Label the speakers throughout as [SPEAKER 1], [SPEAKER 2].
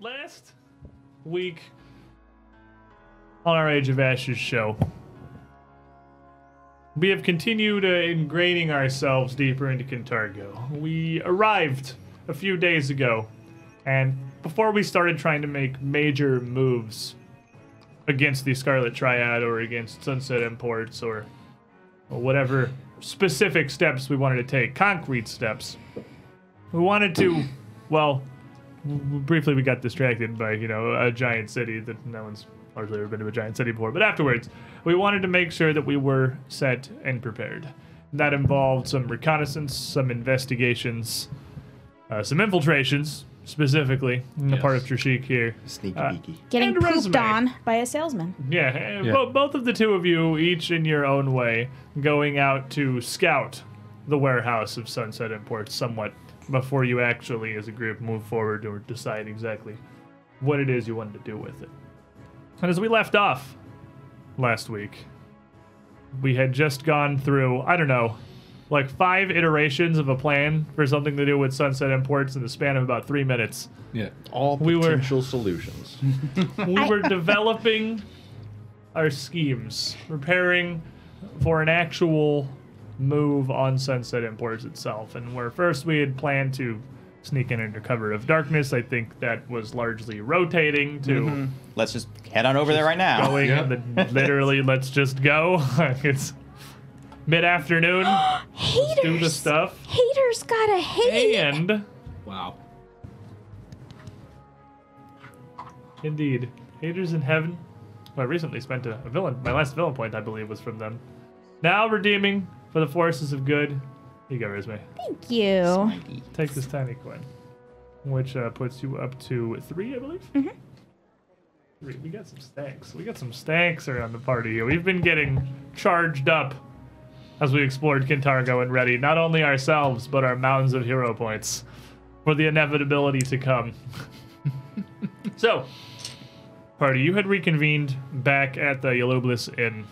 [SPEAKER 1] last week on our Age of Ashes show, we have continued uh, ingraining ourselves deeper into Cantargo. We arrived a few days ago, and before we started trying to make major moves against the Scarlet Triad or against Sunset Imports or, or whatever specific steps we wanted to take, concrete steps, we wanted to, well, briefly we got distracted by you know a giant city that no one's largely ever been to a giant city before but afterwards we wanted to make sure that we were set and prepared that involved some reconnaissance some investigations uh, some infiltrations specifically on the part of
[SPEAKER 2] Yes.
[SPEAKER 1] Trishik here
[SPEAKER 3] Sneaky
[SPEAKER 1] Uh,
[SPEAKER 3] beaky.
[SPEAKER 1] And
[SPEAKER 4] Getting
[SPEAKER 1] a
[SPEAKER 4] pooped
[SPEAKER 1] resume.
[SPEAKER 4] on by a salesman.
[SPEAKER 1] yeah,
[SPEAKER 2] Yeah.
[SPEAKER 1] Bo- both of the two of you each in your own way going out to scout the warehouse of Sunset Imports somewhat before you actually as a group move forward or decide exactly what it is you wanted to do with it. And as we left off last week, we had just gone through, I don't know, like five iterations of a plan for something to do with Sunset Imports in the span of about three minutes.
[SPEAKER 2] Yeah.
[SPEAKER 3] All
[SPEAKER 1] We were-
[SPEAKER 3] potential solutions.
[SPEAKER 1] We
[SPEAKER 4] I-
[SPEAKER 1] were developing our schemes, preparing for an actual move on Sunset Imports itself. And where first we had planned to sneak in under cover of darkness, I think that was largely rotating to
[SPEAKER 5] Let's just head on over there right now.
[SPEAKER 1] going
[SPEAKER 2] Yeah.
[SPEAKER 1] and then literally let's just go. it's mid afternoon,
[SPEAKER 4] Haters.
[SPEAKER 1] do the stuff.
[SPEAKER 4] Haters gotta hate.
[SPEAKER 1] And
[SPEAKER 2] Wow.
[SPEAKER 1] indeed, Haters in Heaven. Well, I recently spent a, a villain. My last villain point, I believe, was from them. Now redeeming for the forces of good. Here you go, Resume.
[SPEAKER 4] Thank you.
[SPEAKER 1] Take this tiny coin, which uh, puts you up to three, I believe. Three. We got some stacks. We got some stacks around the party here. We've been getting charged up as we explored Kintargo and ready not only ourselves but our mountains of hero points for the inevitability to come. so, party, you had reconvened back at the Yeloblis Inn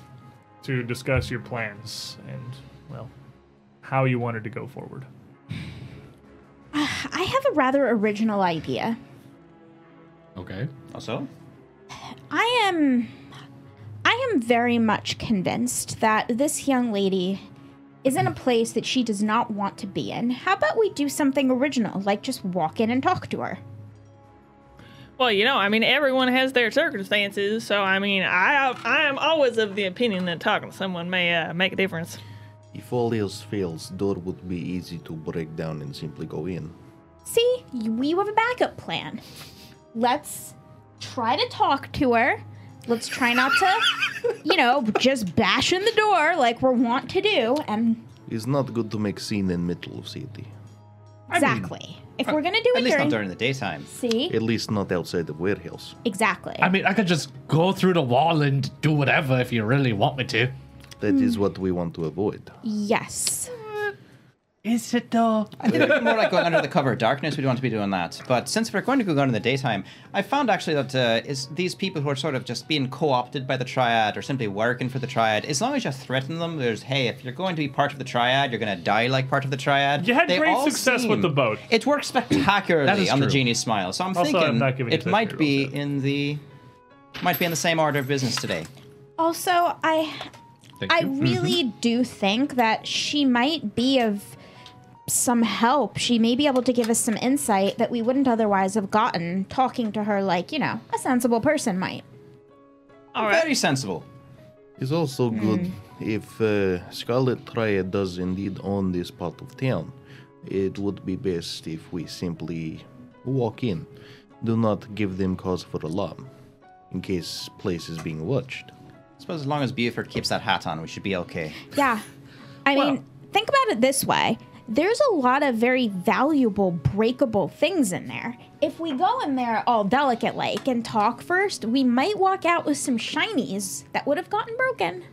[SPEAKER 1] to discuss your plans and well, how you wanted to go forward.
[SPEAKER 4] I have a rather original idea.
[SPEAKER 2] Okay.
[SPEAKER 5] Also,
[SPEAKER 4] I am I am very much convinced that this young lady is in a place that she does not want to be in. How about we do something original, like just walk in and talk to her?
[SPEAKER 6] Well, you know, I mean, everyone has their circumstances, so I mean, I I am always of the opinion that talking to someone may uh, make a difference.
[SPEAKER 3] If all else fails, door would be easy to break down and simply go in.
[SPEAKER 4] See, we have a backup plan. Let's try to talk to her. Let's try not to, you know, just bash in the door like we're wont to do. And
[SPEAKER 3] It's not good to make scene in middle of city.
[SPEAKER 4] exactly, if we're gonna do
[SPEAKER 5] at
[SPEAKER 4] it
[SPEAKER 5] least
[SPEAKER 4] during,
[SPEAKER 5] not during the daytime.
[SPEAKER 4] see,
[SPEAKER 3] At least not outside the warehouse.
[SPEAKER 4] exactly.
[SPEAKER 2] I mean, I could just go through the wall and do whatever if you really want me to.
[SPEAKER 3] That is what we want to avoid.
[SPEAKER 4] yes.
[SPEAKER 2] Is it though?
[SPEAKER 5] I think it's more like going under the cover of darkness. We don't want to be doing that. But since we're going to go out in the daytime, I found actually that uh, is these people who are sort of just being co-opted by the triad or simply working for the triad. As long as you threaten them, there's hey, if you're going to be part of the triad, you're going to die like part of the triad.
[SPEAKER 1] You had
[SPEAKER 5] They
[SPEAKER 1] great
[SPEAKER 5] all
[SPEAKER 1] success
[SPEAKER 5] seem-
[SPEAKER 1] with the boat.
[SPEAKER 5] It works
[SPEAKER 2] That
[SPEAKER 5] spectacularly
[SPEAKER 2] is
[SPEAKER 5] on the
[SPEAKER 2] true.
[SPEAKER 5] genie smile. So I'm
[SPEAKER 1] Also, I'm
[SPEAKER 5] thinking
[SPEAKER 1] not giving you
[SPEAKER 5] it
[SPEAKER 1] that
[SPEAKER 5] might be
[SPEAKER 1] very well,
[SPEAKER 5] in the might be in the same order of business today.
[SPEAKER 4] Also, I
[SPEAKER 2] Thank
[SPEAKER 4] I
[SPEAKER 2] you.
[SPEAKER 4] really do think that she might be of some help. She may be able to give us some insight that we wouldn't otherwise have gotten talking to her like, you know, a sensible person might.
[SPEAKER 6] All right.
[SPEAKER 5] Very sensible.
[SPEAKER 3] It's also good if uh, Scarlet Triad does indeed own this part of town. It would be best if we simply walk in. Do not give them cause for alarm, in case place is being watched.
[SPEAKER 5] I suppose as long as Buford keeps that hat on, we should be okay.
[SPEAKER 4] Yeah. I mean, think about it this way. There's a lot of very valuable, breakable things in there. If we go in there all delicate like and talk first, we might walk out with some shinies that would have gotten broken.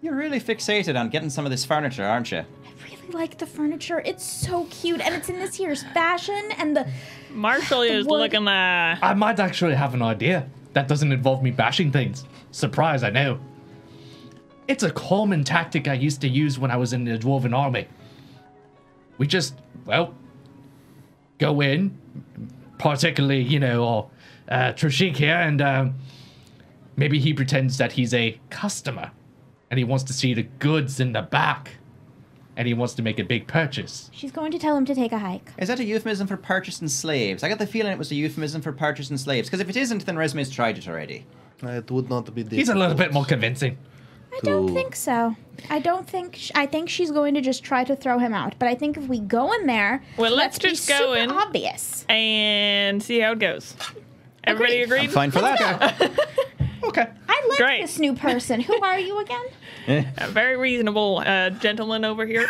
[SPEAKER 5] You're really fixated on getting some of this furniture, aren't you?
[SPEAKER 4] really like the furniture. It's so cute, and it's in this year's fashion. And the
[SPEAKER 6] Marshall is
[SPEAKER 4] Would-
[SPEAKER 6] looking uh
[SPEAKER 2] I might actually have an idea that doesn't involve me bashing things. Surprise, I know. It's a common tactic I used to use when I was in the Dwarven army. We just, well, go in, particularly, you know, or uh, Trishik here, and um, maybe he pretends that he's a customer and he wants to see the goods in the back and he wants to make a big purchase.
[SPEAKER 4] She's going to tell him to take a hike.
[SPEAKER 5] Is that a euphemism for purchasing slaves? I got the feeling it was a euphemism for purchasing slaves. Because if it isn't, then Resume's tried it already.
[SPEAKER 3] It would not be difficult.
[SPEAKER 2] He's a little bit more convincing.
[SPEAKER 4] I don't
[SPEAKER 3] to-
[SPEAKER 4] think so. I don't think. Sh- I think she's going to just try to throw him out. But I think if we go in there,
[SPEAKER 6] Well, let's just
[SPEAKER 4] be
[SPEAKER 6] go
[SPEAKER 4] super
[SPEAKER 6] in.
[SPEAKER 4] obvious.
[SPEAKER 6] and see how it goes. Everybody
[SPEAKER 4] Agreed.
[SPEAKER 6] agreed?
[SPEAKER 5] Fine for that.
[SPEAKER 2] Okay.
[SPEAKER 4] I like
[SPEAKER 6] Great.
[SPEAKER 4] this new person. Who are you again?
[SPEAKER 6] A very reasonable uh, gentleman over here.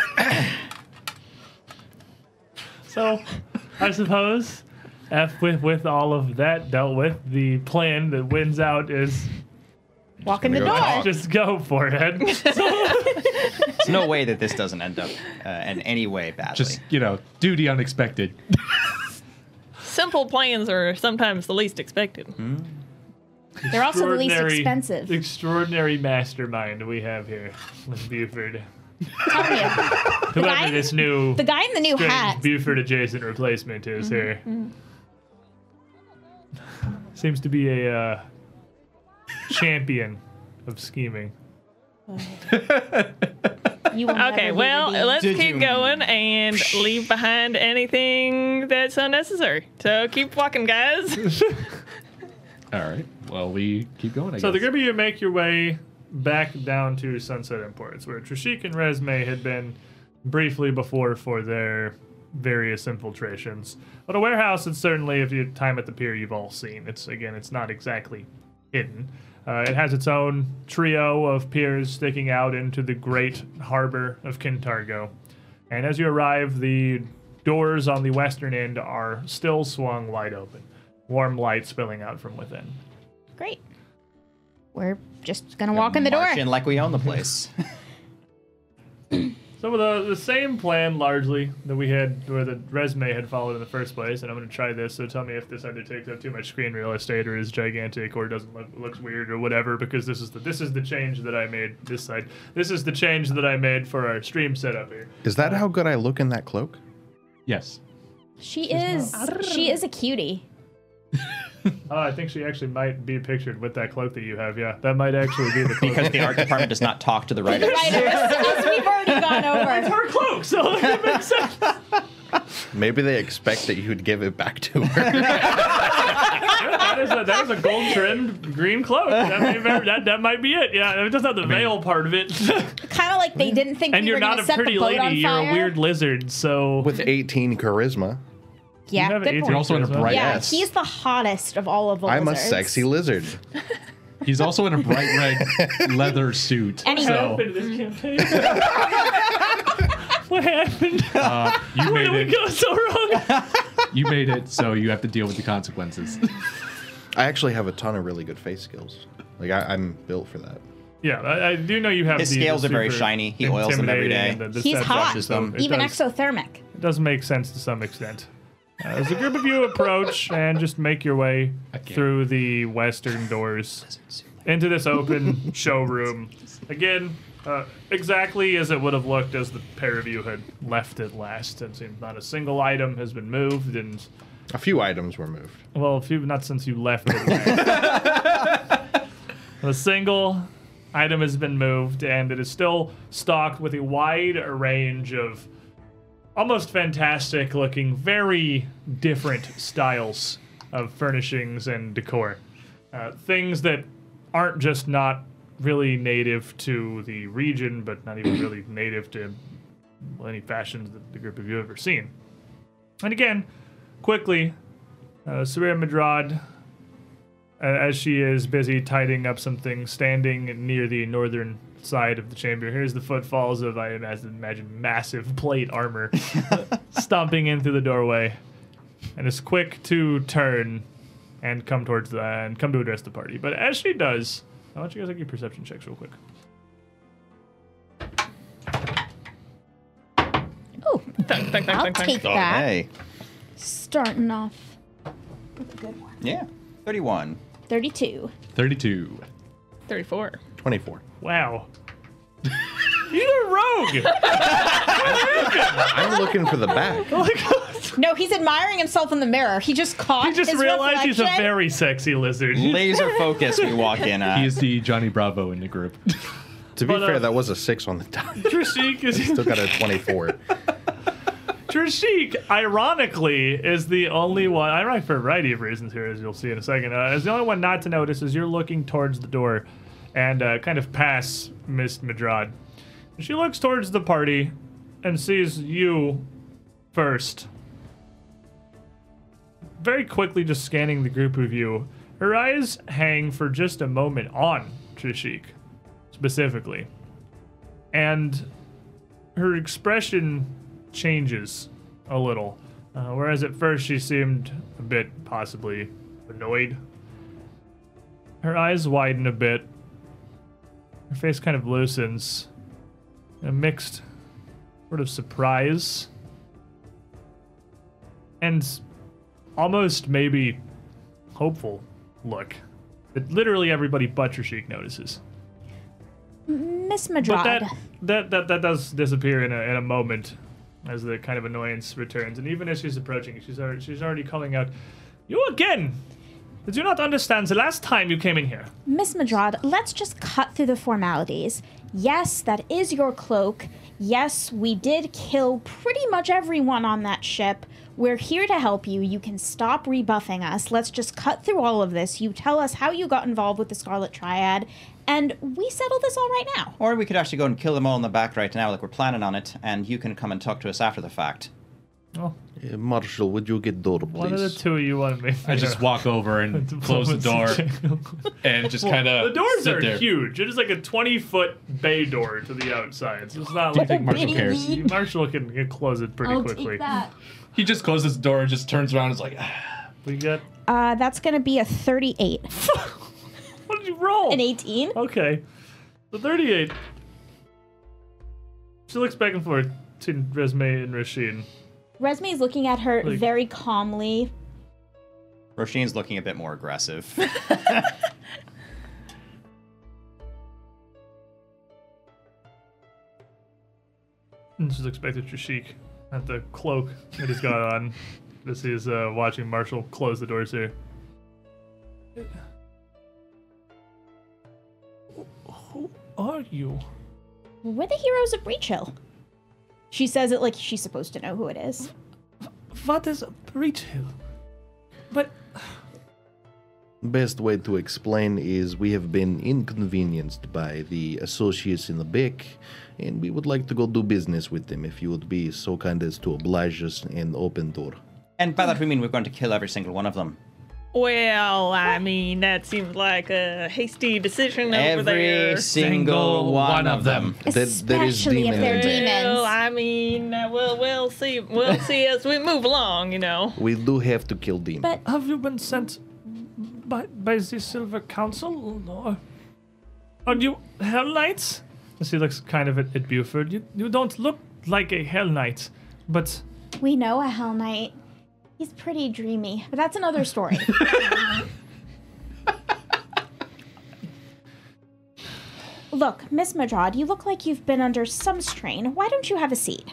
[SPEAKER 1] So, I suppose, F with, with all of that dealt with, the plan that wins out is
[SPEAKER 4] Walk in the
[SPEAKER 5] gonna go
[SPEAKER 4] door.
[SPEAKER 5] talk.
[SPEAKER 1] just go for it.
[SPEAKER 5] There's no way that this doesn't end up uh, in any way badly.
[SPEAKER 2] Just, you know, do the unexpected.
[SPEAKER 6] Simple plans are sometimes the least expected.
[SPEAKER 5] Hmm.
[SPEAKER 4] They're also the least
[SPEAKER 1] Extraordinary-
[SPEAKER 4] expensive.
[SPEAKER 1] Extraordinary mastermind we have here with Buford.
[SPEAKER 4] Tell me about it.
[SPEAKER 1] Whoever
[SPEAKER 4] guy-
[SPEAKER 1] this new
[SPEAKER 4] the Mm-hmm, guy in the new
[SPEAKER 1] strange
[SPEAKER 4] hat.
[SPEAKER 1] Buford adjacent replacement is here.
[SPEAKER 4] mm-hmm.
[SPEAKER 1] Seems to be a uh, champion of scheming.
[SPEAKER 4] You will never
[SPEAKER 6] Okay,
[SPEAKER 4] be
[SPEAKER 6] well,
[SPEAKER 4] redeemed.
[SPEAKER 6] let's
[SPEAKER 5] Did
[SPEAKER 6] keep
[SPEAKER 5] you-
[SPEAKER 6] going and leave behind anything that's unnecessary. So keep walking, guys.
[SPEAKER 2] All right. Well, we keep going, I
[SPEAKER 1] So the
[SPEAKER 2] guess.
[SPEAKER 1] group of you make your way back down to Sunset Imports, where Trishik and Resme had been briefly before for their various infiltrations. But a warehouse, it's certainly, if you time at the pier, you've all seen. It's again, it's not exactly hidden. Uh, it has its own trio of piers sticking out into the great harbor of Kintargo. And as you arrive, the doors on the western end are still swung wide open, warm light spilling out from within.
[SPEAKER 4] Great. We're just gonna walk in the door.
[SPEAKER 5] March in like we own the place.
[SPEAKER 1] So the the same plan largely that we had, or the resume had followed in the first place, and I'm going to try this. So tell me if this either takes up too much screen real estate, or is gigantic, or doesn't look looks weird, or whatever. Because this is the this is the change that I made this side. This is the change that I made for our stream setup here.
[SPEAKER 3] Is that how good I look in that cloak?
[SPEAKER 2] Yes.
[SPEAKER 4] She is. She is a cutie.
[SPEAKER 1] Oh, I think she actually might be pictured with that cloak that you have. Yeah, that might actually be the cloak.
[SPEAKER 5] because the art department does not talk to the writers.
[SPEAKER 4] Right, as we've already gone over.
[SPEAKER 1] her cloak, so that makes sense.
[SPEAKER 3] Maybe they expect that you'd give it back to her.
[SPEAKER 1] that is a, that is a gold trimmed green cloak. That, may, very- that, that might be it. Yeah, it does have the veil part of it.
[SPEAKER 4] Kind of like they didn't think
[SPEAKER 1] and
[SPEAKER 4] we
[SPEAKER 1] you're
[SPEAKER 4] were
[SPEAKER 1] not
[SPEAKER 4] gonna
[SPEAKER 1] a
[SPEAKER 4] set
[SPEAKER 1] pretty
[SPEAKER 4] the boat on
[SPEAKER 1] lady. You're a
[SPEAKER 4] fire.
[SPEAKER 1] weird lizard. So
[SPEAKER 3] With 18 charisma,
[SPEAKER 1] You
[SPEAKER 4] Yeah,
[SPEAKER 1] have
[SPEAKER 4] good
[SPEAKER 1] an
[SPEAKER 4] point.
[SPEAKER 2] You're also in a
[SPEAKER 1] charisma.
[SPEAKER 2] bright
[SPEAKER 4] Yeah,
[SPEAKER 3] Yes.
[SPEAKER 4] he's the hottest of all of the
[SPEAKER 3] I'm a
[SPEAKER 4] lizards.
[SPEAKER 3] sexy lizard.
[SPEAKER 2] He's also in a bright red leather suit.
[SPEAKER 4] Anywho.
[SPEAKER 2] So
[SPEAKER 1] happened to this
[SPEAKER 4] Mm-hmm.
[SPEAKER 1] campaign? what happened?
[SPEAKER 2] uh,
[SPEAKER 1] Where
[SPEAKER 2] you made
[SPEAKER 1] did we
[SPEAKER 2] it.
[SPEAKER 1] go so wrong?
[SPEAKER 2] You made it, so you have to deal with the consequences.
[SPEAKER 3] I actually have a ton of really good face skills. Like, I, I'm built for that.
[SPEAKER 1] yeah, I, I do know you have
[SPEAKER 5] His
[SPEAKER 1] the- the
[SPEAKER 5] scales are very
[SPEAKER 1] super
[SPEAKER 5] shiny. He oils them every
[SPEAKER 1] intimidating
[SPEAKER 5] day.
[SPEAKER 1] and the
[SPEAKER 4] He's
[SPEAKER 1] deception,
[SPEAKER 4] hot.
[SPEAKER 1] so it
[SPEAKER 4] Even
[SPEAKER 1] does-
[SPEAKER 4] exothermic.
[SPEAKER 1] It does make sense to some extent. Uh, as a group of you approach and just make your way through the western doors into this open showroom. Again, uh, exactly as it would have looked as the pair of you had left it last. It seems not a single item has been moved, and
[SPEAKER 3] A few items were moved.
[SPEAKER 1] well, if you not since you left it. a single item has been moved, and it is still stocked with a wide range of almost fantastic looking, very different styles of furnishings and decor. Uh, things that aren't just not really native to the region, but not even really native to any fashions that the group of you have ever seen. And again, quickly, uh, Sarah Madrad, uh, as she is busy tidying up something, standing near the northern side of the chamber. Here's the footfalls of, I imagine, imagine massive plate armor stomping in through the doorway, and is quick to turn and come towards the and come to address the party. But as she does, I want you guys to give perception checks real quick.
[SPEAKER 4] Oh,
[SPEAKER 6] Thunk, thunk, thunk,
[SPEAKER 4] I'll
[SPEAKER 6] thunk, thunk.
[SPEAKER 4] take that.
[SPEAKER 5] Hey.
[SPEAKER 4] Starting off with a good one.
[SPEAKER 5] Yeah. 31.
[SPEAKER 4] 32.
[SPEAKER 2] 32.
[SPEAKER 6] 34.
[SPEAKER 3] 24.
[SPEAKER 1] Wow. You're rogue.
[SPEAKER 3] I'm looking for the back.
[SPEAKER 4] No, he's admiring himself in the mirror. He just caught.
[SPEAKER 1] I just
[SPEAKER 4] his
[SPEAKER 1] realized he's a
[SPEAKER 4] reflection.
[SPEAKER 1] very sexy lizard.
[SPEAKER 5] Laser focus. We walk in. uh, At.
[SPEAKER 2] He is the Johnny Bravo in the group.
[SPEAKER 3] To be
[SPEAKER 1] But, uh,
[SPEAKER 3] fair, that was a six on the die.
[SPEAKER 1] Trishik
[SPEAKER 3] Still
[SPEAKER 1] is
[SPEAKER 3] got a 24.
[SPEAKER 1] Trishik, ironically, is the only one. Ironic for a variety of reasons here, as you'll see in a second. Uh, is the only one not to notice is you're looking towards the door, and uh, kind of pass Miss Madrad. She looks towards the party, and sees you first. Very quickly, just scanning the group of you, her eyes hang for just a moment on Trishik, specifically, and her expression changes a little. Uh, whereas at first she seemed a bit possibly annoyed. Her eyes widen a bit. Her face kind of loosens. A mixed sort of surprise. And almost maybe hopeful look that literally everybody but Trishik notices.
[SPEAKER 4] Miss
[SPEAKER 1] But
[SPEAKER 4] Madrod.
[SPEAKER 1] that, that that that does disappear in a in a moment, as the kind of annoyance returns. And even as she's approaching, she's already, she's already calling out, "You again! Did you not understand the last time you came in here?
[SPEAKER 4] Miss Madrod, let's just cut through the formalities. Yes, that is your cloak. Yes, we did kill pretty much everyone on that ship. We're here to help you. You can stop rebuffing us. Let's just cut through all of this. You tell us how you got involved with the Scarlet Triad, and we settle this all right now.
[SPEAKER 5] Or we could actually go and kill them all in the back right now, like we're planning on it, and you can come and talk to us after the fact.
[SPEAKER 3] Uh, Marshall, would you get door, please?
[SPEAKER 1] One of the two of you wanted me.
[SPEAKER 2] I just walk over and close the door and just kind of
[SPEAKER 1] The doors
[SPEAKER 2] sit
[SPEAKER 1] are
[SPEAKER 2] there.
[SPEAKER 1] huge. It is like a twenty foot bay door to the outside. So it's not like
[SPEAKER 2] think Marshall
[SPEAKER 4] Baby.
[SPEAKER 2] cares?
[SPEAKER 1] Marshall can, can close it pretty quickly.
[SPEAKER 2] He just closes the door and just turns around and is like,
[SPEAKER 1] We got.
[SPEAKER 4] Uh, that's going to be a 38.
[SPEAKER 1] What did you roll?
[SPEAKER 4] An 18?
[SPEAKER 1] Okay. The 38. She looks back and forth to Resme and Rasheen.
[SPEAKER 4] Resme is looking at her
[SPEAKER 1] Like-
[SPEAKER 4] very calmly.
[SPEAKER 5] Roisin's looking a bit more aggressive.
[SPEAKER 1] And she's expected Trishik at the cloak that he's got on. This is uh, watching Marshall close the doors here. Who are you?
[SPEAKER 4] We're the heroes of Breach Hill. She says it like she's supposed to know who it is.
[SPEAKER 1] What is Breach Hill? But
[SPEAKER 3] Best way to explain is we have been inconvenienced by the associates in the back, and we would like to go do business with them if you would be so kind as to oblige us and open door.
[SPEAKER 5] and by that we mean we're going to kill every single one of them.
[SPEAKER 6] Well, I mean, that seems like a hasty decision over there.
[SPEAKER 5] Every single one of them.
[SPEAKER 3] That- that is
[SPEAKER 4] Especially if they're
[SPEAKER 3] demon.
[SPEAKER 4] demons.
[SPEAKER 6] Well, I mean, uh, we'll we'll see we'll see as we move along. You know.
[SPEAKER 3] We do have to kill demons.
[SPEAKER 4] But-
[SPEAKER 1] have you been sent by by the Silver Council? Or are you Hell Knights? She looks kind of at, at Buford. You, you don't look like a Hell Knight, but
[SPEAKER 4] We know a Hell Knight. He's pretty dreamy, but that's another story. look, Miss Madrod, you look like you've been under some strain. Why don't you have a seat?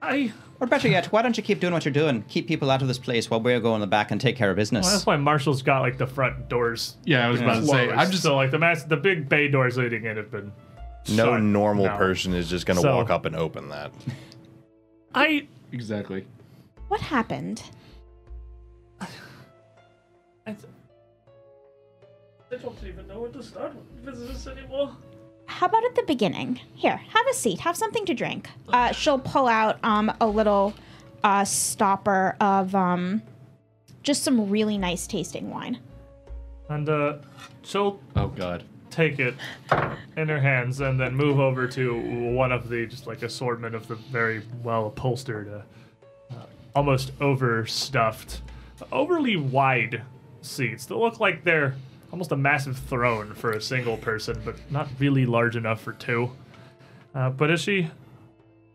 [SPEAKER 1] I.
[SPEAKER 5] Or better yet, why don't you keep doing what you're doing? Keep people out of this place while we're going in the back and take care of business.
[SPEAKER 1] Well, that's why Marshall's got like the front doors.
[SPEAKER 2] "Yeah, I was about to say,
[SPEAKER 1] closed.
[SPEAKER 2] I'm just
[SPEAKER 1] so like the mass, the big bay doors leading in have been.
[SPEAKER 3] no
[SPEAKER 1] shut
[SPEAKER 3] normal
[SPEAKER 1] now.
[SPEAKER 3] person is just going to
[SPEAKER 1] So-
[SPEAKER 3] walk up and open that.
[SPEAKER 1] I
[SPEAKER 2] exactly."
[SPEAKER 4] What happened?
[SPEAKER 1] I, th- I don't even know where to start with business anymore.
[SPEAKER 4] How about at the beginning? Here, have a seat. Have something to drink. Uh, she'll pull out um, a little uh, stopper of um, just some really nice tasting wine.
[SPEAKER 1] And uh, she'll
[SPEAKER 2] Oh God.
[SPEAKER 1] take it in her hands and then move over to one of the just like assortment of the very well upholstered, uh, uh, almost overstuffed, overly wide seats that look like they're almost a massive throne for a single person, but not really large enough for two. Uh, but as she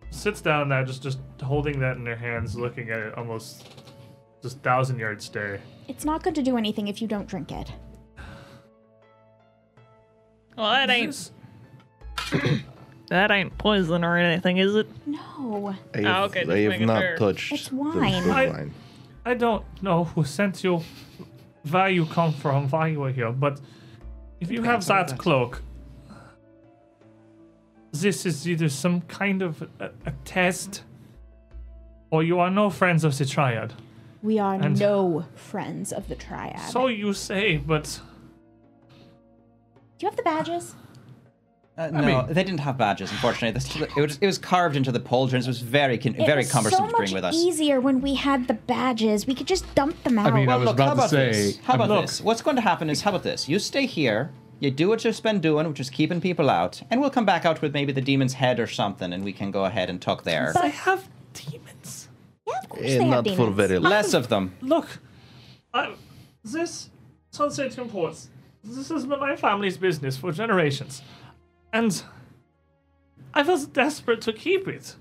[SPEAKER 1] sits down, now just just holding that in her hands, looking at it almost just thousand yard stare.
[SPEAKER 4] It's not going to do anything if you don't drink it.
[SPEAKER 6] Well, that ain't
[SPEAKER 1] This-
[SPEAKER 6] That ain't poison or anything, is it?
[SPEAKER 4] No.
[SPEAKER 3] I have,
[SPEAKER 6] Ah, okay, just
[SPEAKER 3] I have
[SPEAKER 6] making
[SPEAKER 3] not
[SPEAKER 6] sure.
[SPEAKER 3] touched
[SPEAKER 4] It's
[SPEAKER 3] the-
[SPEAKER 4] wine.
[SPEAKER 3] The,
[SPEAKER 1] I-
[SPEAKER 3] wine.
[SPEAKER 1] I don't know who sent you, why you come from, why you are here, but if you have that cloak, this is either some kind of a, a test, or you are no friends of the Triad.
[SPEAKER 4] We are
[SPEAKER 1] And-
[SPEAKER 4] no friends of the triad.
[SPEAKER 1] So you say, but
[SPEAKER 4] Do you have the badges?
[SPEAKER 5] Uh, no, they didn't have badges, unfortunately. This, it, was, it was carved into the pauldrons. It was very con- very
[SPEAKER 4] was
[SPEAKER 5] cumbersome
[SPEAKER 4] so
[SPEAKER 5] to bring
[SPEAKER 4] much
[SPEAKER 5] with us.
[SPEAKER 4] easier when we had the badges. We could just dump them out.
[SPEAKER 2] mean, I
[SPEAKER 5] Well,
[SPEAKER 2] was
[SPEAKER 5] look,
[SPEAKER 2] about
[SPEAKER 5] how
[SPEAKER 2] to
[SPEAKER 5] about
[SPEAKER 2] say-
[SPEAKER 5] this? How
[SPEAKER 2] I'm-
[SPEAKER 5] about
[SPEAKER 1] Look.
[SPEAKER 5] this? What's going to happen is, how about this? You stay here, you do what you've been doing, which is keeping people out, and we'll come back out with maybe the demon's head or something, and we can go ahead and talk there.
[SPEAKER 1] I have demons.
[SPEAKER 4] yeah, of course
[SPEAKER 3] Eh,
[SPEAKER 4] they have
[SPEAKER 3] not for
[SPEAKER 4] demons.
[SPEAKER 3] very long.
[SPEAKER 5] Less of them.
[SPEAKER 1] Look, I, this Sunset Imports, this has been my family's business for generations. And I was desperate to keep it.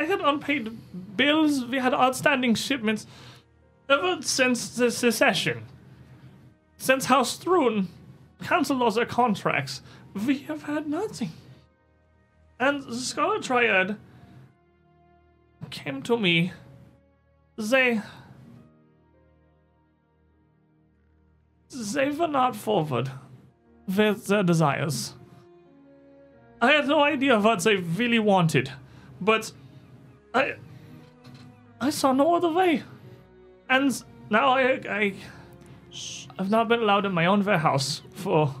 [SPEAKER 1] I had unpaid bills, we had outstanding shipments ever since the secession. Since House Thrun cancelled all their contracts, we have had nothing. And the Scholar Triad came to me. They they were not forward with their desires. I had no idea what they really wanted, but I I saw no other way. And now I, I I've not been allowed in my own warehouse for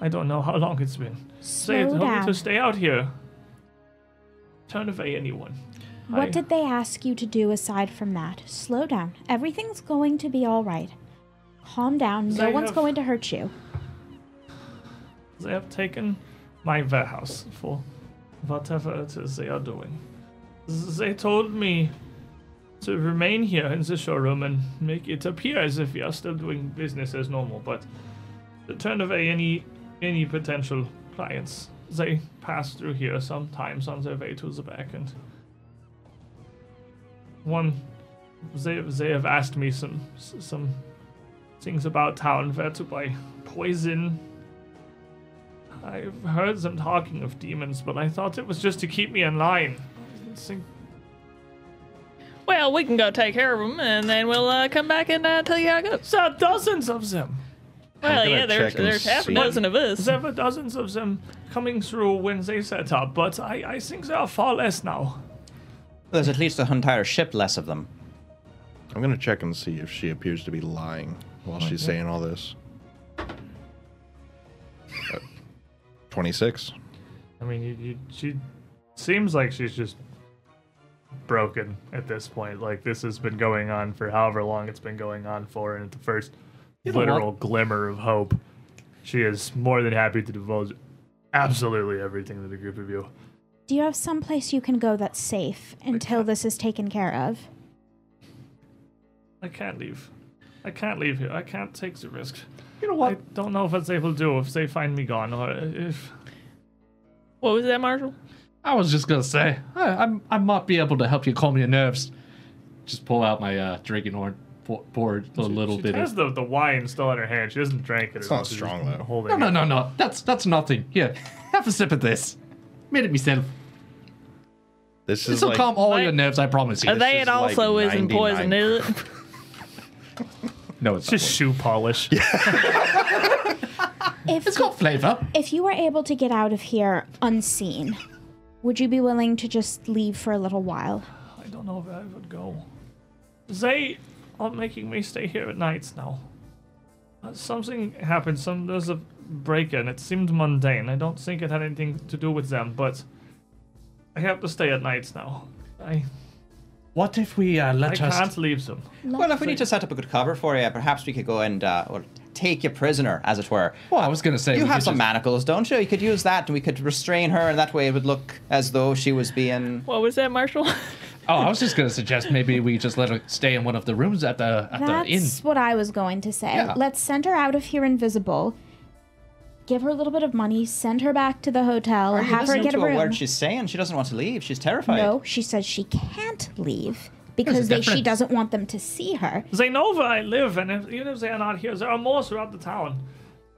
[SPEAKER 1] I don't know how long it's been. They
[SPEAKER 4] Slow
[SPEAKER 1] told me
[SPEAKER 4] down.
[SPEAKER 1] to stay out here. Turn away anyone. I-
[SPEAKER 4] What did they ask you to do aside from that? Slow down. Everything's going to be all right. Calm down. No
[SPEAKER 1] They
[SPEAKER 4] one's
[SPEAKER 1] have-
[SPEAKER 4] going to hurt you.
[SPEAKER 1] They have taken my warehouse for whatever it is they are doing. They told me to remain here in the showroom and make it appear as if we are still doing business as normal, but to turn away any any potential clients. They pass through here sometimes on their way to the back end. One, they they have asked me some some things about town, where to buy poison, I've heard them talking of demons, but I thought it was just to keep me in line. I didn't think-
[SPEAKER 6] Well, we can go take care of them, and then we'll uh, come back and uh, tell you how it goes.
[SPEAKER 1] There are dozens of them.
[SPEAKER 6] Well,
[SPEAKER 3] gonna
[SPEAKER 6] yeah, there's
[SPEAKER 3] check and
[SPEAKER 6] there's half a
[SPEAKER 3] see.
[SPEAKER 6] dozen of us.
[SPEAKER 1] There were dozens of them coming through when they set up, but I, I think there are far less now.
[SPEAKER 5] There's at least an entire ship less of them.
[SPEAKER 3] I'm gonna check and see if she appears to be lying while she's saying all this. Uh, Twenty-six.
[SPEAKER 1] I mean, you, you, she seems like she's just broken at this point. Like this has been going on for however long it's been going on for, and at the first literal glimmer of hope, she is more than happy to divulge absolutely everything to the group of you.
[SPEAKER 4] Do you have some place you can go that's safe until this is taken care of?
[SPEAKER 1] I can't leave. I can't leave here. I can't take the risk. You know what? I don't know what they will do if they find me gone or if.
[SPEAKER 6] What was that, Marshall?
[SPEAKER 2] I was just gonna say, I, I'm, I might be able to help you calm your nerves. Just pull out my uh, drinking horn, pour, pour a little
[SPEAKER 1] she
[SPEAKER 2] bit
[SPEAKER 1] has
[SPEAKER 2] of.
[SPEAKER 1] the, the wine still in her hand. She hasn't drank it. It's
[SPEAKER 3] not strong, though.
[SPEAKER 1] Holding
[SPEAKER 2] No, no,
[SPEAKER 1] it.
[SPEAKER 2] no, no. That's that's nothing. Here, have a sip of this. Made it myself.
[SPEAKER 3] This is
[SPEAKER 2] This will
[SPEAKER 3] like
[SPEAKER 2] calm all
[SPEAKER 6] Like-
[SPEAKER 2] your nerves. I promise you.
[SPEAKER 6] Uh, that
[SPEAKER 3] is like
[SPEAKER 6] also isn't
[SPEAKER 3] 99.
[SPEAKER 6] poison, is it?
[SPEAKER 2] no, it's,
[SPEAKER 1] Just shoe polish.
[SPEAKER 4] If
[SPEAKER 2] it's got flavor.
[SPEAKER 4] if you were able to get out of here unseen, would you be willing to just leave for a little while?
[SPEAKER 1] I don't know where I would go. They are making me stay here at nights now. Uh, Something happened. Some there's a break in. It seemed mundane. I don't think it had anything to do with them, but I have to stay at nights now. I
[SPEAKER 2] What if we uh,
[SPEAKER 1] I
[SPEAKER 2] let her?
[SPEAKER 1] can't leave them.
[SPEAKER 5] Well, if we need to set up a good cover for you, perhaps we could go and uh, well, take you prisoner, as it were.
[SPEAKER 2] Well, Oh, I was gonna say
[SPEAKER 5] You
[SPEAKER 2] we
[SPEAKER 5] have
[SPEAKER 2] could
[SPEAKER 5] some
[SPEAKER 2] just-
[SPEAKER 5] manacles, don't you? You could use that, and we could restrain her, and that way it would look as though she was being.
[SPEAKER 6] What was that, Marshall?
[SPEAKER 2] Oh, I was just gonna suggest maybe we just let her stay in one of the rooms at the at the inn.
[SPEAKER 4] That's what I was going to say.
[SPEAKER 2] Yeah.
[SPEAKER 4] Let's send her out of here invisible. Give her a little bit of money, send her back to the hotel,
[SPEAKER 5] Are you
[SPEAKER 4] have her
[SPEAKER 5] listening
[SPEAKER 4] get a
[SPEAKER 5] to
[SPEAKER 4] room.
[SPEAKER 5] word she's saying. She doesn't want to leave. She's terrified.
[SPEAKER 4] no, she says she can't leave because they, she
[SPEAKER 2] difference.
[SPEAKER 4] doesn't want them to see her.
[SPEAKER 1] They know where I live, and if, even if they are not here, there are more throughout the town.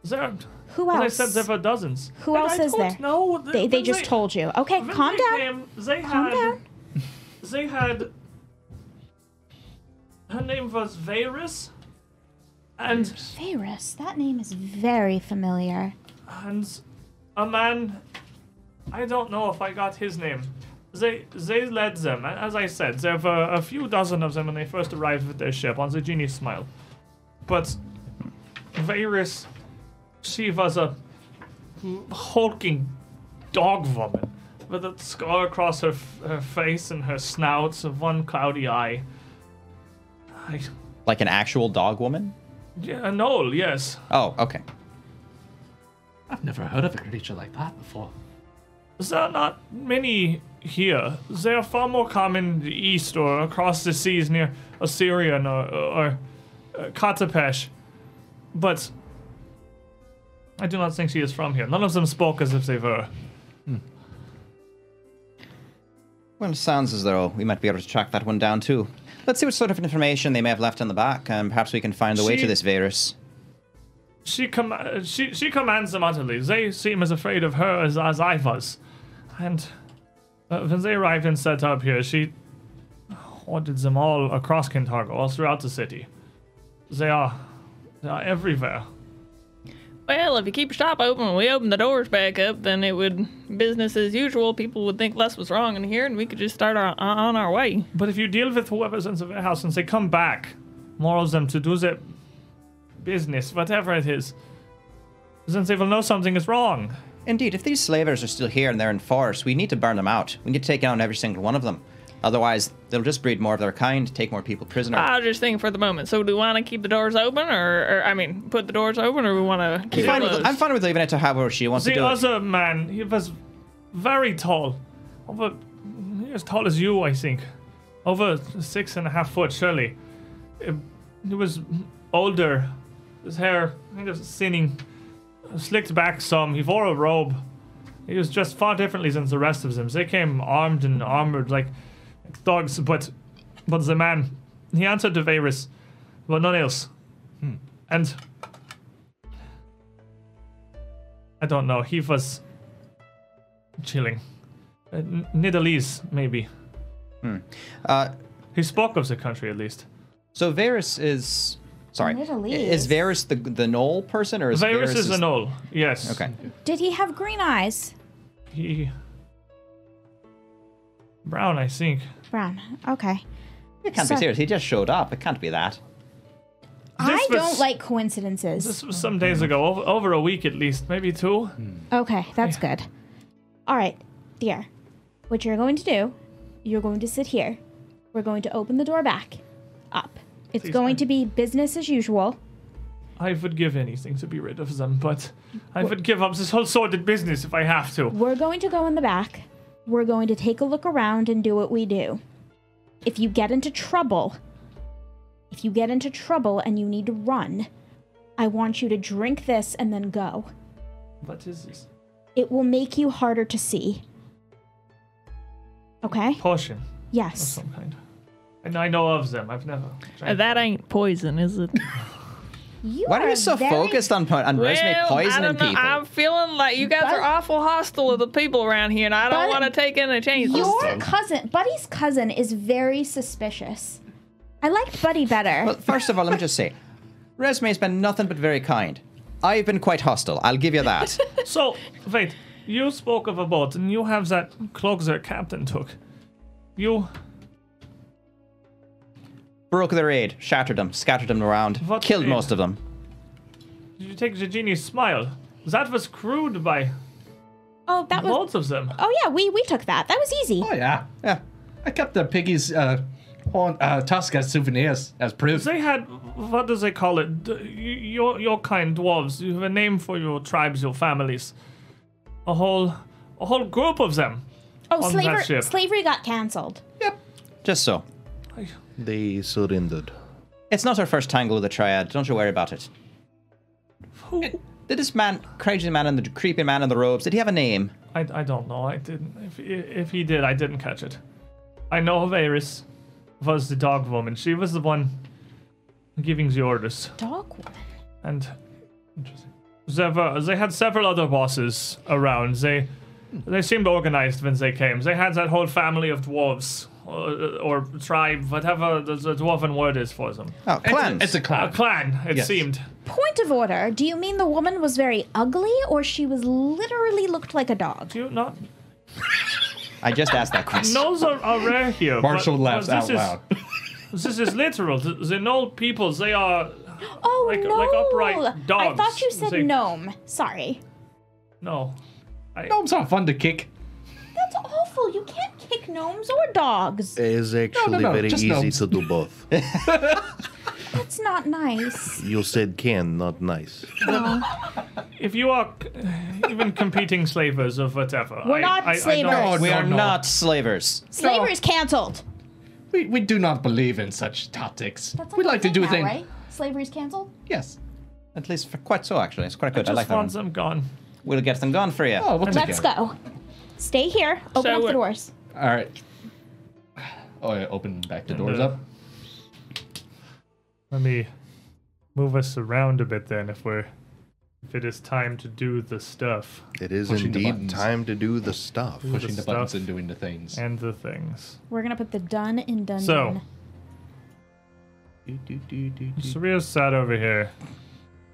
[SPEAKER 1] There,
[SPEAKER 4] Who
[SPEAKER 1] as I
[SPEAKER 4] else?
[SPEAKER 1] said, there were dozens.
[SPEAKER 4] Who
[SPEAKER 1] And
[SPEAKER 4] else
[SPEAKER 1] I
[SPEAKER 4] is
[SPEAKER 1] don't
[SPEAKER 4] there?
[SPEAKER 1] know.
[SPEAKER 4] They, they
[SPEAKER 1] When
[SPEAKER 4] just told you. Okay,
[SPEAKER 1] when
[SPEAKER 4] calm
[SPEAKER 1] they
[SPEAKER 4] down.
[SPEAKER 1] came, they
[SPEAKER 4] Calm
[SPEAKER 1] had,
[SPEAKER 4] down.
[SPEAKER 1] They had. Her name was Varys, and
[SPEAKER 4] Varus, that name is very familiar.
[SPEAKER 1] and a man. I don't know if I got his name. They they led them, and as I said, there were a few dozen of them when they first arrived with their ship on the Genie Smile. But Varys, she was a hulking dog woman with a scar across her, f- her face and her snouts of one cloudy eye. I,
[SPEAKER 5] Like an actual dog woman?
[SPEAKER 1] yeah, an owl, yes.
[SPEAKER 5] Oh, okay.
[SPEAKER 2] I've never heard of a creature like that before.
[SPEAKER 1] There are not many here. They are far more common in the east or across the seas near Assyrian or, or uh, Katapesh. But I do not think she is from here. None of them spoke as if they were.
[SPEAKER 5] Well, sounds as though we might be able to track that one down too. Let's see what sort of information they may have left in the back, and perhaps we can find the way
[SPEAKER 1] She-
[SPEAKER 5] to this virus.
[SPEAKER 1] She, com- uh, she, she commands them utterly. They seem as afraid of her as, as I was. And uh, when they arrived and set up here, she ordered them all across Kintargo, all throughout the city. They are, they are everywhere.
[SPEAKER 6] Well, if you keep your shop open and we open the doors back up, then it would business as usual. People would think less was wrong in here, and we could just start our, uh, on our way.
[SPEAKER 1] But if you deal with whoever's in the warehouse and they come back, more of them to do their business, whatever it is, then they will know something is wrong.
[SPEAKER 5] Indeed, if these slavers are still here and they're in force, we need to burn them out. We need to take down every single one of them. Otherwise, they'll just breed more of their kind, take more people prisoner.
[SPEAKER 6] I was just thinking for the moment. So, do we want to keep the doors open, or, or I mean, put the doors open, or we want to
[SPEAKER 5] I'm,
[SPEAKER 6] keep it
[SPEAKER 5] fine
[SPEAKER 6] closed?
[SPEAKER 5] with, I'm fine with leaving it to however she wants to
[SPEAKER 1] The
[SPEAKER 5] do it.
[SPEAKER 1] other man, he was very tall. Over, as tall as you, I think. Over six and a half foot, surely. Uh, He was older. His hair kind of thinning, slicked back some. He wore a robe. He was dressed far differently than the rest of them. They came armed and armored like dogs, but but the man, he answered to Varys, but none else.
[SPEAKER 5] Hmm.
[SPEAKER 1] And I don't know. He was chilling. Uh, N- Nidalese, maybe.
[SPEAKER 5] Uh,
[SPEAKER 1] He spoke of the country at least.
[SPEAKER 5] so Varus is. Sorry.
[SPEAKER 4] Nidalese.
[SPEAKER 5] Is Varus the the knoll person or is
[SPEAKER 1] Virus
[SPEAKER 5] Varus
[SPEAKER 1] is an owl. Yes.
[SPEAKER 5] Okay.
[SPEAKER 4] Did he have green eyes?
[SPEAKER 1] He. Brown, I think.
[SPEAKER 4] Brown. Okay.
[SPEAKER 5] It can't
[SPEAKER 4] So-
[SPEAKER 5] be serious. He just showed up. It can't be that.
[SPEAKER 4] I
[SPEAKER 1] This was-
[SPEAKER 4] don't like coincidences.
[SPEAKER 1] This was some days ago, over, over a week at least, maybe two.
[SPEAKER 4] Okay, that's good. All right, dear. What you're going to do, you're going to sit here. We're going to open the door back up. It's
[SPEAKER 1] Please,
[SPEAKER 4] going
[SPEAKER 1] ma'am.
[SPEAKER 4] to be business as usual.
[SPEAKER 1] I would give anything to be rid of them, but I would give up this whole sordid business if I have to.
[SPEAKER 4] We're going to go in the back. We're going to take a look around and do what we do. If you get into trouble, if you get into trouble and you need to run, I want you to drink this and then go.
[SPEAKER 1] What is this?
[SPEAKER 4] It will make you harder to see. Okay?
[SPEAKER 1] Potion of
[SPEAKER 4] Yes.
[SPEAKER 1] some kind. And I know of them. I've never.
[SPEAKER 6] Uh,
[SPEAKER 1] tried.
[SPEAKER 6] That ain't poison, is it?
[SPEAKER 4] You
[SPEAKER 5] Why are you so
[SPEAKER 4] very-
[SPEAKER 5] focused on po- on resume
[SPEAKER 6] Well, I
[SPEAKER 5] poisoning
[SPEAKER 6] don't know.
[SPEAKER 5] people?
[SPEAKER 6] I'm feeling like you guys
[SPEAKER 4] But-
[SPEAKER 6] are awful hostile to the people around here, and I don't
[SPEAKER 4] But-
[SPEAKER 6] want to take any chances.
[SPEAKER 4] Your cousin, Buddy's cousin, is very suspicious. I liked Buddy better.
[SPEAKER 5] Well, first of all, let me just say, resume's been nothing but very kind. I've been quite hostile. I'll give you that.
[SPEAKER 1] So, wait. You spoke of a boat, and you have that cloak their captain took. You.
[SPEAKER 5] Broke their aid, shattered them, scattered them around,
[SPEAKER 1] What
[SPEAKER 5] killed
[SPEAKER 1] aid?
[SPEAKER 5] most of them.
[SPEAKER 1] Did you take the genie's smile? That was crewed by
[SPEAKER 4] oh, that was.
[SPEAKER 1] both of them.
[SPEAKER 4] Oh yeah, we we took that. That was easy.
[SPEAKER 2] Oh yeah,
[SPEAKER 5] Yeah.
[SPEAKER 2] I kept the piggy's uh, horn, uh, tusk as souvenirs as proof.
[SPEAKER 1] They had what do they call it? D- y- Your your kind dwarves. You have a name for your tribes, your families. A whole a whole group of them.
[SPEAKER 4] Oh,
[SPEAKER 1] on that
[SPEAKER 4] slavery
[SPEAKER 1] ship.
[SPEAKER 4] slavery got canceled.
[SPEAKER 5] Yep. Just so.
[SPEAKER 3] They surrendered.
[SPEAKER 5] It's not our first tangle with the triad. Don't you worry about it.
[SPEAKER 1] Who?
[SPEAKER 5] Did this man, crazy man in the creepy man in the robes, did he have a name?
[SPEAKER 1] I, I don't know. I didn't. If if he did, I didn't catch it. I know Varys was the dog woman. She was the one giving the orders.
[SPEAKER 4] Dog woman.
[SPEAKER 1] And interesting. Several, they had several other bosses around. They they seemed organized when they came. They had that whole family of dwarves or, or tribe, whatever the, the dwarven word is for them.
[SPEAKER 5] Oh, clans.
[SPEAKER 2] It's, it's a
[SPEAKER 1] A
[SPEAKER 2] clown.
[SPEAKER 1] clan, it
[SPEAKER 2] Yes.
[SPEAKER 1] seemed.
[SPEAKER 4] Point of order. Do you mean the woman was very ugly or she was literally looked like a dog?
[SPEAKER 1] Do you not?
[SPEAKER 5] I just asked that question.
[SPEAKER 1] Those are, are rare here. but-
[SPEAKER 2] Marshall laughs
[SPEAKER 1] but
[SPEAKER 2] out
[SPEAKER 1] this is-
[SPEAKER 2] loud.
[SPEAKER 1] This is literal. The, the Knoll people, they are
[SPEAKER 4] Oh
[SPEAKER 1] Like-
[SPEAKER 4] no.
[SPEAKER 1] like upright
[SPEAKER 4] I
[SPEAKER 1] dogs.
[SPEAKER 4] thought you said
[SPEAKER 1] They-
[SPEAKER 4] gnome. Sorry.
[SPEAKER 1] no.
[SPEAKER 2] Gnomes are fun to kick.
[SPEAKER 4] That's awful. You can't kick gnomes or dogs.
[SPEAKER 3] It's actually
[SPEAKER 2] no,
[SPEAKER 3] very
[SPEAKER 2] just
[SPEAKER 3] easy
[SPEAKER 2] gnomes.
[SPEAKER 3] to do both.
[SPEAKER 4] That's not nice.
[SPEAKER 3] you said can, not nice.
[SPEAKER 1] If you are c- even competing slavers of whatever,
[SPEAKER 4] We're
[SPEAKER 1] I,
[SPEAKER 4] not
[SPEAKER 1] I- I don't-
[SPEAKER 4] slavers.
[SPEAKER 5] we
[SPEAKER 2] No,
[SPEAKER 5] are
[SPEAKER 2] no.
[SPEAKER 5] not slavers.
[SPEAKER 4] Slavery is canceled.
[SPEAKER 2] We, we do not believe in such tactics.
[SPEAKER 4] That's
[SPEAKER 2] we
[SPEAKER 4] the
[SPEAKER 2] like to
[SPEAKER 4] thing
[SPEAKER 2] do
[SPEAKER 4] now,
[SPEAKER 2] things.
[SPEAKER 4] right? Slavery's canceled.
[SPEAKER 2] Yes.
[SPEAKER 5] At least for quite so, actually. It's quite good.
[SPEAKER 1] just
[SPEAKER 5] I, like that one.
[SPEAKER 1] want them gone.
[SPEAKER 5] We'll get them gone for you.
[SPEAKER 2] Oh, we'll take
[SPEAKER 4] Let's
[SPEAKER 2] care of
[SPEAKER 4] go. Stay here. Open
[SPEAKER 6] So
[SPEAKER 4] up the
[SPEAKER 6] we're-
[SPEAKER 4] doors.
[SPEAKER 2] it. All right. Oh, yeah, open back the doors
[SPEAKER 1] uh,
[SPEAKER 2] up.
[SPEAKER 1] Let me move us around a bit then if we're if it is time to do the stuff
[SPEAKER 3] It is
[SPEAKER 2] Pushing the
[SPEAKER 3] indeed
[SPEAKER 2] buttons.
[SPEAKER 3] time to do the stuff.
[SPEAKER 2] Pushing the
[SPEAKER 1] stuff.
[SPEAKER 2] buttons and doing the things.
[SPEAKER 1] and the things.
[SPEAKER 4] We're gonna put the done in done.
[SPEAKER 1] So
[SPEAKER 4] done.
[SPEAKER 1] Saria's sat over here.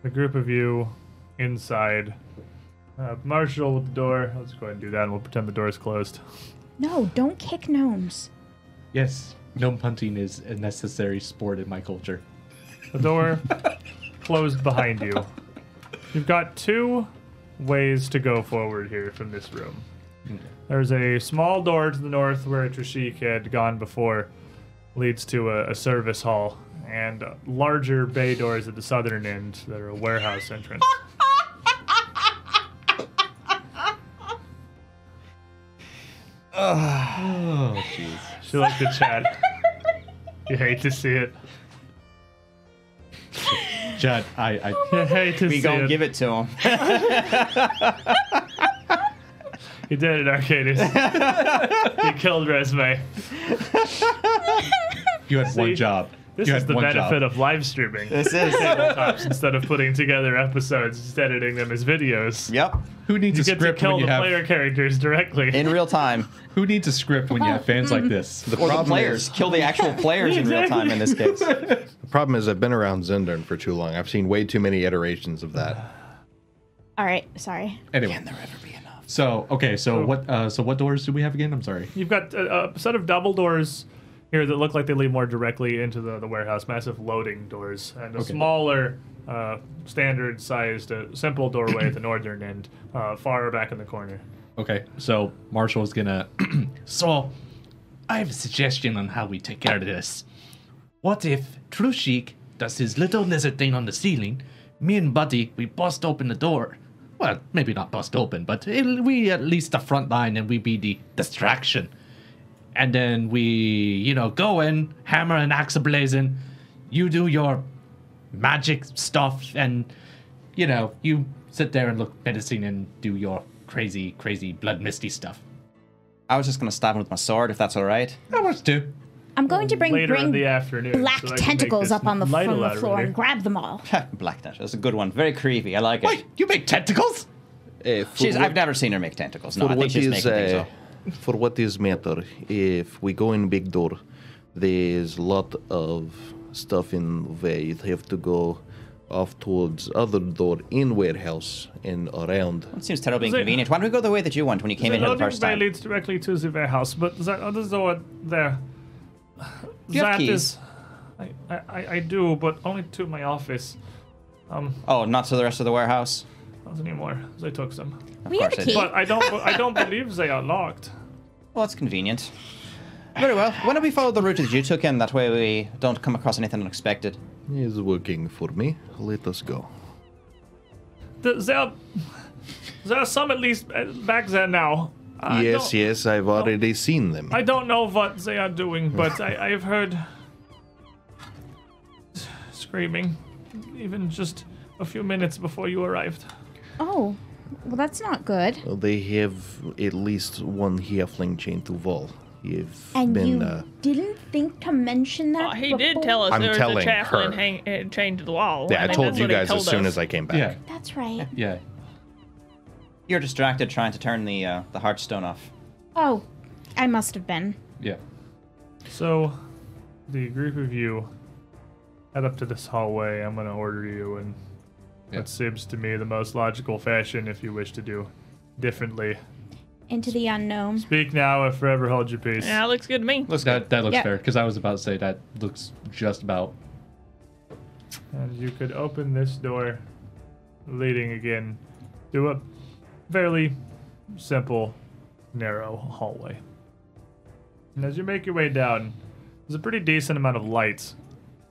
[SPEAKER 1] The group of you inside. Uh, Marshall with the door. Let's go ahead and do that and we'll pretend the door is closed.
[SPEAKER 4] No, don't kick gnomes.
[SPEAKER 2] Yes, gnome hunting is a necessary sport in my culture.
[SPEAKER 1] The door closed behind you. You've got two ways to go forward here from this room. There's a small door to the north where Trishik had gone before, leads to a, a service hall, and larger bay doors at the southern end that are a warehouse entrance.
[SPEAKER 2] Oh, jeez.
[SPEAKER 1] She liked the chat. You hate to see it.
[SPEAKER 2] Judd, I, I
[SPEAKER 1] You hate to
[SPEAKER 5] We
[SPEAKER 1] see
[SPEAKER 5] gonna
[SPEAKER 1] it.
[SPEAKER 5] give it to him.
[SPEAKER 1] You did it, Arcadis. you killed Resme.
[SPEAKER 2] you had
[SPEAKER 1] See,
[SPEAKER 2] one job.
[SPEAKER 1] This
[SPEAKER 2] you
[SPEAKER 1] is
[SPEAKER 2] had
[SPEAKER 1] the
[SPEAKER 2] one
[SPEAKER 1] benefit
[SPEAKER 2] job.
[SPEAKER 1] of live streaming.
[SPEAKER 5] this is.
[SPEAKER 1] laptops instead of putting together episodes, just editing them as videos.
[SPEAKER 5] yep.
[SPEAKER 2] who needs
[SPEAKER 1] You
[SPEAKER 2] a
[SPEAKER 1] get to
[SPEAKER 2] script when
[SPEAKER 1] kill
[SPEAKER 2] you
[SPEAKER 1] the
[SPEAKER 2] have
[SPEAKER 1] player characters directly.
[SPEAKER 5] In real time.
[SPEAKER 2] who needs a script when you have fans like this?
[SPEAKER 3] The
[SPEAKER 5] Or the
[SPEAKER 3] problem
[SPEAKER 5] players.
[SPEAKER 3] Is,
[SPEAKER 5] Kill the actual players in real time in this case.
[SPEAKER 3] the problem is I've been around Zendern for too long. I've seen way too many iterations of that.
[SPEAKER 4] All right, sorry.
[SPEAKER 2] Anyway,
[SPEAKER 5] there ever be enough?
[SPEAKER 2] so okay, so what uh, so what doors do we have again? I'm sorry.
[SPEAKER 1] You've got a, a set of double doors here that look like they lead more directly into the, the warehouse, massive loading doors, and a
[SPEAKER 2] Okay.
[SPEAKER 1] smaller, uh, standard sized, uh, simple doorway at the northern end, uh, far back in the corner.
[SPEAKER 2] Okay, so Marshall's gonna. so, I have a suggestion on how we take care of this. What if Trushik does his little lizard thing on the ceiling? Me and Buddy, we bust open the door. Well, maybe not bust open, but it, we at least the front line and we be the distraction. And then we, you know, go in, hammer and axe ablazing. You do your magic stuff and you know, you sit there and look menacing and do your crazy, crazy blood misty stuff.
[SPEAKER 5] I was just gonna stab him with my sword if that's all right.
[SPEAKER 2] That works too.
[SPEAKER 4] I'm going to bring
[SPEAKER 1] Later
[SPEAKER 4] bring
[SPEAKER 1] in the afternoon. so
[SPEAKER 4] black
[SPEAKER 1] I can make
[SPEAKER 4] tentacles
[SPEAKER 1] this
[SPEAKER 4] up on the,
[SPEAKER 1] light
[SPEAKER 4] from the
[SPEAKER 1] elaborator.
[SPEAKER 4] floor and grab them all.
[SPEAKER 5] Black Dash. That's a good one. Very creepy. I like it.
[SPEAKER 2] Wait, you make tentacles?
[SPEAKER 3] Eh, for
[SPEAKER 5] She's,
[SPEAKER 3] what-
[SPEAKER 5] I've never seen her make tentacles. No,
[SPEAKER 3] for
[SPEAKER 5] I think
[SPEAKER 3] what
[SPEAKER 5] she's
[SPEAKER 3] is
[SPEAKER 5] making things
[SPEAKER 3] uh,
[SPEAKER 5] up.
[SPEAKER 3] for what is matter if we go in big door there's lot of stuff in way you have to go off towards other door in warehouse and around
[SPEAKER 5] It seems terribly
[SPEAKER 1] Is it-
[SPEAKER 5] inconvenient. Why don't we go the way that you went when you came in
[SPEAKER 1] The
[SPEAKER 5] here the
[SPEAKER 1] loading
[SPEAKER 5] first
[SPEAKER 1] bay
[SPEAKER 5] time?
[SPEAKER 1] leads directly to the warehouse, but that other door there.
[SPEAKER 5] you have
[SPEAKER 1] that
[SPEAKER 5] keys?
[SPEAKER 1] is- I, I, I- I do, but only to my office.
[SPEAKER 5] Oh, not to the rest of the warehouse.
[SPEAKER 1] Not anymore. They took them.
[SPEAKER 4] we have a
[SPEAKER 5] course I
[SPEAKER 4] key.
[SPEAKER 1] But I don't I don't believe they are locked.
[SPEAKER 5] Well, that's convenient. Very well. Why don't we follow the route that you took in? That way we don't come across anything unexpected.
[SPEAKER 3] is working for me let us go
[SPEAKER 1] Th- There are, there are some at least uh, back there now. I
[SPEAKER 3] yes
[SPEAKER 1] don't-
[SPEAKER 3] yes i've already seen them
[SPEAKER 1] I don't know what they are doing, but I, I've heard screaming, even just a few minutes before you arrived.
[SPEAKER 4] Oh, well that's not good.
[SPEAKER 3] they have at least one halfling chained to wall You've
[SPEAKER 4] And
[SPEAKER 3] been
[SPEAKER 4] you
[SPEAKER 3] uh,
[SPEAKER 4] didn't think to mention that.
[SPEAKER 6] Well, Oh, he did
[SPEAKER 4] before?
[SPEAKER 6] tell us
[SPEAKER 3] I'm
[SPEAKER 6] there was a
[SPEAKER 3] telling
[SPEAKER 6] chaplain
[SPEAKER 3] her.
[SPEAKER 6] hang, uh, chained to the wall.
[SPEAKER 3] yeah. I,
[SPEAKER 6] mean,
[SPEAKER 3] told
[SPEAKER 6] that's
[SPEAKER 3] you
[SPEAKER 6] what he
[SPEAKER 3] guys
[SPEAKER 6] told
[SPEAKER 3] as soon
[SPEAKER 6] us.
[SPEAKER 3] as I came back.
[SPEAKER 2] Yeah.
[SPEAKER 4] That's right.
[SPEAKER 2] Yeah.
[SPEAKER 5] You're distracted trying to turn the uh, the heartstone off.
[SPEAKER 4] Oh, I must have been.
[SPEAKER 2] Yeah.
[SPEAKER 1] So, the group of you head up to this hallway. I'm gonna order you, and
[SPEAKER 2] Yeah.
[SPEAKER 1] what seems to me the most logical fashion if you wish to do differently.
[SPEAKER 4] Into the unknown.
[SPEAKER 1] Speak now or forever hold your peace.
[SPEAKER 6] Yeah, looks good to me.
[SPEAKER 2] That, that looks
[SPEAKER 4] Yeah.
[SPEAKER 2] fair because I was about to say that looks just about.
[SPEAKER 1] And you could open this door, leading again to a fairly simple, narrow hallway. And as you make your way down, there's a pretty decent amount of light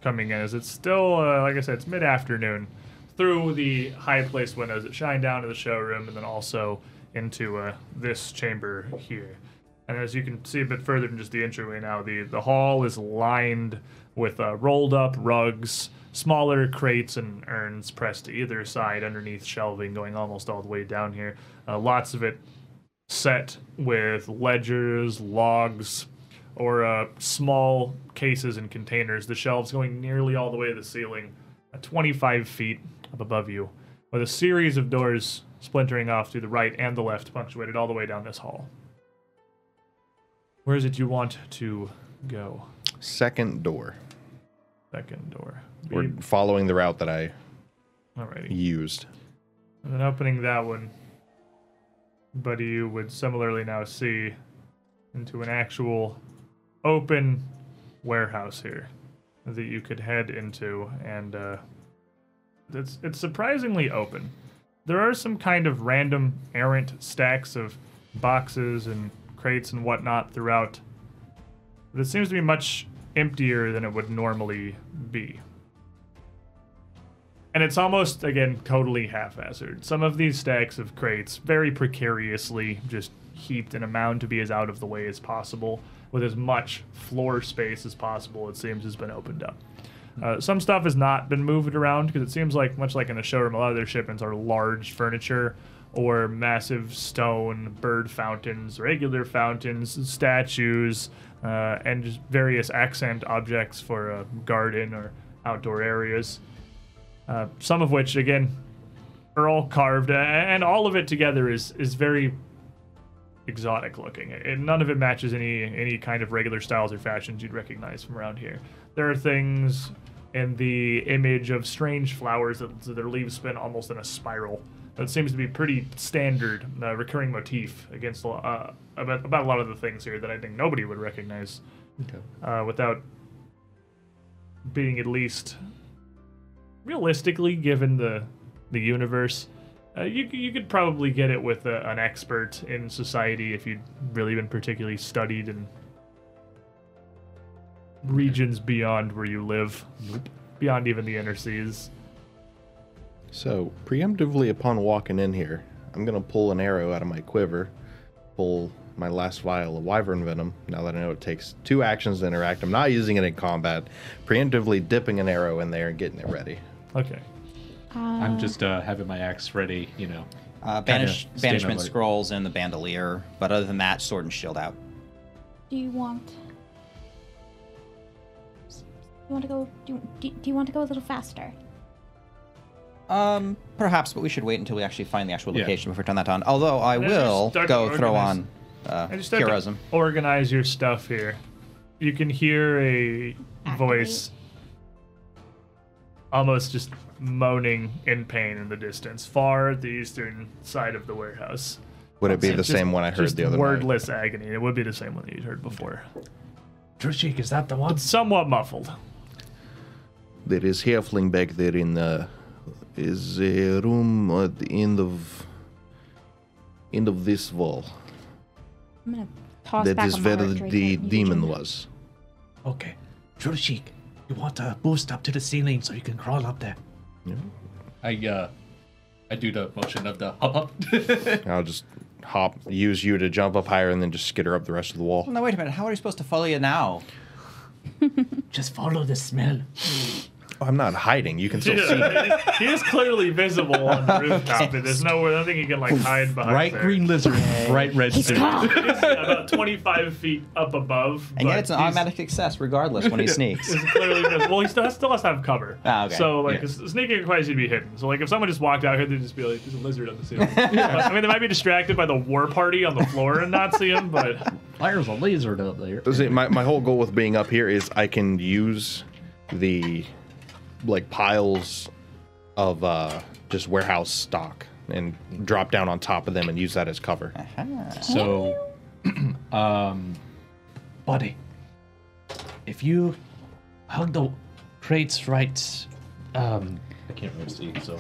[SPEAKER 1] coming in. As it's still, uh, like I said, it's mid afternoon. Through the high place windows that shine down to the showroom and then also into uh, this chamber here. And as you can see a bit further than just the entryway now, the, the hall is lined with uh, rolled up rugs, smaller crates and urns pressed to either side underneath shelving going almost all the way down here. Uh, lots of it set with ledgers, logs, or uh, small cases and containers. The shelves going nearly all the way to the ceiling, uh, 25 feet up above you, with a series of doors splintering off to the right and the left, punctuated all the way down this hall. Where is it you want to go?
[SPEAKER 3] Second door.
[SPEAKER 1] Second door.
[SPEAKER 3] We're following the route that I
[SPEAKER 1] Alrighty.
[SPEAKER 3] used.
[SPEAKER 1] And then opening that one, Buddy, you would similarly now see into an actual open warehouse here that you could head into, and uh, it's it's surprisingly open. There are some kind of random errant stacks of boxes and crates and whatnot throughout, but it seems to be much emptier than it would normally be. And it's almost, again, totally haphazard. Some of these stacks of crates, very precariously, just heaped in a mound to be as out of the way as possible, with as much floor space as possible, it seems, has been opened up. Uh, some stuff has not been moved around because it seems like, much like in a showroom, a lot of their shipments are large furniture or massive stone bird fountains, regular fountains, statues, uh, and just various accent objects for a garden or outdoor areas uh, some of which again are all carved, uh, and all of it together is is very exotic looking. And none of it matches any any kind of regular styles or fashions you'd recognize from around here. There are things in the image of strange flowers that that their leaves spin almost in a spiral. That seems to be pretty standard, uh, recurring motif against a lo- uh, about, about a lot of the things here that I think nobody would recognize
[SPEAKER 2] Okay.
[SPEAKER 1] uh, without being at least realistically given the the universe uh, you, you could probably get it with a, an expert in society if you'd really been particularly studied in regions beyond where you live beyond even the inner seas
[SPEAKER 3] So, preemptively upon walking in here, I'm going to pull an arrow out of my quiver, pull my last vial of wyvern venom. Now that I know it takes two actions to interact, I'm not using it in combat. Preemptively dipping an arrow in there and getting it ready.
[SPEAKER 1] okay
[SPEAKER 2] I'm just uh, having my axe ready, you know.
[SPEAKER 5] Uh, banish,
[SPEAKER 2] staying
[SPEAKER 5] banishment
[SPEAKER 2] alert.
[SPEAKER 5] scrolls and the bandolier, but other than that, sword and shield out.
[SPEAKER 4] Do you want? You want to go? Do, do, do you want to go a little faster?
[SPEAKER 5] Um, perhaps, but we should wait until we actually find the actual
[SPEAKER 2] Yeah.
[SPEAKER 5] location before we turn that on. Although I
[SPEAKER 1] Yeah,
[SPEAKER 5] will
[SPEAKER 1] just start
[SPEAKER 5] go
[SPEAKER 1] to
[SPEAKER 5] throw
[SPEAKER 1] organize.
[SPEAKER 5] on uh,
[SPEAKER 1] and just start
[SPEAKER 5] heroism.
[SPEAKER 1] to organize your stuff here you can hear a voice almost just moaning in pain in the distance far at the eastern side of the warehouse
[SPEAKER 3] Would it be the
[SPEAKER 1] Just-
[SPEAKER 3] same one I heard
[SPEAKER 1] just
[SPEAKER 3] the other night?
[SPEAKER 1] wordless agony. It would be the same one that you'd heard before.
[SPEAKER 2] Drushik, is that the one?
[SPEAKER 1] Somewhat muffled.
[SPEAKER 3] There is halfling back there in the is a room at the end of end of this wall
[SPEAKER 4] I'm gonna toss
[SPEAKER 3] that
[SPEAKER 4] back
[SPEAKER 3] is
[SPEAKER 4] on
[SPEAKER 3] where
[SPEAKER 4] my
[SPEAKER 3] the
[SPEAKER 4] archery thing.
[SPEAKER 3] demon was.
[SPEAKER 7] Okay. Drushik, you want to boost up to the ceiling so you can crawl up there.
[SPEAKER 2] I uh, I do the motion of the hop hop.
[SPEAKER 3] I'll just hop, use you to jump up higher, and then just skitter up the rest of the wall.
[SPEAKER 5] No, wait a minute. How are we supposed to follow you now?
[SPEAKER 7] Just follow the smell.
[SPEAKER 3] I'm not hiding. You can still see. me.
[SPEAKER 1] Yeah, he is clearly visible on the rooftop. and There's no nothing he can like hide behind.
[SPEAKER 2] Bright
[SPEAKER 1] there.
[SPEAKER 2] green lizard, bright red
[SPEAKER 4] He's
[SPEAKER 2] suit.
[SPEAKER 4] gone.
[SPEAKER 1] He's about 25 feet up above.
[SPEAKER 5] And
[SPEAKER 1] but
[SPEAKER 5] yet it's an
[SPEAKER 1] he's-
[SPEAKER 5] automatic success regardless when he sneaks.
[SPEAKER 1] is clearly visible. Well, he still has, still has to have cover.
[SPEAKER 5] Ah, okay.
[SPEAKER 1] So like
[SPEAKER 2] Yeah.
[SPEAKER 1] s- sneaking requires you to be hidden. So like if someone just walked out here, they'd just be like, "There's a lizard on the ceiling." I mean, they might be distracted by the war party on the floor and not see him, but
[SPEAKER 2] There's a lizard up there.
[SPEAKER 3] Does it- my, my whole goal with being up here is I can use the like piles of uh, just warehouse stock and drop down on top of them and use that as cover.
[SPEAKER 2] So, um,
[SPEAKER 7] Buddy, if you hug the crates right, um,
[SPEAKER 2] I can't really see. So,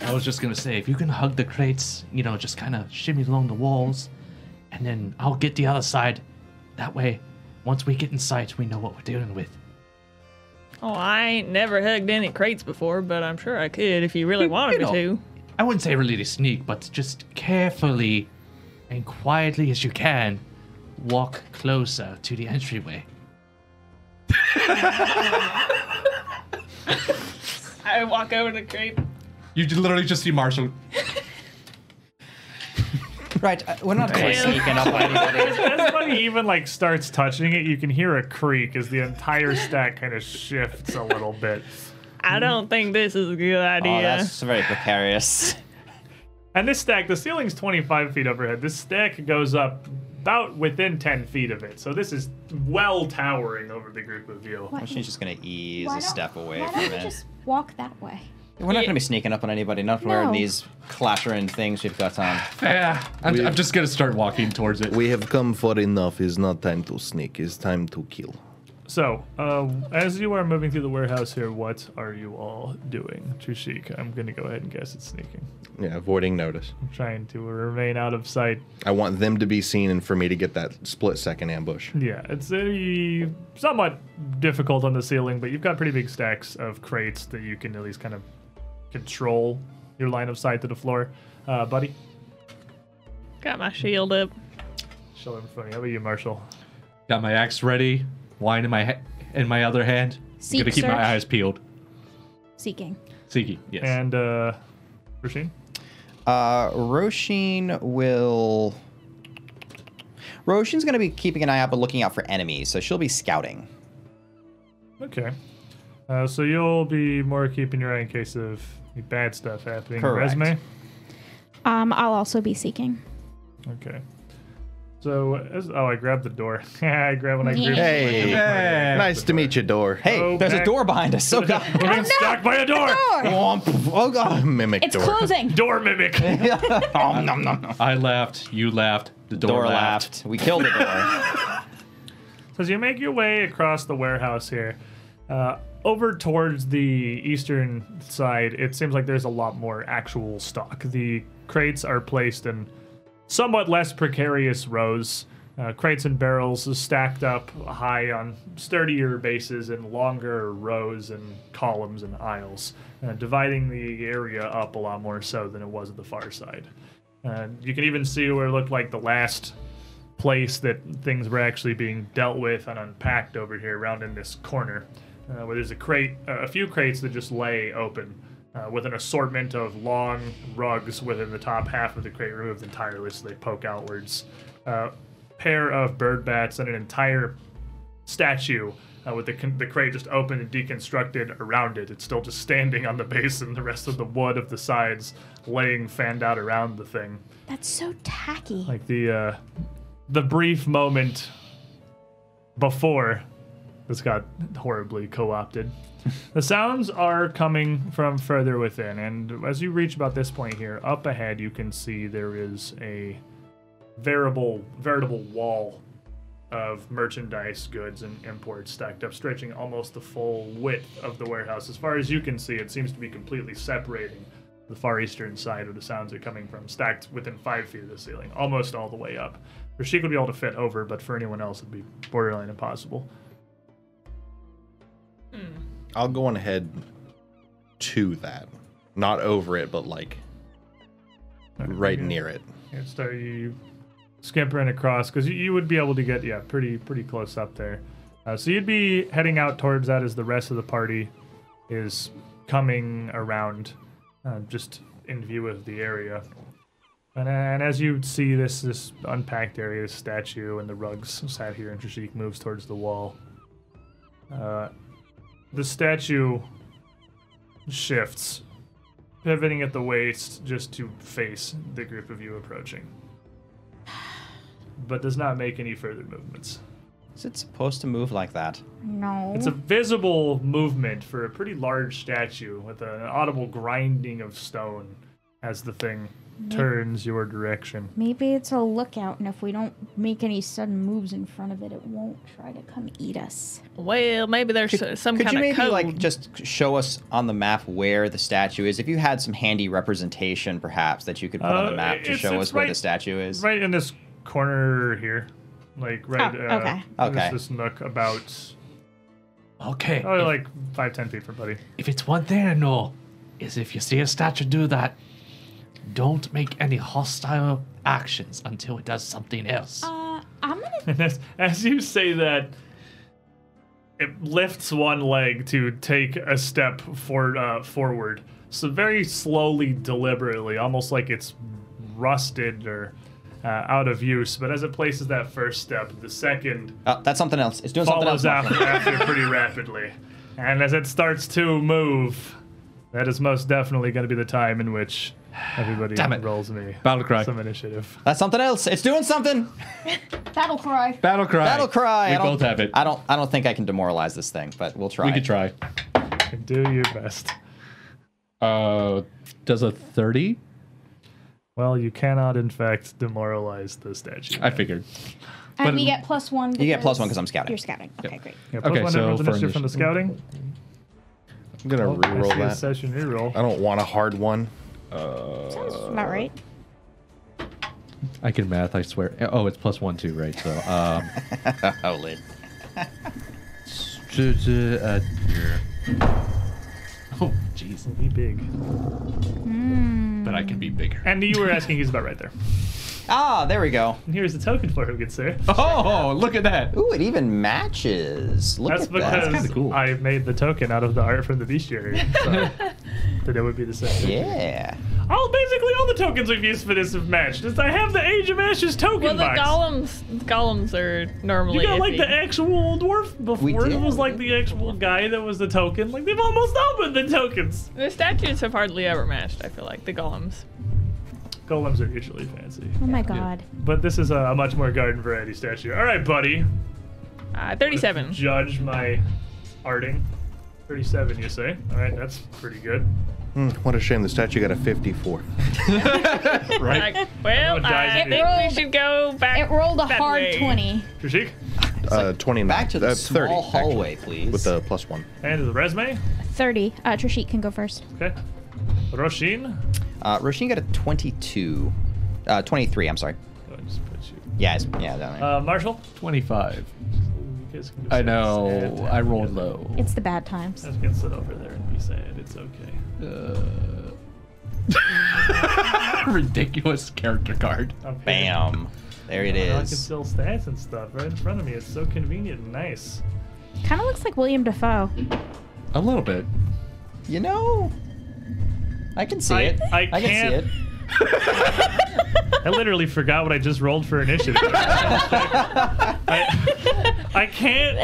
[SPEAKER 7] I was just gonna say, if you can hug the crates, you know, just kind of shimmy along the walls, and then I'll get the other side. That way, once we get in sight, we know what we're dealing with.
[SPEAKER 6] Oh, I ain't never hugged any crates before, but I'm sure I could if you really wanted
[SPEAKER 7] you know.
[SPEAKER 6] me to.
[SPEAKER 7] I wouldn't say really to sneak, but just carefully and quietly as you can, walk closer to the entryway.
[SPEAKER 6] I walk over to the crate.
[SPEAKER 2] you ju- literally just see Marshall.
[SPEAKER 5] Right, uh, we're not quite
[SPEAKER 6] Damn.
[SPEAKER 5] sneaking up on anybody.
[SPEAKER 1] as Buddy even like starts touching it, you can hear a creak as the entire stack kind of shifts a little bit.
[SPEAKER 6] I don't think this is a good idea.
[SPEAKER 5] Oh, that's very precarious.
[SPEAKER 1] And this stack, the ceiling's 25 feet overhead. This stack goes up about within 10 feet of it, so this is well towering over the group of you.
[SPEAKER 5] She's just gonna ease
[SPEAKER 4] Why
[SPEAKER 5] a
[SPEAKER 4] don't-
[SPEAKER 5] step away
[SPEAKER 4] Why
[SPEAKER 5] from
[SPEAKER 4] don't you
[SPEAKER 5] it.
[SPEAKER 4] just walk that way?
[SPEAKER 5] We're not gonna be sneaking up on anybody. Not wearing
[SPEAKER 4] No.
[SPEAKER 5] these clattering things we've got on.
[SPEAKER 2] Yeah, I'm,
[SPEAKER 3] We-
[SPEAKER 2] I'm just gonna start walking towards it.
[SPEAKER 3] We have come far enough. It's not time to sneak. It's time to kill.
[SPEAKER 1] So, uh, as you are moving through the warehouse here, what are you all doing, Trishik? I'm gonna go ahead and guess it's sneaking.
[SPEAKER 3] Yeah, avoiding notice.
[SPEAKER 1] I'm trying to remain out of sight.
[SPEAKER 3] I want them to be seen and for me to get that split second ambush.
[SPEAKER 1] Yeah, it's uh, somewhat difficult on the ceiling, but you've got pretty big stacks of crates that you can at least kind of control your line of sight to the floor. Uh, buddy,
[SPEAKER 6] Got my shield up.
[SPEAKER 1] show him funny. How about you, Marshall?
[SPEAKER 2] Got my axe ready, wine in my ha- in my other hand.
[SPEAKER 4] Seek
[SPEAKER 2] gonna keep
[SPEAKER 4] search.
[SPEAKER 2] my eyes peeled.
[SPEAKER 4] Seeking.
[SPEAKER 2] Seeky, yes.
[SPEAKER 1] And uh, Rasheen?
[SPEAKER 5] Uh, Roshin will. Roshin's gonna be keeping an eye out, but looking out for enemies. So she'll be scouting.
[SPEAKER 1] Okay. Uh, so you'll be more keeping your eye in case of any bad stuff happening.
[SPEAKER 5] Correct.
[SPEAKER 1] Resume?
[SPEAKER 4] Um, I'll also be seeking.
[SPEAKER 1] Okay. So, as, oh, I grabbed the door. I grabbed when I grabbed
[SPEAKER 3] Hey, nice to meet you, Door.
[SPEAKER 5] Hey,
[SPEAKER 1] Oh,
[SPEAKER 5] there's
[SPEAKER 1] back.
[SPEAKER 5] a door behind us. So god.
[SPEAKER 1] We're being stuck by a door!
[SPEAKER 4] Door!
[SPEAKER 5] Womp. Oh god.
[SPEAKER 3] mimic
[SPEAKER 4] It's
[SPEAKER 3] Door.
[SPEAKER 4] closing.
[SPEAKER 1] Door mimic!
[SPEAKER 5] Om nom nom nom.
[SPEAKER 2] I laughed. You laughed. The door,
[SPEAKER 5] Door
[SPEAKER 2] laughed.
[SPEAKER 5] laughed. We killed the door.
[SPEAKER 1] So as you make your way across the warehouse here, uh, over towards the eastern side, it seems like there's a lot more actual stock. The crates are placed in somewhat less precarious rows. Uh, crates and barrels stacked up high on sturdier bases in longer rows and columns and aisles, uh, dividing the area up a lot more so than it was at the far side. Uh, you can even see where it looked like the last place that things were actually being dealt with and unpacked over here, around in this corner, uh, where there's a crate, uh, a few crates that just lay open, uh, with an assortment of long rugs within the top half of the crate removed entirely, so they poke outwards. uh, pair of bird bats and an entire statue. Uh, with the, con- the crate just open and deconstructed around it. It's still just standing on the base and the rest of the wood of the sides laying fanned out around the thing
[SPEAKER 4] That's so tacky.
[SPEAKER 1] like the uh the brief moment before this got horribly co-opted the sounds are coming from further within and as you reach about this point here up ahead you can see there is a veritable veritable wall of merchandise goods and imports stacked up stretching almost the full width of the warehouse as far as you can see it seems to be completely separating the far eastern side where the sounds are coming from, stacked within five feet of the ceiling, almost all the way up. Rashik would be able to fit over, but for anyone else, it'd be borderline impossible.
[SPEAKER 3] I'll go on ahead to that. Not over it, but like right near it.
[SPEAKER 1] And start you skimpering across because you, you would be able to get yeah pretty pretty close up there. Uh, so you'd be heading out towards that as the rest of the party is coming around, uh, just in view of the area. And, uh, and as you see this this unpacked area, this statue and the rugs sat here, and Trishik moves towards the wall. Uh, the statue shifts, pivoting at the waist just to face the group of you approaching, but does not make any further movements.
[SPEAKER 5] Is it supposed to move like that?
[SPEAKER 4] No.
[SPEAKER 1] It's a visible movement for a pretty large statue with an audible grinding of stone as the thing
[SPEAKER 4] Mm-hmm.
[SPEAKER 1] turns your direction.
[SPEAKER 4] Maybe it's a lookout, and if we don't make any sudden moves in front of it, it won't try to come eat us.
[SPEAKER 6] Well, maybe there's some
[SPEAKER 5] Could
[SPEAKER 6] kind
[SPEAKER 5] you maybe
[SPEAKER 6] of code.
[SPEAKER 5] like just show us on the map where the statue is? If you had some handy representation, perhaps that you could put on
[SPEAKER 1] Uh,
[SPEAKER 5] the map to
[SPEAKER 1] it's-
[SPEAKER 5] show
[SPEAKER 1] it's
[SPEAKER 5] us where
[SPEAKER 1] right-
[SPEAKER 5] the statue is.
[SPEAKER 1] Right in this corner here. Like right
[SPEAKER 4] Oh,
[SPEAKER 1] uh,
[SPEAKER 4] okay.
[SPEAKER 1] there's
[SPEAKER 5] Okay.
[SPEAKER 1] this nook about
[SPEAKER 7] Okay.
[SPEAKER 8] Oh,
[SPEAKER 1] probably
[SPEAKER 7] if-
[SPEAKER 1] like five, ten feet from Buddy.
[SPEAKER 7] If it's one thing I know, is if you see a statue do that, don't make any hostile actions until it does something else.
[SPEAKER 4] Uh, I'm gonna.
[SPEAKER 1] And as, as you say that, it lifts one leg to take a step for, uh, forward. So very slowly, deliberately, almost like it's rusted or uh, out of use. But as it places that first step, the second
[SPEAKER 5] Oh, that's something else. It's doing something else.
[SPEAKER 1] follows
[SPEAKER 5] Malcolm.
[SPEAKER 1] after, after pretty rapidly. And as it starts to move, that is most definitely going to be the time in which everybody
[SPEAKER 2] Damn it.
[SPEAKER 1] rolls me
[SPEAKER 2] Battle cry.
[SPEAKER 1] some initiative.
[SPEAKER 5] That's something else. It's doing something.
[SPEAKER 4] Battle cry.
[SPEAKER 2] Battle cry.
[SPEAKER 5] Battle cry.
[SPEAKER 2] We
[SPEAKER 5] I don't-
[SPEAKER 2] both have it.
[SPEAKER 5] I don't. I don't think I can demoralize this thing, but we'll try.
[SPEAKER 2] we could try.
[SPEAKER 1] Do your best.
[SPEAKER 2] Uh, does a thirty?
[SPEAKER 1] Well, you cannot, in fact, demoralize the statue.
[SPEAKER 2] I figured.
[SPEAKER 4] And
[SPEAKER 2] But-
[SPEAKER 4] we get plus one.
[SPEAKER 5] You get plus one because I'm scouting.
[SPEAKER 4] You're scouting. Okay, great.
[SPEAKER 1] Yeah, plus
[SPEAKER 2] Okay,
[SPEAKER 1] one
[SPEAKER 2] so
[SPEAKER 1] everyone's
[SPEAKER 2] for
[SPEAKER 1] initiative from the scouting.
[SPEAKER 3] I'm gonna
[SPEAKER 1] I see
[SPEAKER 3] reroll
[SPEAKER 1] a
[SPEAKER 3] that.
[SPEAKER 1] session reroll.
[SPEAKER 2] Oh.
[SPEAKER 3] I don't want a hard one.
[SPEAKER 5] Uh,
[SPEAKER 4] Sounds about right.
[SPEAKER 2] I can math. I swear. Oh, it's plus one too, right? So, um,
[SPEAKER 5] Holy.
[SPEAKER 2] t- t- uh,
[SPEAKER 7] oh, jeez.
[SPEAKER 1] Be big.
[SPEAKER 2] but I can be bigger.
[SPEAKER 1] And you were asking, he's about right there.
[SPEAKER 5] Ah, there we go.
[SPEAKER 1] And here's the token for who gets there.
[SPEAKER 2] Oh, look at that!
[SPEAKER 5] Ooh, it even matches. Look
[SPEAKER 1] That's
[SPEAKER 5] at that.
[SPEAKER 1] because
[SPEAKER 2] kinda cool.
[SPEAKER 1] I made the token out of the art from the bestiary. So that it would be the same.
[SPEAKER 5] Yeah.
[SPEAKER 1] All basically all the tokens we've used for this have matched. Just I have the Age of Ashes token
[SPEAKER 6] well, the
[SPEAKER 1] box.
[SPEAKER 6] golems, the golems are normally.
[SPEAKER 1] you got like
[SPEAKER 6] iffy.
[SPEAKER 1] the actual dwarf
[SPEAKER 5] We
[SPEAKER 1] before. It
[SPEAKER 5] did.
[SPEAKER 1] was like the actual guy that was the token. Like they've almost opened the tokens.
[SPEAKER 6] The statues have hardly ever matched. I feel like the golems.
[SPEAKER 1] Golems are usually fancy,
[SPEAKER 4] Oh my god.
[SPEAKER 1] but this is a, a much more garden variety statue. All right, buddy.
[SPEAKER 6] Uh, Thirty-seven.
[SPEAKER 1] Judge my arting. Thirty-seven, you say? All right, that's pretty good.
[SPEAKER 3] Hmm, what a shame the statue got a 54.
[SPEAKER 6] Like, well,
[SPEAKER 1] It
[SPEAKER 6] I think we
[SPEAKER 4] rolled-
[SPEAKER 6] should go back.
[SPEAKER 4] It rolled a
[SPEAKER 6] that
[SPEAKER 4] hard
[SPEAKER 6] way.
[SPEAKER 4] 20.
[SPEAKER 1] Trishik,
[SPEAKER 3] Uh, 29.
[SPEAKER 5] Back to the
[SPEAKER 3] uh, 30,
[SPEAKER 5] small
[SPEAKER 3] actually,
[SPEAKER 5] hallway, please.
[SPEAKER 3] with the plus one.
[SPEAKER 1] and the resume.
[SPEAKER 4] 30. Uh, Trishik can go first.
[SPEAKER 1] Okay. Roshin.
[SPEAKER 5] Uh, Roshin got a 22. Uh, 23, I'm sorry.
[SPEAKER 1] Oh, I just put you.
[SPEAKER 5] Yeah, it's, yeah, down there.
[SPEAKER 1] Uh, Marshall.
[SPEAKER 2] Twenty-five.
[SPEAKER 1] You guys can go
[SPEAKER 2] I
[SPEAKER 1] sit
[SPEAKER 2] know.
[SPEAKER 1] sad.
[SPEAKER 2] I rolled low.
[SPEAKER 4] It's the bad times.
[SPEAKER 1] Just gonna sit over there and be sad. It's okay.
[SPEAKER 2] Uh, Ridiculous character card.
[SPEAKER 1] I'm here.
[SPEAKER 5] Bam. There it
[SPEAKER 1] I can
[SPEAKER 5] is.
[SPEAKER 1] still stats and stuff right in front of me. It's so convenient and nice.
[SPEAKER 4] Kind of looks like William Defoe.
[SPEAKER 2] A little bit.
[SPEAKER 5] You know, I can see
[SPEAKER 1] I-
[SPEAKER 5] it.
[SPEAKER 1] I
[SPEAKER 5] I can
[SPEAKER 1] can't-
[SPEAKER 5] see it.
[SPEAKER 1] I literally forgot what I just rolled for initiative. I, I can't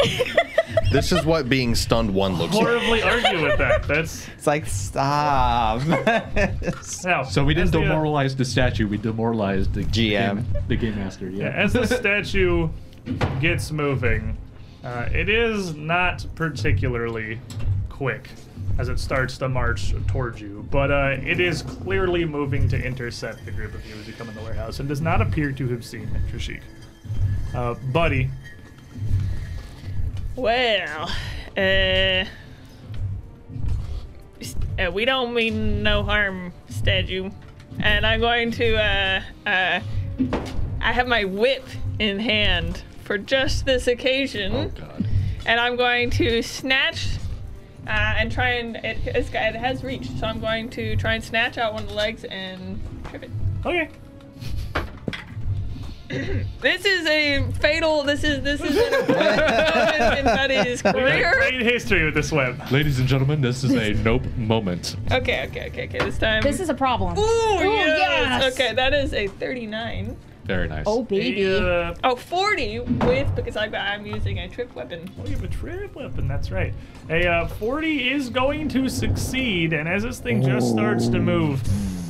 [SPEAKER 3] This is what being stunned one looks like.
[SPEAKER 1] horribly argue with that. That's
[SPEAKER 5] It's like, stop.
[SPEAKER 1] now.
[SPEAKER 2] So we didn't
[SPEAKER 1] as the, uh,
[SPEAKER 2] demoralize the statue. We demoralized the
[SPEAKER 5] GM.
[SPEAKER 2] game- the game master. Yeah.
[SPEAKER 1] As the statue gets moving, uh, it is not particularly quick as it starts to march towards you, but uh, it is clearly moving to intercept the group of you as you come in the warehouse and does not appear to have seen Trishik. Uh, buddy,
[SPEAKER 6] Well, uh, s- uh, we don't mean no harm, statue. And I'm going to, uh, uh, I have my whip in hand for just this occasion.
[SPEAKER 2] Oh god.
[SPEAKER 6] and I'm going to snatch uh, and try and it, it's, got- it has reach, so I'm going to try and snatch out one of the legs and trip it.
[SPEAKER 1] okay.
[SPEAKER 6] This is a fatal. This is this is a moment in Buddy's career.
[SPEAKER 1] Great history with this web.
[SPEAKER 2] Ladies and gentlemen, this is a nope moment.
[SPEAKER 6] Okay, okay, okay, okay. This time.
[SPEAKER 4] This is a problem.
[SPEAKER 6] Ooh, yes.
[SPEAKER 4] yes.
[SPEAKER 6] Okay, that is a 39.
[SPEAKER 2] Very nice.
[SPEAKER 4] Oh baby.
[SPEAKER 1] Yeah.
[SPEAKER 6] Oh, 40 with because I, I'm using a trip weapon.
[SPEAKER 1] Oh, you have a trip weapon. That's right. A uh, 40 is going to succeed, and as this thing just starts to move,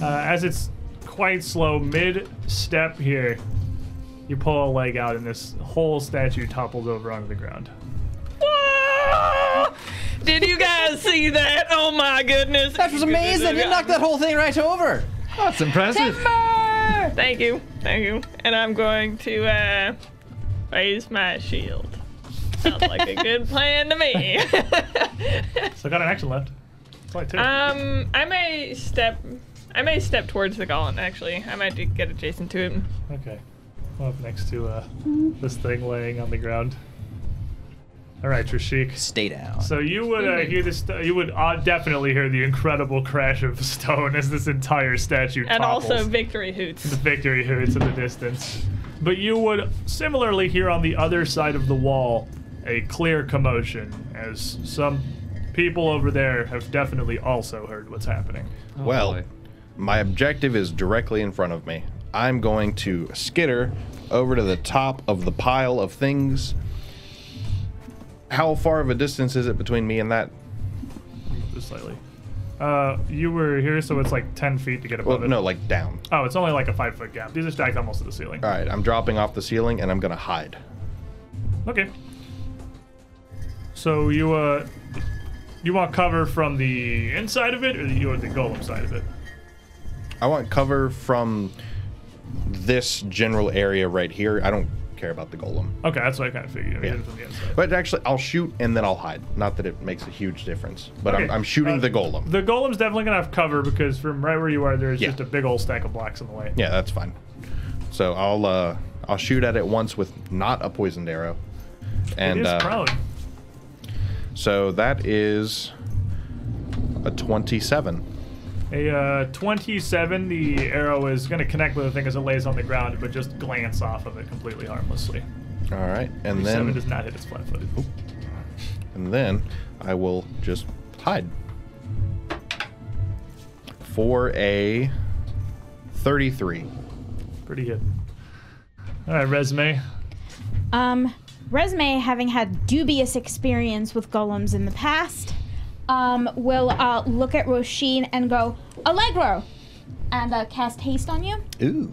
[SPEAKER 1] uh, as it's quite slow mid step here, you pull a leg out, and this whole statue topples over onto the ground.
[SPEAKER 6] Whoa! Did you guys see that? Oh my goodness. oh
[SPEAKER 5] That was amazing. You knocked that whole thing right over.
[SPEAKER 2] That's impressive.
[SPEAKER 6] Thank you. Thank you. And I'm going to uh, raise my shield. Sounds like a good plan to me.
[SPEAKER 1] So I got an action left. That's all I took.
[SPEAKER 6] um, I may step. I may step towards the golem. Actually, I might do- get adjacent to him.
[SPEAKER 1] Okay. I'm up next to uh,
[SPEAKER 6] Mm-hmm.
[SPEAKER 1] this thing laying on the ground. All right, Trishik.
[SPEAKER 5] Stay down.
[SPEAKER 1] So you would uh, hear this. You would uh, definitely hear the incredible crash of stone as this entire statue
[SPEAKER 6] And
[SPEAKER 1] topples.
[SPEAKER 6] also victory hoots.
[SPEAKER 1] victory hoots in the distance. But you would similarly hear on the other side of the wall a clear commotion as some people over there have definitely also heard what's happening.
[SPEAKER 5] Oh,
[SPEAKER 3] well,
[SPEAKER 2] boy.
[SPEAKER 3] my objective is directly in front of me. I'm going to skitter over to the top of the pile of things. How far of a distance is it between me and that?
[SPEAKER 1] Just slightly. Uh, you were here, so it's like 10 feet to get
[SPEAKER 3] Well,
[SPEAKER 1] above it.
[SPEAKER 3] no, like down.
[SPEAKER 1] Oh, it's only like a five foot gap. These are stacked almost to the ceiling.
[SPEAKER 3] All right, I'm dropping off the ceiling and I'm going to hide.
[SPEAKER 1] Okay. So you uh, you want cover from the inside of it, or you want the golem side of it?
[SPEAKER 3] I want cover from this general area right here. I don't care about the golem.
[SPEAKER 1] Okay, that's what I kind of figured. I mean,
[SPEAKER 3] Yeah.
[SPEAKER 1] from the inside.
[SPEAKER 3] But actually, I'll shoot and then I'll hide. Not that it makes a huge difference, but I'm,
[SPEAKER 1] Okay,
[SPEAKER 3] I'm shooting
[SPEAKER 1] uh,
[SPEAKER 3] the golem.
[SPEAKER 1] The golem's definitely gonna have cover because from right where you are, there's
[SPEAKER 3] Yeah.
[SPEAKER 1] just a big old stack of blocks in the way.
[SPEAKER 3] yeah, that's fine. So I'll uh, I'll shoot at it once with not a poisoned arrow, and
[SPEAKER 1] it is
[SPEAKER 3] uh,
[SPEAKER 1] prone.
[SPEAKER 3] so that is a twenty-seven.
[SPEAKER 1] A uh, 27, the arrow is gonna connect with the thing as it lays on the ground, but just glance off of it completely harmlessly.
[SPEAKER 3] All right, and
[SPEAKER 1] Seven
[SPEAKER 3] then
[SPEAKER 1] does not hit its flat footed.
[SPEAKER 3] and then I will just hide for a thirty-three.
[SPEAKER 1] Pretty good. All right, resume.
[SPEAKER 4] Um, resume, having had dubious experience with golems in the past, um, will uh, look at Roshin and go Allegro, and uh, cast haste on you.
[SPEAKER 5] Ooh.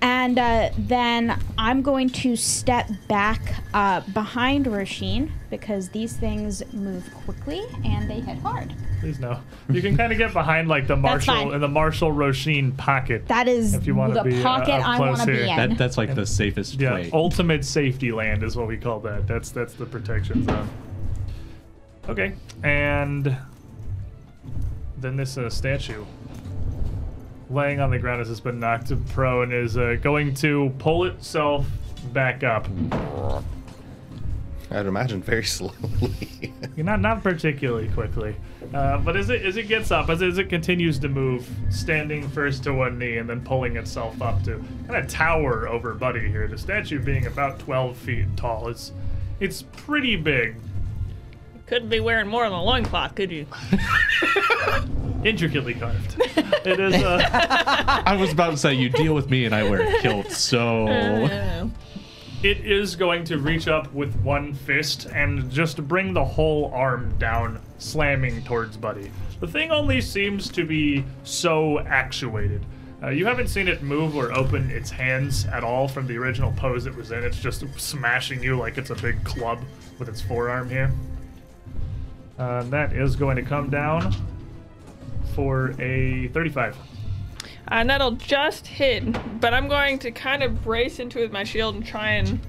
[SPEAKER 4] And uh, then I'm going to step back uh, behind Roshin because these things move quickly and they hit hard.
[SPEAKER 1] Please no. You can kind of get behind like the
[SPEAKER 4] That's
[SPEAKER 1] Marshall
[SPEAKER 4] fine.
[SPEAKER 1] and the Marshall Roshin pocket.
[SPEAKER 4] That is
[SPEAKER 1] If you wanna
[SPEAKER 4] the
[SPEAKER 1] be, uh,
[SPEAKER 4] pocket
[SPEAKER 1] up
[SPEAKER 4] I
[SPEAKER 1] close
[SPEAKER 4] want to be
[SPEAKER 1] here.
[SPEAKER 4] in.
[SPEAKER 7] That, that's like the safest
[SPEAKER 1] yeah,
[SPEAKER 7] way.
[SPEAKER 1] ultimate safety land is what we call that. That's that's the protection zone. Okay, and then this uh, statue laying on the ground as it's been knocked prone is uh, going to pull itself back up.
[SPEAKER 3] I'd imagine very slowly.
[SPEAKER 1] Not not particularly quickly, uh, but as it as it gets up, as, as it continues to move, standing first to one knee and then pulling itself up to kind of tower over Buddy here. The statue being about twelve feet tall, it's it's pretty big,
[SPEAKER 6] Couldn't be wearing more than a loincloth, could you?
[SPEAKER 1] intricately carved. it is. Uh,
[SPEAKER 2] I was about to say, you deal with me and I wear a kilt, so.
[SPEAKER 1] it is going to reach up with one fist and just bring the whole arm down, slamming towards Buddy. The thing only seems to be so actuated. Uh, you haven't seen it move or open its hands at all from the original pose it was in. It's just smashing you like it's a big club with its forearm here. Uh, that is going to come down for a 35.
[SPEAKER 6] And that'll just hit, but I'm going to kind of brace into it with my shield and try and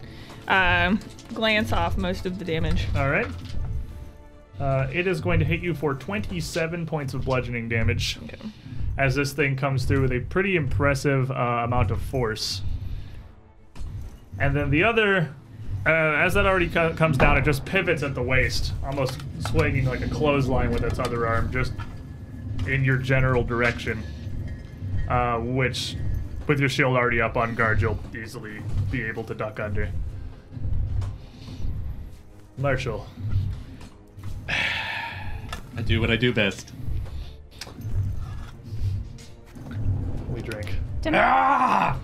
[SPEAKER 6] um, glance off most of the damage.
[SPEAKER 1] All right. Uh, it is going to hit you for 27 points of bludgeoning damage as this thing comes through with a pretty impressive uh, amount of force. And then the other, uh, as that already co- comes down, it just pivots at the waist, almost swinging like a clothesline with its other arm, just in your general direction, uh, which With your shield already up on guard, you'll easily be able to duck under. Marshall,
[SPEAKER 2] I do what I do best.
[SPEAKER 1] we drink.
[SPEAKER 4] Dem-
[SPEAKER 2] Ah!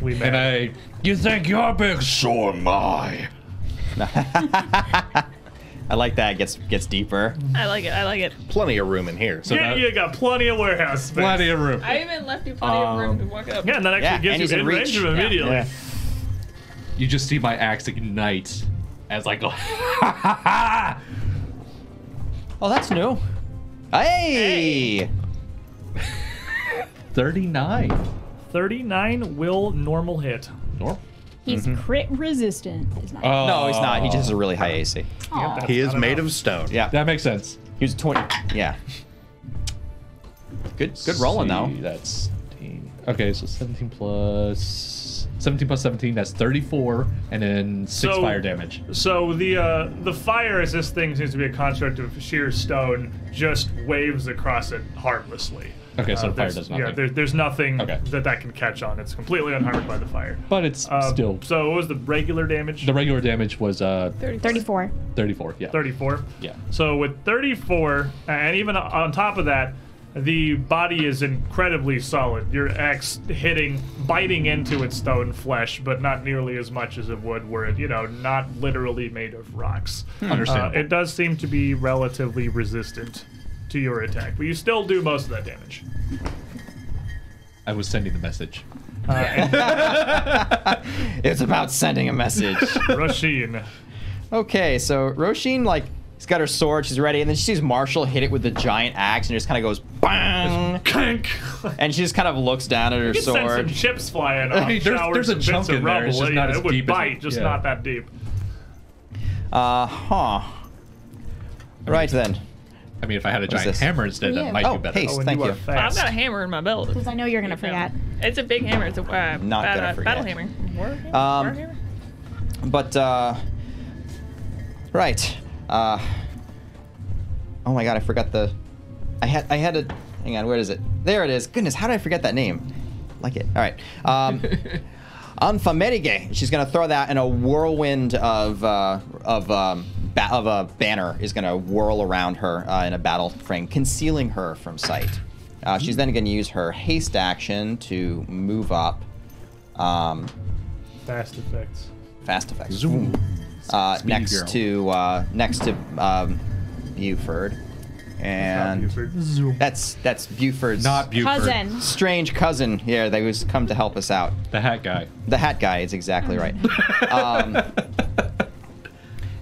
[SPEAKER 1] We
[SPEAKER 2] And
[SPEAKER 1] met.
[SPEAKER 2] I, you think you're big? So am I.
[SPEAKER 5] I like that. It gets gets deeper.
[SPEAKER 6] I like it. I like it.
[SPEAKER 3] Plenty of room in here. So
[SPEAKER 1] Yeah,
[SPEAKER 2] that-
[SPEAKER 1] you got plenty of warehouse space.
[SPEAKER 2] Plenty of room.
[SPEAKER 6] I even left you plenty of room to walk up.
[SPEAKER 1] Yeah, and that
[SPEAKER 5] Um, Yeah,
[SPEAKER 1] actually
[SPEAKER 5] and
[SPEAKER 1] gives
[SPEAKER 5] he's
[SPEAKER 1] you
[SPEAKER 5] in
[SPEAKER 1] mid
[SPEAKER 5] reach.
[SPEAKER 1] range
[SPEAKER 5] Yeah.
[SPEAKER 1] immediately.
[SPEAKER 5] Yeah.
[SPEAKER 2] You just see my axe ignite as I go. Ha ha ha!
[SPEAKER 5] Oh, that's new. Hey!
[SPEAKER 2] Thirty-nine.
[SPEAKER 1] 39 will normal hit.
[SPEAKER 2] Norm.
[SPEAKER 9] He's
[SPEAKER 1] Mm-hmm.
[SPEAKER 9] crit resistant. Is not.
[SPEAKER 7] Uh,
[SPEAKER 5] No, he's not. He just has a really
[SPEAKER 1] Oh.
[SPEAKER 5] high AC.
[SPEAKER 9] Aw.
[SPEAKER 1] that's-
[SPEAKER 3] he is
[SPEAKER 1] I don't
[SPEAKER 3] made
[SPEAKER 1] know.
[SPEAKER 3] of stone.
[SPEAKER 5] Yeah.
[SPEAKER 2] That makes sense.
[SPEAKER 5] He was 20. Yeah. Good good rolling, though.
[SPEAKER 2] See, That's 17. Okay, so 17 plus 17 plus 17. That's 34, and then six
[SPEAKER 1] So-
[SPEAKER 2] fire damage.
[SPEAKER 1] So the uh, the fire, as this thing seems to be a construct of sheer stone, just waves across it harmlessly.
[SPEAKER 2] Okay, so
[SPEAKER 1] Uh,
[SPEAKER 2] the fire
[SPEAKER 1] there's-
[SPEAKER 2] does
[SPEAKER 1] Yeah,
[SPEAKER 2] nothing.
[SPEAKER 1] there, there's nothing
[SPEAKER 2] Okay.
[SPEAKER 1] that that can catch on. It's completely unharmed by the fire.
[SPEAKER 2] But it's
[SPEAKER 1] Uh,
[SPEAKER 2] still
[SPEAKER 1] So what was the regular damage?
[SPEAKER 2] the regular damage was uh
[SPEAKER 4] 34.
[SPEAKER 2] 34. Yeah.
[SPEAKER 1] 34.
[SPEAKER 2] Yeah.
[SPEAKER 1] So with 34, and even on top of that, the body is incredibly solid. Your axe hitting, biting into its stone flesh, but not nearly as much as it would were it, you know, not literally made of rocks. Uh,
[SPEAKER 2] Hmm. Understandable.
[SPEAKER 1] it does seem to be relatively resistant to your attack, but you still do most of that damage.
[SPEAKER 2] I was sending the message.
[SPEAKER 1] Uh, and
[SPEAKER 5] It's about sending a message.
[SPEAKER 1] Rasheen,
[SPEAKER 5] okay, so Roshin, like, she's got her sword, she's ready, and then she sees Marshall hit it with the giant axe and it just kind of goes bang.
[SPEAKER 1] kank.
[SPEAKER 5] And she just kind of looks down at her
[SPEAKER 1] You send some
[SPEAKER 5] sword.
[SPEAKER 1] chips flying off.
[SPEAKER 2] Hey, there's-
[SPEAKER 1] showers
[SPEAKER 2] there's a
[SPEAKER 1] and bits
[SPEAKER 2] chunk
[SPEAKER 1] of
[SPEAKER 2] in there, it's
[SPEAKER 1] rubble.
[SPEAKER 2] just not
[SPEAKER 1] Yeah,
[SPEAKER 2] as
[SPEAKER 1] it would
[SPEAKER 2] deep as it-
[SPEAKER 1] bite, just
[SPEAKER 2] yeah.
[SPEAKER 1] not that deep.
[SPEAKER 5] Uh huh. Right then.
[SPEAKER 2] I mean, if I had a giant
[SPEAKER 5] this?
[SPEAKER 2] hammer instead, that
[SPEAKER 9] Yeah.
[SPEAKER 2] might
[SPEAKER 5] Oh,
[SPEAKER 2] be better.
[SPEAKER 5] haste.
[SPEAKER 1] and
[SPEAKER 5] Thank
[SPEAKER 1] are
[SPEAKER 5] you.
[SPEAKER 1] fast.
[SPEAKER 6] I've got a hammer in my belt.
[SPEAKER 4] Because I know you're going to forget.
[SPEAKER 6] It's a big hammer. It's a uh,
[SPEAKER 5] Not
[SPEAKER 6] bat-
[SPEAKER 5] gonna
[SPEAKER 6] uh, battle
[SPEAKER 5] forget.
[SPEAKER 6] hammer. War hammer?
[SPEAKER 5] Um,
[SPEAKER 6] War hammer?
[SPEAKER 5] But uh right. Uh Oh my god, I forgot the I had I had a hang on, where is it? There it is. Goodness, how did I forget that name? Like it. All right. Um Unfamerige. She's gonna throw that, and a whirlwind of uh, of um, ba- of a banner is gonna whirl around her uh, in a battle frame, concealing her from sight. Uh, she's then gonna use her haste action to move up. Um,
[SPEAKER 1] Fast effects.
[SPEAKER 5] fast effects. Zoom. Uh, next
[SPEAKER 2] girl.
[SPEAKER 5] to uh, next to um, Buford, and
[SPEAKER 1] Zoom.
[SPEAKER 5] that's that's Buford's
[SPEAKER 2] Not Buford.
[SPEAKER 4] Cousin.
[SPEAKER 5] strange cousin here that was come to help us out.
[SPEAKER 2] The hat guy.
[SPEAKER 5] The hat guy is exactly right. um,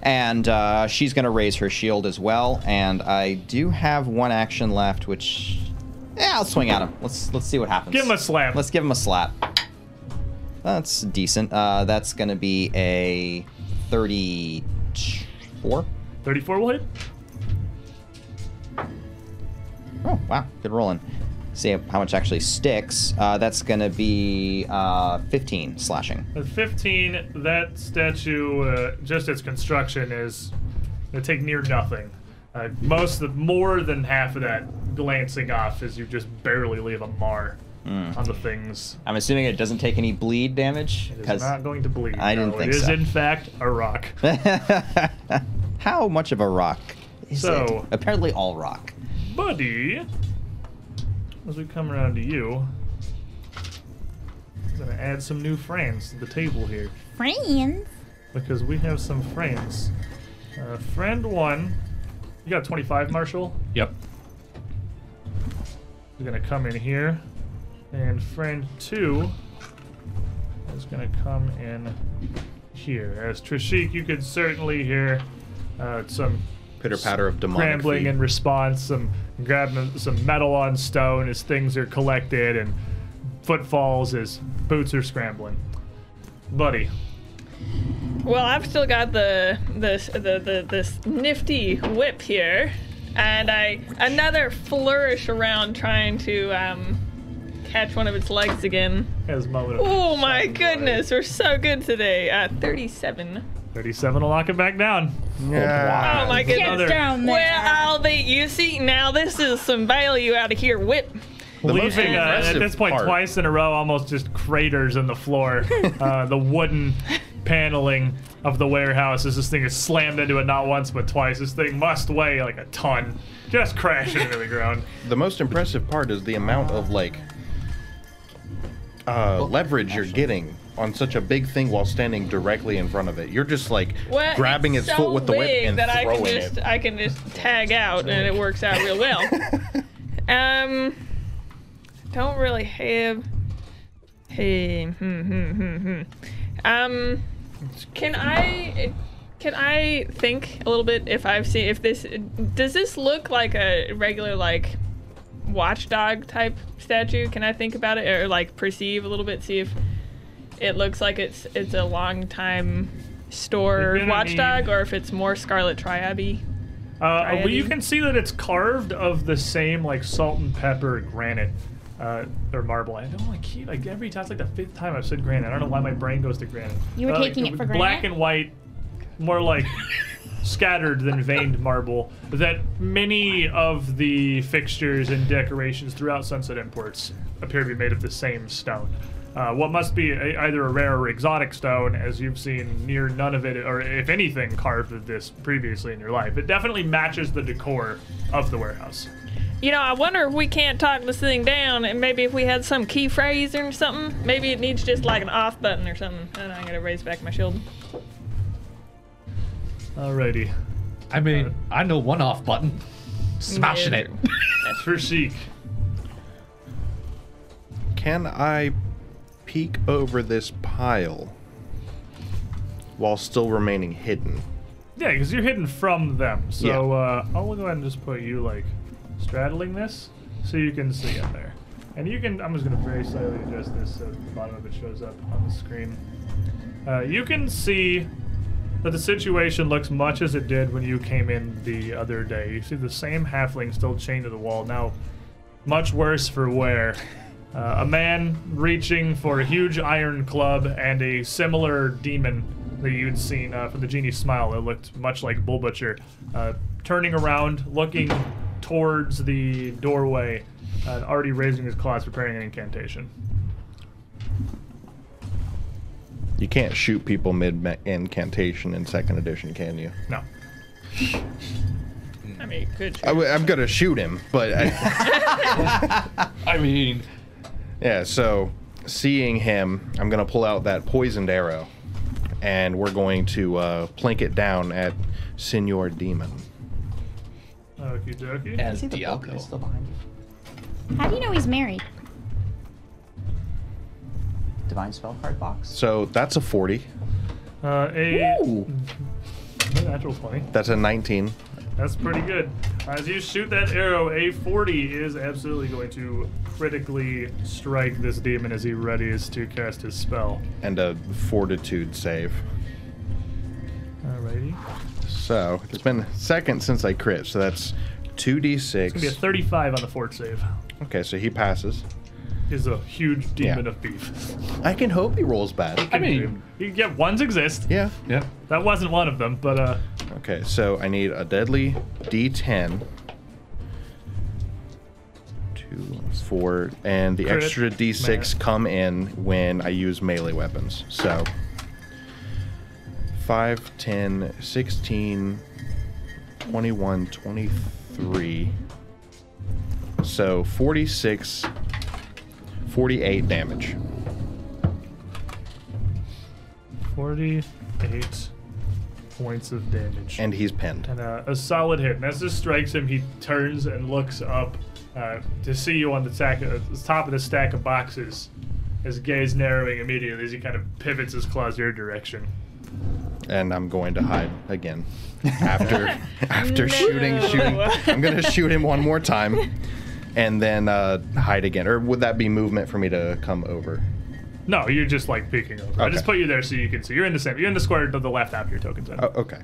[SPEAKER 5] and uh, she's going to raise her shield as well. And I do have one action left, which yeah, I'll swing at him. Let's let's see what happens.
[SPEAKER 1] Give him a slap.
[SPEAKER 5] Let's give him a slap. That's decent. Uh, that's going to be a thirty-four.
[SPEAKER 1] 34 will hit.
[SPEAKER 5] Oh wow, good rolling. See how much actually sticks. Uh, that's going to be uh, fifteen slashing.
[SPEAKER 1] At 15, that statue, uh, just its construction, is going to take near nothing. Uh, most, of, more than half of that glancing off as you just barely leave a mar on the things.
[SPEAKER 5] Hmm. I'm assuming it doesn't take any bleed damage
[SPEAKER 1] It is not going to bleed.
[SPEAKER 5] I didn't
[SPEAKER 1] no,
[SPEAKER 5] think
[SPEAKER 1] It is,
[SPEAKER 5] so.
[SPEAKER 1] in fact, a rock.
[SPEAKER 5] How much of a rock is
[SPEAKER 1] So-
[SPEAKER 5] it? Apparently all rock.
[SPEAKER 1] Buddy, as we come around to you, I'm going to add some new friends to the table here.
[SPEAKER 4] Friends.
[SPEAKER 1] because we have some friends. Uh, friend one, you got 25, Marshall.
[SPEAKER 2] Yep.
[SPEAKER 1] He's gonna come in here, and friend two is gonna come in here. As Trishik, you could certainly hear uh, some
[SPEAKER 3] Pitter patter of demonic.
[SPEAKER 1] scrambling
[SPEAKER 3] feet.
[SPEAKER 1] in response, some grabbing some metal on stone as things are collected, and footfalls as boots are scrambling. Buddy,
[SPEAKER 6] Well, I've still got the this the, the this nifty whip here, and I another flourish around trying to um, catch one of its legs again.
[SPEAKER 1] has a moment of
[SPEAKER 6] Oh my
[SPEAKER 1] silence.
[SPEAKER 6] goodness, we're so good today. Uh, Thirty-seven.
[SPEAKER 1] 37 will knock it back down.
[SPEAKER 6] Oh my
[SPEAKER 4] Get
[SPEAKER 6] goodness.
[SPEAKER 1] Another-
[SPEAKER 4] down there.
[SPEAKER 6] Well, I'll be. You see, now this is some value out of here. Whip.
[SPEAKER 3] The most
[SPEAKER 1] leaving uh, at
[SPEAKER 3] impressive
[SPEAKER 1] this point
[SPEAKER 3] part-
[SPEAKER 1] twice in a row almost just craters in the floor. uh, the wooden paneling of the warehouse as this thing is slammed into it not once but twice. This thing must weigh like a ton, just crashing into the ground.
[SPEAKER 3] The most impressive part is the amount of like uh, leverage you're getting on such a big thing while standing directly in front of it. You're just like
[SPEAKER 6] Well,
[SPEAKER 3] grabbing
[SPEAKER 6] it's
[SPEAKER 3] its
[SPEAKER 6] so
[SPEAKER 3] foot with the whip
[SPEAKER 6] big
[SPEAKER 3] and
[SPEAKER 6] that I
[SPEAKER 3] throwing
[SPEAKER 6] can just
[SPEAKER 3] it.
[SPEAKER 6] I can just tag out and it works out real well. um, don't really have. Hey, hmm, hmm, hmm, hmm. Um, can I can I think a little bit if I've seen if this does this look like a regular like watchdog type statue? Can I think about it or like perceive a little bit see if it looks like it's it's a long time
[SPEAKER 1] You're
[SPEAKER 6] store
[SPEAKER 1] gonna
[SPEAKER 6] watchdog
[SPEAKER 1] need-
[SPEAKER 6] or if it's more Scarlet Triaby.
[SPEAKER 1] Uh, well, you
[SPEAKER 6] Variety.
[SPEAKER 1] can see that it's carved of the same like salt and pepper granite uh, or marble. I don't like keep like every time it's like the fifth time I've said granite. I don't know why my brain goes to granite.
[SPEAKER 4] You were
[SPEAKER 1] Uh,
[SPEAKER 4] taking it for
[SPEAKER 1] Black
[SPEAKER 4] granite?
[SPEAKER 1] and white, more like scattered than veined marble. That many of the fixtures and decorations throughout Sunset Imports appear to be made of the same stone. Uh, what must be a, either a rare or exotic stone, as you've seen near none of it, or if anything, carved of this previously in your life. It definitely matches the decor of the warehouse.
[SPEAKER 6] You know, I wonder if we can't talk this thing down, and maybe if we had some key phrase or something. Maybe it needs just like an off button or something. And I'm gonna raise back my shield.
[SPEAKER 1] Alrighty.
[SPEAKER 2] I mean, I know one off button. Smashing it.
[SPEAKER 1] Trishik.
[SPEAKER 3] Can I peek over this pile while still remaining hidden?
[SPEAKER 1] Yeah, because you're hidden from them. So
[SPEAKER 3] Yeah.
[SPEAKER 1] uh, I'll go ahead and just put you like straddling this, so you can see it there. And you can. I'm just gonna very slightly adjust this so the bottom of it shows up on the screen. Uh, you can see that the situation looks much as it did when you came in the other day. You see the same halfling still chained to the wall now, much worse for wear. Uh, a man reaching for a huge iron club and a similar demon that you'd seen uh, from the genie smile. It looked much like Bull Butcher. Uh, turning around, looking towards the doorway, uh, and already raising his claws, preparing an incantation.
[SPEAKER 3] You can't shoot people mid ma- incantation in second edition, can you?
[SPEAKER 1] No.
[SPEAKER 6] I mean, good.
[SPEAKER 3] I w- I'm gonna shoot him, but I,
[SPEAKER 2] I mean,
[SPEAKER 3] yeah. So seeing him, I'm gonna pull out that poisoned arrow, and we're going to uh, plink it down at Senor Demon.
[SPEAKER 1] Okie dokie.
[SPEAKER 2] as
[SPEAKER 5] the book
[SPEAKER 2] Diablo.
[SPEAKER 5] is still behind you.
[SPEAKER 4] How do you know he's married?
[SPEAKER 5] Divine spell card box.
[SPEAKER 3] So that's a 40.
[SPEAKER 1] Uh, a a natural 20.
[SPEAKER 3] That's a 19.
[SPEAKER 1] That's pretty good. As you shoot that arrow, A40 is absolutely going to critically strike this demon as he readies to cast his spell.
[SPEAKER 3] and a fortitude save.
[SPEAKER 1] Alrighty.
[SPEAKER 3] So it's been second since I crit, so that's
[SPEAKER 1] Gonna be a
[SPEAKER 3] 2d6.
[SPEAKER 1] 35 on the fort save.
[SPEAKER 3] Okay, so he passes.
[SPEAKER 1] Is a huge demon
[SPEAKER 3] Yeah.
[SPEAKER 1] of beef.
[SPEAKER 3] I can hope he rolls bad.
[SPEAKER 2] I mean,
[SPEAKER 1] You get ones exist.
[SPEAKER 3] Yeah.
[SPEAKER 2] yeah.
[SPEAKER 1] That wasn't one of them, but uh,
[SPEAKER 3] Okay, so I need a deadly d10. Two, four, and the
[SPEAKER 1] Crit,
[SPEAKER 3] extra d6
[SPEAKER 1] math.
[SPEAKER 3] come in when I use melee weapons. So 5, 10, 16, 21, 23. So 46, 48 damage.
[SPEAKER 1] 48 points of damage.
[SPEAKER 3] And he's pinned.
[SPEAKER 1] and uh, a solid hit. And as this strikes him, he turns and looks up uh, to see you on the, tack- uh, the top of the stack of boxes. His gaze narrowing immediately as he kind of pivots his claws your direction.
[SPEAKER 3] and I'm going to hide again. After after shooting, shooting, I'm gonna shoot him one more time, and then uh, hide again. Or would that be movement for me to come over?
[SPEAKER 1] No, you're just like peeking over. I
[SPEAKER 3] Okay.
[SPEAKER 1] just put you there so you can see. You're in the same. You're in the square to the left after your tokens. end.
[SPEAKER 3] Oh, okay.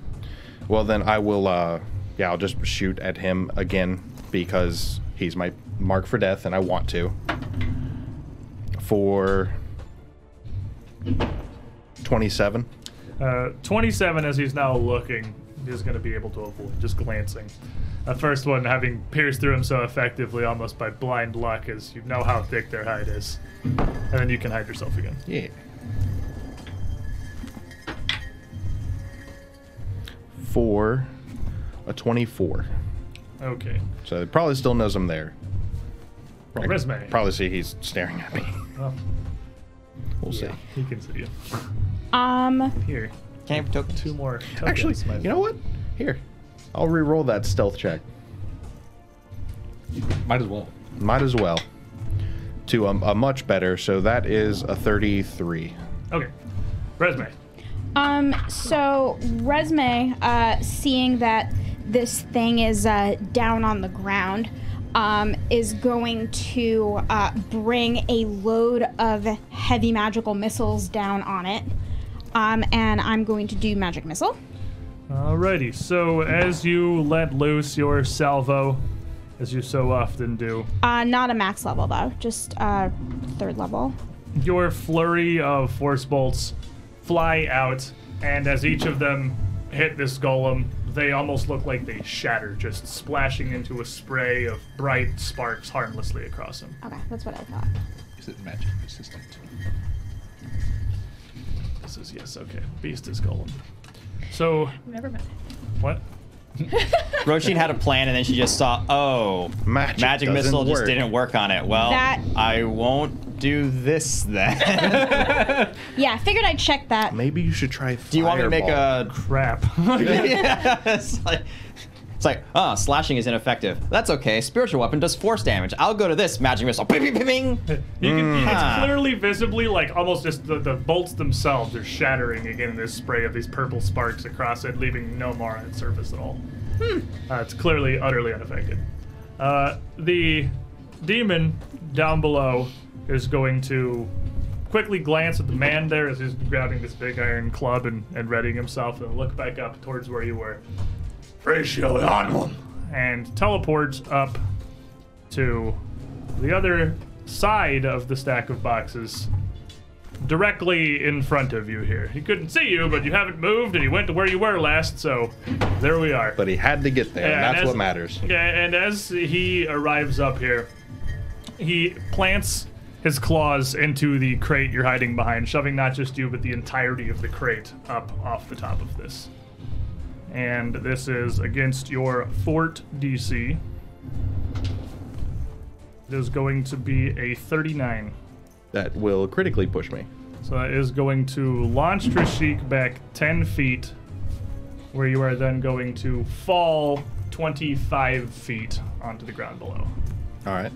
[SPEAKER 3] Well, then I will. Uh, yeah, I'll just shoot at him again because he's my mark for death, and I want to. For twenty-seven.
[SPEAKER 1] Uh, 27 as he's now looking is going to be able to avoid just glancing The first one having pierced through him so effectively, almost by blind luck, as you know how thick their hide is. And then you can hide yourself again.
[SPEAKER 3] Yeah. Four, a 24.
[SPEAKER 1] Okay.
[SPEAKER 3] So it probably still knows I'm there.
[SPEAKER 1] Roll resume.
[SPEAKER 3] Probably see he's staring at me.
[SPEAKER 1] Oh,
[SPEAKER 3] We'll see.
[SPEAKER 1] he can see you.
[SPEAKER 9] Um,
[SPEAKER 1] Here,
[SPEAKER 5] Can't have
[SPEAKER 1] two
[SPEAKER 5] tokens.
[SPEAKER 1] more. Tokens,
[SPEAKER 3] Actually,
[SPEAKER 1] my
[SPEAKER 3] you know what? Here, I'll re-roll that stealth check.
[SPEAKER 8] Might as well.
[SPEAKER 3] Might as well. To a, a much better. So that is a 33.
[SPEAKER 1] Okay. Resume.
[SPEAKER 4] Um, so Resme, uh, seeing that this thing is uh, down on the ground, um, is going to uh, bring a load of heavy magical missiles down on it. Um, and I'm going to do magic missile.
[SPEAKER 1] Alrighty, so as you let loose your salvo, as you so often do,
[SPEAKER 4] Uh, not a max level though, just uh, third level.
[SPEAKER 1] your flurry of force bolts fly out, and as each of them hit this golem, they almost look like they shatter, just splashing into a spray of bright sparks harmlessly across them.
[SPEAKER 4] Okay, that's what I thought.
[SPEAKER 8] Is it magic resistant?
[SPEAKER 1] This is yes, okay. Beast is golem. So
[SPEAKER 6] Never mind.
[SPEAKER 1] what?
[SPEAKER 5] Roisin had a plan and then she just saw, oh,
[SPEAKER 3] Magic
[SPEAKER 5] magic
[SPEAKER 3] doesn't
[SPEAKER 5] missile just
[SPEAKER 3] work.
[SPEAKER 5] didn't work on it. Well,
[SPEAKER 4] That-
[SPEAKER 5] I won't do this then.
[SPEAKER 4] Yeah, I figured I'd check that.
[SPEAKER 3] Maybe you should try.
[SPEAKER 5] do you want me to make a?
[SPEAKER 1] Crap.
[SPEAKER 5] it's like, it's like, ah, slashing is ineffective. That's okay. Spiritual weapon does force damage. I'll go to this magic missile. Bing, bing, bing, bing.
[SPEAKER 1] You can,
[SPEAKER 5] Ah.
[SPEAKER 1] It's clearly visibly like almost just the, the bolts themselves are shattering again in this spray of these purple sparks across it, leaving no more on its surface at all. Uh, it's clearly utterly unaffected. Uh, the demon down below is going to quickly glance at the man there as he's grabbing this big iron club and, and readying himself and look back up towards where you were. Ratio on one. And teleports up to the other side of the stack of boxes directly in front of you here. He couldn't see you, but you haven't moved and he went to where you were last, so there we are.
[SPEAKER 3] But he had to get there. and
[SPEAKER 1] Yeah,
[SPEAKER 3] that's
[SPEAKER 1] that's-
[SPEAKER 3] what matters.
[SPEAKER 1] Yeah, and as he arrives up here, he plants his claws into the crate you're hiding behind, shoving not just you, but the entirety of the crate up off the top of this. And this is against your fort DC. It is going to be a 39.
[SPEAKER 3] That will critically push me.
[SPEAKER 1] So that uh, is going to launch Trishik back 10 feet, where you are then going to fall 25 feet onto the ground below.
[SPEAKER 3] All right.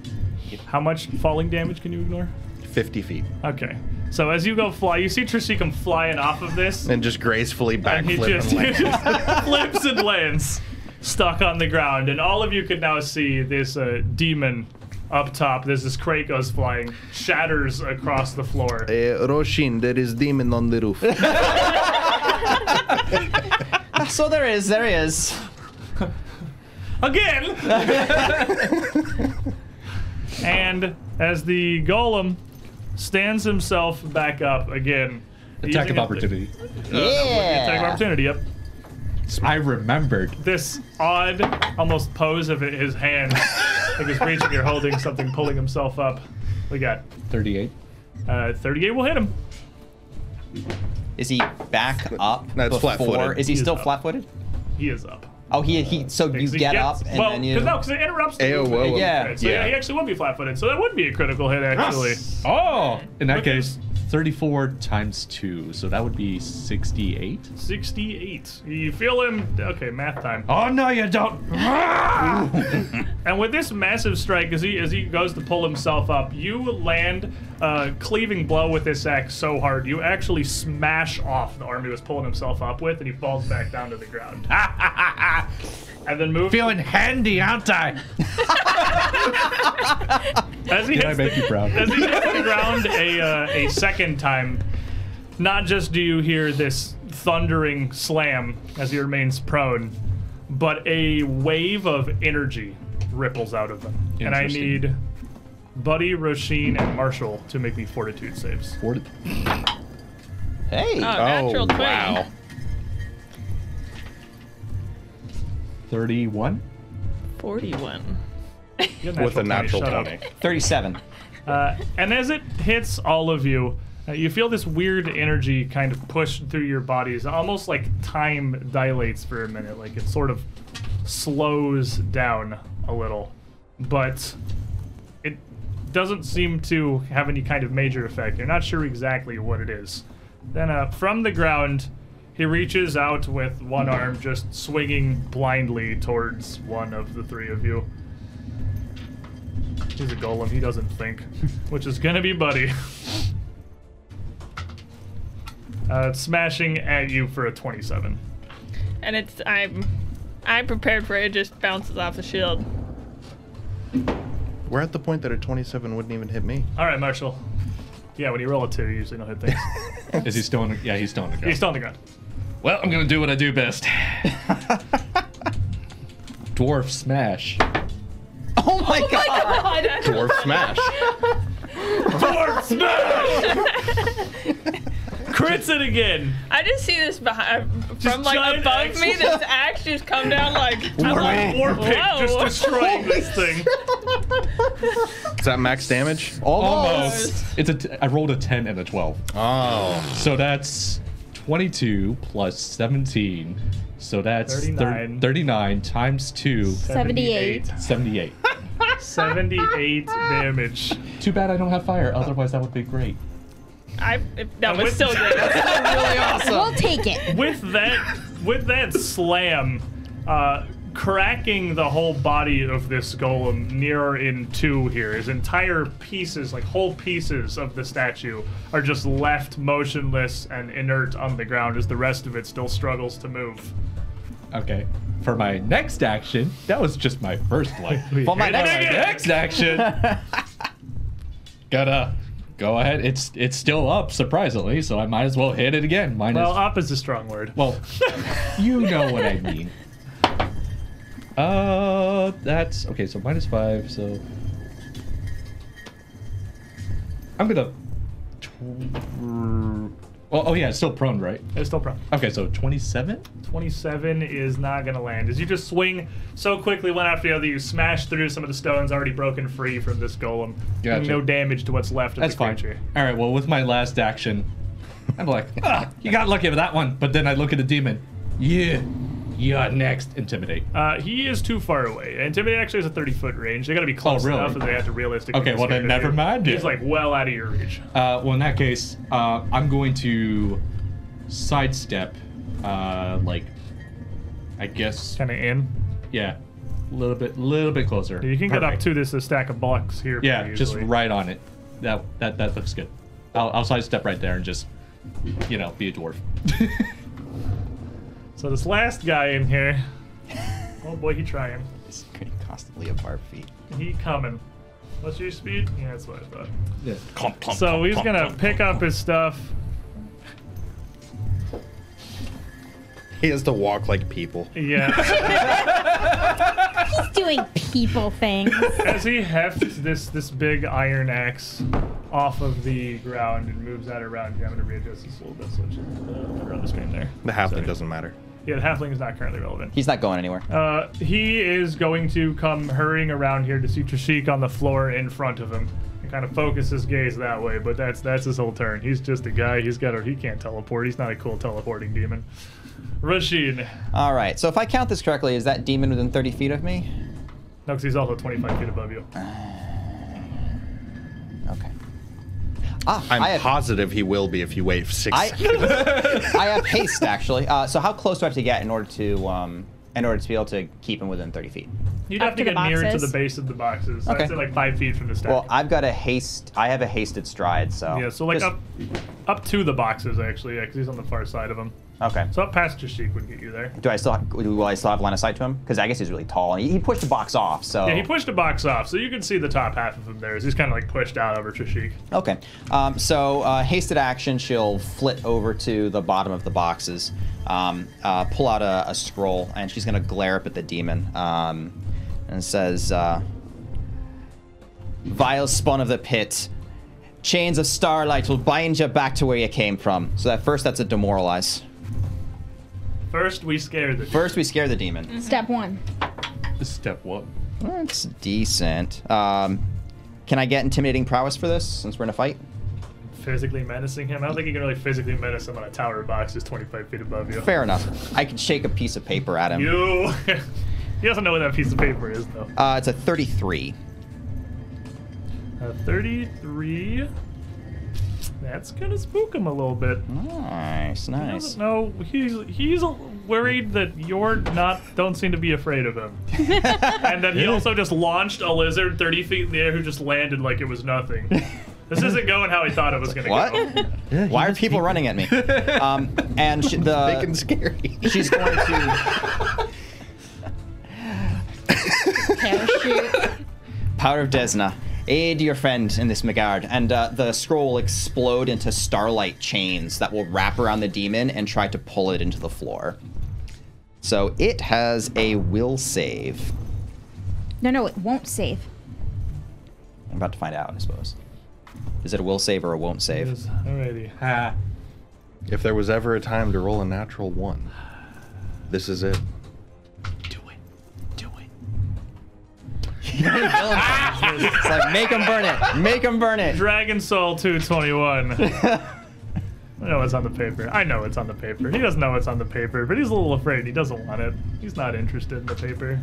[SPEAKER 1] How much falling damage can you ignore?
[SPEAKER 3] 50 feet.
[SPEAKER 1] Okay. So as you go fly, you see Trishik flying off of this,
[SPEAKER 3] And just gracefully
[SPEAKER 1] and he
[SPEAKER 3] backflip
[SPEAKER 1] just,
[SPEAKER 3] and land.
[SPEAKER 1] he just flips and lands stuck on the ground. And all of you can now see this uh, demon up top. There's this crate goes flying, shatters across the floor.
[SPEAKER 3] Uh, Roshin, there is demon on the roof.
[SPEAKER 5] Ah, So there is, there is.
[SPEAKER 1] again. and as the golem stands himself back up again, using
[SPEAKER 8] Attack of
[SPEAKER 1] his-
[SPEAKER 8] opportunity.
[SPEAKER 1] Attack of
[SPEAKER 5] Yeah.
[SPEAKER 1] opportunity. Yep.
[SPEAKER 8] I remembered.
[SPEAKER 1] This odd, almost pose of his hand, like he's reaching or holding something, pulling himself up. We got
[SPEAKER 8] 38.
[SPEAKER 1] uh, 38. Will hit him.
[SPEAKER 5] Is he back up?
[SPEAKER 3] No, it's
[SPEAKER 5] before-
[SPEAKER 3] flat-footed.
[SPEAKER 5] Is he
[SPEAKER 1] He's
[SPEAKER 5] still
[SPEAKER 1] up.
[SPEAKER 5] flat-footed?
[SPEAKER 1] He is up.
[SPEAKER 5] Oh, he he. So you
[SPEAKER 1] He
[SPEAKER 5] get
[SPEAKER 1] gets-
[SPEAKER 5] up and
[SPEAKER 1] well,
[SPEAKER 5] then you.
[SPEAKER 1] Cause no, because it interrupts. the
[SPEAKER 3] Ayo,
[SPEAKER 1] movement.
[SPEAKER 3] whoa, whoa.
[SPEAKER 5] Yeah.
[SPEAKER 1] Right, So yeah.
[SPEAKER 3] Yeah.
[SPEAKER 1] he actually would be flat-footed. So that would be a critical hit, actually.
[SPEAKER 8] Oh! In that
[SPEAKER 1] Okay.
[SPEAKER 8] case, 34 times 2. So that would be 68.
[SPEAKER 1] 68. You feel him? Okay, math time.
[SPEAKER 8] Oh, no, you don't. Ah!
[SPEAKER 1] And with this massive strike, as he as he goes to pull himself up, you land a cleaving blow with this axe so hard you actually smash off the arm he was pulling himself up with, and he falls back down to the ground. and then move
[SPEAKER 2] Feeling handy, aren't I?
[SPEAKER 1] as he
[SPEAKER 8] I
[SPEAKER 1] hits
[SPEAKER 8] make you proud.
[SPEAKER 1] as he hits the ground a, uh, a second time, not just do you hear this thundering slam as he remains prone, but a wave of energy ripples out of him. And I
[SPEAKER 8] Interesting.
[SPEAKER 1] need Buddy, Roshin, and Marshall to make me fortitude saves.
[SPEAKER 8] Forty-
[SPEAKER 5] Hey.
[SPEAKER 6] Oh, natural 20.
[SPEAKER 3] wow.
[SPEAKER 8] 31?
[SPEAKER 6] Forty-one.
[SPEAKER 1] You're
[SPEAKER 8] with a natural
[SPEAKER 1] shut up.
[SPEAKER 8] 20.
[SPEAKER 5] 37.
[SPEAKER 1] Uh, and as it hits all of you, uh, you feel this weird energy kind of push through your bodies, almost like time dilates for a minute, like it sort of slows down a little. But it doesn't seem to have any kind of major effect. You're not sure exactly what it is. Then, uh, from the ground, he reaches out with one arm, just swinging blindly towards one of the three of you. He's a golem. He doesn't think, which is gonna be Buddy. Uh, smashing at you for a 27.
[SPEAKER 6] And it's I'm I'm prepared for it. It just bounces off the shield.
[SPEAKER 3] We're at the point that a 27 wouldn't even hit me.
[SPEAKER 1] All right, Marshall. Yeah, when you roll a two, you usually don't hit things.
[SPEAKER 8] Is he still in the, yeah, he's still in the ground.
[SPEAKER 1] He's still on the ground.
[SPEAKER 2] Well, I'm gonna do what I do best. Dwarf smash.
[SPEAKER 5] Oh my god!
[SPEAKER 3] Dwarf smash.
[SPEAKER 1] Dwarf smash! Crits it again.
[SPEAKER 6] I just see this behind,
[SPEAKER 1] Just
[SPEAKER 6] from like
[SPEAKER 1] giant
[SPEAKER 6] above
[SPEAKER 1] axe.
[SPEAKER 6] me. This axe just come down like
[SPEAKER 1] I'm
[SPEAKER 3] Wow.
[SPEAKER 1] like war pig
[SPEAKER 6] Whoa.
[SPEAKER 1] just destroying this thing.
[SPEAKER 3] Is that max damage?
[SPEAKER 8] Almost. It's a t- I rolled a 10 and a 12.
[SPEAKER 3] Oh.
[SPEAKER 8] So that's 22 plus 17. So that's thir-
[SPEAKER 1] 39.
[SPEAKER 8] 39 times 2,
[SPEAKER 4] 78.
[SPEAKER 8] 78.
[SPEAKER 1] 78 damage.
[SPEAKER 8] Too bad I don't have fire, otherwise that would be great.
[SPEAKER 6] I if- that
[SPEAKER 1] And
[SPEAKER 6] was
[SPEAKER 1] with-
[SPEAKER 6] still good.
[SPEAKER 4] We'll take it.
[SPEAKER 1] with that with that slam uh, cracking the whole body of this golem near in two here his entire pieces like whole pieces of the statue are just left motionless and inert on the ground as the rest of it still struggles to move
[SPEAKER 8] Okay. For my next action, that was just my first life.
[SPEAKER 5] Well, my next-
[SPEAKER 8] next action, gotta go ahead. It's it's still up, surprisingly, so I might as well hit it again. Mine
[SPEAKER 1] well
[SPEAKER 8] is
[SPEAKER 1] up is a strong word
[SPEAKER 8] Well, you know what I mean. Uh, that's okay. So minus five. So I'm gonna. Tw- oh, oh yeah, it's still prone, right?
[SPEAKER 1] it's still prone
[SPEAKER 8] Okay, so 27.
[SPEAKER 1] 27 is not gonna land as you just swing so quickly one after the other you smash through some of the stones already broken free from this golem doing
[SPEAKER 8] Gotcha.
[SPEAKER 1] no damage to what's left of
[SPEAKER 8] That's
[SPEAKER 1] the
[SPEAKER 8] fine.
[SPEAKER 1] creature
[SPEAKER 8] All right. Well, with my last action, I'm like, ah, you got lucky with that one. But then I look at the demon. Yeah, you're next. Intimidate.
[SPEAKER 1] Uh, he is too far away. Intimidate actually has a 30 foot range. They gotta be close
[SPEAKER 8] Oh, really?
[SPEAKER 1] enough that they have to realistically.
[SPEAKER 8] Okay, well
[SPEAKER 1] escape
[SPEAKER 8] then
[SPEAKER 1] it.
[SPEAKER 8] never mind
[SPEAKER 1] He's
[SPEAKER 8] it.
[SPEAKER 1] like well out of your reach.
[SPEAKER 8] Uh, well, in that case, uh, I'm going to sidestep, uh, like, I guess,
[SPEAKER 1] Kind of in.
[SPEAKER 8] yeah, a little bit, little bit closer.
[SPEAKER 1] You can get up
[SPEAKER 8] Perfect.
[SPEAKER 1] to this a stack of blocks here.
[SPEAKER 8] Yeah,
[SPEAKER 1] pretty
[SPEAKER 8] just
[SPEAKER 1] easily.
[SPEAKER 8] right on it. That that that looks good. I'll, I'll sidestep right there and just, you know, be a dwarf.
[SPEAKER 1] So this last guy in here. Oh boy, he trying.
[SPEAKER 5] It's pretty constantly apart feet.
[SPEAKER 1] He coming. What's your speed? Yeah, that's what I thought.
[SPEAKER 8] yeah.
[SPEAKER 1] So he's gonna pick up his stuff.
[SPEAKER 3] He has to walk like people.
[SPEAKER 1] Yeah.
[SPEAKER 4] He's doing people things.
[SPEAKER 1] As he hefts this this big iron axe off of the ground and moves that around here, I'm gonna readjust this a little bit so it's just uh, around the screen there.
[SPEAKER 3] The half
[SPEAKER 1] Sorry.
[SPEAKER 3] that doesn't matter.
[SPEAKER 1] Yeah, the halfling is not currently relevant.
[SPEAKER 5] He's not going anywhere.
[SPEAKER 1] Uh, he is going to come hurrying around here to see Trishik on the floor in front of him and kind of focus his gaze that way. But that's that's his whole turn. He's just a guy. He's got a he can't teleport. He's not a cool teleporting demon. Rashid,
[SPEAKER 5] All right. So if I count this correctly, is that demon within 30 feet of me?
[SPEAKER 1] no, 'cause he's also 25 feet above you.
[SPEAKER 5] Okay. Ah,
[SPEAKER 3] I'm
[SPEAKER 5] I have,
[SPEAKER 3] positive he will be if you wait six
[SPEAKER 5] I,
[SPEAKER 3] seconds.
[SPEAKER 5] I have haste actually. Uh, so how close do I have to get in order to um, in order to be able to keep him within 30 feet?
[SPEAKER 1] You'd
[SPEAKER 4] Up
[SPEAKER 1] have to,
[SPEAKER 4] to
[SPEAKER 1] get
[SPEAKER 4] the
[SPEAKER 1] near to
[SPEAKER 4] boxes.
[SPEAKER 1] the base of the boxes.
[SPEAKER 5] Okay.
[SPEAKER 1] I'd say like five feet from the stack.
[SPEAKER 5] Well, I've got a haste. I have a hasted stride. So
[SPEAKER 1] yeah, so like
[SPEAKER 5] Just-
[SPEAKER 1] up up to the boxes actually, yeah, 'cause he's on the far side of him.
[SPEAKER 5] Okay.
[SPEAKER 1] So up past Trishik would get you there.
[SPEAKER 5] Do I still have, will I still have line of sight to him? Because I guess he's really tall. and He, he pushed the box off, so
[SPEAKER 1] Yeah, he pushed a box off, so you can see the top half of him there. As he's kind of like pushed out over Trishik.
[SPEAKER 5] okay. Um, so uh, hasted action, she'll flit over to the bottom of the boxes, um, uh, pull out a, a scroll, and she's gonna glare up at the demon um, and says, uh, "Vile spawn of the pit." Chains of starlight will bind you back to where you came from. So that first, that's a demoralize.
[SPEAKER 1] First, we scare the.
[SPEAKER 4] Mm-hmm.
[SPEAKER 5] First, we scare the demon.
[SPEAKER 4] Step one.
[SPEAKER 8] This is step one.
[SPEAKER 5] That's decent. Um, can I get intimidating prowess for this since we're in a fight?
[SPEAKER 1] Physically menacing him. I don't think you can really physically menace him on a tower box that's 25 feet above you.
[SPEAKER 5] Fair enough. I can shake a piece of paper at him.
[SPEAKER 1] You. he doesn't know what that piece of paper is, though.
[SPEAKER 5] Uh, it's a 33.
[SPEAKER 1] Uh, 33. That's gonna spook him a little bit.
[SPEAKER 5] Nice,
[SPEAKER 1] He
[SPEAKER 5] nice.
[SPEAKER 1] doesn't know. He's he's worried that you're not. Don't seem to be afraid of him. and then he also just launched a lizard 30 feet in the air who just landed like it was nothing. This isn't going how he thought it was gonna
[SPEAKER 5] What?
[SPEAKER 1] go.
[SPEAKER 5] Why are people running at me? Um, and she,
[SPEAKER 3] Big
[SPEAKER 5] the
[SPEAKER 3] and scary.
[SPEAKER 5] she's going to
[SPEAKER 9] Parachute.
[SPEAKER 5] power of Desna. Aid your friend in this regard, and uh, the scroll will explode into starlight chains that will wrap around the demon and try to pull it into the floor. So it has a will save.
[SPEAKER 4] No, no, it won't save.
[SPEAKER 5] I'm about to find out, I suppose. Is it a will save or a won't save?
[SPEAKER 1] Alrighty.
[SPEAKER 8] Ah.
[SPEAKER 3] If there was ever a time to roll a natural one, this is it.
[SPEAKER 7] Do it. Do it.
[SPEAKER 5] It's like make him burn it, make him burn it.
[SPEAKER 1] Dragon Soul 221. I know it's on the paper. I know it's on the paper. He doesn't know it's on the paper, but he's a little afraid. He doesn't want it. He's not interested in the paper.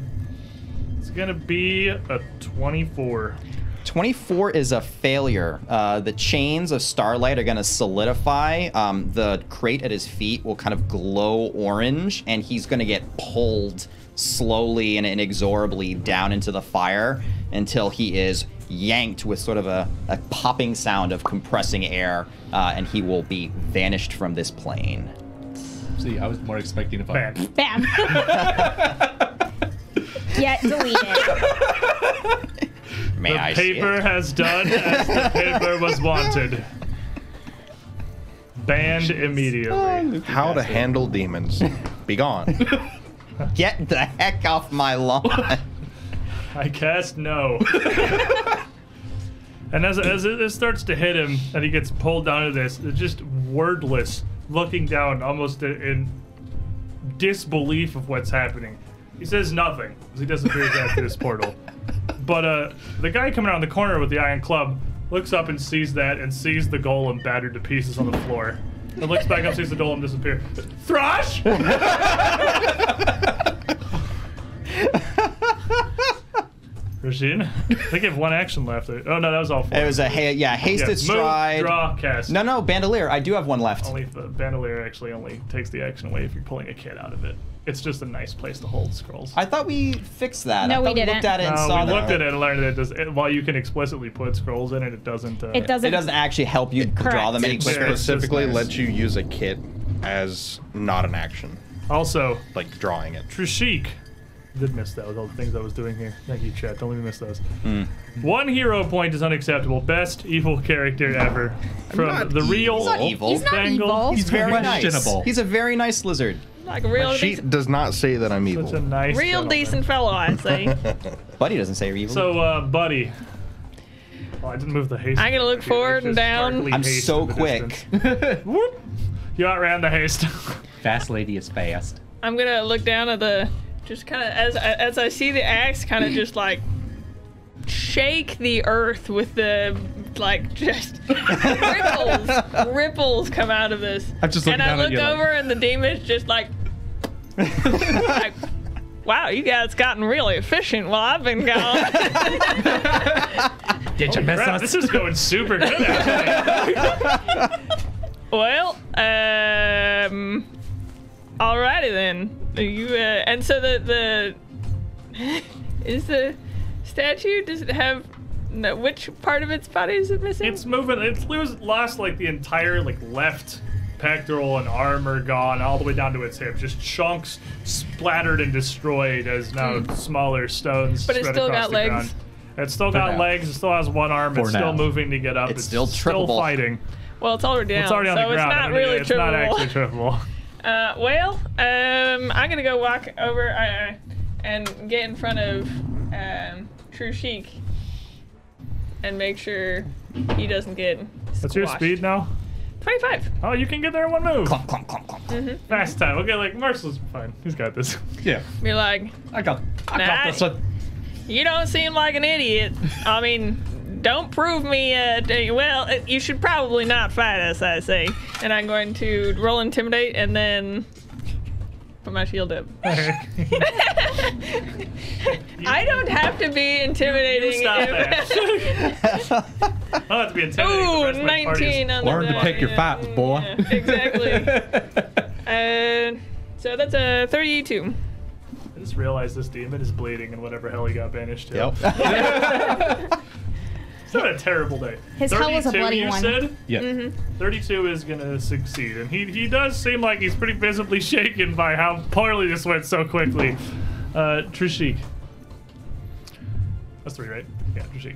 [SPEAKER 1] It's gonna be a 24.
[SPEAKER 5] 24 is a failure. Uh, the chains of starlight are going to solidify. Um, the crate at his feet will kind of glow orange, and he's going to get pulled slowly and inexorably down into the fire until he is yanked with sort of a, a popping sound of compressing air, uh, and he will be vanished from this plane.
[SPEAKER 8] See, I was more expecting if I.
[SPEAKER 1] Man,
[SPEAKER 4] Bam. yeah, delete it.
[SPEAKER 5] May
[SPEAKER 1] the
[SPEAKER 5] I see it?
[SPEAKER 1] paper has done as the paper was wanted. Banned immediately.
[SPEAKER 3] How to handle demons. Be gone.
[SPEAKER 5] Get the heck off my lawn.
[SPEAKER 1] I cast no. and as, as it it starts to hit him and he gets pulled down to this, it's just wordless, looking down almost in- in disbelief of what's happening. He says nothing as he disappears after this portal. But uh, the guy coming around the corner with the iron club looks up and sees that and sees the golem battered to pieces on the floor. And looks back up, sees the golem disappear. Thrush! Rashid, I think I have one action left. Oh no, that was all four.
[SPEAKER 5] it was a ha- yeah
[SPEAKER 1] Yeah,
[SPEAKER 5] hasted
[SPEAKER 1] move,
[SPEAKER 5] stride.
[SPEAKER 1] draw, cast.
[SPEAKER 5] No, no, bandolier. I do have one left.
[SPEAKER 1] Only the bandolier actually only takes the action away if you're pulling a kid out of it. It's just a nice place to hold scrolls.
[SPEAKER 5] I thought we fixed that.
[SPEAKER 4] No,
[SPEAKER 5] I
[SPEAKER 4] we
[SPEAKER 5] thought we looked
[SPEAKER 4] didn't.
[SPEAKER 5] at it and
[SPEAKER 1] Uh,
[SPEAKER 5] saw
[SPEAKER 1] we
[SPEAKER 5] that.
[SPEAKER 1] looked at it and learned that it does, it, while you can explicitly put scrolls in it, it doesn't. Uh,
[SPEAKER 4] It doesn't.
[SPEAKER 5] It doesn't actually help you draw
[SPEAKER 4] Correct.
[SPEAKER 5] them any
[SPEAKER 3] It
[SPEAKER 5] quicker.
[SPEAKER 1] It's just
[SPEAKER 3] specifically
[SPEAKER 1] nice.
[SPEAKER 3] lets you use a kit as not an action,
[SPEAKER 1] Also,
[SPEAKER 3] like drawing it.
[SPEAKER 1] Trishik did miss that with all the things I was doing here. Thank you, chat. Don't let me miss those.
[SPEAKER 5] Hmm.
[SPEAKER 1] One hero point is unacceptable. Best evil character ever from
[SPEAKER 3] not
[SPEAKER 1] the real.
[SPEAKER 3] evil. He's
[SPEAKER 4] He's not
[SPEAKER 1] Dangle.
[SPEAKER 4] evil.
[SPEAKER 5] He's very nice.
[SPEAKER 8] Questionable.
[SPEAKER 5] He's a very nice lizard.
[SPEAKER 6] Like a real,
[SPEAKER 3] She
[SPEAKER 6] decent,
[SPEAKER 3] does not say that I'm
[SPEAKER 1] Such a
[SPEAKER 3] evil.
[SPEAKER 1] nice.
[SPEAKER 6] real
[SPEAKER 1] gentleman.
[SPEAKER 6] decent fellow, I say.
[SPEAKER 5] Buddy doesn't say you're evil.
[SPEAKER 1] So, uh, buddy. Oh, I didn't move the haste.
[SPEAKER 6] I'm gonna look
[SPEAKER 1] It's
[SPEAKER 6] forward and
[SPEAKER 1] just
[SPEAKER 6] down.
[SPEAKER 1] sparkly
[SPEAKER 5] I'm
[SPEAKER 1] haste
[SPEAKER 5] so
[SPEAKER 1] in the
[SPEAKER 5] quick.
[SPEAKER 1] distance. Whoop. You outran the haste.
[SPEAKER 8] Fast lady is fast.
[SPEAKER 6] I'm gonna look down at the, just kind of as as I see the axe, kind of just like shake the earth with the like just ripples ripples come out of this.
[SPEAKER 8] I'm just
[SPEAKER 6] and
[SPEAKER 8] looking
[SPEAKER 6] I
[SPEAKER 8] down at
[SPEAKER 6] look
[SPEAKER 8] you like-
[SPEAKER 6] over and the demon's just like, like, wow, you guys gotten really efficient while I've been gone.
[SPEAKER 7] Did you miss
[SPEAKER 1] Crap,
[SPEAKER 7] us?
[SPEAKER 1] this is going super good. Actually.
[SPEAKER 6] Well, um, alrighty then. You uh, and so the the is the statue does it have no, which part of its body is it missing?
[SPEAKER 1] It's moving. It's lose, lost like the entire like left pectoral and arm are gone all the way down to its hip. Just chunks splattered and destroyed as now smaller stones.
[SPEAKER 6] Hmm. But it's
[SPEAKER 1] spread
[SPEAKER 6] still
[SPEAKER 1] across
[SPEAKER 6] got
[SPEAKER 1] the
[SPEAKER 6] legs.
[SPEAKER 1] Ground. It's still got
[SPEAKER 8] now.
[SPEAKER 1] legs. It still has one arm. it's
[SPEAKER 8] now.
[SPEAKER 1] still moving to get up.
[SPEAKER 5] It's still trippable.
[SPEAKER 1] fighting.
[SPEAKER 6] well, it's already down.
[SPEAKER 1] It's already on
[SPEAKER 6] so
[SPEAKER 1] the ground.
[SPEAKER 6] It's
[SPEAKER 1] I
[SPEAKER 6] not
[SPEAKER 1] mean,
[SPEAKER 6] really
[SPEAKER 1] it's
[SPEAKER 6] true.
[SPEAKER 1] not actually trippable.
[SPEAKER 6] Uh, well, um, I'm gonna go walk over uh, and get in front of um, True Sheik and make sure he doesn't get.
[SPEAKER 1] What's your
[SPEAKER 6] squashed.
[SPEAKER 1] speed now?
[SPEAKER 6] 25.
[SPEAKER 1] Oh, you can get there in one move.
[SPEAKER 5] Clomp, clomp, clomp, clomp. clomp.
[SPEAKER 1] Fast time. Okay, like Marcel's fine. He's got this.
[SPEAKER 8] Yeah,
[SPEAKER 6] You're like,
[SPEAKER 8] I got, I got
[SPEAKER 6] Nah,
[SPEAKER 8] this one.
[SPEAKER 6] you don't seem like an idiot. I mean, don't prove me. Uh, d- well, uh, you should probably not fight us, I say. And I'm going to roll intimidate and then put my shield up. I don't have to be intimidating.
[SPEAKER 1] Stop
[SPEAKER 6] if-
[SPEAKER 1] that. I'll have to be intimidated.
[SPEAKER 6] Ooh, uh. 19 on the
[SPEAKER 8] Learn to
[SPEAKER 6] die,
[SPEAKER 8] pick your
[SPEAKER 6] yeah,
[SPEAKER 8] fights, boy.
[SPEAKER 6] yeah, exactly. uh, so that's a 32.
[SPEAKER 1] I just realized this demon is bleeding and whatever hell he got banished to.
[SPEAKER 5] Yep.
[SPEAKER 6] Oh
[SPEAKER 1] It's not a terrible day.
[SPEAKER 4] His hell was a
[SPEAKER 1] 32,
[SPEAKER 4] bloody
[SPEAKER 1] you
[SPEAKER 4] one.
[SPEAKER 1] Said?
[SPEAKER 8] Yeah.
[SPEAKER 1] 32 is going to succeed. And he, he does seem like he's pretty visibly shaken by how poorly this went so quickly. Uh, Trishik. That's three, right? Yeah, Trishik.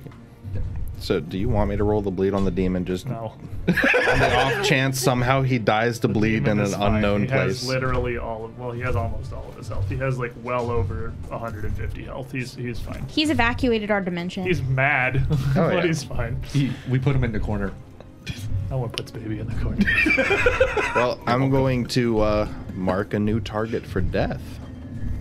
[SPEAKER 3] So, do you want me to roll the bleed on the demon? Just
[SPEAKER 1] No.
[SPEAKER 3] on the off chance somehow he dies to bleed in
[SPEAKER 1] Demon
[SPEAKER 3] an
[SPEAKER 1] is fine.
[SPEAKER 3] unknown
[SPEAKER 1] he
[SPEAKER 3] place.
[SPEAKER 1] Has literally all of, well, he has almost all of his health. He has like well over 150 health. He's he's fine.
[SPEAKER 4] He's evacuated our dimension.
[SPEAKER 1] He's mad, but
[SPEAKER 3] Oh, yeah.
[SPEAKER 1] he's fine.
[SPEAKER 8] He, we put him in the corner.
[SPEAKER 1] No one puts baby in the corner.
[SPEAKER 3] Well, I'm going to uh, mark a new target for death.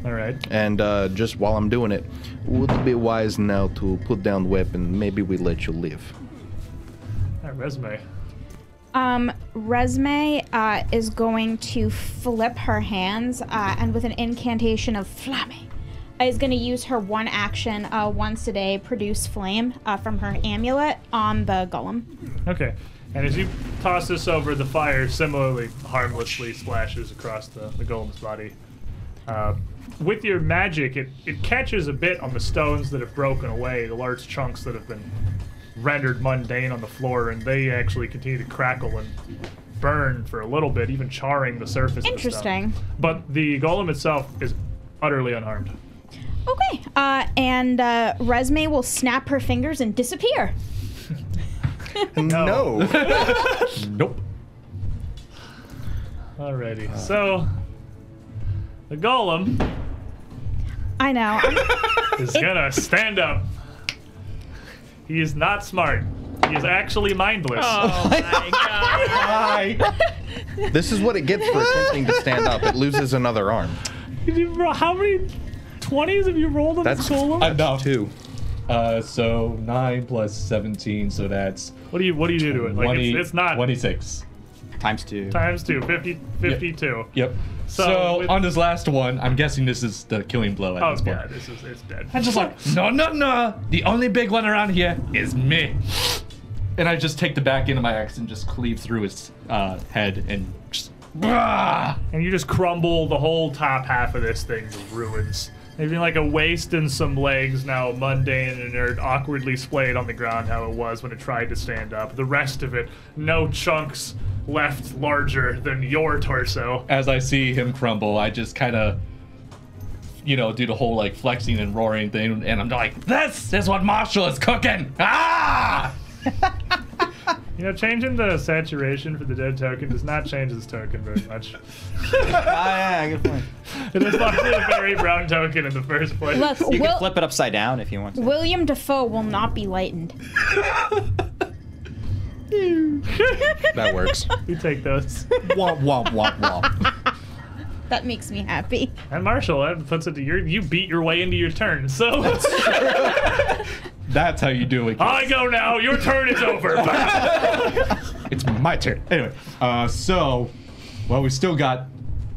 [SPEAKER 1] all right.
[SPEAKER 3] And uh, just while I'm doing it, would it be wise now to put down weapon? Maybe we let you live.
[SPEAKER 1] That resume.
[SPEAKER 4] Um, Resme uh, is going to flip her hands, uh, and with an incantation of flame, is going to use her one action uh, once a day, produce flame uh, from her amulet on the golem.
[SPEAKER 1] Okay. And as you toss this over, the fire similarly harmlessly splashes across the, the golem's body. Uh, with your magic, it, it catches a bit on the stones that have broken away, the large chunks that have been rendered mundane on the floor, and they actually continue to crackle and burn for a little bit, even charring the surface. of the stone.
[SPEAKER 4] Interesting.
[SPEAKER 1] But the golem itself is utterly unharmed.
[SPEAKER 4] Okay, uh, and uh, Resme will snap her fingers and disappear.
[SPEAKER 3] No.
[SPEAKER 8] Nope.
[SPEAKER 1] Alrighty. so, the golem
[SPEAKER 4] I know. I'm-
[SPEAKER 1] is gonna stand up. He is not smart. He is actually mindless.
[SPEAKER 6] Oh my god.
[SPEAKER 3] this is what it gets for attempting to stand up. It loses another arm.
[SPEAKER 1] Did you roll- how many twenties have you rolled on
[SPEAKER 3] That's
[SPEAKER 1] this golem?
[SPEAKER 8] Enough.
[SPEAKER 3] Two.
[SPEAKER 8] Uh, so nine plus seventeen, so that's
[SPEAKER 1] what do you What do you do to it? Like
[SPEAKER 8] 20,
[SPEAKER 1] it's, it's not
[SPEAKER 8] twenty-six.
[SPEAKER 5] Times two.
[SPEAKER 1] times two. 50, 52.
[SPEAKER 8] Yep.
[SPEAKER 1] So
[SPEAKER 8] So,
[SPEAKER 1] Oh, with-
[SPEAKER 8] on this last one, I'm guessing this is the killing blow at
[SPEAKER 1] Oh
[SPEAKER 8] this point.
[SPEAKER 1] god, this is it's dead.
[SPEAKER 8] I'm just like, no, no, no. The only big one around here is me. And I just take the back end of my axe and just cleave through his uh, head and just. Bah!
[SPEAKER 1] and you just crumble the whole top half of this thing to ruins. Maybe like a waist and some legs now mundane and inert, awkwardly splayed on the ground how it was when it tried to stand up. The rest of it, no chunks left larger than your torso.
[SPEAKER 8] As I see him crumble, I just kind of, you know, do the whole like flexing and roaring thing, and I'm like, this is what Marshall is cooking. Ah!
[SPEAKER 1] You know, changing the saturation for the dead token does not change this token very much.
[SPEAKER 5] Ah, yeah, good point.
[SPEAKER 1] It is largely a very brown token in the first place.
[SPEAKER 4] Look,
[SPEAKER 5] You can
[SPEAKER 4] Wil-
[SPEAKER 5] flip it upside down if you want to.
[SPEAKER 4] William Defoe will not be lightened.
[SPEAKER 3] That works.
[SPEAKER 1] We take those.
[SPEAKER 8] Womp womp womp womp.
[SPEAKER 4] That makes me happy.
[SPEAKER 1] And Marshall, that puts it to your. You beat your way into your turn, so.
[SPEAKER 8] That's how you do it.
[SPEAKER 1] I go now. Your turn is over.
[SPEAKER 8] It's my turn. Anyway, uh, so, well, we still got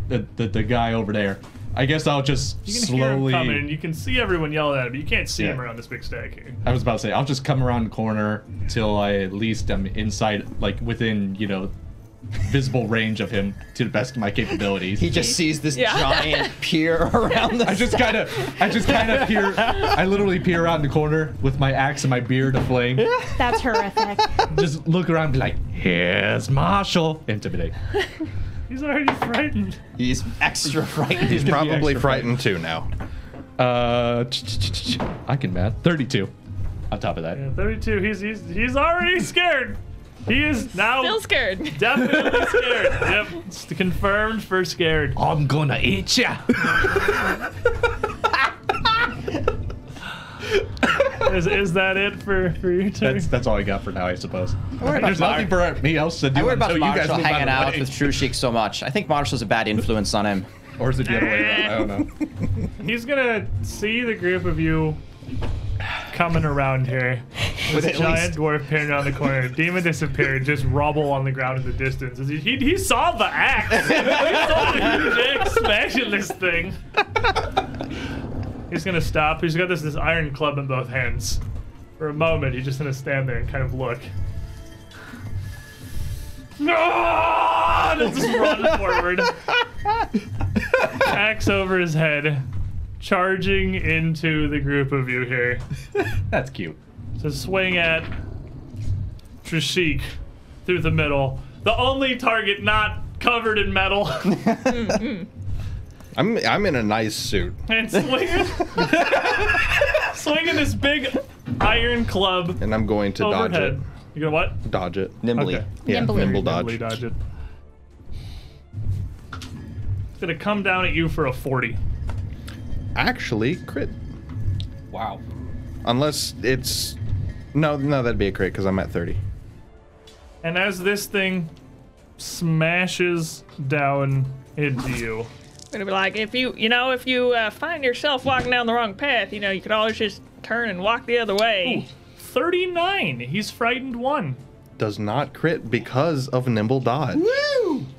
[SPEAKER 8] the, the the guy over there. I guess I'll just
[SPEAKER 1] You can hear him
[SPEAKER 8] slowly.
[SPEAKER 1] coming, and you can see everyone yelling at him, but you can't see him
[SPEAKER 8] Yeah.
[SPEAKER 1] around this big stack here.
[SPEAKER 8] I was about to say I'll just come around the corner till I at least am inside, like within you know, visible range of him to the best of my capabilities.
[SPEAKER 5] He just sees this
[SPEAKER 6] Yeah.
[SPEAKER 5] giant pier around the
[SPEAKER 8] I just kind of, I just kind of peer. I literally peer around the corner with my axe and my beard aflame.
[SPEAKER 4] That's horrific.
[SPEAKER 8] Just look around, and be like, "Here's Marshall." Intimidate.
[SPEAKER 1] He's already frightened.
[SPEAKER 5] He's extra frightened.
[SPEAKER 3] He's probably frightened too now.
[SPEAKER 8] Uh, I can math. Thirty-two. On top of that.
[SPEAKER 1] Yeah, 32. He's he's he's already scared. He is now
[SPEAKER 6] Still scared.
[SPEAKER 1] definitely scared. Yep, it's confirmed for scared.
[SPEAKER 8] I'm gonna eat ya.
[SPEAKER 1] Is, is that it for, for your turn?
[SPEAKER 8] That's that's all I got for now, I suppose.
[SPEAKER 5] worry about
[SPEAKER 8] There's nothing for me else to do
[SPEAKER 5] I worry about
[SPEAKER 8] until you guys
[SPEAKER 5] Marshall
[SPEAKER 8] move out,
[SPEAKER 5] hanging out
[SPEAKER 8] of the way.
[SPEAKER 5] with Trushik so much. I think Marshall's a bad influence on him.
[SPEAKER 8] Or is it the other way around? I don't know.
[SPEAKER 1] He's gonna see the group of you coming around here. With a
[SPEAKER 5] at
[SPEAKER 1] giant
[SPEAKER 5] least-
[SPEAKER 1] dwarf peering around the corner. Demon disappeared, just rubble on the ground in the distance. He, he, he saw the axe. he saw the huge axe smashing this thing. He's gonna stop. He's got this this iron club in both hands. For a moment, he's just gonna stand there and kind of look. No! And just run forward. Axe over his head, charging into the group of you here.
[SPEAKER 8] That's cute.
[SPEAKER 1] To swing at Trishik through the middle. The only target not covered in metal.
[SPEAKER 3] I'm I'm in a nice suit.
[SPEAKER 1] and swinging, swinging this big iron club
[SPEAKER 3] and I'm going to dodge
[SPEAKER 1] overhead. You gonna what?
[SPEAKER 3] it. Dodge it.
[SPEAKER 5] Nimbly.
[SPEAKER 1] Okay.
[SPEAKER 3] Yeah,
[SPEAKER 4] Nimbly.
[SPEAKER 3] nimble
[SPEAKER 1] Nimbly
[SPEAKER 3] dodge.
[SPEAKER 1] dodge it. It's gonna come down at you for a 40.
[SPEAKER 3] Actually, crit.
[SPEAKER 8] Wow.
[SPEAKER 3] Unless it's no, no, that'd be a crit because I'm at 30.
[SPEAKER 1] And as this thing smashes down into you,
[SPEAKER 6] It'll be like if you, you know, if you uh, find yourself walking down the wrong path, you know, you could always just turn and walk the other way.
[SPEAKER 1] 39. He's frightened one.
[SPEAKER 3] Does not crit because of nimble dodge.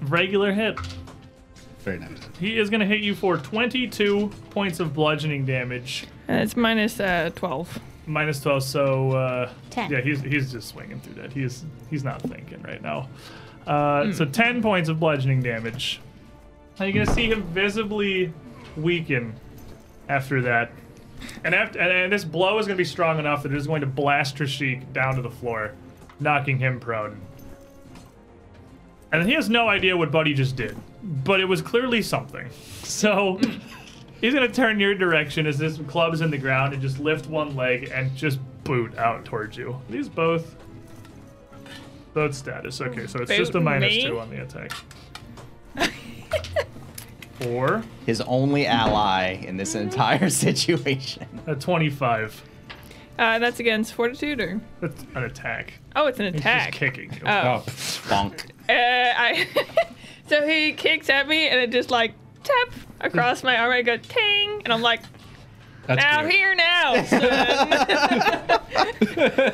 [SPEAKER 1] Regular hit.
[SPEAKER 8] Very nice.
[SPEAKER 1] He is gonna hit you for 22 points of bludgeoning damage,
[SPEAKER 6] Uh, it's minus uh, twelve.
[SPEAKER 1] minus 12. So uh,
[SPEAKER 4] 10.
[SPEAKER 1] yeah, he's he's just swinging through that. He's he's not thinking right now. Uh, So 10 points of bludgeoning damage. And you're gonna see him visibly weaken after that. And after and, and this blow is gonna be strong enough that it is going to blast Trishik down to the floor, knocking him prone. And he has no idea what Buddy just did, but it was clearly something. So he's gonna turn your direction as this club's in the ground and just lift one leg and just boot out towards you. These both both status. Okay, so it's just a
[SPEAKER 6] Boot
[SPEAKER 1] minus
[SPEAKER 6] me?
[SPEAKER 1] two on the attack. Or
[SPEAKER 5] His only ally in this entire situation.
[SPEAKER 1] a 25.
[SPEAKER 6] Uh, that's against fortitude or
[SPEAKER 1] That's an attack.
[SPEAKER 6] oh, it's an
[SPEAKER 1] He's
[SPEAKER 6] attack.
[SPEAKER 1] just kicking you.
[SPEAKER 6] Oh.
[SPEAKER 5] Bonk.
[SPEAKER 6] Uh, I so he kicks at me and it just like tap across my arm. I go ting, and I'm like
[SPEAKER 8] That's
[SPEAKER 6] now
[SPEAKER 8] cute.
[SPEAKER 6] here now. son."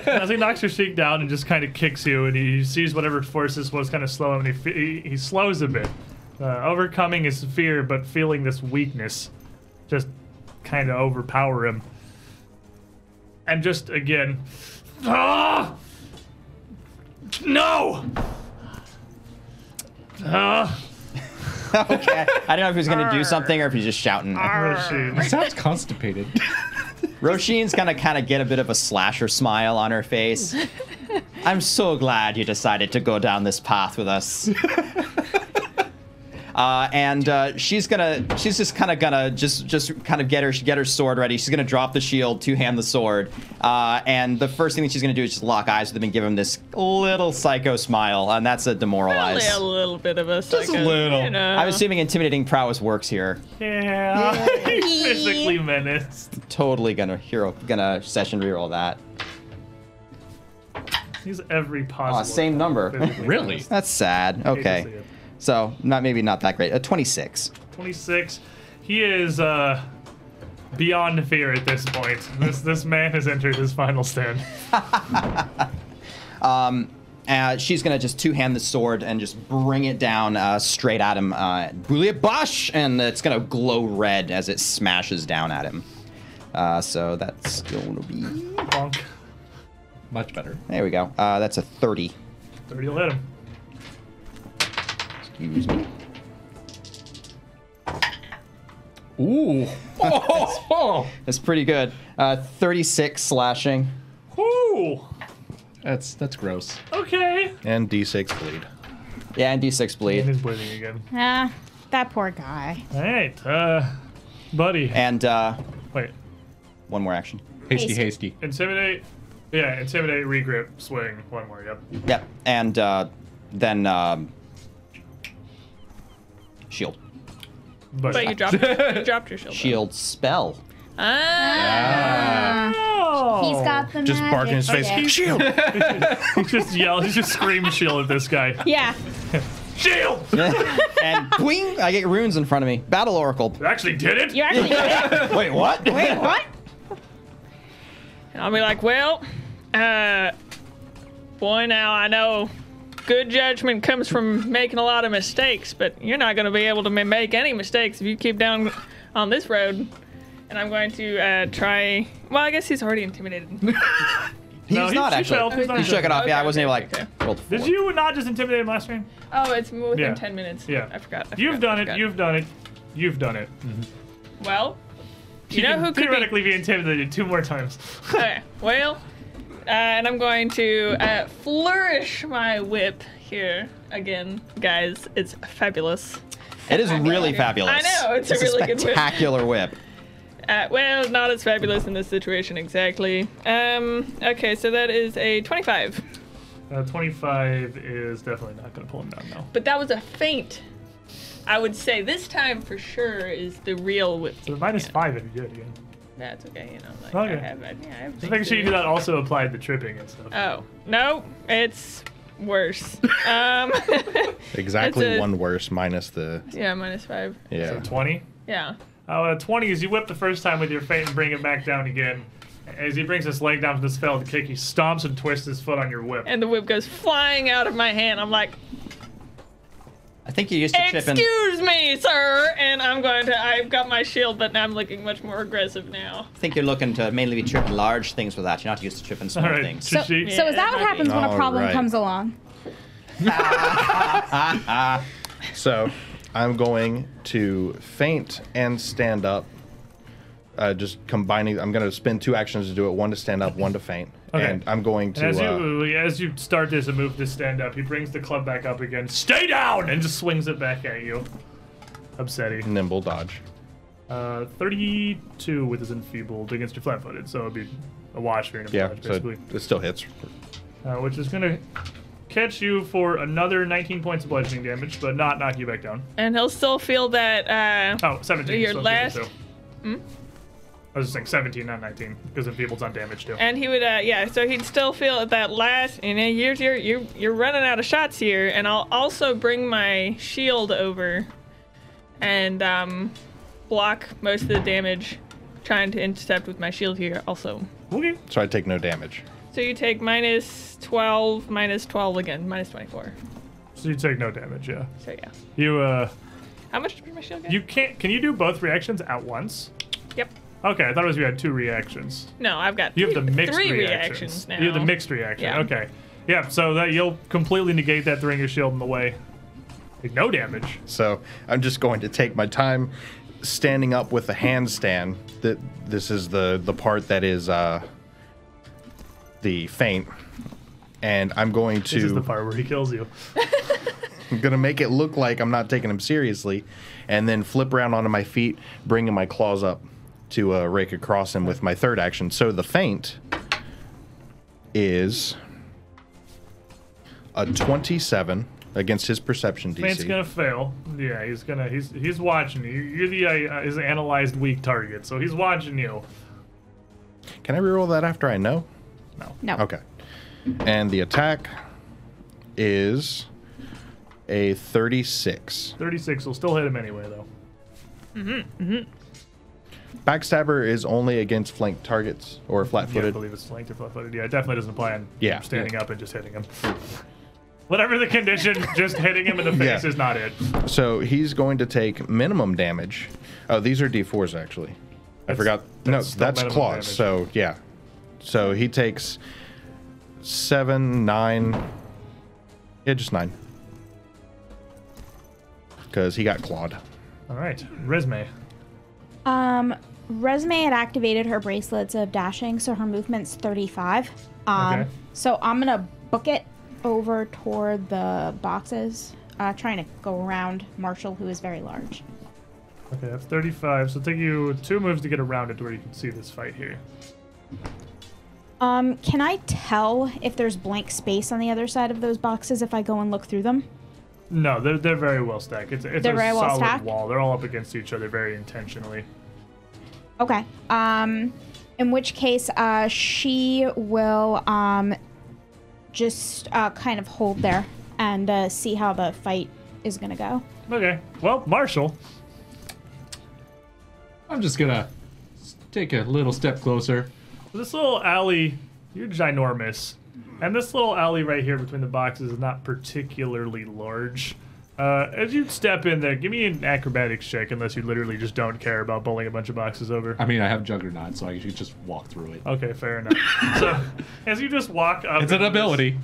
[SPEAKER 1] As he knocks your cheek down and just kind of kicks you, and he sees whatever force this was kind of slow him, and he, he, he slows a bit, uh, overcoming his fear, but feeling this weakness just kind of overpower him. And just again, ah! No! Ah!
[SPEAKER 5] okay. I don't know if he was gonna do something or if he's just shouting.
[SPEAKER 1] Roshi.
[SPEAKER 8] Sounds constipated.
[SPEAKER 5] Roshin's gonna kind of get a bit of a slasher smile on her face. I'm so glad you decided to go down this path with us. Uh, and uh, she's gonna, she's just kind of gonna just, just kind of get her, get her sword ready. She's gonna drop the shield, two hand the sword, uh, and the first thing that she's gonna do is just lock eyes with him and give him this little psycho smile, and that's a
[SPEAKER 6] Only
[SPEAKER 5] demoralize.
[SPEAKER 6] a little uh, bit of a just
[SPEAKER 8] little.
[SPEAKER 6] You know.
[SPEAKER 5] I'm assuming intimidating prowess works here.
[SPEAKER 1] Yeah. He's physically menaced.
[SPEAKER 5] Totally gonna hero, gonna session reroll that.
[SPEAKER 1] He's every possible.
[SPEAKER 5] Aw, Oh, same number.
[SPEAKER 1] physically
[SPEAKER 8] really?
[SPEAKER 1] menaced.
[SPEAKER 5] That's sad.
[SPEAKER 1] Hate to see
[SPEAKER 5] Okay.
[SPEAKER 1] it.
[SPEAKER 5] So not maybe not that great. A 26.
[SPEAKER 1] 26. He is uh, beyond fear at this point. This this man has entered his final stand.
[SPEAKER 5] Uh, she's gonna just two hand the sword and just bring it down uh, straight at him. Uh, Boulia Bosh! And it's gonna glow red as it smashes down at him. Uh, so that's gonna be.
[SPEAKER 1] Bonk.
[SPEAKER 8] Much better.
[SPEAKER 5] There we go. Uh, that's a 30.
[SPEAKER 1] 30 will hit him.
[SPEAKER 5] Excuse me.
[SPEAKER 8] Ooh. Oh, oh.
[SPEAKER 5] That's pretty good. Uh, 36 slashing.
[SPEAKER 1] Whoo!
[SPEAKER 8] That's that's gross.
[SPEAKER 1] Okay.
[SPEAKER 3] And D6 bleed.
[SPEAKER 5] Yeah, and d6
[SPEAKER 1] And
[SPEAKER 5] bleed.
[SPEAKER 1] he's bleeding again.
[SPEAKER 4] Ah, that poor guy.
[SPEAKER 1] All right. Uh, buddy.
[SPEAKER 5] And uh,
[SPEAKER 1] Wait.
[SPEAKER 5] one more action.
[SPEAKER 8] Hasty, hasty.
[SPEAKER 1] Intimidate. Yeah, intimidate, regrip, swing. One more, yep.
[SPEAKER 5] Yep. And uh, then um, shield.
[SPEAKER 1] Buddy.
[SPEAKER 6] But you dropped, you dropped your shield. though.
[SPEAKER 5] Shield spell.
[SPEAKER 6] Ah.
[SPEAKER 1] Oh.
[SPEAKER 4] He's got the
[SPEAKER 3] Just bark in his
[SPEAKER 4] magic.
[SPEAKER 3] face.
[SPEAKER 4] Okay.
[SPEAKER 3] Shield!
[SPEAKER 1] He's just yelling. He's just screaming shield at this guy.
[SPEAKER 4] Yeah.
[SPEAKER 1] Shield!
[SPEAKER 5] and boing, I get runes in front of me. Battle Oracle.
[SPEAKER 1] You actually did it?
[SPEAKER 4] You're actually
[SPEAKER 5] Wait, what? Wait,
[SPEAKER 4] what?
[SPEAKER 6] And I'll be like, well, uh, boy, now I know good judgment comes from making a lot of mistakes, but you're not going to be able to ma- make any mistakes if you keep down on this road. And I'm going to uh, try. Well, I guess he's already intimidated.
[SPEAKER 5] He's
[SPEAKER 1] No, he-
[SPEAKER 5] not
[SPEAKER 1] he
[SPEAKER 5] actually.
[SPEAKER 1] fell. He's not
[SPEAKER 5] he shook it
[SPEAKER 1] fell.
[SPEAKER 5] off. yeah, I
[SPEAKER 6] Okay,
[SPEAKER 5] wasn't able
[SPEAKER 6] okay,
[SPEAKER 5] like rolled four.
[SPEAKER 1] Did you not just intimidate him last round?
[SPEAKER 6] oh, it's within
[SPEAKER 1] Yeah.
[SPEAKER 6] 10 minutes.
[SPEAKER 1] Yeah.
[SPEAKER 6] I forgot. I
[SPEAKER 1] You've
[SPEAKER 6] forgot,
[SPEAKER 1] done
[SPEAKER 6] I
[SPEAKER 1] it.
[SPEAKER 6] forgot.
[SPEAKER 1] You've done it. You've done it.
[SPEAKER 6] Well, you know
[SPEAKER 1] can
[SPEAKER 6] who could be
[SPEAKER 1] theoretically be intimidated two more times.
[SPEAKER 6] Okay, well, uh, and I'm going to uh, flourish my whip here again, guys. It's fabulous.
[SPEAKER 5] It is really fabulous.
[SPEAKER 6] I know, it's a really good whip.
[SPEAKER 5] spectacular whip.
[SPEAKER 6] Uh, well, not as fabulous in this situation exactly. Um, okay, so that is a 25,
[SPEAKER 1] Uh, 25 is definitely not going to pull him down, though.
[SPEAKER 6] but that was a feint. I would say this time for sure is the real whip.
[SPEAKER 1] So minus 5 if you do it again.
[SPEAKER 6] That's okay, you know. Like
[SPEAKER 1] Okay.
[SPEAKER 6] I have, I, yeah, I have
[SPEAKER 1] Just making sure you do
[SPEAKER 6] things
[SPEAKER 1] that also applied the tripping and stuff.
[SPEAKER 6] Oh no, it's worse. um,
[SPEAKER 3] Exactly
[SPEAKER 6] That's a-
[SPEAKER 3] one worse minus the.
[SPEAKER 6] yeah, minus five.
[SPEAKER 1] So
[SPEAKER 3] Yeah.
[SPEAKER 1] 20?
[SPEAKER 6] Yeah.
[SPEAKER 1] Uh, 20 is you whip the first time with your feint and bring him back down again. As he brings his leg down from this fell to kick, he stomps and twists his foot on your whip.
[SPEAKER 6] and the whip goes flying out of my hand. I'm like,
[SPEAKER 5] I think you used to chip in.
[SPEAKER 6] "Excuse me, sir!" And I'm going to. I've got my shield, but now I'm looking much more aggressive now.
[SPEAKER 5] I think you're looking to mainly be chipping large things with that. You're not used to chipping small
[SPEAKER 1] All right,
[SPEAKER 5] things.
[SPEAKER 4] So, so
[SPEAKER 1] Trishi.
[SPEAKER 4] is that what happens when a
[SPEAKER 3] All
[SPEAKER 4] problem
[SPEAKER 3] right.
[SPEAKER 4] comes along?
[SPEAKER 3] So I'm going to faint and stand up. Uh, just combining, I'm going to spend two actions to do it one to stand up, one to faint.
[SPEAKER 1] Okay.
[SPEAKER 3] And I'm going to.
[SPEAKER 1] as
[SPEAKER 3] uh,
[SPEAKER 1] you as you start this and move to stand up, he brings the club back up again. Stay down, and just swings it back at you. Upsetting.
[SPEAKER 3] nimble dodge.
[SPEAKER 1] Uh, 32 with his enfeebled against your flat-footed, so it'd be a wash for your nimble
[SPEAKER 3] Yeah,
[SPEAKER 1] dodge,
[SPEAKER 3] so
[SPEAKER 1] basically.
[SPEAKER 3] it still hits.
[SPEAKER 1] Uh, which is gonna catch you for another 19 points of bludgeoning damage, but not knock you back down.
[SPEAKER 6] And he'll still feel that. Uh,
[SPEAKER 1] Oh, 17.
[SPEAKER 6] Your
[SPEAKER 1] so it's
[SPEAKER 6] last- Hmm?
[SPEAKER 1] 22. I was just saying 17, not 19, because enfeebled's on damage too.
[SPEAKER 6] And he would. Uh, yeah. So he'd still feel at that last. You know, you're you're you're you're running out of shots here. And I'll also bring my shield over, and um, block most of the damage, trying to intercept with my shield here also.
[SPEAKER 1] Okay.
[SPEAKER 3] So I take no damage.
[SPEAKER 6] So you take minus 12, minus 12 again, minus 24.
[SPEAKER 1] So you take no damage, yeah.
[SPEAKER 6] So yeah.
[SPEAKER 1] You uh,
[SPEAKER 6] How much did my shield get?
[SPEAKER 1] you can't. Can you do both reactions at once?
[SPEAKER 6] Yep.
[SPEAKER 1] Okay, I thought it was you had two reactions.
[SPEAKER 6] No, I've got
[SPEAKER 1] You have
[SPEAKER 6] three,
[SPEAKER 1] the mixed
[SPEAKER 6] three
[SPEAKER 1] reactions.
[SPEAKER 6] reactions. now.
[SPEAKER 1] You have the mixed reaction.
[SPEAKER 6] Yeah.
[SPEAKER 1] Okay. Yeah. So that you'll completely negate that throwing your shield in the way. Take no damage.
[SPEAKER 3] So I'm just going to take my time standing up with a handstand. That this is the the part that is uh the feint. And I'm going
[SPEAKER 1] This is the
[SPEAKER 3] to
[SPEAKER 1] part where he kills you.
[SPEAKER 3] I'm gonna make it look like I'm not taking him seriously, and then flip around onto my feet, bringing my claws up to uh, rake across him with my third action. So the feint is a 27 against his perception DC.
[SPEAKER 1] Faint's gonna fail. Yeah, he's gonna. He's he's watching you. You're the uh, his analyzed weak target, so he's watching you.
[SPEAKER 3] Can I reroll that after I know?
[SPEAKER 4] No.
[SPEAKER 3] Okay. And the attack is a 36.
[SPEAKER 1] 36 will still hit him anyway, though.
[SPEAKER 3] Backstabber is only against flank targets or
[SPEAKER 1] Yeah,
[SPEAKER 3] flat
[SPEAKER 1] I
[SPEAKER 3] footed.
[SPEAKER 1] believe it's flanked or flat-footed. Yeah, it definitely doesn't apply on
[SPEAKER 3] Yeah.
[SPEAKER 1] standing up and just hitting him. Whatever the condition, just hitting him in the face
[SPEAKER 3] Yeah.
[SPEAKER 1] is not it.
[SPEAKER 3] so he's going to take minimum damage. Oh, these are d4s actually. I
[SPEAKER 1] That's-
[SPEAKER 3] forgot.
[SPEAKER 1] that's still
[SPEAKER 3] no, that's
[SPEAKER 1] minimum
[SPEAKER 3] claws.
[SPEAKER 1] damage.
[SPEAKER 3] So yeah. So he takes seven, nine. Yeah, just nine. Because he got clawed.
[SPEAKER 1] All right, Resme.
[SPEAKER 4] Um, Resume had activated her bracelets of dashing, so her movement's 35. Um,
[SPEAKER 1] Okay.
[SPEAKER 4] So I'm gonna book it over toward the boxes, uh, trying to go around Marshall, who is very large.
[SPEAKER 1] Okay, that's 35. So it'll take you two moves to get around it to where you can see this fight here.
[SPEAKER 4] Um, can I tell if there's blank space on the other side of those boxes if I go and look through them?
[SPEAKER 1] No, they're, they're very well stacked. It's, it's
[SPEAKER 4] They're
[SPEAKER 1] a
[SPEAKER 4] very well
[SPEAKER 1] solid
[SPEAKER 4] stacked?
[SPEAKER 1] wall. They're all up against each other very intentionally.
[SPEAKER 4] Okay. Um, in which case, uh, she will um, just uh, kind of hold there and uh, see how the fight is gonna go.
[SPEAKER 1] Okay. Well, Marshall.
[SPEAKER 8] I'm just gonna s- take a little step closer.
[SPEAKER 1] This little alley, you're ginormous. And this little alley right here between the boxes is not particularly large. Uh, as you step in there, give me an acrobatics check unless you literally just don't care about bowling a bunch of boxes over.
[SPEAKER 8] I mean, I have Juggernaut, so I could just walk through it.
[SPEAKER 1] Okay, fair enough. so, as you just walk up,
[SPEAKER 8] It's an
[SPEAKER 1] into this-
[SPEAKER 8] ability.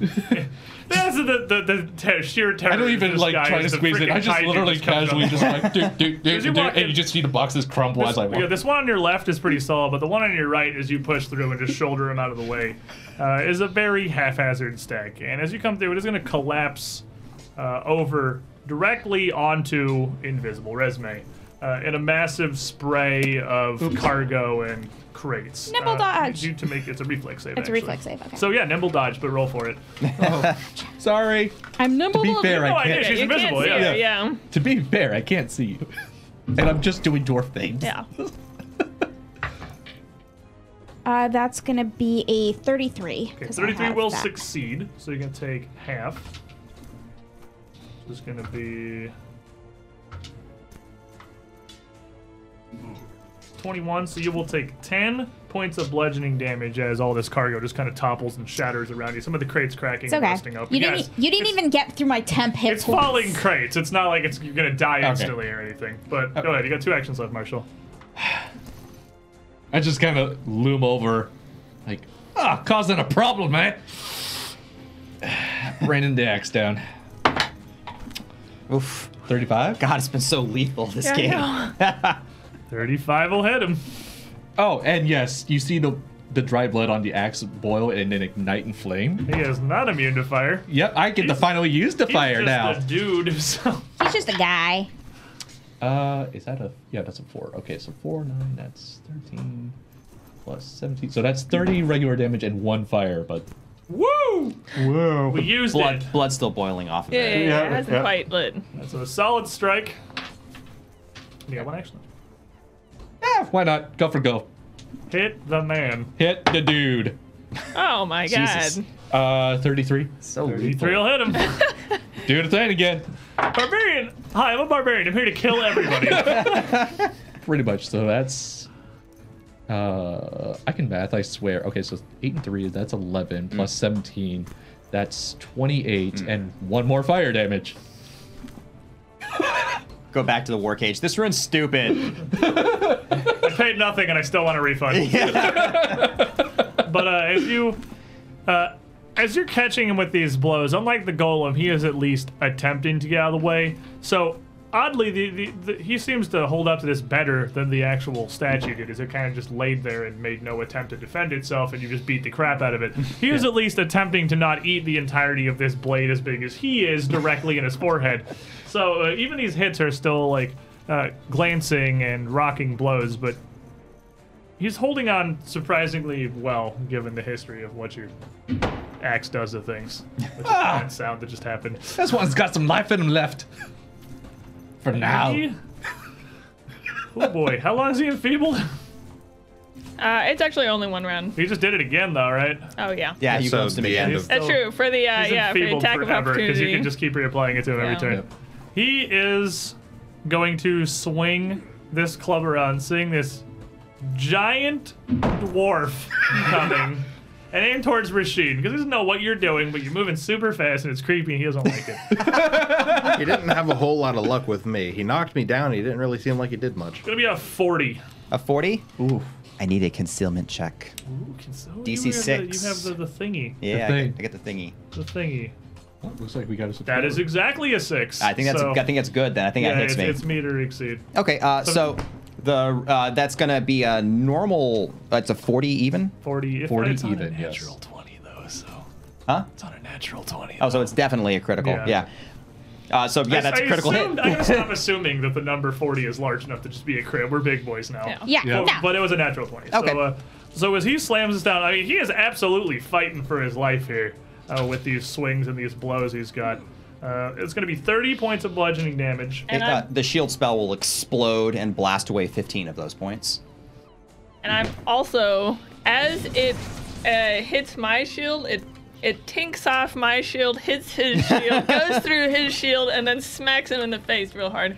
[SPEAKER 1] That's the the, the ter- sheer terror.
[SPEAKER 8] I don't even like try to squeeze it. I just literally casually just like do do do
[SPEAKER 1] As you
[SPEAKER 8] do,
[SPEAKER 1] walk
[SPEAKER 8] and
[SPEAKER 1] in-
[SPEAKER 8] you just see the boxes crumble as I walk.
[SPEAKER 1] yeah, this one on your left is pretty solid, but the one on your right, as you push through and just shoulder him out of the way, uh, is a very haphazard stack. And as you come through, it is going to collapse uh, over directly onto invisible resume uh, in a massive spray of cargo and crates.
[SPEAKER 4] Nimble
[SPEAKER 1] uh,
[SPEAKER 4] dodge.
[SPEAKER 1] Due to make it's a reflex save.
[SPEAKER 4] It's a
[SPEAKER 1] actually.
[SPEAKER 4] reflex save, okay.
[SPEAKER 1] So yeah, nimble dodge, but roll for it.
[SPEAKER 8] Sorry.
[SPEAKER 9] I'm nimble.
[SPEAKER 8] To be fair,
[SPEAKER 1] No
[SPEAKER 8] I
[SPEAKER 1] idea.
[SPEAKER 8] can't.
[SPEAKER 1] Oh, She's
[SPEAKER 6] You can't
[SPEAKER 1] invisible.
[SPEAKER 6] see
[SPEAKER 1] Yeah.
[SPEAKER 6] her, yeah.
[SPEAKER 8] To be fair, I can't see you, and I'm just doing dwarf things.
[SPEAKER 6] Yeah.
[SPEAKER 4] Uh, that's gonna be a 33.
[SPEAKER 1] Okay,
[SPEAKER 4] 'cause I
[SPEAKER 1] 33
[SPEAKER 4] have
[SPEAKER 1] will
[SPEAKER 4] that.
[SPEAKER 1] succeed, so you can take half. So it's going to be. 21, so you will take 10 points of bludgeoning damage as all this cargo just kind of topples and shatters around you. Some of the crates cracking
[SPEAKER 4] It's
[SPEAKER 1] and
[SPEAKER 4] okay.
[SPEAKER 1] busting up.
[SPEAKER 4] You
[SPEAKER 1] Yes,
[SPEAKER 4] didn't. e-, You didn't even get through my temp hit
[SPEAKER 1] It's
[SPEAKER 4] points.
[SPEAKER 1] falling crates. It's not like it's you're going to die instantly or anything. But go ahead. You got two actions left, Marshall.
[SPEAKER 8] I just kind of loom over, like ah, causing a problem, man. Raining the axe down.
[SPEAKER 5] Oof.
[SPEAKER 8] Thirty-five.
[SPEAKER 5] God, it's been so lethal this
[SPEAKER 6] Yeah, I
[SPEAKER 5] game.
[SPEAKER 6] know.
[SPEAKER 1] 35 will hit him.
[SPEAKER 8] Oh, and yes, you see the the dry blood on the axe boil and then ignite in flame.
[SPEAKER 1] He is not immune to fire.
[SPEAKER 8] Yep, I get to
[SPEAKER 1] He's-
[SPEAKER 8] finally use the fire
[SPEAKER 1] He's
[SPEAKER 8] now.
[SPEAKER 1] just a dude, so.
[SPEAKER 4] He's just a guy.
[SPEAKER 8] Uh, is that a yeah? That's a four. Okay, so four nine. That's thirteen plus seventeen. So that's thirty regular damage and one fire. But
[SPEAKER 1] Woo!
[SPEAKER 8] whoa,
[SPEAKER 1] We used
[SPEAKER 5] Blood,
[SPEAKER 1] it.
[SPEAKER 5] blood's still boiling off of
[SPEAKER 6] Yeah,
[SPEAKER 5] it.
[SPEAKER 6] yeah, yeah.
[SPEAKER 8] Yeah,
[SPEAKER 6] It hasn't
[SPEAKER 8] yeah.
[SPEAKER 6] quite lit.
[SPEAKER 1] That's a solid strike. Yeah, one action.
[SPEAKER 8] yeah, eh, why not? Go for go.
[SPEAKER 1] Hit the man.
[SPEAKER 8] Hit the dude.
[SPEAKER 6] Oh my god.
[SPEAKER 8] Jesus. Uh, thirty-three.
[SPEAKER 5] So
[SPEAKER 1] Three will hit him.
[SPEAKER 8] Do the thing again.
[SPEAKER 1] barbarian! Hi, I'm a barbarian. I'm here to kill everybody.
[SPEAKER 8] Pretty much. So that's. Uh, I can math. I swear. Okay, so eight and three. That's eleven
[SPEAKER 2] Mm.
[SPEAKER 8] plus seventeen. That's twenty-eight and one more fire damage.
[SPEAKER 5] Go back to the war cage. This rune's stupid.
[SPEAKER 1] I paid nothing and I still want a refund. But uh, as you. Uh, as you're catching him with these blows, unlike the golem, he is at least attempting to get out of the way. So, oddly, the, the, the, he seems to hold up to this better than the actual statue did, as it kind of just laid there and made no attempt to defend itself, and you just beat the crap out of it. He is at least attempting to not eat the entirety of this blade as big as he is directly in his forehead. So, uh, even these hits are still, like, uh, glancing and rocking blows, but he's holding on surprisingly well given the history of what your axe does to things. Which is that sound that just happened.
[SPEAKER 2] This one's got some life in him left. For now.
[SPEAKER 1] He- Oh boy, how long is he enfeebled?
[SPEAKER 6] Uh, it's actually only one round.
[SPEAKER 1] He just did it again though, right?
[SPEAKER 6] Oh yeah.
[SPEAKER 5] Yeah, you
[SPEAKER 3] So
[SPEAKER 5] glimpsed him
[SPEAKER 3] the
[SPEAKER 5] again.
[SPEAKER 3] end of-
[SPEAKER 6] That's
[SPEAKER 1] So
[SPEAKER 6] true for the uh,
[SPEAKER 1] He's
[SPEAKER 6] yeah for the
[SPEAKER 1] enfeebled
[SPEAKER 6] attack of
[SPEAKER 1] forever because
[SPEAKER 6] opportunity.
[SPEAKER 1] you can just keep reapplying it to him every
[SPEAKER 6] Yeah.
[SPEAKER 1] turn. He is going to swing this club around, seeing this giant dwarf coming. And aim towards Rashid because he doesn't know what you're doing, but you're moving super fast and it's creepy and he doesn't like it.
[SPEAKER 3] He didn't have a whole lot of luck with me. He knocked me down. He didn't really seem like he did much.
[SPEAKER 1] Gonna be a 40.
[SPEAKER 5] A 40? Ooh. I need a concealment check.
[SPEAKER 1] Ooh, can so
[SPEAKER 5] DC
[SPEAKER 1] you Have the,
[SPEAKER 5] six.
[SPEAKER 1] you have the, the thingy.
[SPEAKER 5] Yeah,
[SPEAKER 8] The
[SPEAKER 5] I
[SPEAKER 8] thing.
[SPEAKER 5] get, I get the thingy.
[SPEAKER 1] The thingy.
[SPEAKER 8] looks like we got a
[SPEAKER 1] That is exactly a six.
[SPEAKER 5] I think that's
[SPEAKER 1] so,
[SPEAKER 5] I think that's good then. I think
[SPEAKER 1] yeah,
[SPEAKER 5] that hits
[SPEAKER 1] it's,
[SPEAKER 5] me.
[SPEAKER 1] it's meter exceed.
[SPEAKER 5] Okay, uh, so the uh, that's gonna be a normal. That's a forty even,
[SPEAKER 1] 40. If
[SPEAKER 8] 40
[SPEAKER 1] it's on a
[SPEAKER 8] even, yes.
[SPEAKER 1] natural 20, though, so.
[SPEAKER 5] huh?
[SPEAKER 1] It's on a natural 20.
[SPEAKER 5] Oh, so it's definitely a critical.
[SPEAKER 1] Yeah.
[SPEAKER 5] Yeah. Uh, so yeah,
[SPEAKER 1] I-
[SPEAKER 5] that's
[SPEAKER 1] I
[SPEAKER 5] a critical
[SPEAKER 1] assumed, I gotta
[SPEAKER 5] hit. Uh,
[SPEAKER 1] stop assuming that the number 40 is large enough to just be a crit. We're big boys now.
[SPEAKER 6] Yeah.
[SPEAKER 4] Yeah.
[SPEAKER 8] Yeah.
[SPEAKER 1] But,
[SPEAKER 4] No.
[SPEAKER 1] but it was a natural 20.
[SPEAKER 5] Okay.
[SPEAKER 1] So, uh, so as he slams this down, I mean, he is absolutely fighting for his life here uh, with these swings and these blows he's got. Uh, it's gonna be 30 points of bludgeoning damage.
[SPEAKER 5] It,
[SPEAKER 6] And
[SPEAKER 5] uh,
[SPEAKER 6] I'm-
[SPEAKER 5] the shield spell will explode and blast away fifteen of those points.
[SPEAKER 6] and I'm also as it uh, hits my shield, it it tinks off my shield, hits his shield, goes through his shield, and then smacks him in the face real hard.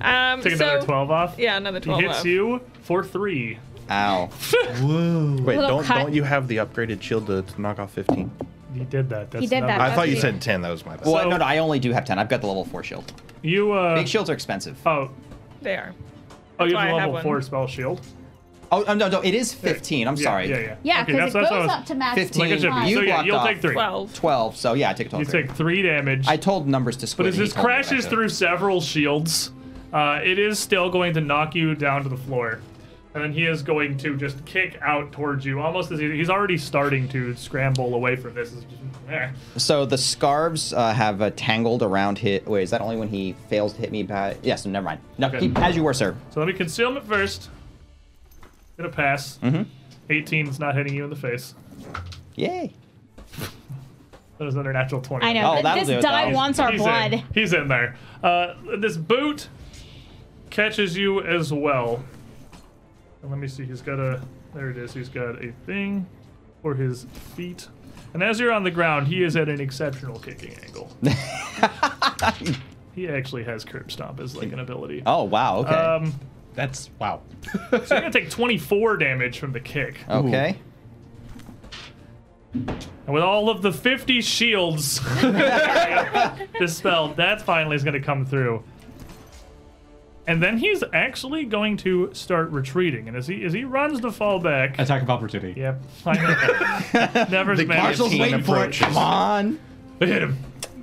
[SPEAKER 6] Um,
[SPEAKER 1] Take
[SPEAKER 6] so,
[SPEAKER 1] another 12 off.
[SPEAKER 6] Yeah, another
[SPEAKER 1] He
[SPEAKER 6] twelve.
[SPEAKER 1] hits
[SPEAKER 6] off.
[SPEAKER 1] you for three.
[SPEAKER 5] Ow.
[SPEAKER 3] Wait,
[SPEAKER 4] Little
[SPEAKER 3] don't
[SPEAKER 4] cut.
[SPEAKER 3] don't you have the upgraded shield to, to knock off 15?
[SPEAKER 1] He did that. That's
[SPEAKER 4] He did
[SPEAKER 1] another-
[SPEAKER 4] that.
[SPEAKER 3] I thought you
[SPEAKER 4] Upgrade.
[SPEAKER 3] said 10. That was my bad.
[SPEAKER 5] Well, no, no, I only do have 10. I've got the level 4 shield.
[SPEAKER 1] You, uh.
[SPEAKER 5] Big shields are expensive.
[SPEAKER 1] Oh,
[SPEAKER 6] They are.
[SPEAKER 1] oh you
[SPEAKER 6] why I
[SPEAKER 1] have a
[SPEAKER 6] have
[SPEAKER 1] level
[SPEAKER 6] one.
[SPEAKER 1] 4 spell shield.
[SPEAKER 5] Oh, um, no, no, it is 15. I'm
[SPEAKER 1] Yeah,
[SPEAKER 5] sorry.
[SPEAKER 1] Yeah, yeah.
[SPEAKER 9] Yeah,
[SPEAKER 1] Okay,
[SPEAKER 9] because it
[SPEAKER 1] that's- that's what I
[SPEAKER 9] goes
[SPEAKER 1] was-
[SPEAKER 9] up to max.
[SPEAKER 5] Fifteen.
[SPEAKER 1] Like it should be.
[SPEAKER 5] You
[SPEAKER 1] So, yeah,
[SPEAKER 5] blocked
[SPEAKER 1] you'll
[SPEAKER 5] off
[SPEAKER 1] take three.
[SPEAKER 6] 12.
[SPEAKER 5] 12, so yeah, I take a 12.
[SPEAKER 1] You take three damage.
[SPEAKER 5] I told numbers to
[SPEAKER 1] But
[SPEAKER 5] squid.
[SPEAKER 1] as
[SPEAKER 5] and he
[SPEAKER 1] this
[SPEAKER 5] told me what I
[SPEAKER 1] crashes
[SPEAKER 5] did.
[SPEAKER 1] through several shields, uh, it is still going to knock you down to the floor. And then he is going to just kick out towards you, almost as he, he's already starting to scramble away from this. It's just, eh.
[SPEAKER 5] So the scarves uh, have uh, tangled around hit. Wait, is that only when he fails to hit me? By... Yes, never mind. No,
[SPEAKER 1] Okay.
[SPEAKER 5] keep as you were, sir.
[SPEAKER 1] So let me conceal it first. Gonna pass.
[SPEAKER 5] Mm-hmm.
[SPEAKER 1] 18 is not hitting you in the face.
[SPEAKER 5] Yay.
[SPEAKER 1] That is another natural 20.
[SPEAKER 4] I know.
[SPEAKER 5] Oh,
[SPEAKER 4] but
[SPEAKER 5] that'll do
[SPEAKER 4] this
[SPEAKER 5] it,
[SPEAKER 4] die
[SPEAKER 5] though.
[SPEAKER 4] wants our
[SPEAKER 1] he's
[SPEAKER 4] blood.
[SPEAKER 1] In, he's in there. Uh, this boot catches you as well. And let me see. He's got a. There it is. He's got a thing for his feet. And as you're on the ground, he is at an exceptional kicking angle. he actually has curb stomp as like an ability.
[SPEAKER 5] Oh, wow. Okay.
[SPEAKER 1] Um,
[SPEAKER 2] That's wow.
[SPEAKER 1] so you're gonna take 24 damage from the kick.
[SPEAKER 5] okay.
[SPEAKER 1] And with all of the 50 shields dispelled, that finally is going to come through. And then he's actually going to start retreating. And as he as he runs to fall back,
[SPEAKER 8] Attack of opportunity.
[SPEAKER 1] yep, I know. never's
[SPEAKER 3] The
[SPEAKER 1] been.
[SPEAKER 3] Marshall's waiting for it.
[SPEAKER 5] Come on.
[SPEAKER 1] I hit him.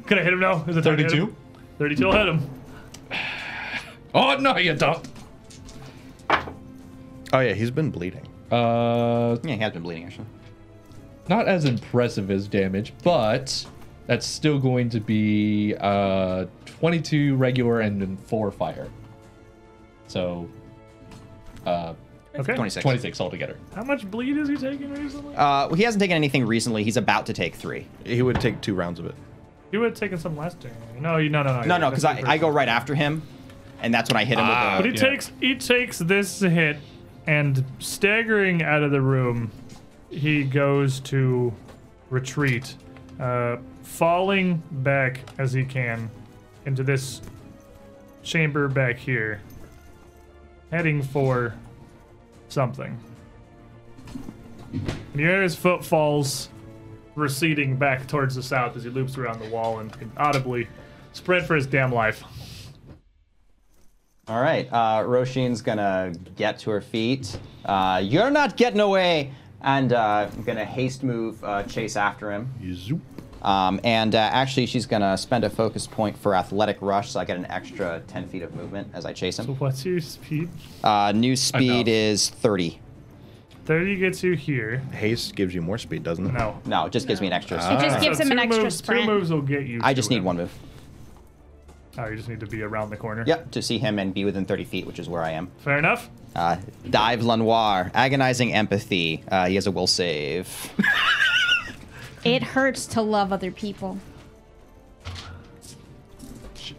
[SPEAKER 1] Can I hit him now? Is it time to hit him?
[SPEAKER 8] 32?
[SPEAKER 1] 32 will hit him.
[SPEAKER 2] Oh no, you don't.
[SPEAKER 3] Oh, yeah, he's been bleeding.
[SPEAKER 8] Uh,
[SPEAKER 5] Yeah, he has been bleeding, actually.
[SPEAKER 8] not as impressive as damage, but that's still going to be uh 22 regular and then four fire. So uh
[SPEAKER 1] Okay.
[SPEAKER 5] 26.
[SPEAKER 8] 26 altogether.
[SPEAKER 1] How much bleed is he taking recently?
[SPEAKER 5] Uh, he hasn't taken anything recently. He's about to take three.
[SPEAKER 3] He would take two rounds of it.
[SPEAKER 1] you had taken some last turn. No, you no no no.
[SPEAKER 5] No,
[SPEAKER 1] you-
[SPEAKER 5] no, because I,
[SPEAKER 1] that's Ah. the
[SPEAKER 5] I go
[SPEAKER 1] first.
[SPEAKER 5] right after him, and that's when I hit him
[SPEAKER 1] But
[SPEAKER 5] with
[SPEAKER 1] he
[SPEAKER 5] the.
[SPEAKER 1] takes he takes this hit and staggering out of the room, he goes to retreat, uh, falling back as he can into this chamber back here, heading for something. And you hear his footfalls receding back towards the south as he loops around the wall and can audibly spread for his damn life.
[SPEAKER 5] All right. Uh, Roshin's gonna get to her feet. Uh, you're not getting away, and uh, I'm gonna haste move, uh, chase after him.
[SPEAKER 3] Zoop.
[SPEAKER 5] Um, and uh, actually, she's gonna spend a focus point for athletic rush, so I get an extra 10 feet of movement as I chase him.
[SPEAKER 1] What's your speed?
[SPEAKER 5] Uh, new
[SPEAKER 8] Enough.
[SPEAKER 5] speed is 30.
[SPEAKER 1] 30 gets you here.
[SPEAKER 3] Haste gives you more speed, doesn't it?
[SPEAKER 1] No.
[SPEAKER 5] No, it just gives me an extra.
[SPEAKER 4] It just gives
[SPEAKER 1] So
[SPEAKER 4] him an
[SPEAKER 1] two
[SPEAKER 4] extra
[SPEAKER 1] moves,
[SPEAKER 4] sprint.
[SPEAKER 1] Two moves will get you.
[SPEAKER 5] I
[SPEAKER 1] to
[SPEAKER 5] just need
[SPEAKER 1] him.
[SPEAKER 5] one move.
[SPEAKER 1] Oh, you just need to be around the corner.
[SPEAKER 5] Yep, to see him and be within 30 feet, which is where I am.
[SPEAKER 1] Fair enough.
[SPEAKER 5] Uh, dive Lenoir, agonizing empathy. Uh, he has a will save.
[SPEAKER 4] It hurts to love other people.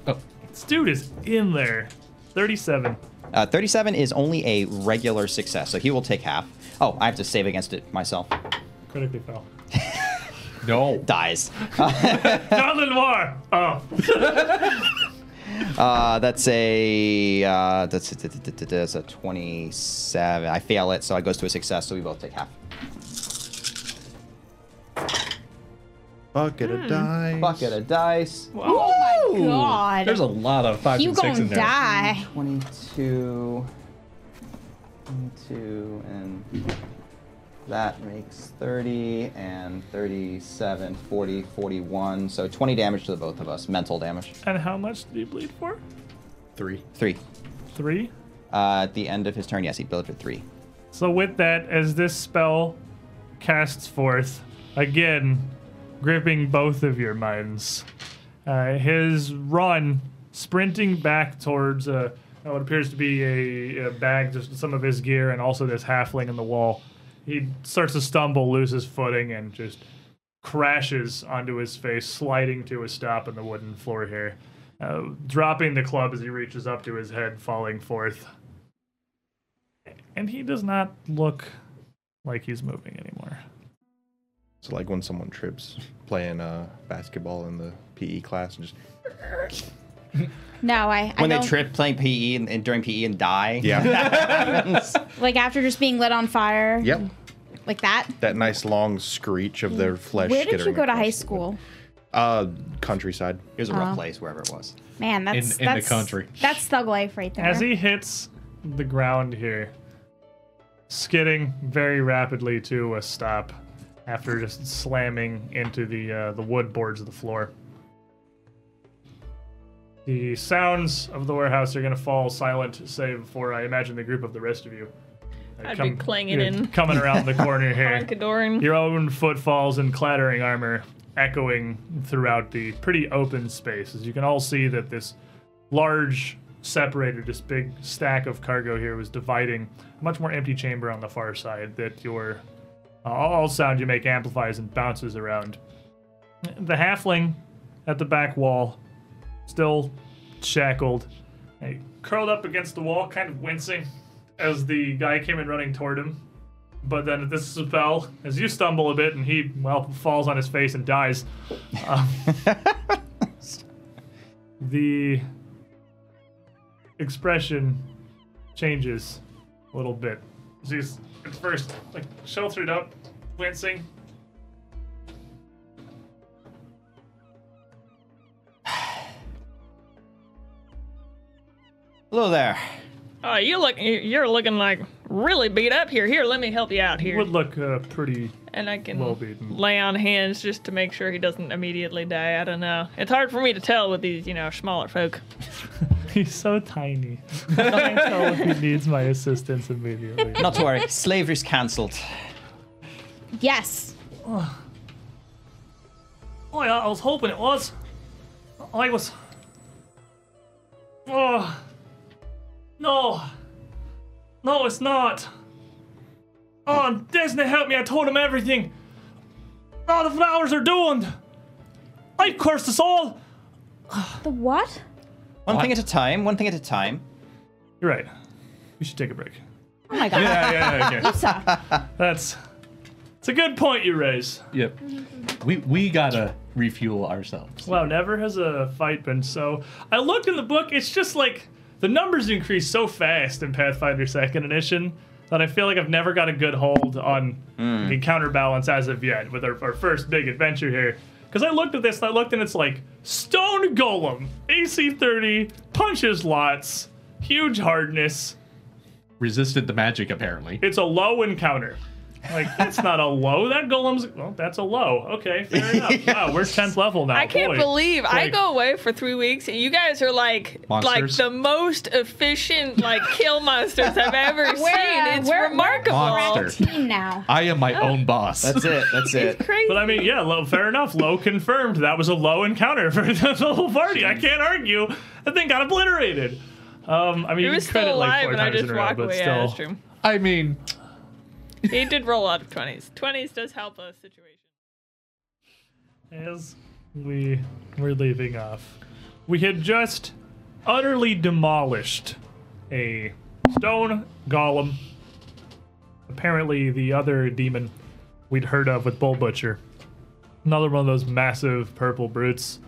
[SPEAKER 8] Oh,
[SPEAKER 1] This dude is in there. 37.
[SPEAKER 5] Uh, 37 is only a regular success, so he will take half. Oh, I have to save against it myself.
[SPEAKER 1] Critically fell.
[SPEAKER 8] no.
[SPEAKER 5] Dies.
[SPEAKER 1] John Lenoir! Oh.
[SPEAKER 5] Uh, that's a uh, that's, that's, that's- that's a 27. I fail it, so it goes to a success, so we both take half.
[SPEAKER 3] Bucket
[SPEAKER 4] Hmm.
[SPEAKER 3] of dice.
[SPEAKER 5] Bucket of dice.
[SPEAKER 4] Oh my god.
[SPEAKER 8] There's a lot of five
[SPEAKER 4] you
[SPEAKER 8] and six
[SPEAKER 4] gonna
[SPEAKER 8] in there.
[SPEAKER 4] die.
[SPEAKER 5] 22, 22, and that makes 30, and 37, 40, 41. So 20 damage to the both of us, mental damage.
[SPEAKER 1] And how much did he bleed for?
[SPEAKER 3] Three.
[SPEAKER 5] Three.
[SPEAKER 1] Three.
[SPEAKER 5] Uh, at the end of his turn, yes, he built for three.
[SPEAKER 1] So, with that, as this spell casts forth, again, gripping both of your minds, uh, his run, sprinting back towards uh, what appears to be a, a bag, just some of his gear, and also this halfling in the wall, he starts to stumble, loses footing, and just crashes onto his face, sliding to a stop on the wooden floor here. Uh, dropping the club as he reaches up to his head, falling forth and he does not look like he's moving anymore.
[SPEAKER 3] It's like when someone trips playing uh, basketball in the PE class and just
[SPEAKER 4] No, I. I
[SPEAKER 5] When they
[SPEAKER 4] don't-
[SPEAKER 5] trip playing PE and, and during PE and die.
[SPEAKER 3] yeah,
[SPEAKER 4] like after just being lit on fire,
[SPEAKER 3] yep.
[SPEAKER 4] like that.
[SPEAKER 3] That nice long screech of their flesh.
[SPEAKER 4] Where did you
[SPEAKER 3] skittering
[SPEAKER 4] go to
[SPEAKER 3] across
[SPEAKER 4] high
[SPEAKER 3] the-
[SPEAKER 4] school?
[SPEAKER 3] Uh, countryside.
[SPEAKER 5] It was a rough
[SPEAKER 4] Oh.
[SPEAKER 5] place, wherever it was.
[SPEAKER 4] Man, that's
[SPEAKER 8] in the
[SPEAKER 4] that's,
[SPEAKER 8] country.
[SPEAKER 4] That's thug life right there.
[SPEAKER 1] As he hits the ground here, skidding very rapidly to a stop after just slamming into the uh, the wood boards of the floor. The sounds of the warehouse are going to fall silent, save for I imagine the group of the rest of you. Uh,
[SPEAKER 6] I'd be clanging
[SPEAKER 1] you're
[SPEAKER 6] in.
[SPEAKER 1] coming around the corner here.
[SPEAKER 6] Condoran.
[SPEAKER 1] Your own footfalls and clattering armor echoing throughout the pretty open space. As you can all see that this large separator, this big stack of cargo here, was dividing a much more empty chamber on the far side that your uh, all sound you make amplifies and bounces around. The halfling at the back wall, still shackled, eh, curled up against the wall, kind of wincing as the guy came in running toward him. But then this is a spell, as you stumble a bit and he, well, falls on his face and dies. Um, the expression changes a little bit. He's at first like sheltered up, wincing.
[SPEAKER 5] Hello there.
[SPEAKER 6] Oh, you look, you're looking like really beat up here. Here, let me help you out
[SPEAKER 1] He
[SPEAKER 6] here.
[SPEAKER 1] would look uh, pretty.
[SPEAKER 6] and I can
[SPEAKER 1] well beaten.
[SPEAKER 6] lay on hands just to make sure he doesn't immediately die. I don't know. It's hard for me to tell with these, you know, smaller folk.
[SPEAKER 1] Oh, He's so tiny. I tell if he needs my assistance immediately.
[SPEAKER 5] Not to worry, slavery's cancelled.
[SPEAKER 4] yes.
[SPEAKER 1] Oh, yeah, I was hoping it was. I was. Oh. No. No, it's not. Oh, and Disney helped me. I told him everything. Oh, the flowers are doomed. I cursed us all.
[SPEAKER 4] The what?
[SPEAKER 5] One thing at a time, one thing at a time.
[SPEAKER 1] You're right. We should take a break.
[SPEAKER 4] Oh my god.
[SPEAKER 1] Yeah, yeah, okay.
[SPEAKER 4] So,
[SPEAKER 1] That's. It's a good point you raise.
[SPEAKER 8] Yep. We we gotta refuel ourselves.
[SPEAKER 1] Wow, never has a fight been so. I looked in the book, it's just like the numbers increase so fast in Pathfinder Second Edition that I feel like I've never got a good hold on the counterbalance as of yet with our, our first big adventure here. Because I looked at this and I looked and it's like Stone Golem, AC 30, punches lots, huge hardness.
[SPEAKER 8] Resisted the magic apparently.
[SPEAKER 1] It's a low encounter. Like, that's not a low. That golem's, well, that's a low. Okay, fair enough. Wow, we're 10th level now.
[SPEAKER 6] I can't
[SPEAKER 1] Boy.
[SPEAKER 6] believe I
[SPEAKER 1] Like-
[SPEAKER 6] go away for three weeks and you guys are like like
[SPEAKER 8] Monsters?
[SPEAKER 6] the most efficient like kill monsters I've ever seen.
[SPEAKER 4] uh,
[SPEAKER 6] It's
[SPEAKER 4] we're- we're
[SPEAKER 6] remarkable.
[SPEAKER 8] Monster.
[SPEAKER 4] team now.
[SPEAKER 2] Uh,
[SPEAKER 8] I am my own boss.
[SPEAKER 5] That's it, that's it.
[SPEAKER 6] Crazy.
[SPEAKER 1] But I mean, yeah, low, fair enough. Low confirmed. That was a low encounter for the whole party. I can't argue. That thing got obliterated. Um, I mean,
[SPEAKER 6] he
[SPEAKER 1] you
[SPEAKER 6] was
[SPEAKER 1] can credit
[SPEAKER 6] still
[SPEAKER 1] like
[SPEAKER 6] alive
[SPEAKER 1] four
[SPEAKER 6] and I
[SPEAKER 1] times in
[SPEAKER 6] just
[SPEAKER 1] a row,
[SPEAKER 6] walked
[SPEAKER 1] but
[SPEAKER 6] away. Yeah, that's
[SPEAKER 1] still.
[SPEAKER 6] true.
[SPEAKER 8] I mean,
[SPEAKER 6] He did roll out of twenties. Twenties does help a situation.
[SPEAKER 1] As we were leaving off, we had just utterly demolished a stone golem. Apparently, the other demon we'd heard of with Bull Butcher. Another one of those massive purple brutes.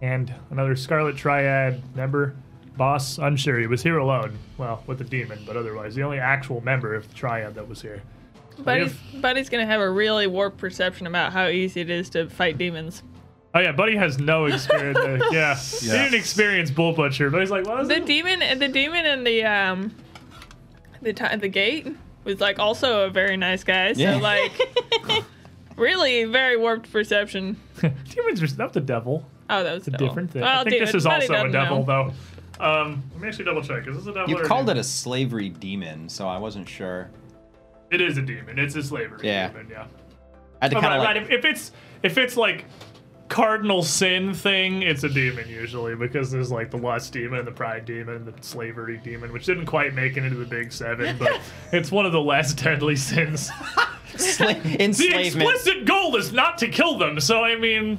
[SPEAKER 1] And another Scarlet Triad member. Boss, unsure. He was here alone. Well, with the demon, but otherwise, the only actual member of the Triad that was here.
[SPEAKER 6] Buddy's, Buddy's gonna have a really warped perception about how easy it is to fight demons.
[SPEAKER 1] Oh yeah, Buddy has no experience. uh, yeah. he didn't experience bull butcher, but he's like, well,
[SPEAKER 6] The
[SPEAKER 1] isn't it?
[SPEAKER 6] demon, the demon, and the um, the ti the gate was like also a very nice guy. So
[SPEAKER 5] Yeah.
[SPEAKER 6] like, really very warped perception.
[SPEAKER 1] demons are not the devil.
[SPEAKER 6] Oh, that was
[SPEAKER 1] It's a
[SPEAKER 6] devil.
[SPEAKER 1] different thing.
[SPEAKER 6] Well,
[SPEAKER 1] I think
[SPEAKER 6] David,
[SPEAKER 1] this is
[SPEAKER 6] Buddy
[SPEAKER 1] also a
[SPEAKER 6] doesn't
[SPEAKER 1] devil,
[SPEAKER 6] know.
[SPEAKER 1] though. Um, let me actually double check. Is this a devil?
[SPEAKER 5] You
[SPEAKER 1] or
[SPEAKER 5] called it
[SPEAKER 1] demon?
[SPEAKER 5] a slavery demon, so I wasn't sure.
[SPEAKER 1] It is a demon. It's a slavery
[SPEAKER 5] Yeah.
[SPEAKER 1] demon. Yeah.
[SPEAKER 5] I had to
[SPEAKER 1] Oh,
[SPEAKER 5] kind
[SPEAKER 1] right, right.
[SPEAKER 5] of like,
[SPEAKER 1] If, if it's if it's like cardinal sin thing, it's a demon usually because there's like the lust demon, the pride demon, the slavery demon, which didn't quite make it into the big seven, but it's one of the less deadly sins.
[SPEAKER 5] sla-
[SPEAKER 1] The
[SPEAKER 5] enslavement.
[SPEAKER 1] explicit goal is not to kill them, so I mean,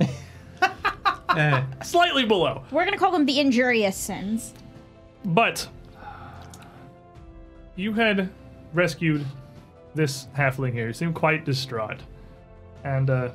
[SPEAKER 8] eh,
[SPEAKER 1] slightly below.
[SPEAKER 4] We're gonna call them the injurious sins.
[SPEAKER 1] But you had rescued this halfling here. He seemed quite distraught. And uh,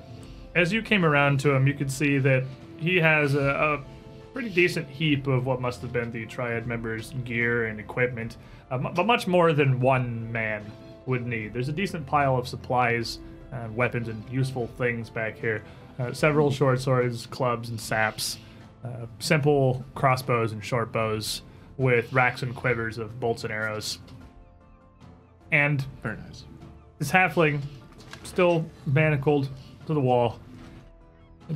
[SPEAKER 1] as you came around to him, you could see that he has a, a pretty decent heap of what must have been the Triad members' gear and equipment, uh, mu- but much more than one man would need. There's a decent pile of supplies and weapons and useful things back here uh, several short swords, clubs, and saps, uh, simple crossbows and short bows with racks and quivers of bolts and arrows. And
[SPEAKER 2] Very nice.
[SPEAKER 1] this halfling, still manacled to the wall,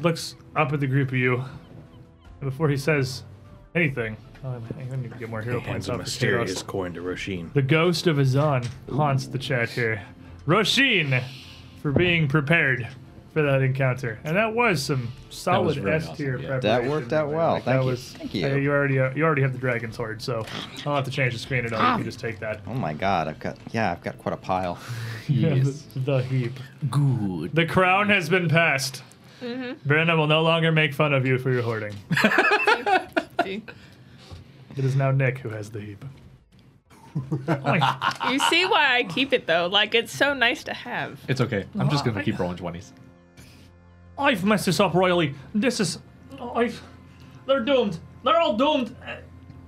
[SPEAKER 1] looks up at the group of you. And before he says anything, oh, I I need to get more hero points
[SPEAKER 3] Hands a
[SPEAKER 1] off for Chaos.
[SPEAKER 3] mysterious coin to Roshin.
[SPEAKER 1] The ghost of Azan haunts the chat here. Roshin for being prepared for that encounter. And that was some solid
[SPEAKER 8] was really
[SPEAKER 1] S tier
[SPEAKER 8] awesome, yeah.
[SPEAKER 5] That
[SPEAKER 1] preparation.
[SPEAKER 5] worked out
[SPEAKER 1] there.
[SPEAKER 5] well.
[SPEAKER 1] Like,
[SPEAKER 5] Thank
[SPEAKER 1] that
[SPEAKER 5] you.
[SPEAKER 1] was-
[SPEAKER 5] Thank you.
[SPEAKER 1] uh, you already you already have the dragon sword, so I'll have to change the screen at all. You can just take that.
[SPEAKER 5] Oh my god, I've got yeah, I've got quite a pile.
[SPEAKER 1] Yes. the heap. Good. The crown has been passed. Brenna will no longer make fun of you for your hoarding.
[SPEAKER 6] See?
[SPEAKER 1] It is now Nick who has the heap. Like,
[SPEAKER 6] You see why I keep it though? Like it's so nice to have.
[SPEAKER 8] It's okay. I'm just gonna keep rolling twenties.
[SPEAKER 1] I've messed this up royally. This is. I've. They're doomed. They're all doomed.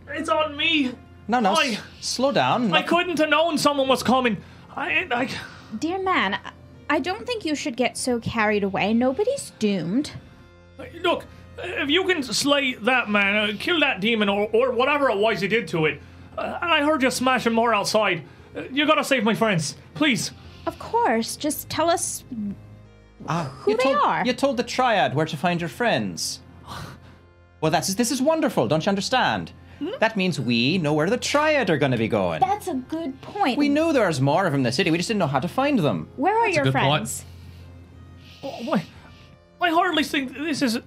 [SPEAKER 1] It's on me.
[SPEAKER 5] No, no, s-
[SPEAKER 1] Oi.
[SPEAKER 5] slow down.
[SPEAKER 1] I couldn't have known someone was coming. I, I,
[SPEAKER 4] Dear man, I- I don't think you should get so carried away. Nobody's doomed.
[SPEAKER 1] look, if you can slay that man, uh, kill that demon, or, or whatever it was you did to it, uh, and I heard you smashing more outside, uh, you gotta save my friends, please.
[SPEAKER 4] Of course, just tell us
[SPEAKER 5] Ah,
[SPEAKER 4] who
[SPEAKER 5] you
[SPEAKER 4] they
[SPEAKER 5] told,
[SPEAKER 4] are.
[SPEAKER 5] You told the triad where to find your friends. Well, that's this is wonderful. Don't you understand?
[SPEAKER 1] Hmm?
[SPEAKER 5] That means we know where the triad are going to be going.
[SPEAKER 4] That's a good point.
[SPEAKER 5] we knew there was more of them in the city. We just didn't know how to find them.
[SPEAKER 4] Where are your
[SPEAKER 8] good point.
[SPEAKER 4] friends?
[SPEAKER 1] Oh, why- I hardly think this is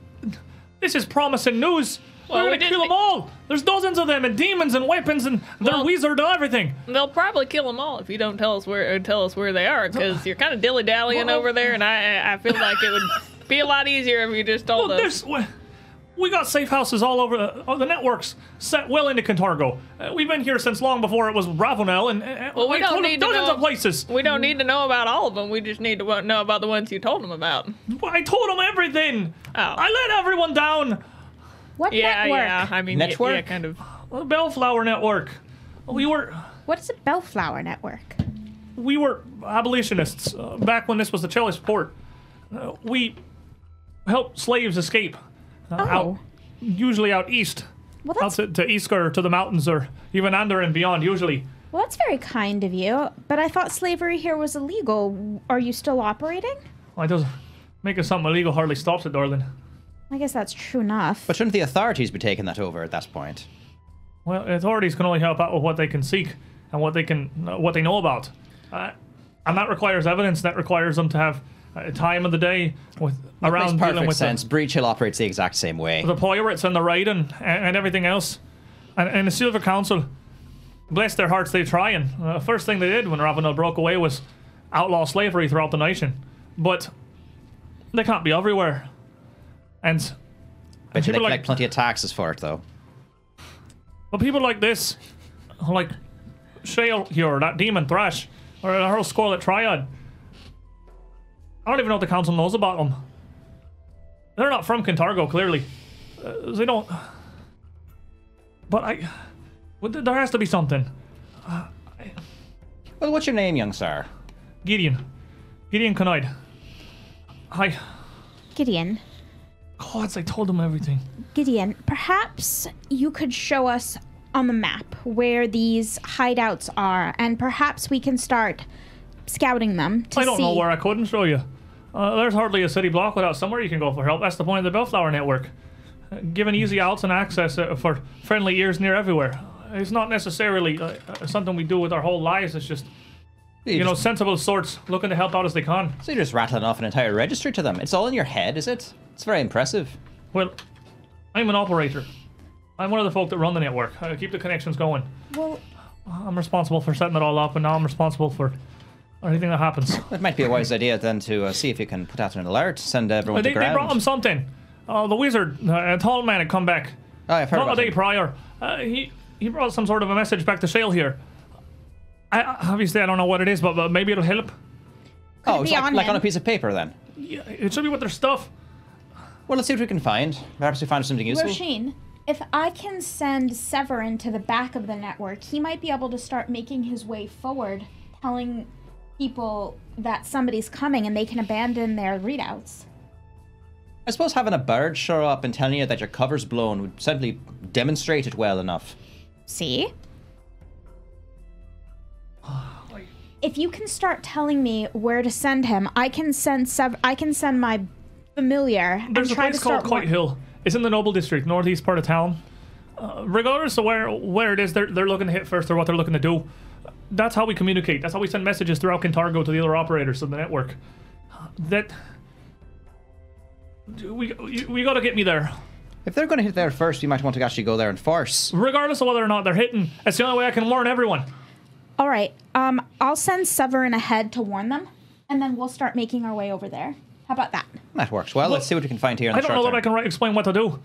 [SPEAKER 1] this is promising news.
[SPEAKER 6] Well,
[SPEAKER 1] We're
[SPEAKER 6] we
[SPEAKER 1] gonna
[SPEAKER 6] didn't
[SPEAKER 1] kill
[SPEAKER 6] think-
[SPEAKER 1] them all. There's dozens of them, and demons, and weapons, and they're
[SPEAKER 6] Well-
[SPEAKER 1] wizard and everything.
[SPEAKER 6] They'll probably kill them all if you don't tell us where or tell us where they are, because you're kind of dilly dallying over there, and I I- I feel like it would be a lot easier if you just told
[SPEAKER 1] Well,
[SPEAKER 6] us.
[SPEAKER 1] there's, we- we got safe houses all over the, all the networks, set well into Cantargo. Uh, we've been here since long before it was Ravenel, and uh,
[SPEAKER 6] Well, we
[SPEAKER 1] I
[SPEAKER 6] don't
[SPEAKER 1] told him
[SPEAKER 6] need to
[SPEAKER 1] dozens
[SPEAKER 6] know-
[SPEAKER 1] of places.
[SPEAKER 6] We don't need to know about all of them. We just need to wa- know about the ones you told them about.
[SPEAKER 1] I told him everything.
[SPEAKER 6] Oh.
[SPEAKER 1] I let everyone down.
[SPEAKER 4] What
[SPEAKER 6] Yeah,
[SPEAKER 4] network?
[SPEAKER 6] yeah. I mean, y-
[SPEAKER 5] Network?
[SPEAKER 6] yeah, kind of.
[SPEAKER 1] The Uh, Bellflower Network. We were
[SPEAKER 4] What is a Bellflower network?
[SPEAKER 1] we were abolitionists uh, back when this was the Chalice Port. Uh, we helped slaves escape uh, out,
[SPEAKER 4] Oh.
[SPEAKER 1] usually out east,
[SPEAKER 4] Well,
[SPEAKER 1] out
[SPEAKER 4] that's
[SPEAKER 1] to, to East or to the mountains or even under and beyond. Usually,
[SPEAKER 4] well, that's very kind of you. But I thought slavery here was illegal. Are you still operating?
[SPEAKER 1] Why does making something illegal hardly stops it, darling?
[SPEAKER 4] I guess that's true enough.
[SPEAKER 5] But shouldn't the authorities be taking that over at that point?
[SPEAKER 1] Well, the authorities can only help out with what they can seek and what they can uh, what they know about, uh, and that requires evidence. That requires them to have a time of the day with
[SPEAKER 5] Makes
[SPEAKER 1] around dealing
[SPEAKER 5] perfect
[SPEAKER 1] with
[SPEAKER 5] sense.
[SPEAKER 1] the,
[SPEAKER 5] Breach Hill operates the exact same way.
[SPEAKER 1] the pirates and the raiding and, and everything else, and, and the Silver Council. Bless their hearts, they try. And uh, first thing they did when Ravenel broke away was outlaw slavery throughout the nation, but they can't be everywhere, and
[SPEAKER 5] Bet you they
[SPEAKER 1] people like-
[SPEAKER 5] collect plenty of taxes for it, though.
[SPEAKER 1] But people like this, like Shale here, that demon Thrash, or the whole Scarlet Triad, I don't even know if the council knows about them. They're not from Cantargo, clearly. Uh, they don't. But I. But there has to be something.
[SPEAKER 5] Well, what's your name, young sir?
[SPEAKER 1] Gideon. Gideon Canoid. I.
[SPEAKER 4] Gideon,
[SPEAKER 1] Gods, I told them everything.
[SPEAKER 4] Gideon, perhaps you could show us on the map where these hideouts are, and perhaps we can start scouting them to
[SPEAKER 1] I don't
[SPEAKER 4] see.
[SPEAKER 1] know where I couldn't show you. Uh, there's hardly a city block without somewhere you can go for help. That's the point of the Bellflower Network. Uh, giving easy outs and access uh, for friendly ears near everywhere. It's not necessarily uh, uh, something we do with our whole lives. It's just, you know,
[SPEAKER 5] just-
[SPEAKER 1] sensible sorts looking to help out as they can.
[SPEAKER 5] So you're just rattling off an entire registry to them. It's all in your head, is it? It's very impressive.
[SPEAKER 1] Well, I'm an operator. I'm one of the folk that run the network. I keep the connections going.
[SPEAKER 4] Well,
[SPEAKER 1] I'm responsible for setting it all up, and now I'm responsible for anything that happens.
[SPEAKER 5] It might be a wise idea then to uh, see if you can put out an alert, send everyone
[SPEAKER 1] But they,
[SPEAKER 5] to
[SPEAKER 1] they
[SPEAKER 5] ground.
[SPEAKER 1] brought him something. Uh, the wizard, uh, a tall man, had come back.
[SPEAKER 5] Oh, I've heard
[SPEAKER 1] Not a
[SPEAKER 5] about
[SPEAKER 1] day
[SPEAKER 5] him.
[SPEAKER 1] prior. Uh, he he brought some sort of a message back to Shale here. I, obviously, I don't know what it is, but, but maybe it'll help.
[SPEAKER 5] oh, it's
[SPEAKER 4] be
[SPEAKER 5] like,
[SPEAKER 4] on
[SPEAKER 5] like
[SPEAKER 4] him.
[SPEAKER 5] on a piece of paper then.
[SPEAKER 1] Yeah, it should be with their stuff.
[SPEAKER 5] Well, let's see what we can find. Perhaps we find something useful.
[SPEAKER 4] Roshin, if I can send Severin to the back of the network, he might be able to start making his way forward, telling people that somebody's coming and they can abandon their readouts.
[SPEAKER 5] I suppose having a bird show up and telling you that your cover's blown would certainly demonstrate it well enough.
[SPEAKER 4] See? If you can start telling me where to send him, I can send Sev- I can send my familiar
[SPEAKER 1] There's
[SPEAKER 4] and
[SPEAKER 1] a
[SPEAKER 4] try
[SPEAKER 1] place
[SPEAKER 4] to
[SPEAKER 1] called
[SPEAKER 4] start
[SPEAKER 1] Coit Hill. It's in the Noble District, northeast part of town. Uh, regardless of where where it is, they're, they're looking to hit first or what they're looking to do. That's how we communicate. That's how we send messages throughout Kintargo to the other operators of the network. That we we gotta get me there.
[SPEAKER 5] If they're going to hit there first, we might want to actually go there in force.
[SPEAKER 1] Regardless of whether or not they're hitting, that's the only way I can warn everyone.
[SPEAKER 4] All right. Um, I'll send Severin ahead to warn them, and then we'll start making our way over there. How about that?
[SPEAKER 5] That works well. let's see what we can find here in
[SPEAKER 1] I
[SPEAKER 5] the
[SPEAKER 1] don't
[SPEAKER 5] short
[SPEAKER 1] know
[SPEAKER 5] term.
[SPEAKER 1] that I can right explain what to do.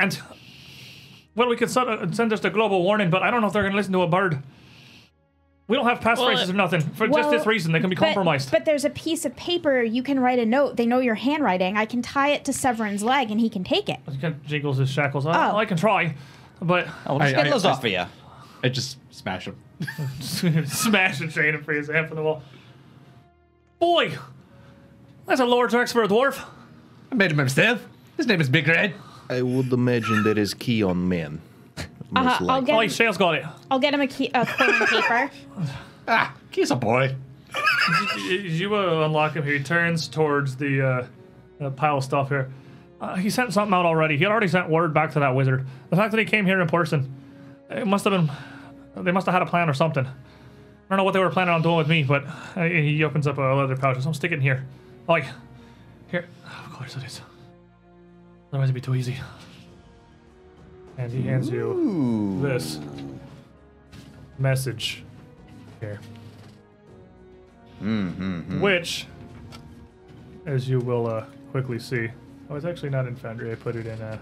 [SPEAKER 1] And well, we could send, uh, send just a global warning, but I don't know if they're gonna listen to a bird. We don't have
[SPEAKER 6] Well,
[SPEAKER 1] passphrases or nothing for just
[SPEAKER 4] Well,
[SPEAKER 1] this reason. They can be
[SPEAKER 4] but-
[SPEAKER 1] compromised.
[SPEAKER 4] But there's a piece of paper you can write a note. They know your handwriting. I can tie it to Severin's leg, and he can take it.
[SPEAKER 1] Kind of jiggles his shackles. I,
[SPEAKER 4] Oh.
[SPEAKER 1] I can try, but
[SPEAKER 5] Oh, we'll just
[SPEAKER 8] I-
[SPEAKER 5] get
[SPEAKER 8] I-
[SPEAKER 5] those
[SPEAKER 8] I-
[SPEAKER 5] off of you.
[SPEAKER 8] I just smash him.
[SPEAKER 1] smash and shade him for his half on the wall. Boy, that's a large Rex for a dwarf.
[SPEAKER 2] I made him himself. His name is Big Red.
[SPEAKER 3] I would imagine there is key on man.
[SPEAKER 4] Uh,
[SPEAKER 3] Most
[SPEAKER 4] I'll
[SPEAKER 3] likely.
[SPEAKER 4] get
[SPEAKER 1] Oh,
[SPEAKER 4] him,
[SPEAKER 1] Shale's got it.
[SPEAKER 4] I'll get him a, key, a quill and paper.
[SPEAKER 2] Ah, he's a boy.
[SPEAKER 1] As you uh, unlock him, he turns towards the uh, uh, pile of stuff here. Uh, he sent something out already. He had already sent word back to that wizard. The fact that he came here in person, it must have been. They must have had a plan or something. I don't know what they were planning on doing with me, but uh, he opens up a leather pouch. So I'm sticking here. Like, here. Of course it is. Otherwise it'd be too easy. And he hands you this message here. Which, as you will uh, quickly see, oh, it's actually not in Foundry. I put it in. Uh,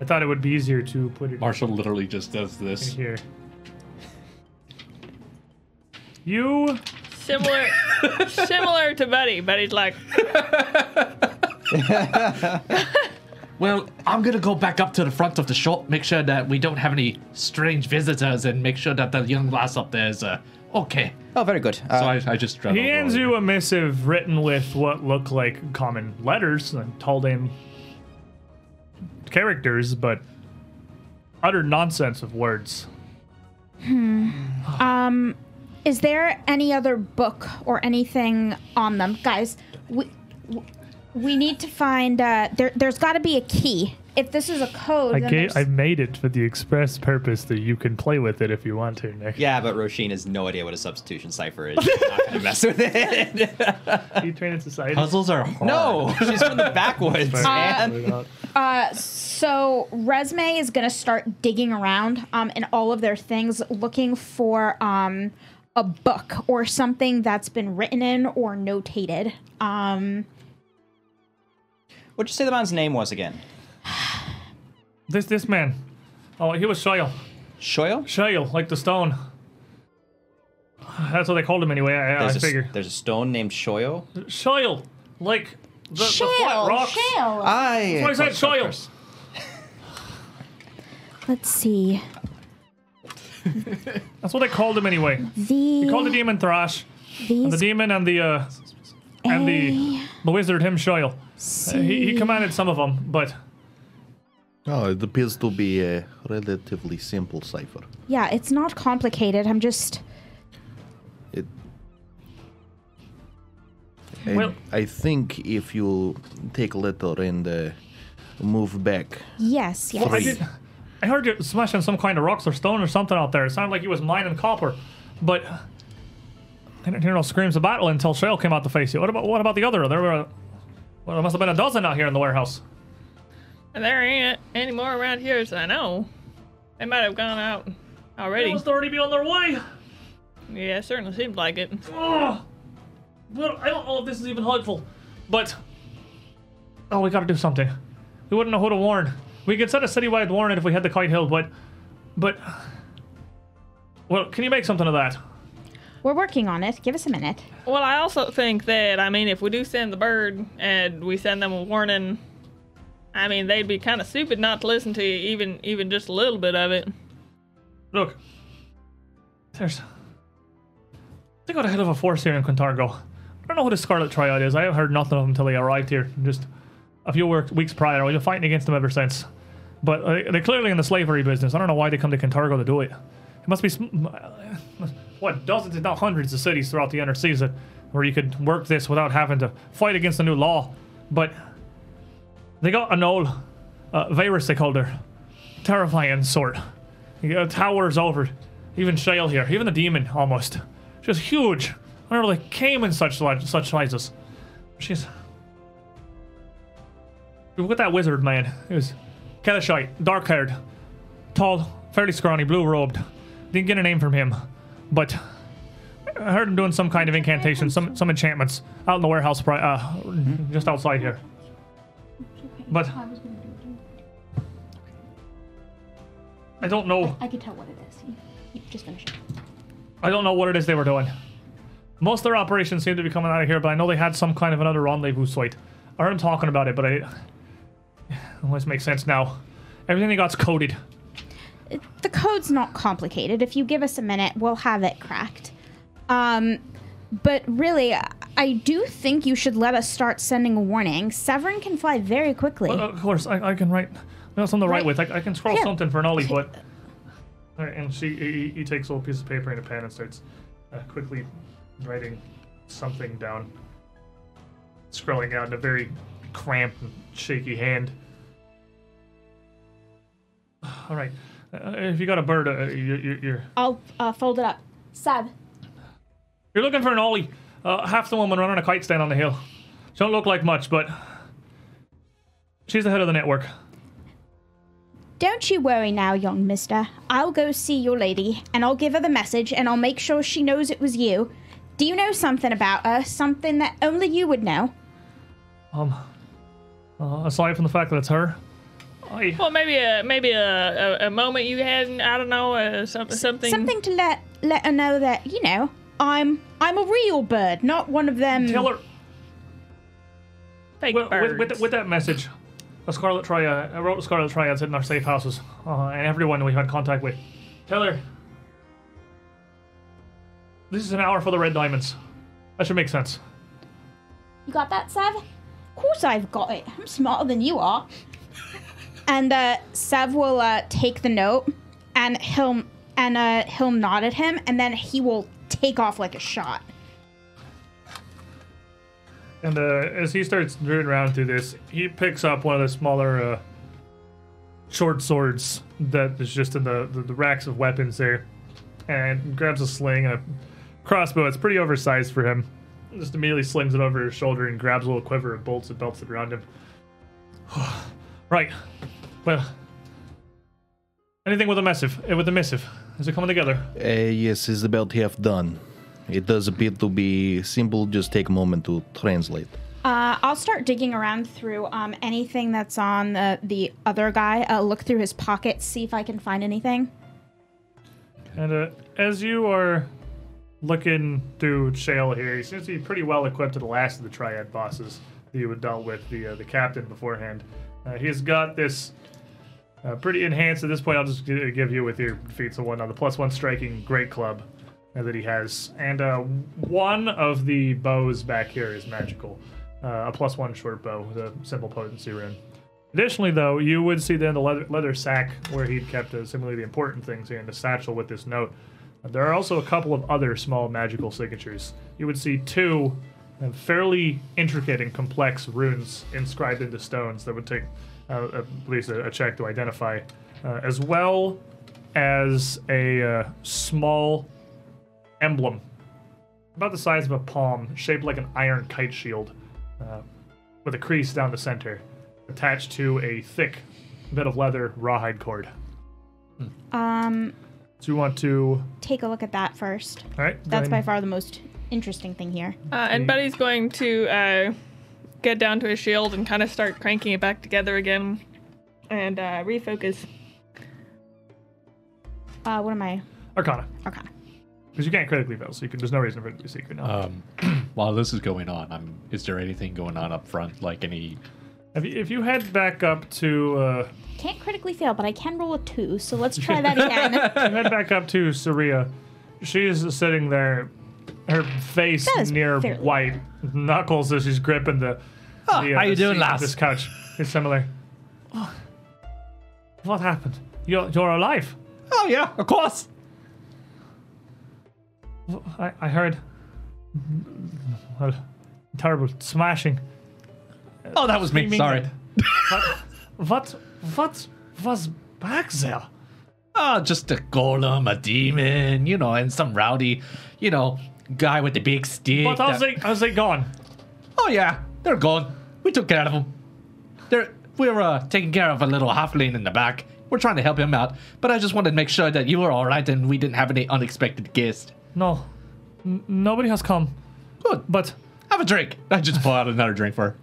[SPEAKER 1] I thought it would be easier to put it
[SPEAKER 8] Marshall literally just does
[SPEAKER 1] in
[SPEAKER 8] this.
[SPEAKER 1] here. You
[SPEAKER 6] Similar, similar to Buddy. Buddy's like,
[SPEAKER 7] Well,
[SPEAKER 2] I'm gonna go back up to the front of the shop, make sure that we don't have any strange visitors, and make sure that the young lass up there is uh, okay.
[SPEAKER 5] Oh, very good. Uh,
[SPEAKER 8] So I, I just
[SPEAKER 1] He hands you a missive written with what look like common letters and Taldane characters, but utter nonsense of words.
[SPEAKER 4] Is there any other book or anything on them, guys? We w- we need to find. Uh, there, there's got to be a key. If this is a code,
[SPEAKER 1] I,
[SPEAKER 4] then
[SPEAKER 1] gave, I
[SPEAKER 4] there's-
[SPEAKER 1] made it for the express purpose that you can play with it if you want to, Nick.
[SPEAKER 5] yeah, but Roshin has no idea what a substitution cipher is. She's not gonna mess with it.
[SPEAKER 1] You train in society.
[SPEAKER 2] Puzzles are hard.
[SPEAKER 5] no, she's from the backwoods, man.
[SPEAKER 4] Uh, so Resme is gonna start digging around um, in all of their things, looking for um, a book or something that's been written in or notated. Um,
[SPEAKER 5] What'd you say the man's name was again?
[SPEAKER 1] This this man. Oh, he was Shale.
[SPEAKER 5] Shoyo?
[SPEAKER 1] Shale, like the stone. That's what they called him anyway, I, I
[SPEAKER 5] There's, a,
[SPEAKER 1] figure.
[SPEAKER 5] there's a stone named Shoyo.
[SPEAKER 1] Shale, like the,
[SPEAKER 4] shale,
[SPEAKER 1] the flat rocks.
[SPEAKER 4] shale.
[SPEAKER 5] I.
[SPEAKER 1] That's why I said Shale.
[SPEAKER 4] Let's see.
[SPEAKER 1] That's what they called him anyway. He called the
[SPEAKER 4] The
[SPEAKER 1] demon Thrash. The
[SPEAKER 4] these
[SPEAKER 1] demon and the uh, and the the wizard him Shoyle. Uh, he, he commanded some of them, but
[SPEAKER 3] Oh, it appears to be a relatively simple cipher.
[SPEAKER 4] yeah, it's not complicated. I'm just
[SPEAKER 3] It. And
[SPEAKER 1] Well-
[SPEAKER 3] I think if you take a letter and uh, move back,
[SPEAKER 4] yes, yes.
[SPEAKER 1] I did. I heard you smashing some kind of rocks or stone or something out there. It sounded like you was mining copper, but I didn't hear no screams of battle until Shale came out to face you. What about what about the other? There were well, there must have been a dozen out here in the warehouse.
[SPEAKER 6] there ain't any more around here as I know. They might have gone out
[SPEAKER 1] They
[SPEAKER 6] already.
[SPEAKER 1] must already be on their way.
[SPEAKER 6] Yeah, it certainly seemed like it.
[SPEAKER 1] Ugh. Well, I don't know if this is even helpful, but oh, we gotta do something. We wouldn't know who to warn. We could set a citywide warrant if we had the Kite Hill, but but well, can you make something of that?
[SPEAKER 4] We're working on it. Give us a minute.
[SPEAKER 6] Well, I also think that I mean, if we do send the bird and we send them a warning, I mean, they'd be kind of stupid not to listen to even even just a little bit of it.
[SPEAKER 1] Look, there's. They got a hell of a force here in Quintargo. I don't know who the Scarlet Triad is. I haven't heard nothing of them until they arrived here just a few work- weeks prior. I've been fighting against them ever since. But uh, they're clearly in the slavery business. I don't know why they come to Cantargo to do it. It must be sm- uh, what dozens, if not hundreds, of cities throughout the inner seas that, where you could work this without having to fight against a new law. But they got an old uh, virus they called her, terrifying sort. You know, towers over, even Shale here, even the demon almost. She was huge. I remember they came in such li- such sizes. She's. Look at that wizard man. He was Kelishite, dark haired, tall, fairly scrawny, blue robed. Didn't get a name from him, but I heard him doing some kind of incantation, some some enchantments out in the warehouse, pri- uh, just outside here. But I don't know.
[SPEAKER 9] I can tell what it is. You, you just finish it.
[SPEAKER 1] I don't know what it is they were doing. Most of their operations seem to be coming out of here, but I know they had some kind of another rendezvous site. I heard them talking about it, but I. Always makes sense now. Everything they got's coded.
[SPEAKER 4] The code's not complicated. If you give us a minute, we'll have it cracked. Um, but really, I- I do think you should let us start sending a warning. Severin can fly very quickly.
[SPEAKER 1] Well, uh, of course, I, I can write. That's something to write with. I, I can scroll
[SPEAKER 4] Yeah.
[SPEAKER 1] something for an ollie, but. All right, and she he, he takes a little piece of paper and a pen and starts uh, quickly writing something down, scrolling out in a very cramped and shaky hand. All right, uh, if you got a bird, uh, you, you, you're
[SPEAKER 4] I'll uh, fold it up. Seb,
[SPEAKER 1] You're looking for an ollie. Uh, half the woman running a kite stand on the hill. She don't look like much, but she's the head of the network.
[SPEAKER 4] don't you worry now, young mister. I'll go see your lady, and I'll give her the message, and I'll make sure she knows it was you. Do you know something about her? Something that only you would know?
[SPEAKER 1] Um, uh, aside from the fact that it's her, I
[SPEAKER 6] Well, maybe a maybe a, a, a moment you had, I don't know, uh, some, something.
[SPEAKER 4] Something to let let her know that you know I'm I'm a real bird, not one of them.
[SPEAKER 1] tell her
[SPEAKER 6] Fake
[SPEAKER 1] with, with,
[SPEAKER 6] birds.
[SPEAKER 1] with, with that message. A Scarlet Triad. I wrote the Scarlet Triads in our safe houses, uh, and everyone we've had contact with. Tell her this is an hour for the Red Diamonds. That should make sense.
[SPEAKER 4] You got that, Sav? Of course I've got it. I'm smarter than you are. and uh, Sav will uh, take the note, and he'll and uh, he'll nod at him, and then he will take off like a shot.
[SPEAKER 1] And uh, as he starts drooling around through this, he picks up one of the smaller uh, short swords that is just in the, the, the racks of weapons there and grabs a sling and a crossbow. It's pretty oversized for him. Just immediately slings it over his shoulder and grabs a little quiver of bolts and belts it around him. right. Well, anything with a missive. eh, With a missive. Is it coming together?
[SPEAKER 3] Uh, yes, it's about half done. It does appear to be simple, just take a moment to translate.
[SPEAKER 4] Uh, I'll start digging around through um, anything that's on the, the other guy. Uh, look through his pockets, see if I can find anything.
[SPEAKER 1] And uh, as you are looking through Shale here, he seems to be pretty well equipped to the last of the triad bosses that you had dealt with, the uh, the captain beforehand. Uh, he's got this uh, pretty enhanced at this point. I'll just gi- give you with your feats and whatnot the plus one striking great club uh, that he has, and uh, one of the bows back here is magical, uh, a plus one short bow with a simple potency rune. Additionally, though, you would see then the leather, leather sack where he'd kept uh, similarly the important things here in the satchel with this note. There are also a couple of other small magical signatures. You would see two uh, fairly intricate and complex runes inscribed into stones that would take uh, at least a, a check to identify, uh, as well as a uh, small emblem about the size of a palm, shaped like an iron kite shield, uh, with a crease down the center, attached to a thick bit of leather rawhide cord.
[SPEAKER 4] Um,
[SPEAKER 1] Do you want to?
[SPEAKER 4] take a look at that first.
[SPEAKER 1] All right. go
[SPEAKER 4] That's
[SPEAKER 1] ahead.
[SPEAKER 4] by far the most interesting thing here.
[SPEAKER 6] Uh, and Buddy's going to uh, get down to his shield and kind of start cranking it back together again and uh, refocus.
[SPEAKER 4] Uh, what am I?
[SPEAKER 1] Arcana.
[SPEAKER 4] Okay.
[SPEAKER 1] Because you can't critically fail, so you can, there's no reason for it to be secret knowledge.
[SPEAKER 8] Um, while this is going on, i is there anything going on up front? Like any?
[SPEAKER 1] if, you, if you head back up to uh,
[SPEAKER 4] Can't critically fail, but I can roll a two, so let's try that again.
[SPEAKER 1] you head back up to Saria, she's sitting there, her face
[SPEAKER 4] That is
[SPEAKER 1] near
[SPEAKER 4] fairly-
[SPEAKER 1] white, knuckles as she's gripping the. the,
[SPEAKER 7] Oh, how you doing,
[SPEAKER 1] seat of
[SPEAKER 7] lass?
[SPEAKER 1] This couch is similar. Oh, What happened? You're you're alive.
[SPEAKER 7] Oh yeah, of course.
[SPEAKER 1] I, I heard well, terrible smashing.
[SPEAKER 7] Oh, that was me.
[SPEAKER 1] Screaming.
[SPEAKER 7] Sorry.
[SPEAKER 1] What, what what was back there?
[SPEAKER 2] Oh, just a golem, a demon, you know, and some rowdy, you know, guy with the big stick.
[SPEAKER 1] But how's
[SPEAKER 2] that-
[SPEAKER 1] it how's it gone?
[SPEAKER 2] oh yeah, they're gone. We took care of them. They're we were uh, taking care of a little halfling in the back. We're trying to help him out, but I just wanted to make sure that you were all right and we didn't have any unexpected guests.
[SPEAKER 1] No, N- nobody has come.
[SPEAKER 2] Good.
[SPEAKER 1] But
[SPEAKER 2] Have a drink. I just pour out another drink for her.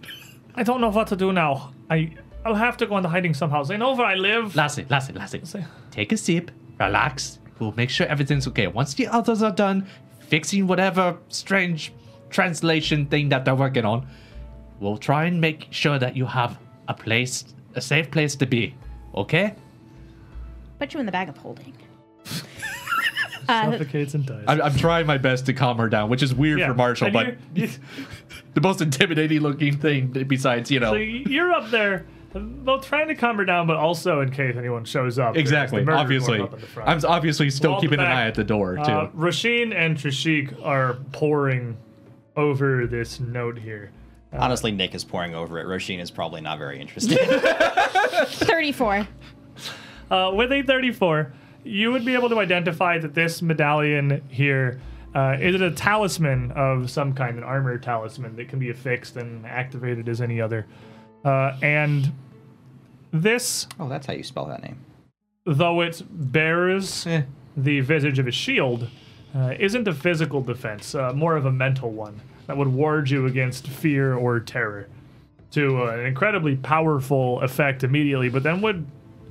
[SPEAKER 1] I don't know what to do now. I I'll have to go into hiding somehow. They know where I live.
[SPEAKER 2] Lassie, Lassie, Lassie.
[SPEAKER 1] Say-
[SPEAKER 2] Take a sip, relax. We'll make sure everything's okay. Once the others are done fixing whatever strange translation thing that they're working on, we'll try and make sure that you have a place, a safe place to be. Okay?
[SPEAKER 4] Put you in the bag of holding. Uh,
[SPEAKER 1] Suffocates and dies.
[SPEAKER 8] I'm, I'm trying my best to calm her down, which is weird for Marshall,
[SPEAKER 1] and
[SPEAKER 8] but
[SPEAKER 1] you- you-
[SPEAKER 8] the most intimidating looking thing besides, you know.
[SPEAKER 1] So you're up there, both trying to calm her down, but also in case anyone shows up. there's the
[SPEAKER 8] Exactly.
[SPEAKER 1] murder
[SPEAKER 8] Obviously,
[SPEAKER 1] going up in the front.
[SPEAKER 8] I'm obviously still
[SPEAKER 1] Wall at the
[SPEAKER 8] keeping an
[SPEAKER 1] back.
[SPEAKER 8] eye at the door too.
[SPEAKER 1] Uh, Rasheen and Trishik are pouring over this note here.
[SPEAKER 5] Honestly, Nick is pouring over it. Roshin is probably not very interested.
[SPEAKER 4] 34.
[SPEAKER 1] Uh, with a 34, you would be able to identify that this medallion here uh, is a talisman of some kind, an armor talisman that can be affixed and activated as any other. Uh, and this,
[SPEAKER 5] oh, that's how you spell that name.
[SPEAKER 1] though it bears the visage of a shield, uh, isn't a physical defense, uh, more of a mental one that would ward you against fear or terror. to uh, an incredibly powerful effect immediately, but then would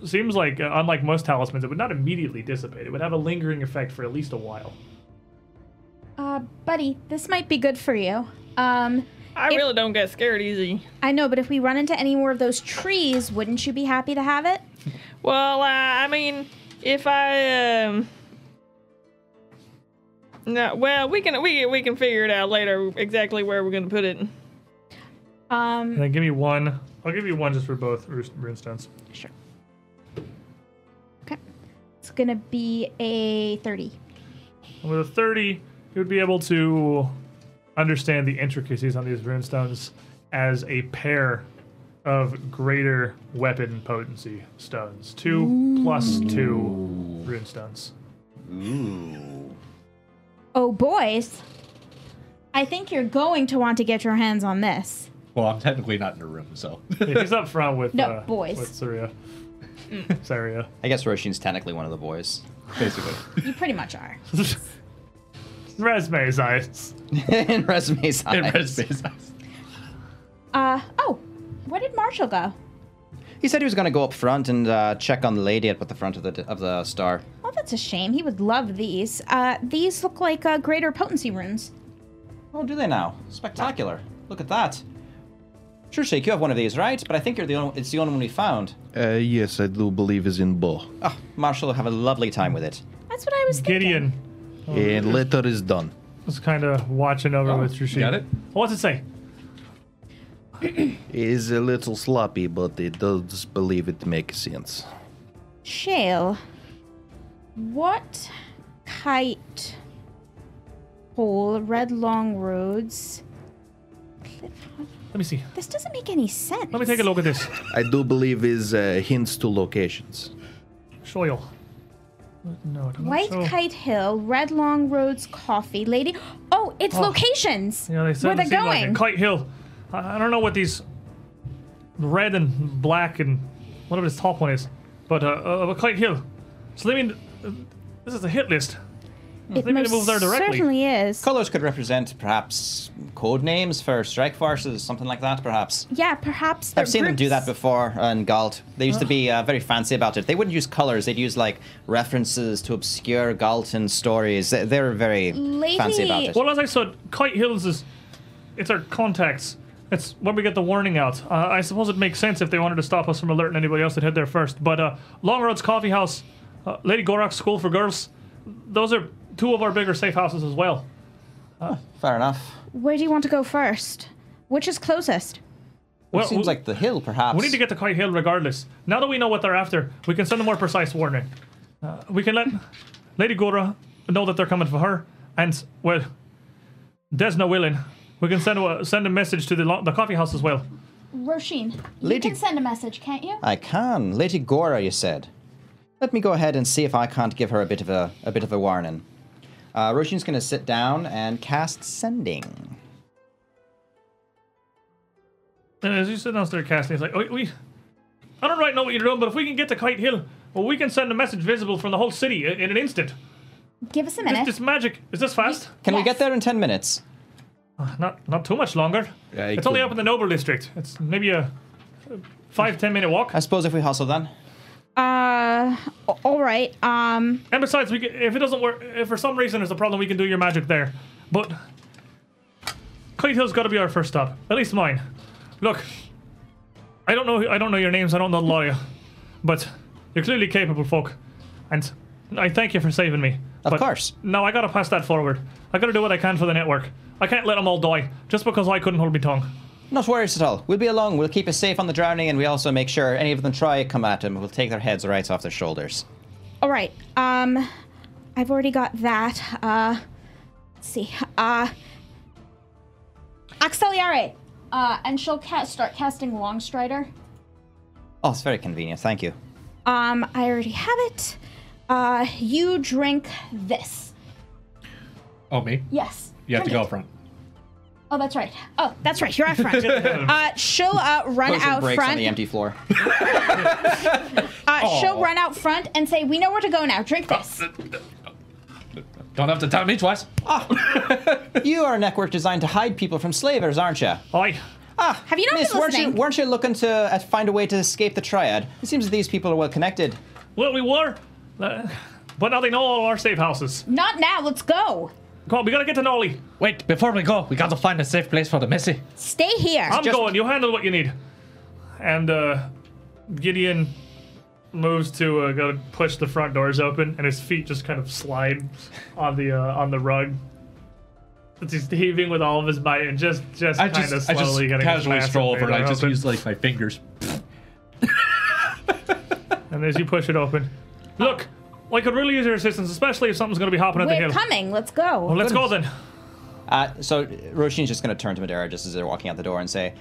[SPEAKER 1] seems like uh, unlike most talismans, it would not immediately dissipate. It would have a lingering effect for at least a while.
[SPEAKER 4] Uh, buddy, this might be good for you. Um,
[SPEAKER 6] I
[SPEAKER 4] If-
[SPEAKER 6] really don't get scared easy.
[SPEAKER 4] I know, but if we run into any more of those trees, wouldn't you be happy to have it?
[SPEAKER 6] Well, uh, I mean, if I um, no, well, we can we we can figure it out later exactly where we're gonna put it.
[SPEAKER 1] And
[SPEAKER 4] Um,
[SPEAKER 1] then give me one. I'll give you one just for both rune- runestones.
[SPEAKER 4] sure. Okay. It's gonna be a 30.
[SPEAKER 1] And with a thirty, you would be able to understand the intricacies on these runestones as a pair of greater weapon potency stones. Two plus two runestones.
[SPEAKER 4] Oh, boys. I think you're going to want to get your hands on this.
[SPEAKER 8] well, I'm technically not in the room, so
[SPEAKER 1] Yeah, he's up front with
[SPEAKER 4] No,
[SPEAKER 1] uh,
[SPEAKER 4] boys. Mm.
[SPEAKER 1] With Saria. Saria.
[SPEAKER 5] I guess Roshin's technically one of the boys.
[SPEAKER 8] basically.
[SPEAKER 4] You pretty much are.
[SPEAKER 1] Resume's eyes.
[SPEAKER 5] in resume's eyes.
[SPEAKER 8] In resume's eyes.
[SPEAKER 4] Uh, oh, where did Marshall go?
[SPEAKER 5] He said he was going to go up front and uh, check on the lady at the front of the of the star.
[SPEAKER 4] Well, Oh, that's a shame. He would love these. Uh, these look like uh, greater potency runes.
[SPEAKER 5] Oh, do they now? Spectacular! Look at that. Sure, Shake, you have one of these, right? But I think you're the only, it's the only one we found.
[SPEAKER 3] Uh, yes, I do believe is in Bo.
[SPEAKER 5] Oh, Marshall will have a lovely time with it.
[SPEAKER 4] That's what I was thinking.
[SPEAKER 1] Gideon
[SPEAKER 2] Oh,
[SPEAKER 3] and letter is done.
[SPEAKER 1] was kind of watching over with your sheep.
[SPEAKER 8] Oh, got it?
[SPEAKER 1] What's it say?
[SPEAKER 3] It is a little sloppy, but it does believe it makes sense.
[SPEAKER 4] Shale, what kite hole, red long roads?
[SPEAKER 1] Let me see.
[SPEAKER 4] This doesn't make any sense.
[SPEAKER 1] Let me take a look at this.
[SPEAKER 3] I do believe is uh, hints to locations.
[SPEAKER 1] Shoyal. No, I don't
[SPEAKER 4] White
[SPEAKER 1] know.
[SPEAKER 4] Kite Hill, Red Long Roads Coffee, Lady. Oh, it's locations.
[SPEAKER 1] Yeah, they said
[SPEAKER 4] where
[SPEAKER 1] it
[SPEAKER 4] they're
[SPEAKER 1] seemed
[SPEAKER 4] going.
[SPEAKER 1] Like it. Kite Hill. I, I don't know what these red and black and whatever this top one is, but uh, uh, Kite Hill. So they mean uh, this is a hit list.
[SPEAKER 4] It
[SPEAKER 1] Maybe it
[SPEAKER 4] most
[SPEAKER 1] moves there directly.
[SPEAKER 4] certainly is.
[SPEAKER 5] Colors could represent perhaps code names for strike forces, something like that, perhaps.
[SPEAKER 4] Yeah, perhaps. they're
[SPEAKER 5] I've seen them do that
[SPEAKER 4] groups.
[SPEAKER 5] before in Galt. They used to be uh, very fancy about it. They wouldn't use colors, they'd use like references to obscure Galton stories. They, they were very fancy about
[SPEAKER 4] Lately-
[SPEAKER 5] it.
[SPEAKER 1] Well, as I said, Kite Hills is. It's our contacts. It's when we get the warning out. Uh, I suppose it makes sense if they wanted to stop us from alerting anybody else that head there first. But uh, Long Roads Coffee House, uh, Lady Gorak's School for Girls, those are two of our bigger safe houses as well.
[SPEAKER 5] Fair enough.
[SPEAKER 4] Where do you want to go first? Which is closest?
[SPEAKER 1] Well,
[SPEAKER 5] it seems
[SPEAKER 1] we-
[SPEAKER 5] like the hill, perhaps.
[SPEAKER 1] We need to get to Kite Hill regardless. Now that we know what they're after, we can send a more precise warning. Uh, we can let Lady Gora know that they're coming for her, and well, Desna willing, we can send a, send a message to the lo- the coffee house as well.
[SPEAKER 9] Roisin, you
[SPEAKER 5] Lady-
[SPEAKER 9] can send a message, can't you?
[SPEAKER 5] I can. Lady Gora, you said. Let me go ahead and see if I can't give her a bit of a, a bit of a warning. Uh, Roshin's going to sit down and cast sending.
[SPEAKER 1] And as you sit down there casting, it's like, oh, we, I don't right know what you're doing, but if we can get to Kite Hill, well, we can send a message visible from the whole city in, in an instant.
[SPEAKER 9] Give us a
[SPEAKER 1] This,
[SPEAKER 9] minute.
[SPEAKER 1] this magic is this fast? Uh,
[SPEAKER 5] Can we
[SPEAKER 9] Yes.
[SPEAKER 5] get there in 10 minutes?
[SPEAKER 1] Not not too much longer.
[SPEAKER 3] Yeah, it
[SPEAKER 1] it's only
[SPEAKER 3] could-
[SPEAKER 1] up in the Noble District. It's maybe a, a five ten minute walk.
[SPEAKER 5] I suppose if we hustle then.
[SPEAKER 4] Uh, a- all right. Um,
[SPEAKER 1] And besides, we can, if it doesn't work, if for some reason there's a problem, we can do your magic there. But Kite Hill's got to be our first stop, at least mine. Look, I don't know, I don't know your names, I don't know the lawyer, but you're clearly capable folk, and I thank you for saving me.
[SPEAKER 5] Of
[SPEAKER 1] But
[SPEAKER 5] course.
[SPEAKER 1] No, I gotta pass that forward. I gotta do what I can for the network. I can't let them all die just because I couldn't hold my tongue.
[SPEAKER 5] Not worries at all. We'll be along. We'll keep us safe on the drowning, and we also make sure any of them try to come at him. We'll take their heads right off their shoulders.
[SPEAKER 4] all right. Um, I've already got that. Uh, let's see. Uh, Axeliare.
[SPEAKER 9] Uh, and she'll ca- start casting Longstrider.
[SPEAKER 5] Oh, it's very convenient. Thank you.
[SPEAKER 4] Um, I already have it. Uh, you drink this.
[SPEAKER 8] Oh, me?
[SPEAKER 9] Yes.
[SPEAKER 8] You have to
[SPEAKER 9] Drink
[SPEAKER 8] go
[SPEAKER 9] it.
[SPEAKER 8] up front.
[SPEAKER 9] Oh, that's right.
[SPEAKER 4] Oh, that's right. You're out front. uh, she'll uh, run
[SPEAKER 5] Potion
[SPEAKER 4] out
[SPEAKER 5] breaks on
[SPEAKER 4] front.
[SPEAKER 5] the empty floor.
[SPEAKER 4] Uh,
[SPEAKER 8] Oh.
[SPEAKER 4] she'll run out front and say, "We know where to go now. Drink
[SPEAKER 8] Uh,
[SPEAKER 4] this."
[SPEAKER 8] Don't have to tell me twice.
[SPEAKER 5] you are a network designed to hide people from slavers, aren't you?
[SPEAKER 1] Oi,
[SPEAKER 4] Have you not
[SPEAKER 5] Miss,
[SPEAKER 4] been
[SPEAKER 5] weren't you,
[SPEAKER 4] listening?
[SPEAKER 5] weren't you looking to uh, find a way to escape the triad? It seems these people are well connected.
[SPEAKER 1] well we were, uh, but now they know all our safe houses.
[SPEAKER 4] not now. Let's go.
[SPEAKER 1] Come on, we gotta get to Nolly.
[SPEAKER 2] Wait, before we go, we gotta find a safe place for the messy.
[SPEAKER 4] Stay here.
[SPEAKER 1] I'm
[SPEAKER 5] Just-
[SPEAKER 1] going. You handle what you need. And uh, Gideon moves to uh, go push the front doors open, and his feet just kind of slide on the uh, on the rug. But He's heaving with all of his might, and just just
[SPEAKER 8] I
[SPEAKER 1] kind of
[SPEAKER 8] just, I
[SPEAKER 1] slowly
[SPEAKER 8] just
[SPEAKER 1] getting his
[SPEAKER 8] casually
[SPEAKER 1] massive
[SPEAKER 8] stroll over and I
[SPEAKER 1] trailer
[SPEAKER 8] just
[SPEAKER 1] open.
[SPEAKER 8] use like my fingers.
[SPEAKER 1] And as you push it open, look, I could really use your assistance, especially if something's going to be hopping at the
[SPEAKER 4] We're
[SPEAKER 1] hill.
[SPEAKER 4] coming. Let's go.
[SPEAKER 1] Well, let's go then.
[SPEAKER 5] Uh, so Roshin's just going to turn to Madara just as they're walking out the door and say,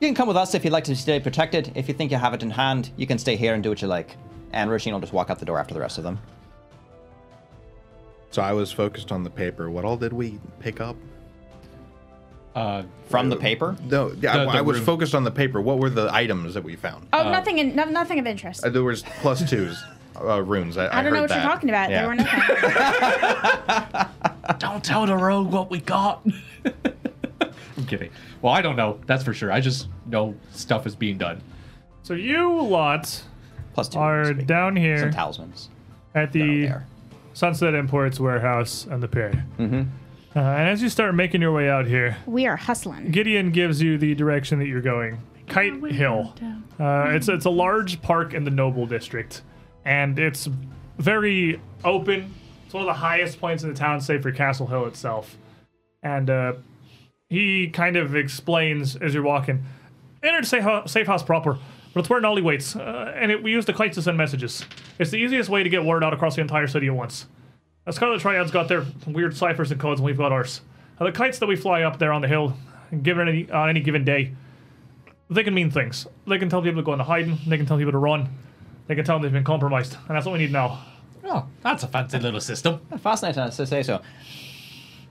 [SPEAKER 5] "You can come with us if you'd like to stay protected. If you think you have it in hand, you can stay here and do what you like." And Roshin will just walk out the door after the rest of them.
[SPEAKER 3] So I was focused on the paper. What all did we pick up?
[SPEAKER 8] Uh,
[SPEAKER 5] From the paper.
[SPEAKER 3] No, yeah, I,
[SPEAKER 8] The- the
[SPEAKER 3] I was
[SPEAKER 8] room.
[SPEAKER 3] focused on the paper. What were the items that we found?
[SPEAKER 4] oh,
[SPEAKER 1] Uh,
[SPEAKER 4] nothing. In, no, nothing of interest.
[SPEAKER 3] Uh, there was plus twos, uh, runes. I,
[SPEAKER 4] I don't know
[SPEAKER 3] heard
[SPEAKER 4] what
[SPEAKER 3] that.
[SPEAKER 4] you're talking about.
[SPEAKER 3] Yeah.
[SPEAKER 4] They were nothing.
[SPEAKER 8] Don't tell the rogue what we got. I'm kidding. Well, I don't know. That's for sure. I just know stuff is being done.
[SPEAKER 1] So you lot
[SPEAKER 5] Plus two.
[SPEAKER 1] are
[SPEAKER 5] speak.
[SPEAKER 1] down
[SPEAKER 5] Some
[SPEAKER 1] here
[SPEAKER 5] talismans.
[SPEAKER 1] at
[SPEAKER 5] Down
[SPEAKER 1] the
[SPEAKER 5] there.
[SPEAKER 1] Sunset Imports warehouse and the pier. Mm-hmm. Uh, and as you start making your way out here,
[SPEAKER 4] we are hustling.
[SPEAKER 1] Gideon gives you the direction that you're going. Kite Hill. Uh, it's it's a large park in the Noble District, and it's very open. It's one of the highest points in the town, save for Castle Hill itself. And uh, he kind of explains as you're walking, enter the safe hou- safe house proper. But it's where Nolly waits, uh, and it, we use the kites to send messages. It's the easiest way to get word out across the entire city at once. The Scarlet Triad's got their weird ciphers and codes, and we've got ours. Uh, the kites that we fly up there on the hill, given any, on any given day, they can mean things. They can tell people to go into hiding. They can tell people to run. They can tell them they've been compromised, and that's what we need now.
[SPEAKER 2] Oh, that's a fancy little system.
[SPEAKER 5] Fascinating to say so.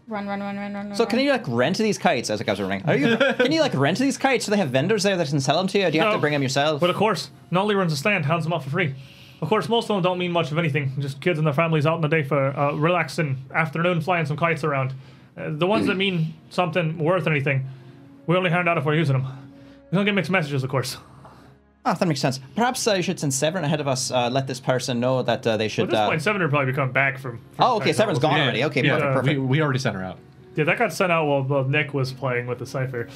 [SPEAKER 9] Run, run, run, run, run,
[SPEAKER 5] So can you like rent these kites? As like I was running, are you? Can you like rent these kites? Do they have vendors there that can sell them to you? Or do you have
[SPEAKER 1] No.
[SPEAKER 5] to bring them yourself?
[SPEAKER 1] But of course, Nolly runs a stand, hands them out for free. Of course, most of them don't mean much of anything. Just kids and their families out in the day for a relaxing afternoon, flying some kites around. Uh, the ones that mean something worth anything, we only hand out if we're using them. We don't get mixed messages, of course.
[SPEAKER 5] Ah, that makes sense. Perhaps uh, you should, since Severn ahead of us, uh, let this person know that uh, they
[SPEAKER 1] At
[SPEAKER 5] should.
[SPEAKER 1] this
[SPEAKER 5] Uh,
[SPEAKER 1] point, Seven would probably come back from. from
[SPEAKER 5] oh, okay, Severn's gone already. Okay,
[SPEAKER 2] yeah,
[SPEAKER 5] perfect, perfect.
[SPEAKER 2] We, we already sent her out.
[SPEAKER 1] Yeah, that got sent out while, while Nick was playing with the cipher.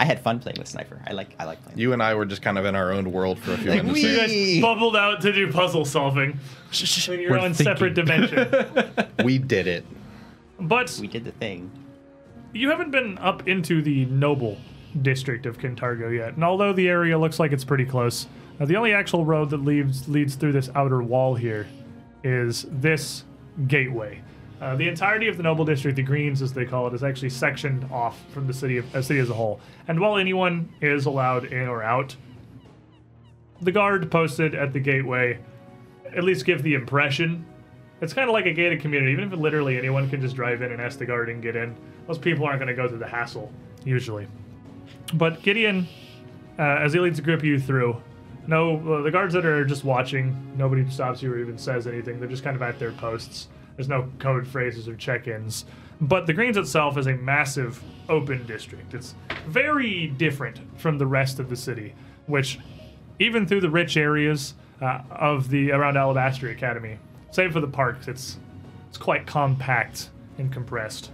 [SPEAKER 5] I had fun playing with Sniper. I like, I like playing.
[SPEAKER 10] You and I were just kind of in our own world for a few minutes.
[SPEAKER 1] you
[SPEAKER 10] there.
[SPEAKER 5] Wee!
[SPEAKER 1] guys bubbled out to do puzzle solving in your
[SPEAKER 2] We're
[SPEAKER 1] own
[SPEAKER 2] thinking.
[SPEAKER 1] separate dimension.
[SPEAKER 10] We did it.
[SPEAKER 1] But
[SPEAKER 5] We did the thing.
[SPEAKER 1] you haven't been up into the noble district of Kintargo yet, and although the area looks like it's pretty close, uh, the only actual road that leads leads through this outer wall here is this gateway. Uh, the entirety of the noble district, the greens as they call it, is actually sectioned off from the city of uh, city as a whole. And while anyone is allowed in or out, the guard posted at the gateway at least give the impression it's kind of like a gated community, even if literally anyone can just drive in and ask the guard and get in. Most people aren't going to go through the hassle, usually. But Gideon, uh, as he leads the group of you through, no, uh, the guards that are just watching, nobody stops you or even says anything. They're just kind of at their posts. There's no code phrases or check ins. But the Greens itself is a massive open district. It's very different from the rest of the city, which even through the rich areas uh, of the around Alabaster Academy, save for the parks, it's it's quite compact and compressed.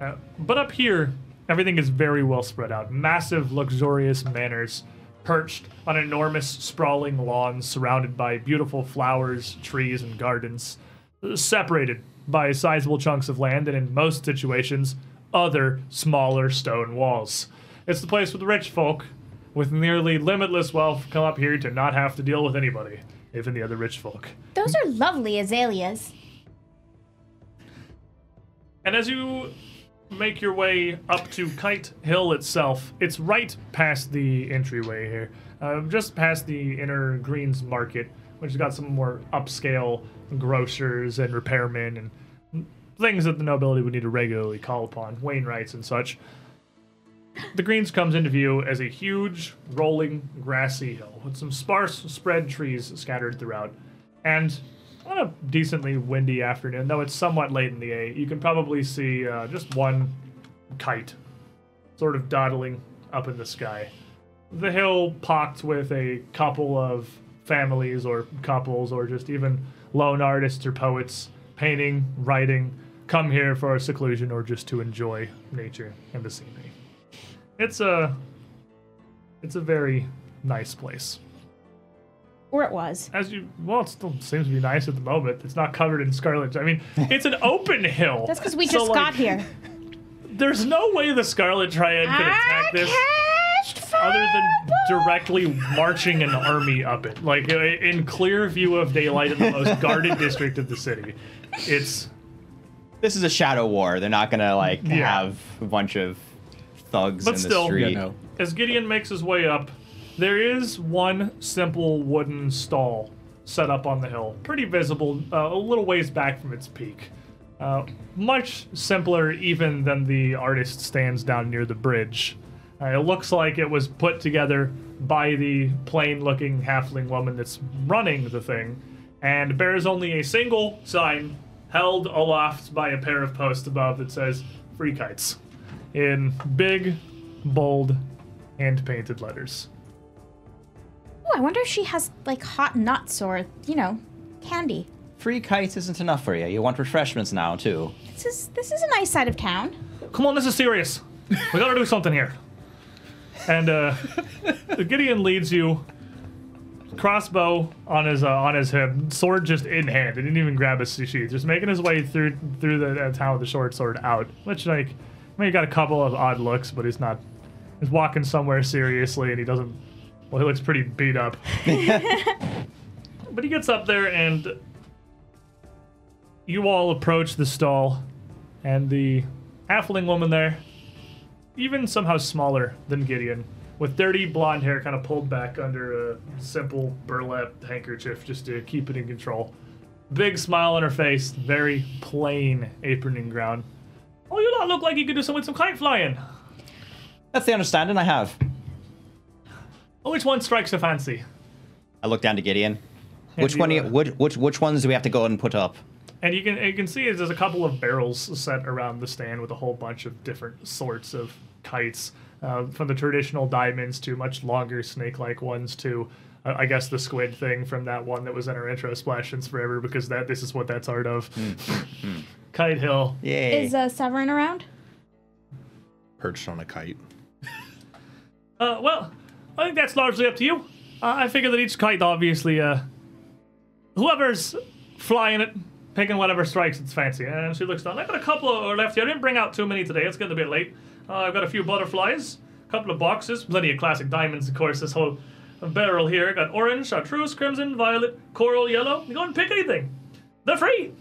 [SPEAKER 1] Uh, but up here, everything is very well spread out. Massive, luxurious manors perched on enormous, sprawling lawns surrounded by beautiful flowers, trees, and gardens, uh, separated by sizable chunks of land and, in most situations, other smaller stone walls. It's the place where the rich folk with nearly limitless wealth come up here to not have to deal with anybody, even the other rich folk.
[SPEAKER 4] Those are lovely azaleas.
[SPEAKER 1] And as you make your way up to Kite Hill itself, it's right past the entryway here, uh, just past the inner Greens Market, which has got some more upscale grocers and repairmen and things that the nobility would need to regularly call upon, Wainwrights and such. The greens comes into view as a huge, rolling, grassy hill with some sparse, spread trees scattered throughout. And on a decently windy afternoon, though it's somewhat late in the day, you can probably see uh, just one kite sort of dawdling up in the sky. The hill pocked with a couple of families or couples or just even lone artists or poets painting, writing, come here for seclusion or just to enjoy nature and the scenery it's a it's a very nice place
[SPEAKER 4] Or it was.
[SPEAKER 1] as you well it still seems to be nice at the moment it's not covered in scarlet i mean it's an open hill
[SPEAKER 4] That's because we
[SPEAKER 1] So,
[SPEAKER 4] just
[SPEAKER 1] like,
[SPEAKER 4] got here.
[SPEAKER 1] there's no way the scarlet triad could attack this
[SPEAKER 4] Catched
[SPEAKER 1] other than directly marching an army up it like i- in clear view of daylight in the most guarded district of the city it's
[SPEAKER 5] This is a shadow war. They're not gonna like
[SPEAKER 1] Yeah.
[SPEAKER 5] have a bunch of thugs
[SPEAKER 1] But
[SPEAKER 5] in the
[SPEAKER 1] still- Yeah,
[SPEAKER 5] street.
[SPEAKER 2] no.
[SPEAKER 1] As Gideon makes his way up, there is one simple wooden stall set up on the hill, pretty visible, uh, a little ways back from its peak. Uh, much simpler even than the artist stands down near the bridge. Uh, it looks like it was put together by the plain looking halfling woman that's running the thing and bears only a single sign held aloft by a pair of posts above that says free kites in big, bold, hand painted letters.
[SPEAKER 4] Oh, I wonder if she has like hot nuts or you know, candy.
[SPEAKER 5] Free kites isn't enough for you. You want refreshments now too.
[SPEAKER 4] This is this is a nice side of town.
[SPEAKER 1] Come on, this is serious. We gotta do something here. And uh, Gideon leads you, crossbow on his uh, on his hip, sword just in hand. He didn't even grab his sheath, just making his way through through the uh, town with the short sword out. Which like, I mean, he got a couple of odd looks, but he's not. He's walking somewhere seriously, and he doesn't. Well, he looks pretty beat up. but he gets up there, and you all approach the stall, and the halfling woman there, even somehow smaller than Gideon, with dirty blonde hair kind of pulled back under a simple burlap handkerchief just to keep it in control. Big smile on her face, very plain apron and gown. Oh, you lot look like you could do some with some kite flying.
[SPEAKER 5] That's the understanding I have.
[SPEAKER 1] Oh, which one strikes a fancy?
[SPEAKER 5] I look down to Gideon. Which
[SPEAKER 1] you,
[SPEAKER 5] one? do You,
[SPEAKER 1] uh,
[SPEAKER 5] which, which which ones do we have to go and put up?
[SPEAKER 1] And you can you can see there's a couple of barrels set around the stand with a whole bunch of different sorts of kites, uh, from the traditional diamonds to much longer snake-like ones to, uh, I guess the squid thing from that one that was in our intro splash since forever because that this is what that's art of. Kite Hill.
[SPEAKER 5] Yay!
[SPEAKER 9] Is uh, Severin around?
[SPEAKER 10] Perched on a kite.
[SPEAKER 1] Uh, well, I think that's largely up to you. Uh, I figure that each kite, obviously, uh, whoever's flying it, picking whatever strikes its fancy. And she looks down. I've got a couple are left here. I didn't bring out too many today. It's getting a bit late. Uh, I've got a few butterflies, a couple of boxes, plenty of classic diamonds, of course. This whole barrel here got orange, chartreuse, crimson, violet, coral, yellow. You go and pick anything. They're free.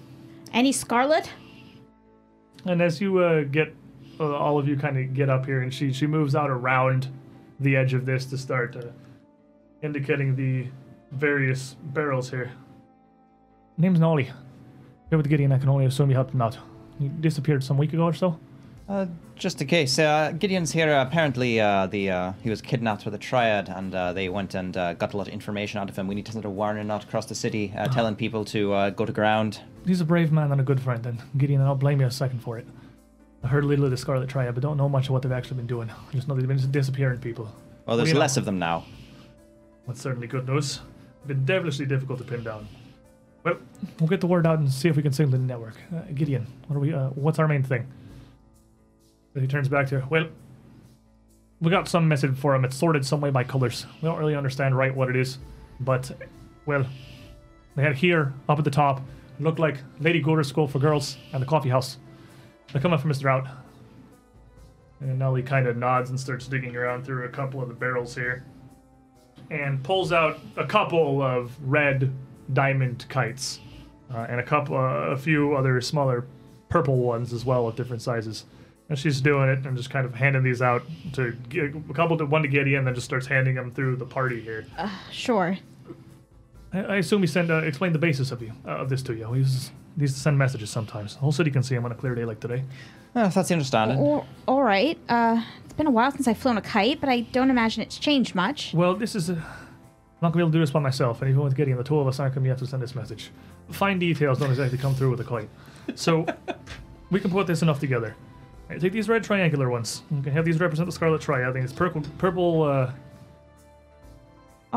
[SPEAKER 4] Any scarlet?
[SPEAKER 1] And as you uh, get, uh, all of you kind of get up here, and she she moves out around the edge of this to start uh, indicating the various barrels here. Name's Nolly. Here with Gideon, I can only assume you helped him out. He disappeared some week ago or so.
[SPEAKER 5] Uh, just in case, uh, Gideon's here. Apparently, uh, the uh, he was kidnapped with the triad, and uh, they went and uh, got a lot of information out of him. We need to send a warning out across the city, uh, telling people to uh, go to ground.
[SPEAKER 1] He's a brave man and a good friend, and Gideon, I don't blame you a second for it. I heard little of the Scarlet Triad, but don't know much of what they've actually been doing. I just know they've been disappearing people.
[SPEAKER 5] Well, there's
[SPEAKER 1] We know.
[SPEAKER 5] less of them now.
[SPEAKER 1] That's certainly good news. Been devilishly difficult to pin down. Well, we'll get the word out and see if we can single the network. Uh, Gideon, what are we? Uh, what's our main thing? So he turns back to her. Well, we got some method for him. It's sorted some way by colors. We don't really understand right what it is, but well, they had here up at the top looked like Lady Gorder's School for Girls and the coffee house. They're coming for Mr. Out. And Nelly kind of nods and starts digging around through a couple of the barrels here and pulls out a couple of red diamond kites uh, and a couple, uh, a few other smaller purple ones as well of different sizes. And she's doing it and just kind of handing these out to G- a couple to one to Gideon, then just starts handing them through the party here.
[SPEAKER 4] Sure.
[SPEAKER 1] I, I assume he sent uh, explained the basis of you uh, of this to you. He uses these to send messages sometimes. The whole city can see him on a clear day like today.
[SPEAKER 5] Uh, that's the understanding.
[SPEAKER 4] Or, all right. Uh, it's been a while since I've flown a kite, but I don't imagine it's changed much.
[SPEAKER 1] Well, this is. Uh, I'm not gonna be able to do this by myself, and even with Gideon, the two of us aren't gonna be able to send this message. Fine details don't exactly come through with a kite, so we can put this enough together. All right, take these red triangular ones. You can have these represent the Scarlet Triad. I think it's purple, purple. Uh,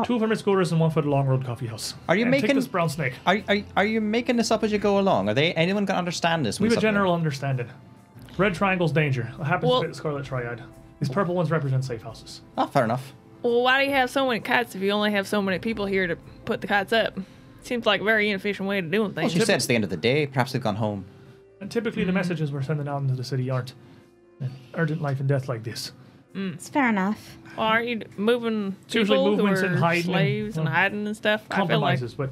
[SPEAKER 1] Two from its quarters and one for the Long Road Coffee House.
[SPEAKER 5] Oh. Are you
[SPEAKER 1] And
[SPEAKER 5] making- Oh,
[SPEAKER 1] take this brown snake?
[SPEAKER 5] Are, are, are you making this up as you go along? Are they anyone gonna understand this?
[SPEAKER 1] We
[SPEAKER 5] when
[SPEAKER 1] have a
[SPEAKER 5] something-
[SPEAKER 1] general understanding. Red triangle's danger. It happens
[SPEAKER 6] Well-
[SPEAKER 1] to be the Scarlet Triad. These purple ones represent safe houses.
[SPEAKER 5] Ah, fair enough.
[SPEAKER 6] Well, why do you have so many cots if you only have so many people here to put the cots up? Seems like a very inefficient way to doing
[SPEAKER 5] Well,
[SPEAKER 6] things.
[SPEAKER 5] she said it's the end of the day. Perhaps they've gone home.
[SPEAKER 1] And typically,
[SPEAKER 6] Hmm.
[SPEAKER 1] the messages we're sending out into the city aren't an urgent life and death like this.
[SPEAKER 4] It's fair enough.
[SPEAKER 6] Well, aren't you moving people
[SPEAKER 1] usually
[SPEAKER 6] who
[SPEAKER 1] movements
[SPEAKER 6] are
[SPEAKER 1] and hiding,
[SPEAKER 6] slaves and
[SPEAKER 1] well,
[SPEAKER 6] hiding and stuff? I feel like
[SPEAKER 1] compromises, but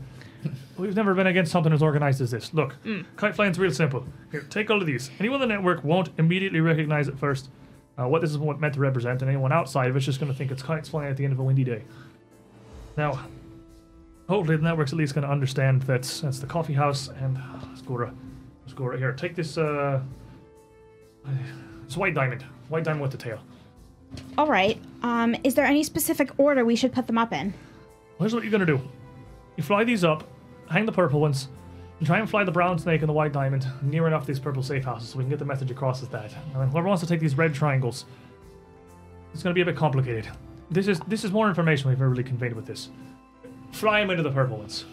[SPEAKER 1] we've never been against something as organized as this. Look,
[SPEAKER 6] Hmm.
[SPEAKER 1] kite flying's real simple. Here, take all of these. Anyone on the network won't immediately recognize at first uh, what this is what meant to represent, and anyone outside of it's just going to think it's kites flying at the end of a windy day. Now, hopefully the network's at least going to understand that that's the coffee house and ah, let's go to let's go right here. Take this uh, this white diamond, white diamond with the tail.
[SPEAKER 4] All right. Um, is there any specific order we should put them up in?
[SPEAKER 1] Well, here's what you're gonna do. You fly these up, hang the purple ones, and try and fly the brown snake and the white diamond near enough these purple safe houses so we can get the message across as that. And then whoever wants to take these red triangles, it's gonna be a bit complicated. This is this is more information we've never really conveyed with this. Fly them into the purple ones.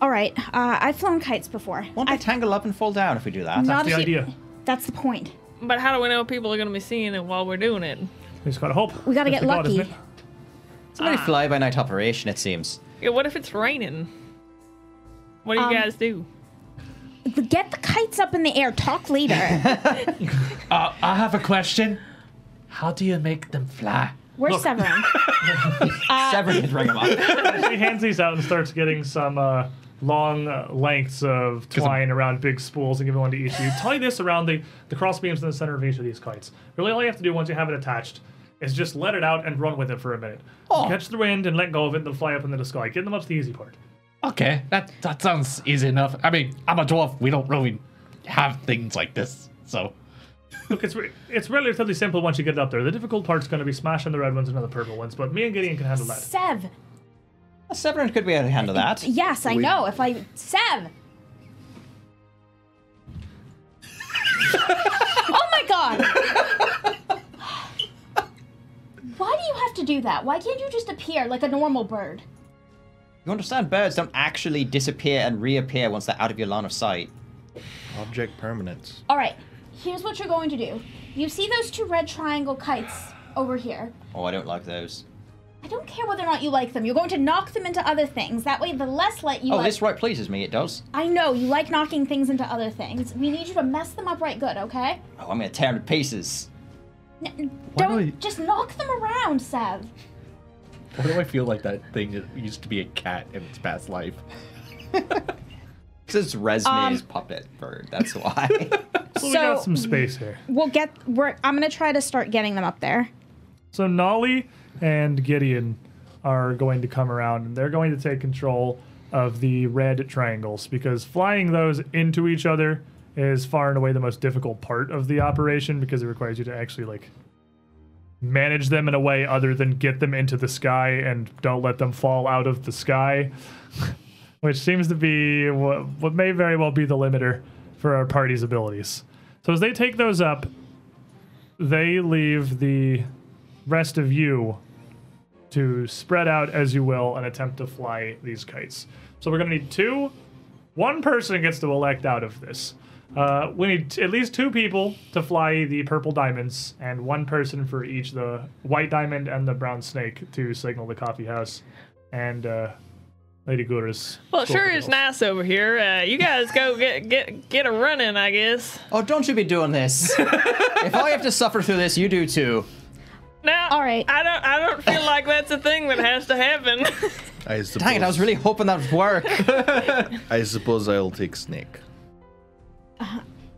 [SPEAKER 4] All right. Uh, I've flown kites before.
[SPEAKER 5] Won't they tangle up and fall down if we do that?
[SPEAKER 4] Not
[SPEAKER 1] The
[SPEAKER 4] if you-
[SPEAKER 1] idea.
[SPEAKER 4] That's the point.
[SPEAKER 6] But how do we know people are going to be seeing it while we're doing it?
[SPEAKER 1] We just gotta hope.
[SPEAKER 4] We gotta
[SPEAKER 1] That's
[SPEAKER 4] get
[SPEAKER 1] the god, isn't
[SPEAKER 4] lucky.
[SPEAKER 1] it?
[SPEAKER 5] It's a very fly-by-night operation, it seems.
[SPEAKER 6] Yeah, what if it's raining? What do you guys do?
[SPEAKER 4] Get the kites up in the air. Talk later.
[SPEAKER 7] Uh, I have a question. How do you make them fly?
[SPEAKER 4] We're severing.
[SPEAKER 5] Severin could ring them up.
[SPEAKER 1] She hands these out and starts getting some uh, long uh, lengths of twine around big spools and giving one to each of you. Tie this around the, the cross beams in the center of each of these kites. Really, all you have to do once you have it attached is just let it out and run with it for a minute. Catch the wind and let go of it and they'll fly up into the sky. Getting them up's the easy part.
[SPEAKER 2] Okay, that that sounds easy enough. I mean, I'm a dwarf. We don't really have things like this, so
[SPEAKER 1] Look, it's, re- it's relatively simple once you get it up there. The difficult part's going to be smashing the red ones and the purple ones, but me and Gideon can handle that.
[SPEAKER 4] Sev,
[SPEAKER 5] Severin could be able to handle that.
[SPEAKER 4] Yes, I know. If I Sev. oh my god.
[SPEAKER 9] Why do you have to do that? Why can't you just appear like a normal bird?
[SPEAKER 5] You understand birds don't actually disappear and reappear once they're out of your line of sight.
[SPEAKER 3] Object permanence.
[SPEAKER 9] All right, here's what you're going to do. You see those two red triangle kites over here?
[SPEAKER 5] Oh, I don't like those.
[SPEAKER 9] I don't care whether or not you like them. You're going to knock them into other things. That way, the less light you
[SPEAKER 5] Oh,
[SPEAKER 9] like.
[SPEAKER 5] this right pleases me, it does.
[SPEAKER 9] I know you like knocking things into other things. We need you to mess them up right good, okay?
[SPEAKER 5] Oh, I'm gonna tear them to pieces.
[SPEAKER 9] N- n-
[SPEAKER 8] Why
[SPEAKER 9] don't
[SPEAKER 8] do I-
[SPEAKER 9] just knock them around, Sev.
[SPEAKER 8] Why do I feel like that thing that used to be a cat in its past life?
[SPEAKER 5] Because it's Resme's puppet bird, that's why.
[SPEAKER 1] So, we
[SPEAKER 4] So-
[SPEAKER 1] got some space here.
[SPEAKER 4] We'll get. We're, I'm gonna try to start getting them up there.
[SPEAKER 1] So Nolly and Gideon are going to come around and they're going to take control of the red triangles because flying those into each other is far and away the most difficult part of the operation because it requires you to actually like manage them in a way other than get them into the sky and don't let them fall out of the sky which seems to be what, what may very well be the limiter for our party's abilities so as they take those up they leave the rest of you to spread out as you will and attempt to fly these kites. So we're going to need two. One person gets to elect out of this. Uh, we need t- at least two people to fly the purple diamonds, and one person for each the white diamond and the brown snake to signal the coffee house and uh, Lady Gura's.
[SPEAKER 6] Well,
[SPEAKER 1] school
[SPEAKER 6] sure is
[SPEAKER 1] girls.
[SPEAKER 6] nice over here. Uh, you guys go get get get a running, I guess.
[SPEAKER 5] oh, don't you be doing this. if I have to suffer through this, you do too.
[SPEAKER 6] Now,
[SPEAKER 4] All right.
[SPEAKER 6] I don't I don't feel like that's a thing that has to happen.
[SPEAKER 3] I suppose,
[SPEAKER 5] Dang it, I was really hoping that would work.
[SPEAKER 3] I suppose I'll take snake.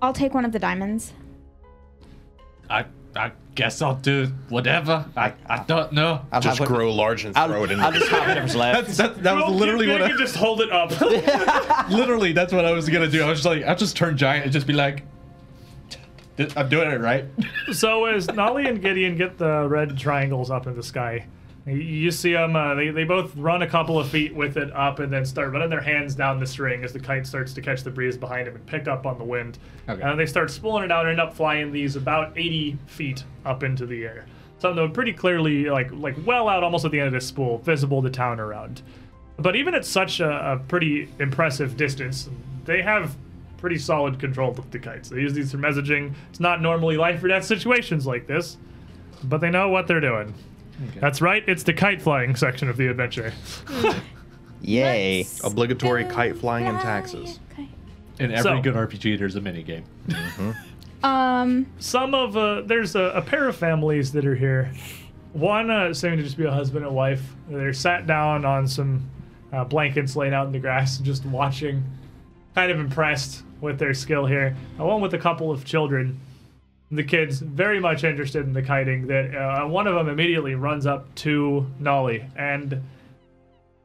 [SPEAKER 4] I'll take one of the diamonds.
[SPEAKER 2] I I guess I'll do whatever. I, I don't know.
[SPEAKER 5] I'll
[SPEAKER 10] Just
[SPEAKER 5] have what-
[SPEAKER 10] grow large and
[SPEAKER 5] I'll,
[SPEAKER 10] throw it in.
[SPEAKER 5] I'll just have whatever's left.
[SPEAKER 8] That's, that, that was
[SPEAKER 1] Well,
[SPEAKER 8] literally
[SPEAKER 1] you,
[SPEAKER 8] what
[SPEAKER 1] you can
[SPEAKER 8] I,
[SPEAKER 1] just hold it up.
[SPEAKER 8] literally that's what I was gonna do. I was just like, I'll just turn giant and just be like, "Th- I'm doing it right.
[SPEAKER 1] So as Nolly and Gideon get the red triangles up in the sky, you- you see them. Uh, they they both run a couple of feet with it up, and then start running their hands down the string as the kite starts to catch the breeze behind them and pick up on the wind.
[SPEAKER 8] Okay.
[SPEAKER 1] And they start spooling it out and end up flying these about 80 feet up into the air. Something that would pretty clearly like like well out almost at the end of this spool, visible to town around. But even at such a, a pretty impressive distance, they have pretty solid control of the kites. They use these for messaging. It's not normally life or death situations like this, but they know what they're doing. That's right, it's the kite flying section of the adventure.
[SPEAKER 5] Yay.
[SPEAKER 3] Obligatory
[SPEAKER 4] Go
[SPEAKER 3] kite flying and
[SPEAKER 4] fly
[SPEAKER 3] taxes.
[SPEAKER 4] a kite.
[SPEAKER 8] In every
[SPEAKER 1] So-
[SPEAKER 8] good RPG, there's a mini game.
[SPEAKER 4] Um,
[SPEAKER 1] Some of uh, there's a, a pair of families that are here. One uh, seemed to just be a husband and wife. They're sat down on some uh, blankets laid out in the grass, and just watching, kind of impressed with their skill here. And one with a couple of children. The kids very much interested in the kiting. That uh, one of them immediately runs up to Nolly, and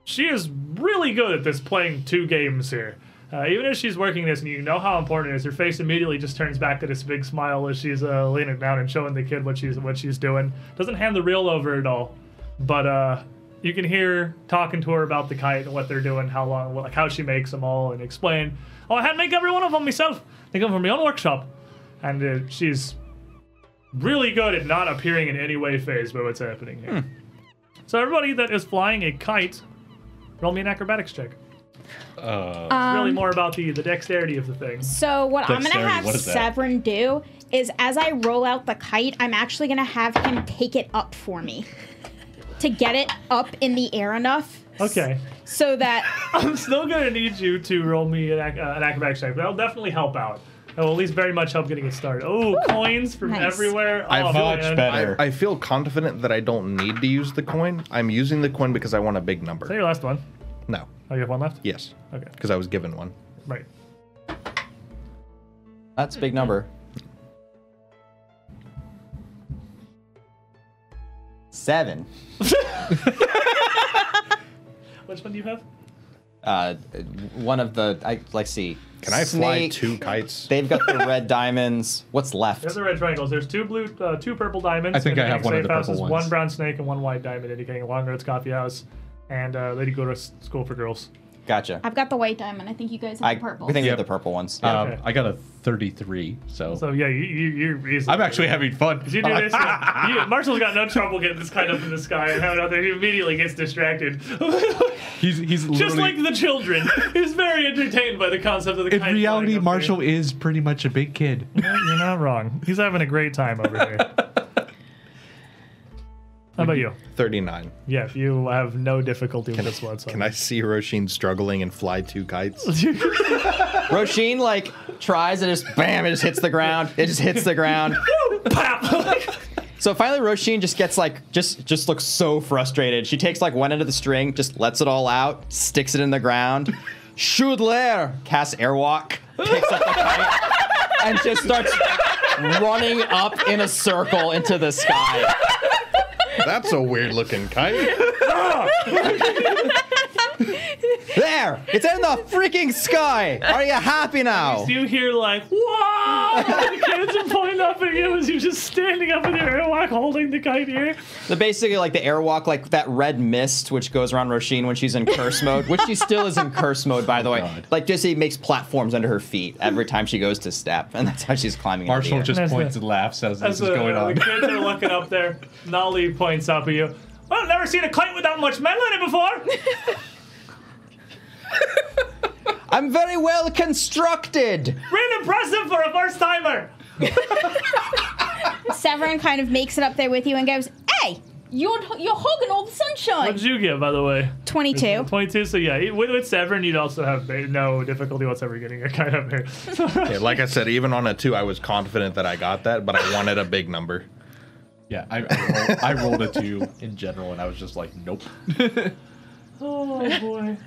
[SPEAKER 1] she is really good at this playing two games here. Uh, even as she's working this, and you know how important it is, her face immediately just turns back to this big smile as she's uh, leaning down and showing the kid what she's what she's doing. Doesn't hand the reel over at all, but uh, you can hear talking to her about the kite and what they're doing, how long, like how she makes them all, and explain. Oh, I had to make every one of them myself. They come from my own workshop, and uh, she's really good at not appearing in any way phased by what's happening here. So everybody that is flying a kite Roll me an acrobatics check.
[SPEAKER 8] Uh,
[SPEAKER 1] it's really more about the, the dexterity of the thing.
[SPEAKER 4] so what I'm
[SPEAKER 8] Dexterity,
[SPEAKER 4] gonna have
[SPEAKER 8] what is that?
[SPEAKER 4] Severin do is, as I roll out the kite, I'm actually gonna have him take it up for me to get it up in the air enough
[SPEAKER 8] Oh,
[SPEAKER 1] Okay.
[SPEAKER 4] so that
[SPEAKER 1] I'm still going to need you to roll me an, ac- uh, an acrobatics check. That'll definitely help out. That will at least very much help getting it started. Oh, coins from
[SPEAKER 4] nice.
[SPEAKER 1] everywhere.
[SPEAKER 8] I
[SPEAKER 1] oh,
[SPEAKER 8] much
[SPEAKER 1] man.
[SPEAKER 8] better.
[SPEAKER 3] I, I feel confident that I don't need to use the coin. I'm using the coin because I want a big
[SPEAKER 1] Is that
[SPEAKER 3] number.
[SPEAKER 1] your last one?
[SPEAKER 3] No.
[SPEAKER 1] Oh, you have one left?
[SPEAKER 3] Yes.
[SPEAKER 1] Okay.
[SPEAKER 3] Because I was given one.
[SPEAKER 1] Right.
[SPEAKER 5] That's a big number. Seven.
[SPEAKER 1] Which one do you have?
[SPEAKER 5] Uh, one of the I like see.
[SPEAKER 3] Can I fly
[SPEAKER 5] Snake.
[SPEAKER 3] two kites?
[SPEAKER 5] They've got the red diamonds. What's left?
[SPEAKER 1] There's the red triangles. There's two blue, uh, two purple diamonds.
[SPEAKER 8] I think I
[SPEAKER 1] indicating
[SPEAKER 8] have one of
[SPEAKER 1] safe
[SPEAKER 8] the purple
[SPEAKER 1] houses,
[SPEAKER 8] ones.
[SPEAKER 1] One brown snake and one white diamond indicating Long Road's coffee house. and uh, Lady Go to School for Girls.
[SPEAKER 5] Gotcha.
[SPEAKER 9] I've got the white diamond. I think you guys have
[SPEAKER 5] I,
[SPEAKER 9] the purple.
[SPEAKER 5] We think we have
[SPEAKER 8] Yep.
[SPEAKER 5] the purple ones.
[SPEAKER 8] Um,
[SPEAKER 1] Okay.
[SPEAKER 8] I got a 33, so,
[SPEAKER 1] So yeah, you you you're easily-
[SPEAKER 8] I'm actually having fun.
[SPEAKER 1] You do this. yeah. You- Marshall's got no trouble getting this kite up in the sky and having other. He immediately gets distracted,
[SPEAKER 8] He's he's
[SPEAKER 1] just
[SPEAKER 8] literally-
[SPEAKER 1] like the children. He's very entertained by the concept of the. kite
[SPEAKER 8] in
[SPEAKER 1] flying up
[SPEAKER 8] reality,
[SPEAKER 1] there.
[SPEAKER 8] Marshall is pretty much a big kid.
[SPEAKER 1] You're not wrong. He's having a great time over here. How about you?
[SPEAKER 10] 39.
[SPEAKER 1] Yeah, you have no difficulty with this whatsoever.
[SPEAKER 10] Can I see Roshin struggling and fly two kites?
[SPEAKER 5] Roshin like tries and just bam, it just hits the ground. It just hits the ground. so finally, Roshin just gets like just just looks so frustrated. She takes like one end of the string, just lets it all out, sticks it in the ground. Schudler casts airwalk, picks up the kite, and just starts running up in a circle into the sky.
[SPEAKER 10] That's a weird looking kite.
[SPEAKER 5] There, it's in the freaking sky. Are you happy now?
[SPEAKER 1] You hear like whoa! the kids are pointing up at you as you're just standing up in the airlock holding the kite here.
[SPEAKER 5] So basically, like the airwalk, like that red mist which goes around Roisin when she's in curse mode, which she still is in curse mode, by the way. Like, just it makes platforms under her feet every time she goes to step, and that's how she's climbing. into the
[SPEAKER 8] Marshall
[SPEAKER 5] air.
[SPEAKER 8] just
[SPEAKER 1] That's
[SPEAKER 8] points
[SPEAKER 1] the-
[SPEAKER 8] and laughs as
[SPEAKER 1] As
[SPEAKER 8] this
[SPEAKER 1] the-
[SPEAKER 8] is
[SPEAKER 1] uh,
[SPEAKER 8] going on.
[SPEAKER 1] The kids are looking up there. Nolly points up at you. Well, I've never seen a kite with that much metal in it before.
[SPEAKER 5] I'm very well constructed.
[SPEAKER 1] Real impressive for a first timer.
[SPEAKER 4] Severin kind of makes it up there with you and goes, "Hey,
[SPEAKER 9] You're you're hogging all the
[SPEAKER 1] What
[SPEAKER 9] sunshine.
[SPEAKER 1] did you get, by the way?
[SPEAKER 4] 22."
[SPEAKER 1] 22, so yeah, it- with, with Severn, you'd also have ba- no difficulty whatsoever getting a kite up here.
[SPEAKER 10] Yeah, like I said, even on a two, I was confident that I got that, but I wanted a big number.
[SPEAKER 8] Yeah, I, I, rolled, I rolled a two in general, and I was just like, nope.
[SPEAKER 1] oh, boy.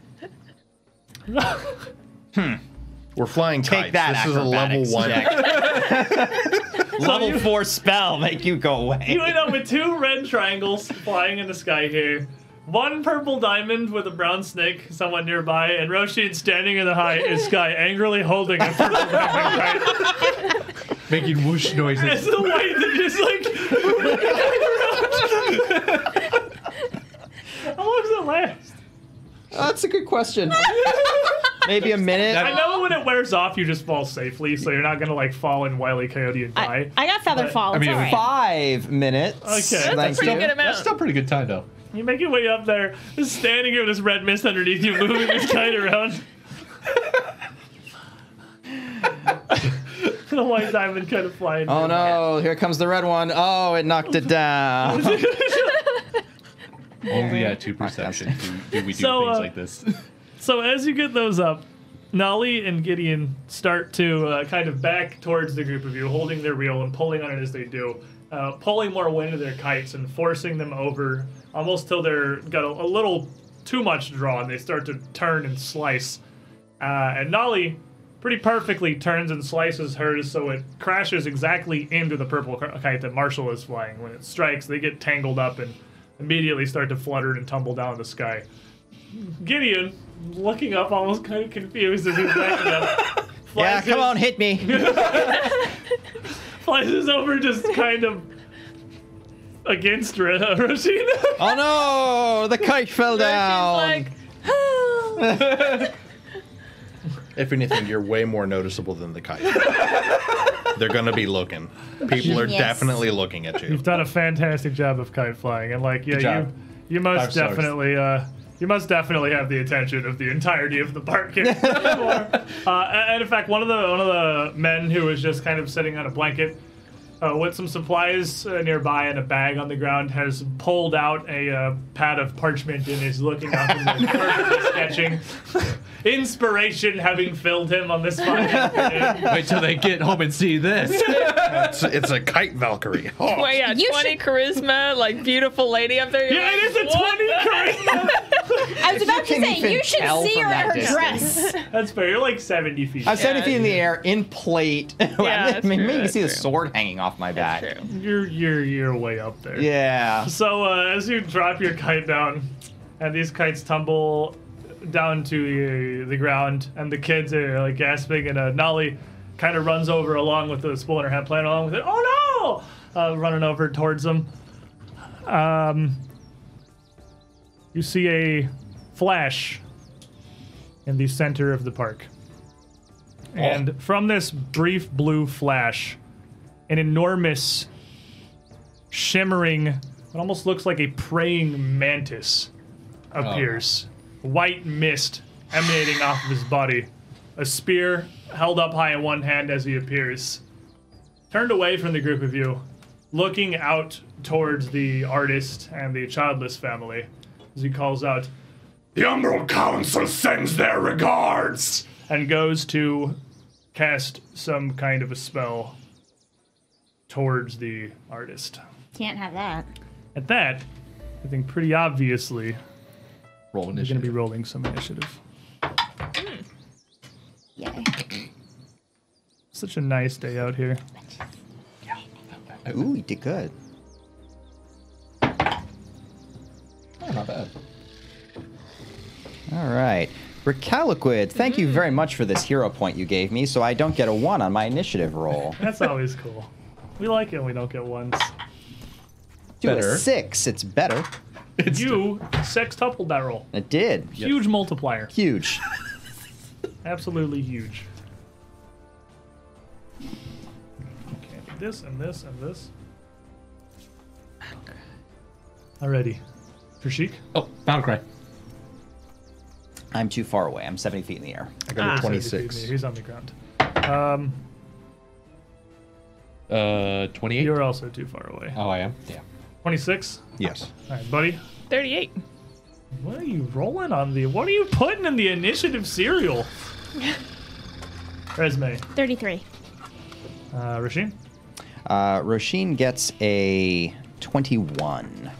[SPEAKER 10] We're flying kites.
[SPEAKER 5] Take that.
[SPEAKER 10] this is a level
[SPEAKER 5] acrobatics
[SPEAKER 10] one.
[SPEAKER 5] check. level four spell make you go
[SPEAKER 1] You
[SPEAKER 5] away.
[SPEAKER 1] end up with two red triangles flying in the sky here. One purple diamond with a brown snake, someone nearby, and Roshin standing in the high sky, angrily holding a purple diamond kite.
[SPEAKER 8] Making whoosh
[SPEAKER 1] It's
[SPEAKER 8] noises.
[SPEAKER 1] the way that just like moving the guy around. How long does it last?
[SPEAKER 5] That's a good question. Maybe a minute.
[SPEAKER 1] I know when it wears off, you just fall safely, so you're not gonna like fall in Wily Coyote and die.
[SPEAKER 4] I, I got feather fall. It's
[SPEAKER 8] mean,
[SPEAKER 4] all right.
[SPEAKER 5] Five minutes.
[SPEAKER 1] Okay.
[SPEAKER 6] That's
[SPEAKER 5] Thank
[SPEAKER 6] a pretty
[SPEAKER 5] you.
[SPEAKER 6] good amount.
[SPEAKER 8] That's still pretty good time, though.
[SPEAKER 1] you make your way up there, just standing here with this red mist underneath you, moving this kite around. the white diamond kind of flying.
[SPEAKER 5] Oh no! Here comes the red one. Oh, it knocked it down.
[SPEAKER 8] Only at two perception do, do we do
[SPEAKER 1] So,
[SPEAKER 8] things
[SPEAKER 1] uh,
[SPEAKER 8] like this.
[SPEAKER 1] So as you get those up, Nolly and Gideon start to uh, kind of back towards the group of you, holding their reel and pulling on it as they do, uh, pulling more wind to their kites and forcing them over almost till they're got a, a little too much draw and they start to turn and slice. Uh, and Nolly pretty perfectly turns and slices hers so it crashes exactly into the purple cr- kite that Marshall is flying. When it strikes, they get tangled up and immediately start to flutter and tumble down the sky. Gideon, looking up, almost kind of confused as he's backing up.
[SPEAKER 5] yeah,
[SPEAKER 1] Flies
[SPEAKER 5] come
[SPEAKER 1] his-
[SPEAKER 5] on, hit me.
[SPEAKER 1] Flies his over just kind of against Ro- Roshina.
[SPEAKER 5] Oh no! The kite fell down.
[SPEAKER 6] She's like,
[SPEAKER 10] If anything, you're way more noticeable than the kite. They're gonna be looking. People are
[SPEAKER 4] Yes.
[SPEAKER 10] definitely looking at you.
[SPEAKER 1] You've done a fantastic job of kite flying, and like, yeah, you,
[SPEAKER 8] job.
[SPEAKER 1] you most
[SPEAKER 8] Five stars.
[SPEAKER 1] definitely, uh, you most definitely have the attention of the entirety of the park here. uh, and in fact, one of the one of the men who was just kind of sitting on a blanket uh, with some supplies uh, nearby and a bag on the ground, has pulled out a uh, pad of parchment and is looking up and perfectly sketching. Inspiration having filled him on this fine afternoon.
[SPEAKER 8] Wait till they get home and see this.
[SPEAKER 10] It's, it's a kite Valkyrie. Oh,
[SPEAKER 6] well, yeah,
[SPEAKER 4] You
[SPEAKER 6] 20 charisma, like beautiful lady up there. You're
[SPEAKER 1] Yeah,
[SPEAKER 6] like,
[SPEAKER 1] it is a
[SPEAKER 6] "What
[SPEAKER 1] twenty
[SPEAKER 6] the heck?"
[SPEAKER 1] charisma.
[SPEAKER 4] I was about to
[SPEAKER 5] can
[SPEAKER 4] say
[SPEAKER 5] even
[SPEAKER 4] you should
[SPEAKER 5] tell
[SPEAKER 4] see
[SPEAKER 5] from
[SPEAKER 4] her in
[SPEAKER 5] that
[SPEAKER 4] her
[SPEAKER 5] distance.
[SPEAKER 4] dress.
[SPEAKER 1] That's fair. You're like seventy feet.
[SPEAKER 5] I'm 70
[SPEAKER 6] Yeah.
[SPEAKER 5] feet in the air in plate.
[SPEAKER 6] Yeah,
[SPEAKER 5] I
[SPEAKER 6] that's
[SPEAKER 5] mean,
[SPEAKER 6] true,
[SPEAKER 5] maybe you
[SPEAKER 6] that's
[SPEAKER 5] see the
[SPEAKER 6] true.
[SPEAKER 5] sword hanging off my back.
[SPEAKER 6] True.
[SPEAKER 1] You're you're you're way up there.
[SPEAKER 5] Yeah.
[SPEAKER 1] So uh, as you drop your kite down, and these kites tumble down to the, the ground, and the kids are like gasping, and uh, Nolly kind of runs over along with the spool in her hand, playing along with it. Oh no! Uh, running over towards them. Um, You see a flash in the center of the park. And from this brief blue flash, an enormous, shimmering, it almost looks like a praying mantis appears. White mist emanating off of his body. A spear held up high in one hand as he appears. Turned away from the group of you, looking out towards the artist and the childless family as he calls out, The Umbral Council sends their regards! And goes to cast some kind of a spell towards the artist.
[SPEAKER 4] Can't have that.
[SPEAKER 1] At that, I think pretty obviously,
[SPEAKER 8] Roll
[SPEAKER 1] we're going to be
[SPEAKER 8] initiative.
[SPEAKER 1] rolling some initiative.
[SPEAKER 4] Yay.
[SPEAKER 1] Such a nice day out here.
[SPEAKER 5] Ooh, you did good.
[SPEAKER 8] Oh, not bad.
[SPEAKER 5] All right. Recaliquid, thank
[SPEAKER 6] Mm-hmm.
[SPEAKER 5] you very much for this hero point you gave me, so I don't get a one on my initiative roll.
[SPEAKER 1] That's always cool. We like it when we don't get ones.
[SPEAKER 5] Do
[SPEAKER 8] Better.
[SPEAKER 5] a six, it's better.
[SPEAKER 1] you sextupled that roll.
[SPEAKER 5] It did.
[SPEAKER 1] Huge multiplier.
[SPEAKER 5] Huge.
[SPEAKER 1] Absolutely huge. Okay, this and this and this. Alrighty. Trishik?
[SPEAKER 8] Oh, battle cry.
[SPEAKER 5] I'm too far away. I'm 70 feet in the air.
[SPEAKER 10] I got
[SPEAKER 1] Ah,
[SPEAKER 10] a
[SPEAKER 1] Excuse
[SPEAKER 10] 26.
[SPEAKER 1] me, He's on the ground. Um,
[SPEAKER 8] Uh, 28.
[SPEAKER 1] you're also too far away.
[SPEAKER 8] Oh, I am? Yeah.
[SPEAKER 1] 26?
[SPEAKER 10] Yes.
[SPEAKER 1] Alright, buddy.
[SPEAKER 6] 38.
[SPEAKER 1] What are you rolling on the. What are you putting in the initiative serial? Resume.
[SPEAKER 4] 33.
[SPEAKER 1] Uh, Rasheen?
[SPEAKER 5] Uh, Roshin gets a 21.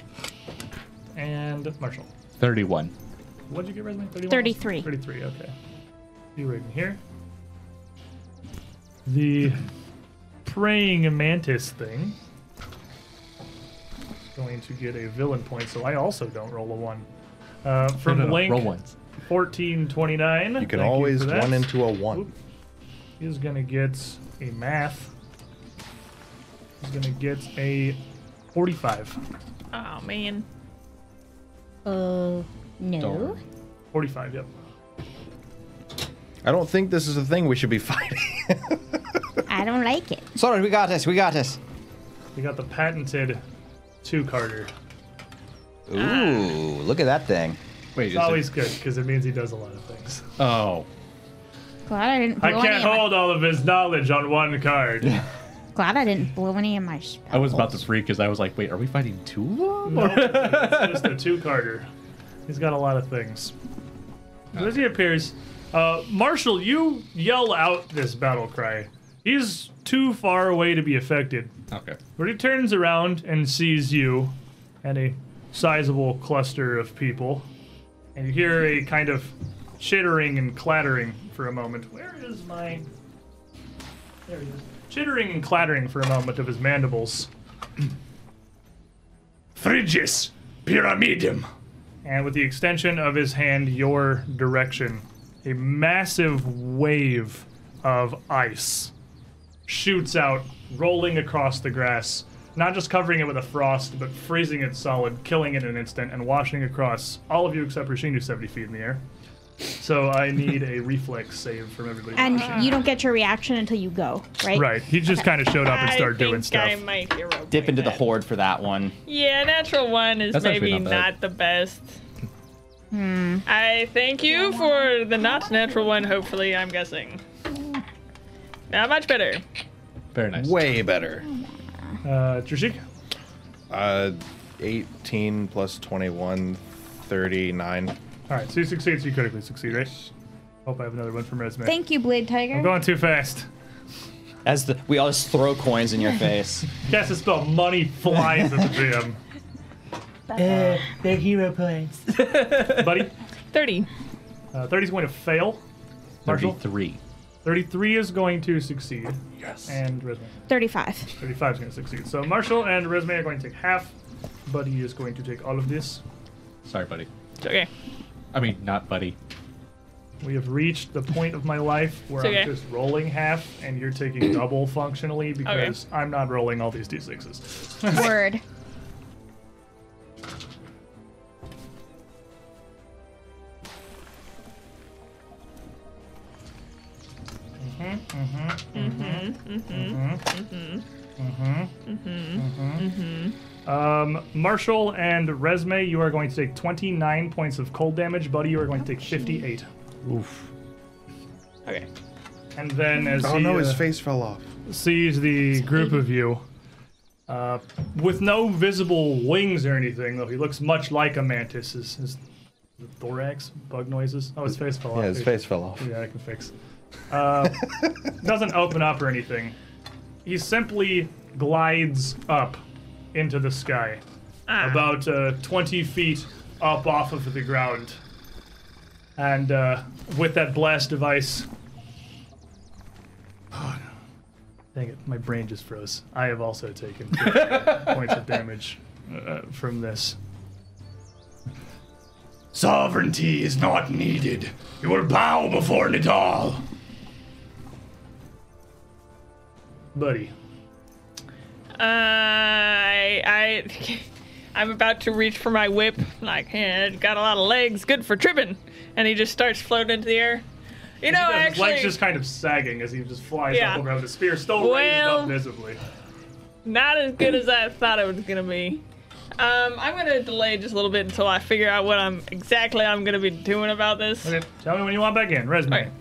[SPEAKER 1] And Marshall.
[SPEAKER 8] 31.
[SPEAKER 1] What'd you get, Resume? 31?
[SPEAKER 4] 33.
[SPEAKER 1] 33, okay. You right in here. The praying mantis thing. Going to get a villain point, so I also don't roll a one. Uh, from
[SPEAKER 8] No, no, no,
[SPEAKER 1] Link,
[SPEAKER 8] Roll ones.
[SPEAKER 1] 1429.
[SPEAKER 10] You can
[SPEAKER 1] Thank
[SPEAKER 10] always
[SPEAKER 1] for that.
[SPEAKER 10] run into a one.
[SPEAKER 1] He's gonna get a math. He's gonna get a 45.
[SPEAKER 6] Oh, man.
[SPEAKER 4] Uh, no.
[SPEAKER 8] Darn.
[SPEAKER 1] 45, yep.
[SPEAKER 10] I don't think this is a thing we should be fighting.
[SPEAKER 4] I don't like it.
[SPEAKER 5] Sorry, we got this. We got this.
[SPEAKER 1] We got the patented two carter.
[SPEAKER 5] Ooh, look at that thing.
[SPEAKER 8] Wait,
[SPEAKER 1] It's
[SPEAKER 8] is
[SPEAKER 1] always
[SPEAKER 8] it?
[SPEAKER 1] good because it means he does a lot of things.
[SPEAKER 8] Oh.
[SPEAKER 4] Glad I didn't
[SPEAKER 1] I
[SPEAKER 4] blow
[SPEAKER 1] can't
[SPEAKER 4] any of my,
[SPEAKER 1] hold all of his knowledge on one card.
[SPEAKER 4] Glad I didn't blow any of my
[SPEAKER 8] I was about to freak because I was like, wait, are we fighting two of them?
[SPEAKER 1] Nope, it's just a two carter. He's got a lot of things. So As he appears, uh, Marshall, you yell out this battle cry. He's too far away to be affected.
[SPEAKER 8] Okay.
[SPEAKER 1] But he turns around and sees you and a sizable cluster of people. And you hear a kind of chittering and clattering for a moment. Where is my. There he is. Chittering and clattering for a moment of his mandibles. Phrygis pyramidum. And with the extension of his hand your direction, a massive wave of ice shoots out, rolling across the grass, not just covering it with a frost, but freezing it solid, killing it in an instant, and washing across all of you except Rasheen, who's 70 feet in the air. So I need a reflex save from everybody.
[SPEAKER 4] And you don't get your reaction until you go, right?
[SPEAKER 1] right, he just kind of showed up and
[SPEAKER 6] I
[SPEAKER 1] started doing
[SPEAKER 6] think I
[SPEAKER 1] stuff.
[SPEAKER 6] might hero
[SPEAKER 5] Dip into the
[SPEAKER 6] point
[SPEAKER 5] horde for that one.
[SPEAKER 6] that. Yeah, natural one is
[SPEAKER 8] That's actually
[SPEAKER 6] maybe not,
[SPEAKER 8] not bad.
[SPEAKER 6] the best. I thank you for the not natural one, hopefully, I'm guessing. Not much better.
[SPEAKER 8] Very nice.
[SPEAKER 10] Way better.
[SPEAKER 1] Uh, Trishik,
[SPEAKER 10] Uh, 18 plus 21, 39.
[SPEAKER 1] all right, so you succeed, so you critically succeed, right? Hope I have another one from resume.
[SPEAKER 4] Thank you, Blade
[SPEAKER 1] I'm
[SPEAKER 4] Tiger.
[SPEAKER 1] going too fast.
[SPEAKER 5] As the, we all just throw coins in your face.
[SPEAKER 1] Cast a spell, money flies at the gym.
[SPEAKER 7] Uh, They're hero points.
[SPEAKER 1] Buddy,
[SPEAKER 6] 30.
[SPEAKER 1] uh, 30 is going to fail. Marshall,
[SPEAKER 8] 33.
[SPEAKER 1] 33 is going to succeed. Yes. And resume.
[SPEAKER 4] 35.
[SPEAKER 1] 35 is going to succeed. So Marshall and Resume are going to take half. Buddy is going to take all of this.
[SPEAKER 8] Sorry, buddy.
[SPEAKER 6] It's okay.
[SPEAKER 8] I mean, not buddy.
[SPEAKER 1] We have reached the point of my life where
[SPEAKER 6] It's
[SPEAKER 1] I'm
[SPEAKER 6] okay.
[SPEAKER 1] just rolling half and you're taking double functionally because I'm not rolling all these d6s.
[SPEAKER 4] Word.
[SPEAKER 1] Um, Marshall and Resme, you are going to take 29 points of cold damage. Buddy, you are going to take 58.
[SPEAKER 3] Oof.
[SPEAKER 6] Okay.
[SPEAKER 1] And then as
[SPEAKER 10] Oh
[SPEAKER 1] he
[SPEAKER 10] no, his
[SPEAKER 1] uh,
[SPEAKER 10] face fell off.
[SPEAKER 1] sees the group of you, uh, with no visible wings or anything, though he looks much like a mantis. His, his thorax, bug noises. Oh, his face fell off.
[SPEAKER 3] Yeah, his face fell off.
[SPEAKER 1] Yeah, I can fix. Uh, doesn't open up or anything. He simply glides up into the sky,
[SPEAKER 6] Ah.
[SPEAKER 1] about uh, 20 feet up off of the ground. And uh, with that blast device. Dang it, my brain just froze. I have also taken points of damage uh, from this.
[SPEAKER 11] Sovereignty is not needed. You will bow before Nadal.
[SPEAKER 1] Buddy,
[SPEAKER 6] Uh, I I I'm about to reach for my whip. Like, eh, it's got a lot of legs, good for tripping. And he just starts floating into the air. You know,
[SPEAKER 1] Yeah, his
[SPEAKER 6] actually,
[SPEAKER 1] leg's just kind of sagging as he just flies
[SPEAKER 6] Yeah.
[SPEAKER 1] up around the spear, still raised
[SPEAKER 6] Well-
[SPEAKER 1] up visibly.
[SPEAKER 6] not as good as I thought it was gonna be. Um, I'm gonna delay just a little bit until I figure out what I'm exactly I'm gonna be doing about this.
[SPEAKER 1] Okay, tell me when you want back in. Resume.
[SPEAKER 6] Alright.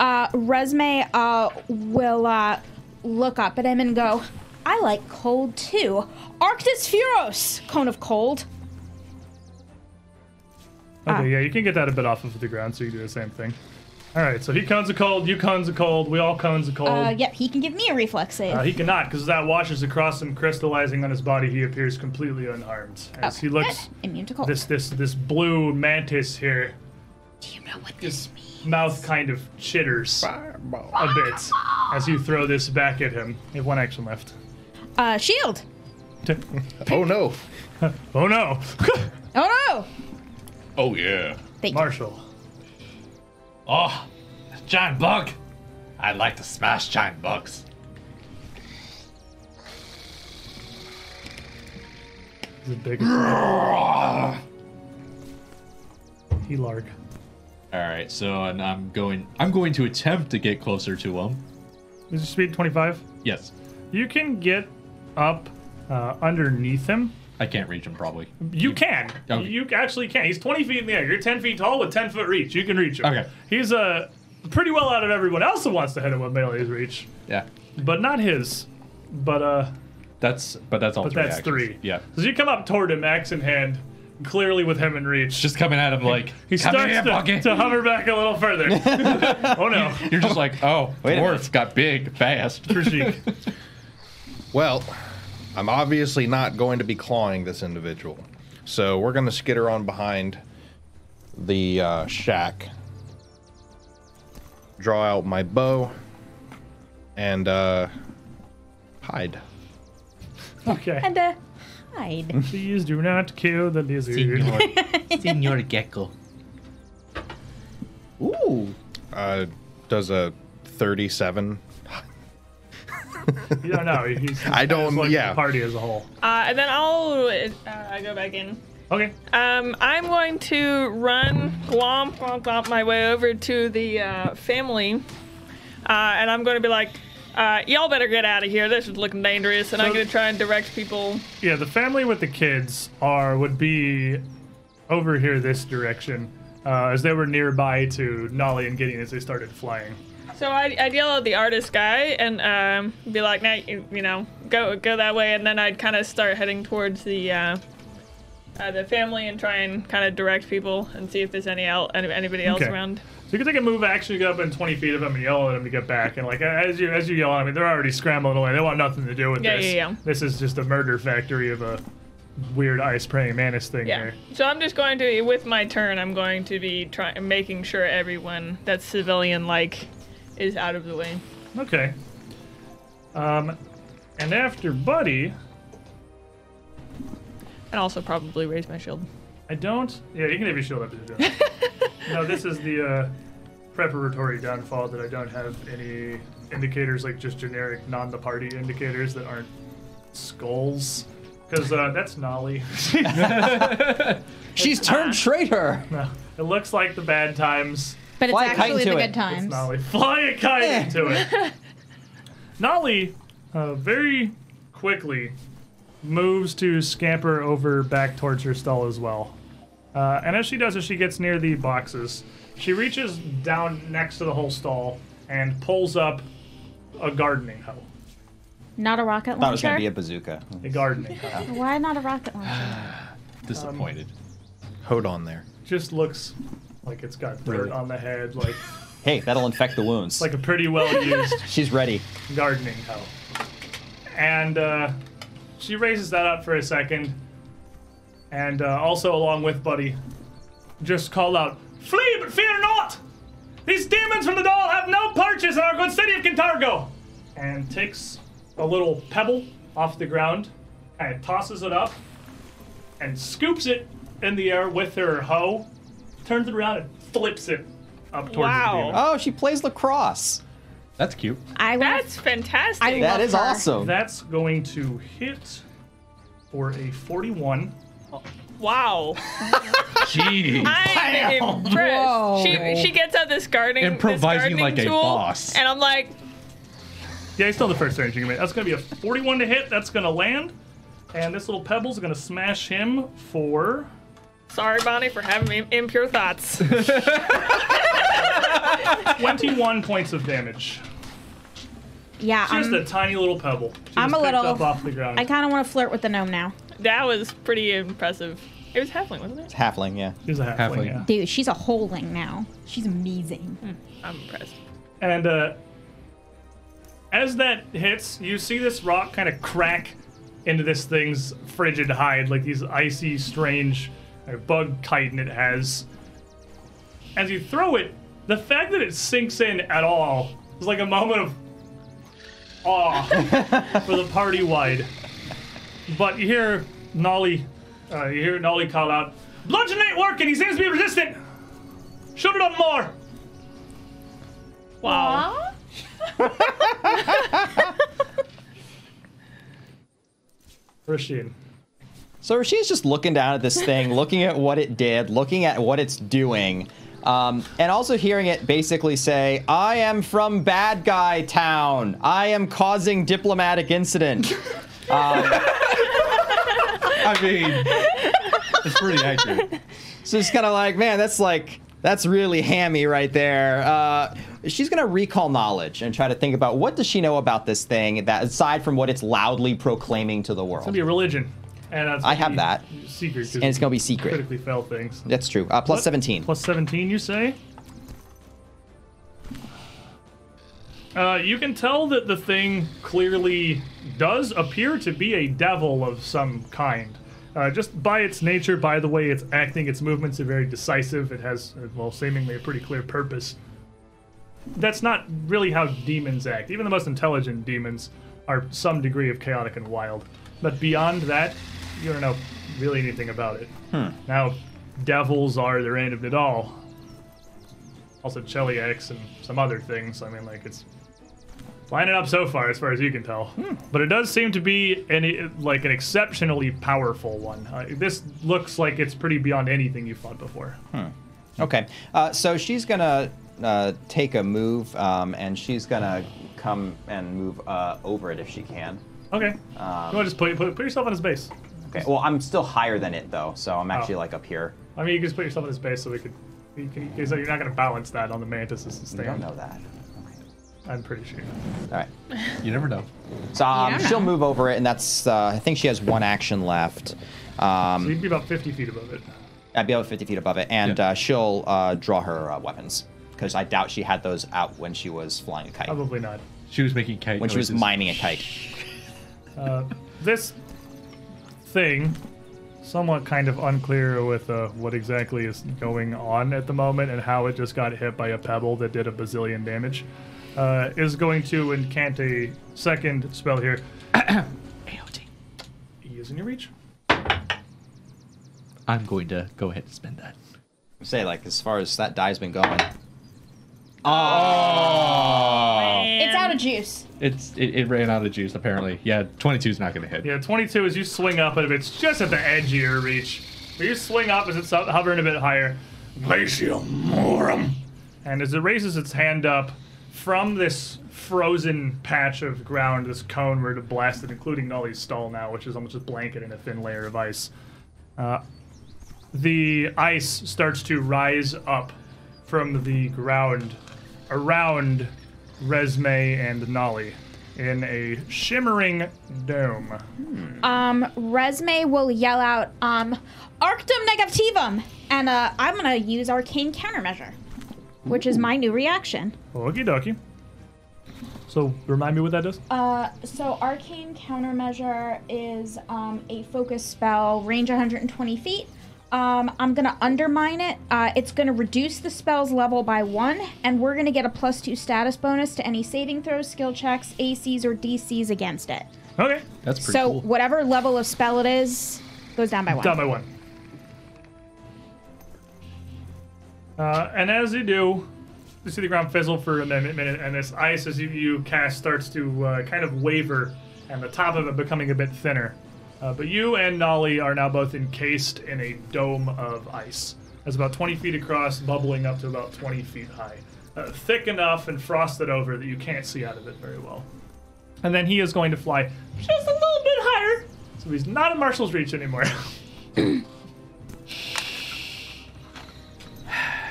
[SPEAKER 4] Uh, Resme uh, will uh, look up at him and go, I like cold too. Arctis Furos, cone of cold. Ah.
[SPEAKER 1] Okay, yeah, you can get that a bit off of the ground, so you do the same thing. All right, so he cones a cold, you cones a cold, we all cones a cold.
[SPEAKER 4] Uh, yep, he can give me a reflex save.
[SPEAKER 1] Uh, he cannot, because that washes across him, crystallizing on his body. He appears completely unharmed as he looks
[SPEAKER 4] Oh, immune to cold.
[SPEAKER 1] this this this blue mantis here.
[SPEAKER 4] Do you know what this means?
[SPEAKER 1] Mouth kind of chitters a bit as you throw this back at him. You have one action left.
[SPEAKER 4] Uh, shield.
[SPEAKER 10] Oh no.
[SPEAKER 1] Oh no,
[SPEAKER 4] Oh
[SPEAKER 11] Oh yeah.
[SPEAKER 1] Marshall.
[SPEAKER 7] Oh, giant bug. I'd like to smash giant bugs.
[SPEAKER 1] He's a bigger. he larg.
[SPEAKER 8] All right, so and I'm going. I'm going to attempt to get closer to him.
[SPEAKER 1] Is your speed 25?
[SPEAKER 8] Yes,
[SPEAKER 1] You can get up uh, underneath him.
[SPEAKER 8] I can't reach him probably.
[SPEAKER 1] You can.
[SPEAKER 8] Okay.
[SPEAKER 1] You actually can. He's 20 feet in the air. You're 10 feet tall with 10 foot reach. You can reach him.
[SPEAKER 8] Okay.
[SPEAKER 1] He's uh, pretty well out of everyone else who wants to hit him with melee's reach,
[SPEAKER 8] Yeah,
[SPEAKER 1] but not his. But uh,
[SPEAKER 8] that's but that's all.
[SPEAKER 1] but
[SPEAKER 8] three
[SPEAKER 1] that's
[SPEAKER 8] actions.
[SPEAKER 1] three.
[SPEAKER 8] Yeah,
[SPEAKER 1] So you come up toward him, axe in hand, clearly with him in reach.
[SPEAKER 8] just coming at him like
[SPEAKER 1] he
[SPEAKER 8] "Come
[SPEAKER 1] starts
[SPEAKER 8] here,
[SPEAKER 1] to,
[SPEAKER 8] Bucky."
[SPEAKER 1] to hover back a little further. oh no,
[SPEAKER 8] You're just like, oh,
[SPEAKER 5] Wait a
[SPEAKER 8] dwarf got big fast.
[SPEAKER 1] Trishik.
[SPEAKER 10] Well, I'm obviously not going to be clawing this individual. So we're going to skitter on behind the uh, shack, draw out my bow, and uh, hide.
[SPEAKER 1] Okay.
[SPEAKER 4] no! And uh, hide.
[SPEAKER 1] Please do not kill the lizard.
[SPEAKER 7] Senor Gecko.
[SPEAKER 5] Ooh.
[SPEAKER 10] Uh, does a 37.
[SPEAKER 1] You don't know. He's, he's
[SPEAKER 10] I don't-
[SPEAKER 1] just looking at
[SPEAKER 10] yeah.
[SPEAKER 1] The party as a whole.
[SPEAKER 6] Uh, and then I'll uh, I go back in.
[SPEAKER 1] Okay.
[SPEAKER 6] Um, I'm going to run, glomp, glomp, glomp my way over to the uh, family, uh, and I'm going to be like, uh, "Y'all better get out of here. This is looking dangerous." And I'm
[SPEAKER 1] So-
[SPEAKER 6] going to try and direct people.
[SPEAKER 1] Yeah, the family with the kids are would be over here this direction, uh, as they were nearby to Nolly and Gideon as they started flying.
[SPEAKER 6] So I, I'd yell at the artist guy and um, be like, "Now, you, you know, go go that way," and then I'd kind of start heading towards the uh, uh, the family and try and kind of direct people and see if there's any el- any- anybody else
[SPEAKER 1] Okay.
[SPEAKER 6] around.
[SPEAKER 1] So you can take a move action to get up in 20 feet of them and yell at them to get back. And like as you as you yell at them, they're already scrambling away. They want nothing to do with
[SPEAKER 6] Yeah,
[SPEAKER 1] this.
[SPEAKER 6] yeah, yeah.
[SPEAKER 1] This is just a murder factory of a weird ice praying mantis thing
[SPEAKER 6] Yeah.
[SPEAKER 1] here.
[SPEAKER 6] So I'm just going to, with my turn, I'm going to be trying, making sure everyone that's civilian like is out of the way.
[SPEAKER 1] Okay. Um, and after Buddy,
[SPEAKER 6] And also probably raise my shield.
[SPEAKER 1] I don't. Yeah, you can have your shield up if you don't. no, this is the uh, preparatory downfall that I don't have any indicators like just generic non the party indicators that aren't skulls. Because uh, that's Nolly.
[SPEAKER 5] She's turned traitor.
[SPEAKER 1] it looks like the bad times.
[SPEAKER 4] But it's
[SPEAKER 5] Fly a kite
[SPEAKER 4] actually the
[SPEAKER 5] into it.
[SPEAKER 4] good times.
[SPEAKER 1] Nolly, fly a kite into it. Nolly uh, very quickly moves to scamper over back towards her stall as well. Uh, and as she does, as she gets near the boxes, she reaches down next to the whole stall and pulls up a gardening hoe.
[SPEAKER 4] Not a rocket
[SPEAKER 5] thought it was
[SPEAKER 4] launcher.
[SPEAKER 5] going to be a bazooka.
[SPEAKER 1] A gardening hoe.
[SPEAKER 4] Why not a rocket launcher?
[SPEAKER 8] Disappointed.
[SPEAKER 10] Hold on there.
[SPEAKER 1] Just looks like it's got dirt
[SPEAKER 5] Really?
[SPEAKER 1] on the head, like
[SPEAKER 5] Hey, that'll infect the wounds.
[SPEAKER 1] like a pretty well used
[SPEAKER 5] She's ready.
[SPEAKER 1] gardening hoe. And uh, she raises that up for a second. And uh, also, along with Buddy, just call out, Flee, but fear not! These demons from the doll have no purchase in our good city of Kintargo! And takes a little pebble off the ground, kind of tosses it up, and scoops it in the air with her hoe, turns it around, and flips it up towards
[SPEAKER 6] Wow.
[SPEAKER 1] the demon.
[SPEAKER 5] Oh, she plays lacrosse.
[SPEAKER 8] That's cute.
[SPEAKER 4] I want
[SPEAKER 6] That's fantastic.
[SPEAKER 4] I
[SPEAKER 5] That
[SPEAKER 4] Love
[SPEAKER 5] is
[SPEAKER 4] her.
[SPEAKER 5] awesome.
[SPEAKER 1] That's going to hit for a 41.
[SPEAKER 6] wow.
[SPEAKER 8] Gee.
[SPEAKER 6] I'm impressed.
[SPEAKER 4] Whoa.
[SPEAKER 6] She she gets out this gardening this
[SPEAKER 8] Improvising
[SPEAKER 6] gardening
[SPEAKER 8] like a
[SPEAKER 6] tool,
[SPEAKER 8] boss.
[SPEAKER 6] and I'm like,
[SPEAKER 1] Yeah, he's still the first range you can make. That's going to be a 41 to hit. That's going to land. And this little pebble's going to smash him for.
[SPEAKER 6] sorry, Bonnie, for having me impure thoughts.
[SPEAKER 1] 21 points of damage.
[SPEAKER 4] Yeah,
[SPEAKER 1] Just
[SPEAKER 4] I'm,
[SPEAKER 1] a tiny little pebble. She
[SPEAKER 4] I'm
[SPEAKER 1] just
[SPEAKER 4] a
[SPEAKER 1] picked
[SPEAKER 4] little-
[SPEAKER 1] up off the ground.
[SPEAKER 4] I kind of want to flirt with the gnome now.
[SPEAKER 6] that was pretty impressive. It was halfling, wasn't it?
[SPEAKER 5] Halfling, yeah.
[SPEAKER 1] She's a halfling.
[SPEAKER 8] Halfling.
[SPEAKER 1] Yeah.
[SPEAKER 4] Dude, she's a holing now. She's amazing.
[SPEAKER 6] I'm impressed.
[SPEAKER 1] And uh, as that hits, you see this rock kind of crack into this thing's frigid hide, like these icy, strange uh, bug chitin it has. As you throw it, the fact that it sinks in at all is like a moment of awe for the party wide. But you hear Nolly, uh, you hear Nolly call out, "Bludgeon ain't working. He seems to be resistant. Shoot it up more."
[SPEAKER 6] Wow.
[SPEAKER 1] Rashid.
[SPEAKER 5] So she's just looking down at this thing, looking at what it did, looking at what it's doing, um, and also hearing it basically say, "I am from Bad Guy Town. I am causing diplomatic incident."
[SPEAKER 8] I mean, it's pretty accurate.
[SPEAKER 5] So it's kind of like, man, that's like that's really hammy right there. Uh, she's gonna recall knowledge and try to think about what does she know about this thing that aside from what it's loudly proclaiming to the
[SPEAKER 1] It's
[SPEAKER 5] world.
[SPEAKER 1] gonna be a religion, and that's
[SPEAKER 5] I
[SPEAKER 1] gonna
[SPEAKER 5] have
[SPEAKER 1] be
[SPEAKER 5] that.
[SPEAKER 1] secret. 'cause
[SPEAKER 5] And it's gonna be secret.
[SPEAKER 1] Critically fail things.
[SPEAKER 5] That's true. Uh, plus
[SPEAKER 1] What?
[SPEAKER 5] seventeen.
[SPEAKER 1] Plus seventeen, you say? Uh, you can tell that the thing clearly does appear to be a devil of some kind. Uh, just by its nature, by the way it's acting, its movements are very decisive. It has, uh, well, seemingly a pretty clear purpose. That's not really how demons act. Even the most intelligent demons are some degree of chaotic and wild. But beyond that, you don't know really anything about it. Now, devils are the reign of Nadal. Also, Cheliax and some other things. I mean, like, it's lining up so far, as far as you can tell. But it does seem to be an, like an exceptionally powerful one. Uh, this looks like it's pretty beyond anything you've fought before.
[SPEAKER 5] Okay. Uh, so she's gonna uh, take a move, um, and she's gonna come and move uh, over it if she can.
[SPEAKER 1] Okay. you want to just put, put, put yourself on his base?
[SPEAKER 5] Okay. Well, I'm still higher than it though, so I'm actually
[SPEAKER 1] Oh.
[SPEAKER 5] like up here.
[SPEAKER 1] I mean, you can just put yourself on his base so we could. You can, so you're not going to balance that on the mantis's
[SPEAKER 5] I don't
[SPEAKER 1] stand.
[SPEAKER 5] know that.
[SPEAKER 1] I'm pretty sure.
[SPEAKER 5] All right.
[SPEAKER 8] You never know.
[SPEAKER 5] So um,
[SPEAKER 4] Yeah.
[SPEAKER 5] she'll move over it, and that's uh, I think she has one action left.
[SPEAKER 1] So
[SPEAKER 5] Um,
[SPEAKER 1] you'd be about 50 feet above it.
[SPEAKER 5] I'd be about 50 feet above it, and
[SPEAKER 8] Yeah.
[SPEAKER 5] uh, she'll uh, draw her uh, weapons because I doubt she had those out when she was flying a kite,
[SPEAKER 1] Probably not.
[SPEAKER 8] She was making cake.
[SPEAKER 5] when she was
[SPEAKER 8] noises.
[SPEAKER 5] mining a kite.
[SPEAKER 1] Uh, this thing, somewhat kind of unclear with uh, what exactly is going on at the moment and how it just got hit by a pebble that did a bazillion damage, uh, is going to incant a second spell here.
[SPEAKER 7] AOT.
[SPEAKER 1] He is in your reach.
[SPEAKER 2] I'm going to go ahead and spend that.
[SPEAKER 5] Say like as far as that die's been going.
[SPEAKER 9] It's out of juice.
[SPEAKER 8] It's it, it ran out of juice apparently. Yeah, 22 is not gonna hit.
[SPEAKER 1] Yeah, 22 as you swing up, and if it's just at the edge of your reach, but you swing up as it's hovering a bit higher.
[SPEAKER 11] Glacium morum.
[SPEAKER 1] And as it raises its hand up from this frozen patch of ground, this cone where it blasted, including Nolly's stall now, which is almost just blanket in a thin layer of ice, uh, the ice starts to rise up from the ground around Resme and Nolly in a shimmering dome.
[SPEAKER 4] Um, Resme will yell out, um, Arctum Negativum! And uh, I'm gonna use Arcane Countermeasure, which is my new reaction.
[SPEAKER 1] Okie dokie. So remind me what that does.
[SPEAKER 4] Uh, so arcane countermeasure is um, a focus spell, range 120 feet. Um, I'm gonna undermine it. Uh, it's gonna reduce the spell's level by one, and we're gonna get a plus two status bonus to any saving throws, skill checks, ACs, or DCs against it.
[SPEAKER 1] Okay.
[SPEAKER 8] That's pretty
[SPEAKER 4] so
[SPEAKER 8] cool.
[SPEAKER 4] whatever level of spell it is, goes down by one.
[SPEAKER 1] Down by one. Uh, and as you do, you see the ground fizzle for a minute, minute and this ice, as you, you cast, starts to uh, kind of waver, and the top of it becoming a bit thinner. Uh, but you and Nolly are now both encased in a dome of ice. It's about 20 feet across, bubbling up to about 20 feet high. Uh, thick enough and frosted over that you can't see out of it very well. And then he is going to fly just a little bit higher, so he's not in Marshall's reach anymore.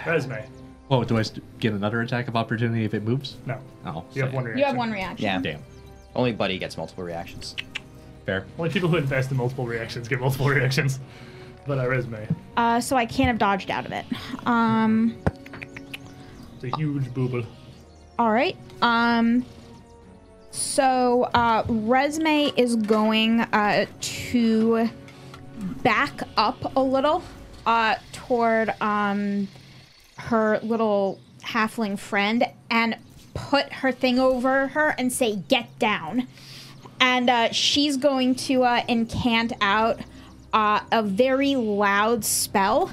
[SPEAKER 1] Resume.
[SPEAKER 7] Whoa, do I st- get another attack of opportunity if it moves?
[SPEAKER 1] No.
[SPEAKER 7] Oh,
[SPEAKER 1] You have
[SPEAKER 7] sad.
[SPEAKER 1] one reaction.
[SPEAKER 4] You have one reaction.
[SPEAKER 5] Yeah.
[SPEAKER 7] Damn.
[SPEAKER 5] Only Buddy gets multiple reactions.
[SPEAKER 7] Fair.
[SPEAKER 1] Only people who invest in multiple reactions get multiple reactions. But I resume.
[SPEAKER 4] Uh, so I can't have dodged out of it. Um,
[SPEAKER 1] It's a huge booble.
[SPEAKER 4] All right. Um. So uh, resume is going uh, to back up a little uh, toward um, her little halfling friend and put her thing over her and say, "Get down." And uh, she's going to uh, incant out uh, a very loud spell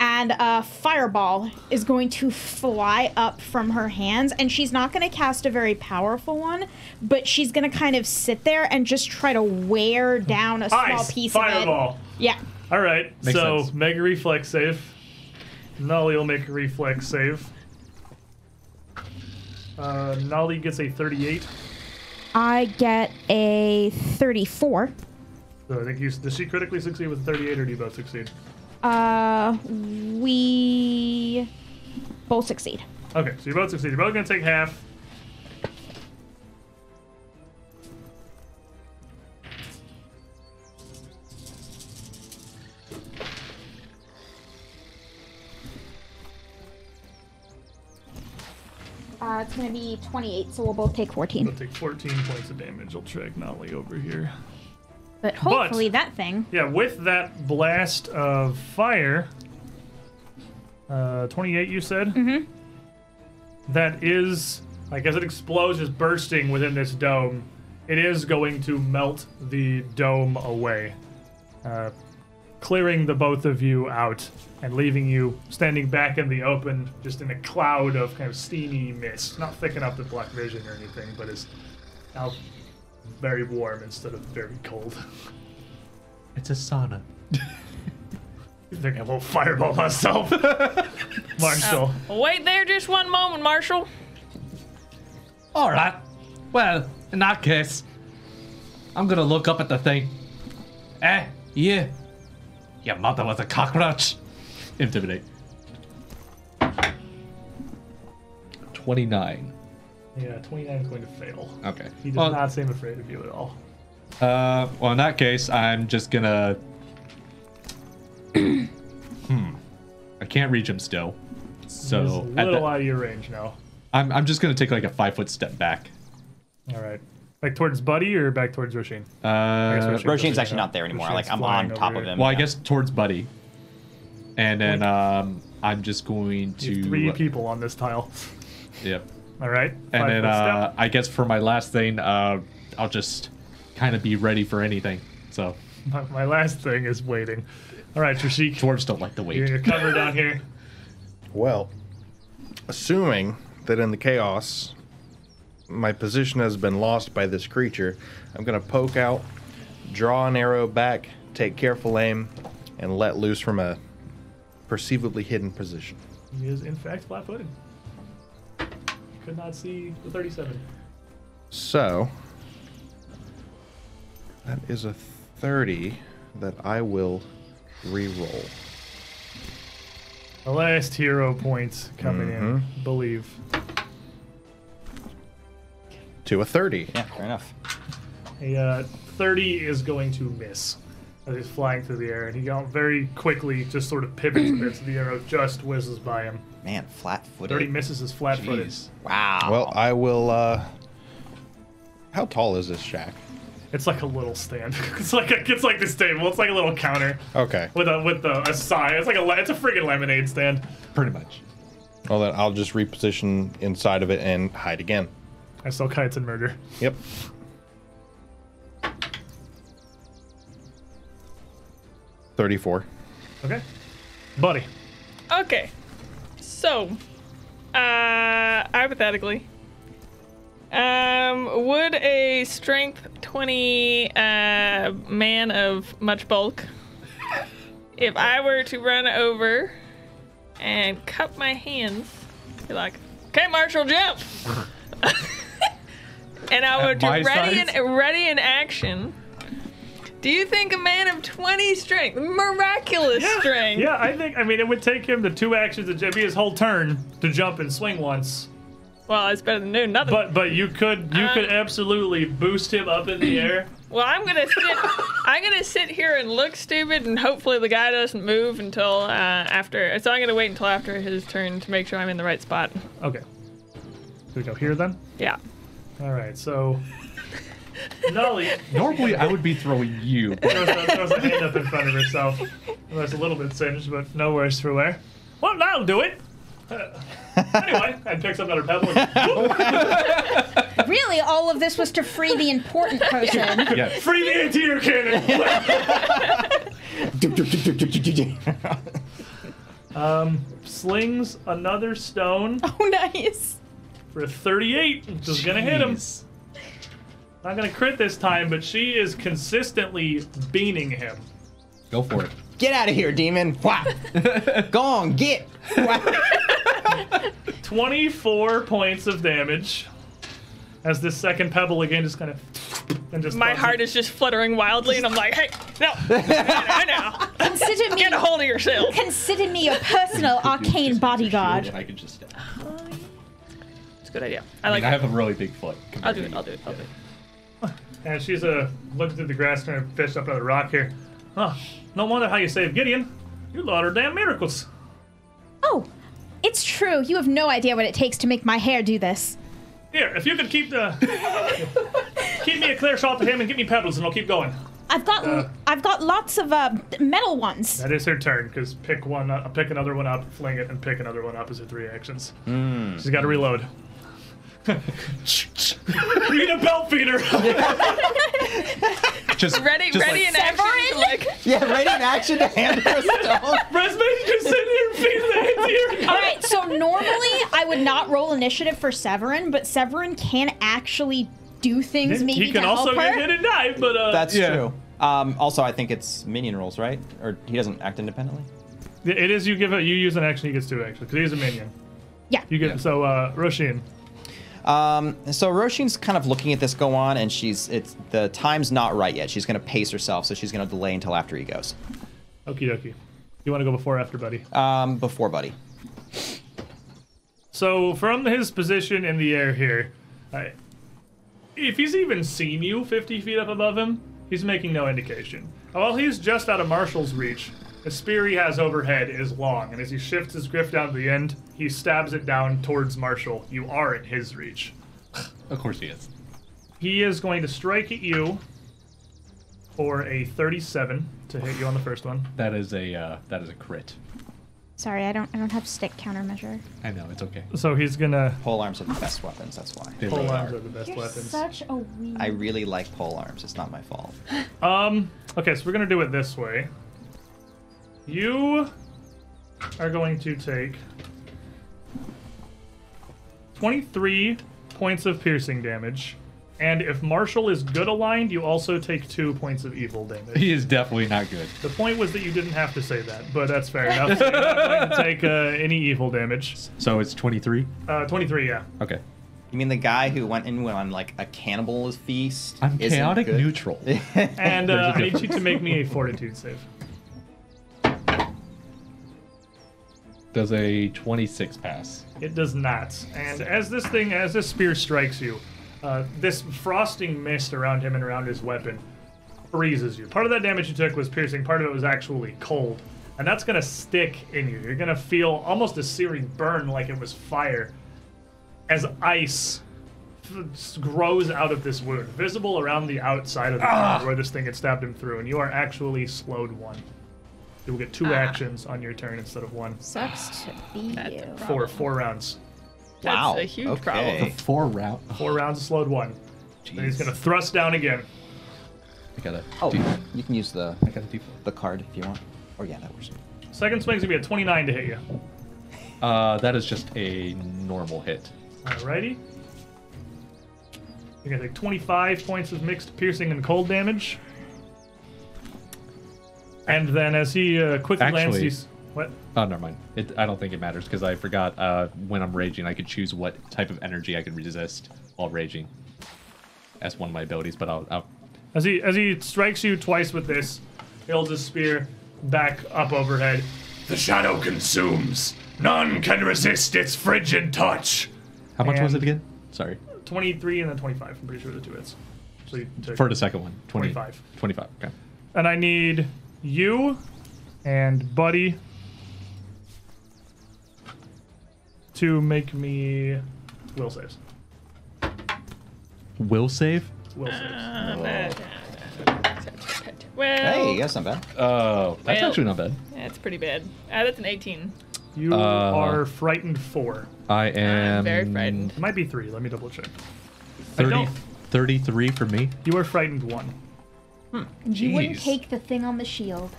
[SPEAKER 4] and a fireball is going to fly up from her hands and she's not going to cast a very powerful one but she's going to kind of sit there and just try to wear down a small
[SPEAKER 1] Ice
[SPEAKER 4] piece
[SPEAKER 1] fireball.
[SPEAKER 4] of it yeah
[SPEAKER 1] All right.
[SPEAKER 7] Makes
[SPEAKER 1] so
[SPEAKER 7] sense.
[SPEAKER 1] make a reflex save. Nolly will make a reflex save. Uh, Nolly gets a 38.
[SPEAKER 4] i get a 34
[SPEAKER 1] So I think you does she critically succeed with 38, or do you both succeed?
[SPEAKER 4] uh we both succeed
[SPEAKER 1] Okay, so you both succeed. You're both gonna take half.
[SPEAKER 4] uh, it's going to be 28 so we'll both take 14
[SPEAKER 1] You'll take 14 points of damage. I'll drag Nolly over here.
[SPEAKER 4] but hopefully that thing
[SPEAKER 1] Yeah, with that blast of fire, uh, 28, you said? Mm hmm. That is, like, as it explodes, is bursting within this dome, it is going to melt the dome away, uh, clearing the both of you out and leaving you standing back in the open, just in a cloud of kind of steamy mist. Not thick enough to block vision or anything, but is now very warm instead of very cold.
[SPEAKER 7] It's a sauna.
[SPEAKER 1] You think I won't fireball myself?
[SPEAKER 8] Oh.
[SPEAKER 1] Marshall.
[SPEAKER 6] Wait there just one moment, Marshall.
[SPEAKER 7] All right. Well, in that case, I'm gonna look up at the thing. Eh? Yeah. Your mother was a cockroach.
[SPEAKER 8] Intimidate. 29.
[SPEAKER 1] Yeah, 29 is going to fail.
[SPEAKER 8] Okay.
[SPEAKER 1] He does
[SPEAKER 8] Well,
[SPEAKER 1] not seem afraid of you at all.
[SPEAKER 8] uh, well, in that case, I'm just gonna. hmm. I can't reach him still.
[SPEAKER 1] He's
[SPEAKER 8] So
[SPEAKER 1] a
[SPEAKER 8] oh, at
[SPEAKER 1] little
[SPEAKER 8] the-
[SPEAKER 1] out of your range now.
[SPEAKER 8] I'm, I'm just gonna take like a five foot step back.
[SPEAKER 1] All right. Back towards Buddy or back towards Roshin?
[SPEAKER 8] Uh,
[SPEAKER 5] Roshin's actually not there anymore.
[SPEAKER 1] Roshin's
[SPEAKER 5] Like I'm
[SPEAKER 1] flying
[SPEAKER 5] on top
[SPEAKER 1] over
[SPEAKER 5] of
[SPEAKER 1] here.
[SPEAKER 5] him.
[SPEAKER 8] well, I
[SPEAKER 5] now.
[SPEAKER 8] guess towards Buddy, and then um, I'm just going
[SPEAKER 1] You
[SPEAKER 8] to
[SPEAKER 1] have
[SPEAKER 5] uh,
[SPEAKER 1] Three people on this tile.
[SPEAKER 8] Yep.
[SPEAKER 1] All right.
[SPEAKER 8] And
[SPEAKER 1] Five
[SPEAKER 8] then
[SPEAKER 1] foot
[SPEAKER 8] uh,
[SPEAKER 1] step.
[SPEAKER 8] I guess for my last thing, uh, I'll just kind of be ready for anything. So
[SPEAKER 1] My, my last thing is waiting. All right, Trishik.
[SPEAKER 8] dwarves don't like to wait.
[SPEAKER 1] You're covered down here.
[SPEAKER 10] Well, assuming that in the chaos, my position has been lost by this creature, I'm going to poke out, draw an arrow back, take careful aim, and let loose from a perceivably hidden position.
[SPEAKER 1] He is, in fact, flat footed. Could not see the 37.
[SPEAKER 10] So that is a 30 that I will re-roll.
[SPEAKER 1] The last hero points coming
[SPEAKER 5] Mm-hmm.
[SPEAKER 1] in, believe.
[SPEAKER 10] To a 30.
[SPEAKER 5] Yeah, fair enough.
[SPEAKER 1] A uh, 30 is going to miss. As he's flying through the air, and he got very quickly just sort of pivots a bit, so the arrow just whizzes by him.
[SPEAKER 5] Man, flat
[SPEAKER 1] 30
[SPEAKER 5] footed.
[SPEAKER 1] misses his flat footed.
[SPEAKER 5] Wow.
[SPEAKER 10] Well, I will. uh How tall is this shack?
[SPEAKER 1] It's like a little stand. It's like a, it's like this table. It's like a little counter
[SPEAKER 10] Okay.
[SPEAKER 1] with a with a, a side. It's like a le- it's a friggin' lemonade stand.
[SPEAKER 8] Pretty much.
[SPEAKER 10] Well, then I'll just reposition inside of it and hide again.
[SPEAKER 1] I saw kites and murder.
[SPEAKER 10] Yep. Thirty-four.
[SPEAKER 1] Okay, buddy.
[SPEAKER 6] Okay. So, uh, hypothetically, um, would a strength 20 uh, man of much bulk, if I were to run over and cup my hands, be like, okay, Marshall, jump! and I were to
[SPEAKER 8] my
[SPEAKER 6] ready
[SPEAKER 8] size?
[SPEAKER 6] in, ready in action. Do you think a man of 20 strength, miraculous strength,
[SPEAKER 1] Yeah, I think I mean it would take him the two actions to it'd be his whole turn to jump and swing once.
[SPEAKER 6] Well, it's better than doing nothing.
[SPEAKER 1] But but you could you could
[SPEAKER 6] Um,
[SPEAKER 1] absolutely boost him up in the air.
[SPEAKER 6] well, I'm gonna sit. I'm gonna sit here and look stupid, and hopefully the guy doesn't move until uh, after. So I'm gonna wait until after his turn to make sure I'm in the right spot.
[SPEAKER 1] Okay. So we go here then?
[SPEAKER 6] Yeah.
[SPEAKER 1] All right, so Nolly
[SPEAKER 8] Normally, I would be throwing you. but
[SPEAKER 1] throws a, throws a hand up in front of herself. That's a little bit singed, but no worse for wear. Well, that'll do it. Uh, anyway, and picks up another pebble. and-
[SPEAKER 4] Really, all of this was to free the important person.
[SPEAKER 8] Yeah.
[SPEAKER 1] Free the anti-air cannon. um, slings another stone
[SPEAKER 4] oh, nice.
[SPEAKER 1] for 38, which is gonna hit him.
[SPEAKER 8] Jeez.
[SPEAKER 1] Not gonna crit this time, but she is consistently beaning him.
[SPEAKER 8] Go for it.
[SPEAKER 5] Get out of here, demon. Whap. Go on, get. Whap.
[SPEAKER 1] 24 points of damage. As this second pebble again just kind of and just
[SPEAKER 6] My
[SPEAKER 1] thumps
[SPEAKER 6] heart
[SPEAKER 1] it.
[SPEAKER 6] is just fluttering wildly, and I'm like, hey, no, no, no, no.
[SPEAKER 4] Consider me
[SPEAKER 6] get a hold of yourself.
[SPEAKER 4] consider me your personal arcane bodyguard.
[SPEAKER 8] I could just stab.
[SPEAKER 6] It's a good idea. I
[SPEAKER 8] I
[SPEAKER 6] like.
[SPEAKER 8] mean, I have a really big foot.
[SPEAKER 6] I'll
[SPEAKER 8] compared
[SPEAKER 6] do
[SPEAKER 8] to
[SPEAKER 6] it.
[SPEAKER 8] you.
[SPEAKER 6] I'll do it. I'll do it.
[SPEAKER 1] And she's uh, looking through the grass trying to fish up another rock here. Huh. No wonder how you saved Gideon. You lot are damn miracles.
[SPEAKER 4] Oh, it's true. You have no idea what it takes to make my hair do this.
[SPEAKER 1] Here, if you could keep the keep me a clear shot to him and give me pebbles and I'll keep going.
[SPEAKER 4] I've got
[SPEAKER 1] Uh.
[SPEAKER 4] I've got lots of uh, metal ones.
[SPEAKER 1] That is her turn, because pick one up, pick another one up, fling it, and pick another one up is her three actions. She's gotta reload. Read a belt feeder!
[SPEAKER 8] Just
[SPEAKER 6] Ready,
[SPEAKER 8] just
[SPEAKER 6] ready,
[SPEAKER 8] like,
[SPEAKER 6] in action. Like,
[SPEAKER 5] yeah, ready in action to hand her a stone.
[SPEAKER 1] Resmay just sit here and feed the hand to your
[SPEAKER 4] All right, so normally I would not roll initiative for Severin, but Severin can actually do things maybe
[SPEAKER 1] He can
[SPEAKER 4] to
[SPEAKER 1] also
[SPEAKER 4] help her.
[SPEAKER 1] get hit and die, but uh,
[SPEAKER 5] That's
[SPEAKER 8] Yeah.
[SPEAKER 5] true. Um, also, I think it's minion rules, right? Or he doesn't act independently.
[SPEAKER 1] it is you give a, you use an action, he gets two actions because he's a minion.
[SPEAKER 4] Yeah.
[SPEAKER 1] You get so uh, Roshin.
[SPEAKER 5] Um, so Roshin's kind of looking at this go on, and she's it's the time's not right yet. She's gonna pace herself, so she's gonna delay until after he goes.
[SPEAKER 1] Okie dokie. You want to go before or after, buddy?
[SPEAKER 5] Um, before Buddy.
[SPEAKER 1] So from his position in the air here, I, if he's even seen you 50 feet up above him, he's making no indication. While he's just out of Marshall's reach, the spear he has overhead is long, and as he shifts his grift down to the end, he stabs it down towards Marshall. You are in his reach.
[SPEAKER 8] Of course he is.
[SPEAKER 1] He is going to strike at you for a 37 to hit you on the first one.
[SPEAKER 8] That is a uh, that is a crit.
[SPEAKER 4] Sorry, I don't I don't have stick countermeasure.
[SPEAKER 8] I know it's okay.
[SPEAKER 1] So he's gonna
[SPEAKER 5] Pole arms are the best weapons. That's why.
[SPEAKER 8] They
[SPEAKER 1] pull
[SPEAKER 8] really
[SPEAKER 1] arms
[SPEAKER 8] are.
[SPEAKER 1] are the best
[SPEAKER 9] You're
[SPEAKER 1] weapons.
[SPEAKER 9] such a weird.
[SPEAKER 5] I really like pole arms. It's not my fault.
[SPEAKER 1] Um. Okay, so we're gonna do it this way. You are going to take twenty-three points of piercing damage, and if Marshall is good aligned, you also take two points of evil damage.
[SPEAKER 8] He is definitely not good.
[SPEAKER 1] The point was that you didn't have to say that, but that's fair enough. You're not going to take uh, any evil damage.
[SPEAKER 8] So it's 23.
[SPEAKER 1] Uh, Twenty-three, yeah.
[SPEAKER 8] Okay.
[SPEAKER 5] You mean the guy who went in on like a cannibal's feast?
[SPEAKER 8] I'm
[SPEAKER 5] isn't
[SPEAKER 8] chaotic
[SPEAKER 5] good?
[SPEAKER 8] neutral.
[SPEAKER 1] And uh, I need you to make me a fortitude save.
[SPEAKER 8] Does a 26 pass?
[SPEAKER 1] It does not. And as this thing, as this spear strikes you, uh, this frosting mist around him and around his weapon freezes you. Part of that damage you took was piercing, part of it was actually cold. And that's going to stick in you. You're going to feel almost a searing burn like it was fire as ice f- grows out of this wound, visible around the outside of the wound where this thing had stabbed him through. And you are actually slowed one. You will get two actions on your turn instead of one.
[SPEAKER 4] Sucks to be you.
[SPEAKER 1] Four, four rounds.
[SPEAKER 6] That's
[SPEAKER 5] Wow.
[SPEAKER 6] a huge
[SPEAKER 5] okay.
[SPEAKER 6] problem.
[SPEAKER 8] Four round.
[SPEAKER 1] Four rounds of slowed one. Then he's gonna thrust down again.
[SPEAKER 8] I got a
[SPEAKER 5] Oh,
[SPEAKER 8] D4.
[SPEAKER 5] you can use the
[SPEAKER 8] I got a D4.
[SPEAKER 5] the card if you want. Or yeah, that works.
[SPEAKER 1] Second swing's gonna be a 29 to hit you.
[SPEAKER 8] Uh, that is just a normal hit.
[SPEAKER 1] Alrighty. You're gonna take 25 points of mixed piercing and cold damage. And then as he uh, quickly lands,
[SPEAKER 8] Actually-
[SPEAKER 1] he's. What?
[SPEAKER 8] Oh, never mind. It, I don't think it matters because I forgot uh, when I'm raging, I could choose what type of energy I could resist while raging. That's one of my abilities, but I'll, I'll
[SPEAKER 1] As he as he strikes you twice with this, he holds his spear back up overhead.
[SPEAKER 11] The shadow consumes. None can resist its frigid touch.
[SPEAKER 8] How much was
[SPEAKER 1] And-
[SPEAKER 8] it again? Sorry.
[SPEAKER 1] 23 and then 25. I'm pretty sure the two hits. So you took
[SPEAKER 8] For the second one. 20,
[SPEAKER 1] 25.
[SPEAKER 8] 25. Okay.
[SPEAKER 1] And I need you and Buddy to make me will saves.
[SPEAKER 8] Will save?
[SPEAKER 1] Will saves.
[SPEAKER 6] Well,
[SPEAKER 5] Hey, that's not bad.
[SPEAKER 8] Oh, that's
[SPEAKER 6] Well-
[SPEAKER 8] actually not bad.
[SPEAKER 6] that's pretty bad. Uh, that's an 18.
[SPEAKER 1] You
[SPEAKER 8] Uh,
[SPEAKER 1] are frightened four.
[SPEAKER 8] I am
[SPEAKER 6] I'm very frightened.
[SPEAKER 1] It might be three. Let me double check.
[SPEAKER 8] 30,
[SPEAKER 1] don't-
[SPEAKER 8] 33 for me.
[SPEAKER 1] You are frightened one.
[SPEAKER 9] You wouldn't
[SPEAKER 8] Jeez.
[SPEAKER 9] take the thing on the shield.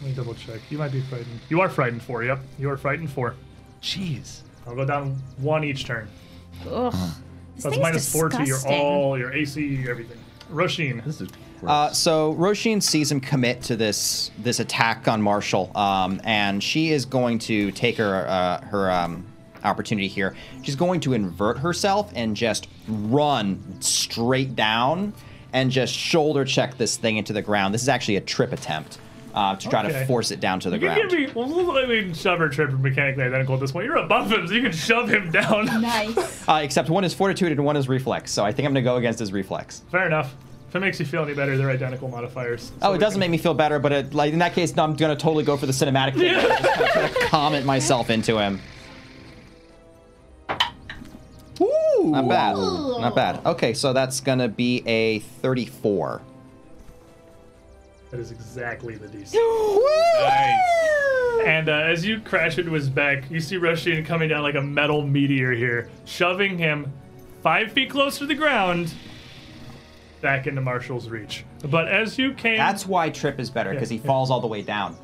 [SPEAKER 1] Let me double check. You might be frightened. You are frightened four. Yep. You are frightened four.
[SPEAKER 8] Jeez.
[SPEAKER 1] I'll go down one each turn.
[SPEAKER 4] Ugh. This
[SPEAKER 1] That's
[SPEAKER 4] thing's
[SPEAKER 1] minus four to your
[SPEAKER 4] disgusting.
[SPEAKER 1] all, your AC, everything. Roshin.
[SPEAKER 8] This is gross.
[SPEAKER 5] Uh, so Roshin sees him commit to this this attack on Marshall, um, and she is going to take her uh, her um, opportunity here. She's going to invert herself and just run straight down and just shoulder check this thing into the ground. This is actually a trip attempt uh, to try
[SPEAKER 1] Okay.
[SPEAKER 5] to force it down to the
[SPEAKER 1] You
[SPEAKER 5] ground.
[SPEAKER 1] can give me. Well, I mean, shove or trip are mechanically identical at this point. You're above him, so you can shove him down.
[SPEAKER 9] Nice.
[SPEAKER 5] Uh, except one is fortitude and one is reflex, so I think I'm gonna go against his reflex.
[SPEAKER 1] Fair enough. If it makes you feel any better, they're identical modifiers. So
[SPEAKER 5] Oh,
[SPEAKER 1] we
[SPEAKER 5] it doesn't
[SPEAKER 1] can-
[SPEAKER 5] make me feel better, but it, like in that case, no, I'm gonna totally go for the cinematic thing. I'm just gonna try to comment myself into him. Not bad. Not bad. Okay, so that's gonna be a 34.
[SPEAKER 1] That is exactly the DC. And uh, as you crash into his back, you see Roshin coming down like a metal meteor here, shoving him five feet close to the ground, back into Marshall's reach. But as you came,
[SPEAKER 5] That's why Trip is better because he falls all the way down.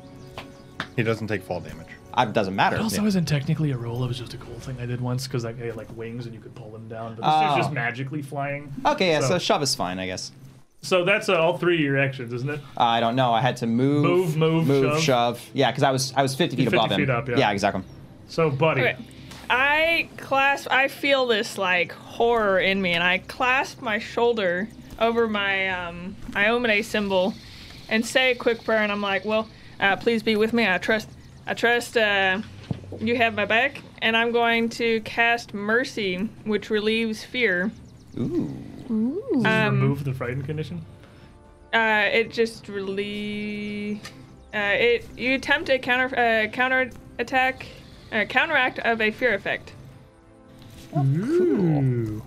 [SPEAKER 10] He doesn't take fall damage.
[SPEAKER 5] It doesn't matter.
[SPEAKER 1] also isn't technically a roll. It was just a cool thing I did once because I had like wings and you could pull him down. But this
[SPEAKER 5] Oh.
[SPEAKER 1] dude's just magically flying.
[SPEAKER 5] Okay, yeah, so,
[SPEAKER 1] So-
[SPEAKER 5] shove is fine, I guess.
[SPEAKER 1] So that's uh, all three of your actions, isn't it?
[SPEAKER 5] I don't know. I had to move,
[SPEAKER 1] Move, move, shove.
[SPEAKER 5] shove. Yeah, because I was I was 50 feet
[SPEAKER 1] 50
[SPEAKER 5] above him.
[SPEAKER 1] feet up, yeah.
[SPEAKER 5] exactly.
[SPEAKER 1] So, buddy,
[SPEAKER 6] Okay. Mm-hmm. I clasp. I feel this like horror in me, and I clasp my shoulder over my um, Iomene symbol, and say a quick prayer. And I'm like, "Well, uh, please be with me. I trust. I trust uh, you have my back." And I'm going to cast Mercy, which relieves fear.
[SPEAKER 1] remove the frightened condition.
[SPEAKER 6] Uh, it just really. Uh, it you attempt a counter uh, counter attack, uh, counteract of a fear effect,
[SPEAKER 1] Ooh.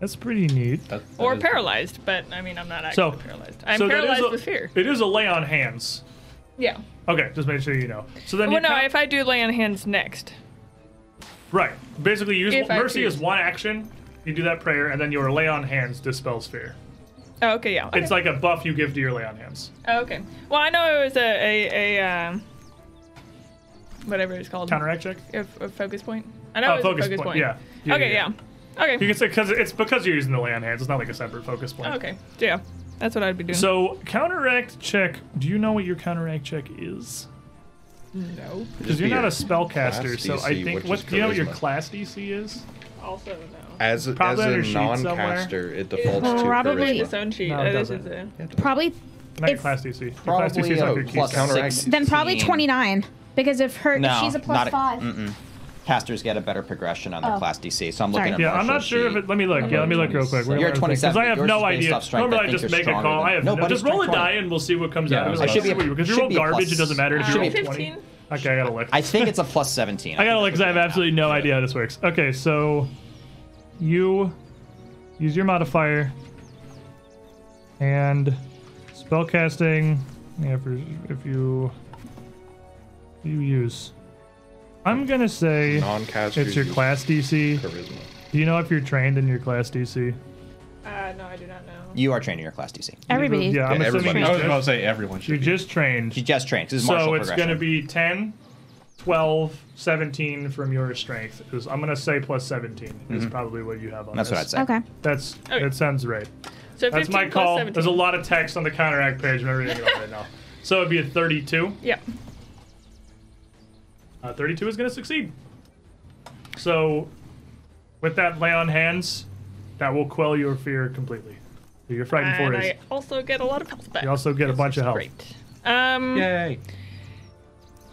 [SPEAKER 1] That's pretty neat.
[SPEAKER 6] or paralyzed. But I mean, I'm not actually
[SPEAKER 1] So,
[SPEAKER 6] paralyzed. I'm
[SPEAKER 1] so that is
[SPEAKER 6] paralyzed
[SPEAKER 1] a-
[SPEAKER 6] with fear.
[SPEAKER 1] It is a lay on hands.
[SPEAKER 6] Yeah.
[SPEAKER 1] Okay, just make sure you know. So then
[SPEAKER 6] Well,
[SPEAKER 1] you
[SPEAKER 6] no.
[SPEAKER 1] count-
[SPEAKER 6] If I do lay on hands next,
[SPEAKER 1] right. Basically, you use
[SPEAKER 6] If I
[SPEAKER 1] mercy is
[SPEAKER 6] choose.
[SPEAKER 1] one action. You do that prayer, and then your lay on hands dispels fear.
[SPEAKER 6] oh, okay, yeah. Okay.
[SPEAKER 1] It's like a buff you give to your lay on hands.
[SPEAKER 6] oh, okay. Well, I know it was a a, a um, whatever it's called.
[SPEAKER 1] Counteract check.
[SPEAKER 6] A, a focus point. I know
[SPEAKER 1] Oh,
[SPEAKER 6] it was
[SPEAKER 1] focus
[SPEAKER 6] a focus
[SPEAKER 1] point,
[SPEAKER 6] point.
[SPEAKER 1] yeah. Yeah,
[SPEAKER 6] okay.
[SPEAKER 1] yeah,
[SPEAKER 6] Yeah.
[SPEAKER 1] You
[SPEAKER 6] Okay.
[SPEAKER 1] can say because it's because you're using the lay on hands. It's not like a separate focus point.
[SPEAKER 6] Okay. Yeah. That's what I'd be doing.
[SPEAKER 1] So counteract check. Do you know what your counteract check is?
[SPEAKER 6] No.
[SPEAKER 1] Because you're not a
[SPEAKER 10] Just be your
[SPEAKER 1] spellcaster,
[SPEAKER 10] class
[SPEAKER 1] so I
[SPEAKER 10] DC,
[SPEAKER 1] think
[SPEAKER 10] which
[SPEAKER 1] what
[SPEAKER 10] is
[SPEAKER 1] do you know what your
[SPEAKER 10] charisma.
[SPEAKER 1] class DC is?
[SPEAKER 6] Also no.
[SPEAKER 10] As, as
[SPEAKER 1] Probably on
[SPEAKER 10] a
[SPEAKER 1] your sheet somewhere.
[SPEAKER 10] non-caster, it defaults to
[SPEAKER 4] Probably-
[SPEAKER 10] charisma.
[SPEAKER 6] His own sheet. Oh,
[SPEAKER 1] No, it
[SPEAKER 6] I think
[SPEAKER 1] doesn't.
[SPEAKER 6] it's a-
[SPEAKER 4] Probably
[SPEAKER 1] Not your
[SPEAKER 4] If-
[SPEAKER 1] class DC. Your class DC
[SPEAKER 5] Probably
[SPEAKER 1] is like
[SPEAKER 5] a
[SPEAKER 1] your key
[SPEAKER 5] plus
[SPEAKER 1] stat.
[SPEAKER 10] counteract.
[SPEAKER 5] six.
[SPEAKER 4] then probably 29 because if her
[SPEAKER 5] No,
[SPEAKER 4] if she's a plus
[SPEAKER 5] not
[SPEAKER 9] five.
[SPEAKER 5] mm-mm. Casters get a better progression on their
[SPEAKER 4] Oh.
[SPEAKER 5] class DC, so I'm
[SPEAKER 4] Sorry.
[SPEAKER 5] looking at
[SPEAKER 1] Yeah, I'm
[SPEAKER 5] Marshall's
[SPEAKER 1] not sure if
[SPEAKER 5] sheet.
[SPEAKER 1] it. Let me look. Yeah, let me look real quick. We're
[SPEAKER 5] You're
[SPEAKER 1] gonna look at things, 'cause
[SPEAKER 5] 27.
[SPEAKER 1] I have
[SPEAKER 5] Yours
[SPEAKER 1] no
[SPEAKER 5] is based
[SPEAKER 1] idea.
[SPEAKER 5] off strength.
[SPEAKER 1] Normally,
[SPEAKER 5] I
[SPEAKER 1] I
[SPEAKER 5] think
[SPEAKER 1] just
[SPEAKER 5] you're
[SPEAKER 1] make a
[SPEAKER 5] stronger
[SPEAKER 1] call.
[SPEAKER 5] than-
[SPEAKER 1] I have
[SPEAKER 5] No,
[SPEAKER 1] no.
[SPEAKER 5] but it's
[SPEAKER 1] just roll a
[SPEAKER 5] strength
[SPEAKER 1] die
[SPEAKER 5] one.
[SPEAKER 1] and we'll see what comes out.
[SPEAKER 8] I
[SPEAKER 1] of
[SPEAKER 8] was
[SPEAKER 1] it. "Oh,
[SPEAKER 8] like,
[SPEAKER 5] should be a-
[SPEAKER 1] Because
[SPEAKER 5] should
[SPEAKER 1] you roll
[SPEAKER 5] be a
[SPEAKER 1] garbage, it
[SPEAKER 5] plus-
[SPEAKER 1] doesn't matter. If you
[SPEAKER 6] should
[SPEAKER 1] roll
[SPEAKER 6] be
[SPEAKER 1] 20.
[SPEAKER 6] 15.
[SPEAKER 1] Okay, I gotta look.
[SPEAKER 5] I think it's a plus 17.
[SPEAKER 1] I gotta
[SPEAKER 5] think
[SPEAKER 1] look because I have
[SPEAKER 5] we're
[SPEAKER 1] absolutely no idea how this works. Okay, so you use your modifier and spellcasting. Yeah, if, you- if you you use, I'm gonna say
[SPEAKER 10] Non-casters
[SPEAKER 1] it's your
[SPEAKER 10] use
[SPEAKER 1] class DC.
[SPEAKER 10] Charisma.
[SPEAKER 1] Do you know if you're trained in your class DC?
[SPEAKER 6] Uh, no, I do not know.
[SPEAKER 5] You are training your class DC.
[SPEAKER 4] everybody
[SPEAKER 1] Yeah, I'm
[SPEAKER 10] Yeah,
[SPEAKER 1] assuming
[SPEAKER 10] everybody.
[SPEAKER 1] you're
[SPEAKER 8] I was about to
[SPEAKER 1] just,
[SPEAKER 8] say everyone
[SPEAKER 1] you're
[SPEAKER 8] should. be.
[SPEAKER 1] just trained.
[SPEAKER 5] You just trained. This is martial
[SPEAKER 1] So it's
[SPEAKER 5] progression.
[SPEAKER 1] going to be 10, 12, 17 from your strength. Is- I'm going to say plus 17 is probably what you have on
[SPEAKER 5] Mm-hmm. That's
[SPEAKER 1] this.
[SPEAKER 5] what I'd say.
[SPEAKER 4] okay
[SPEAKER 1] That's
[SPEAKER 6] Okay.
[SPEAKER 1] that sounds right.
[SPEAKER 6] So
[SPEAKER 1] That's
[SPEAKER 6] 15
[SPEAKER 1] my
[SPEAKER 6] plus
[SPEAKER 1] call.
[SPEAKER 6] 17.
[SPEAKER 1] There's a lot of text on the counteract page. I'm not reading it all right now. So it'd be a 32.
[SPEAKER 6] Yeah.
[SPEAKER 1] Uh, 32 is going to succeed. So with that lay on hands, that will quell your fear completely. So You're frightened for
[SPEAKER 6] And
[SPEAKER 1] it.
[SPEAKER 6] I also get a lot of health back.
[SPEAKER 1] You also get a bunch of health.
[SPEAKER 6] Great. Um,
[SPEAKER 8] Yay!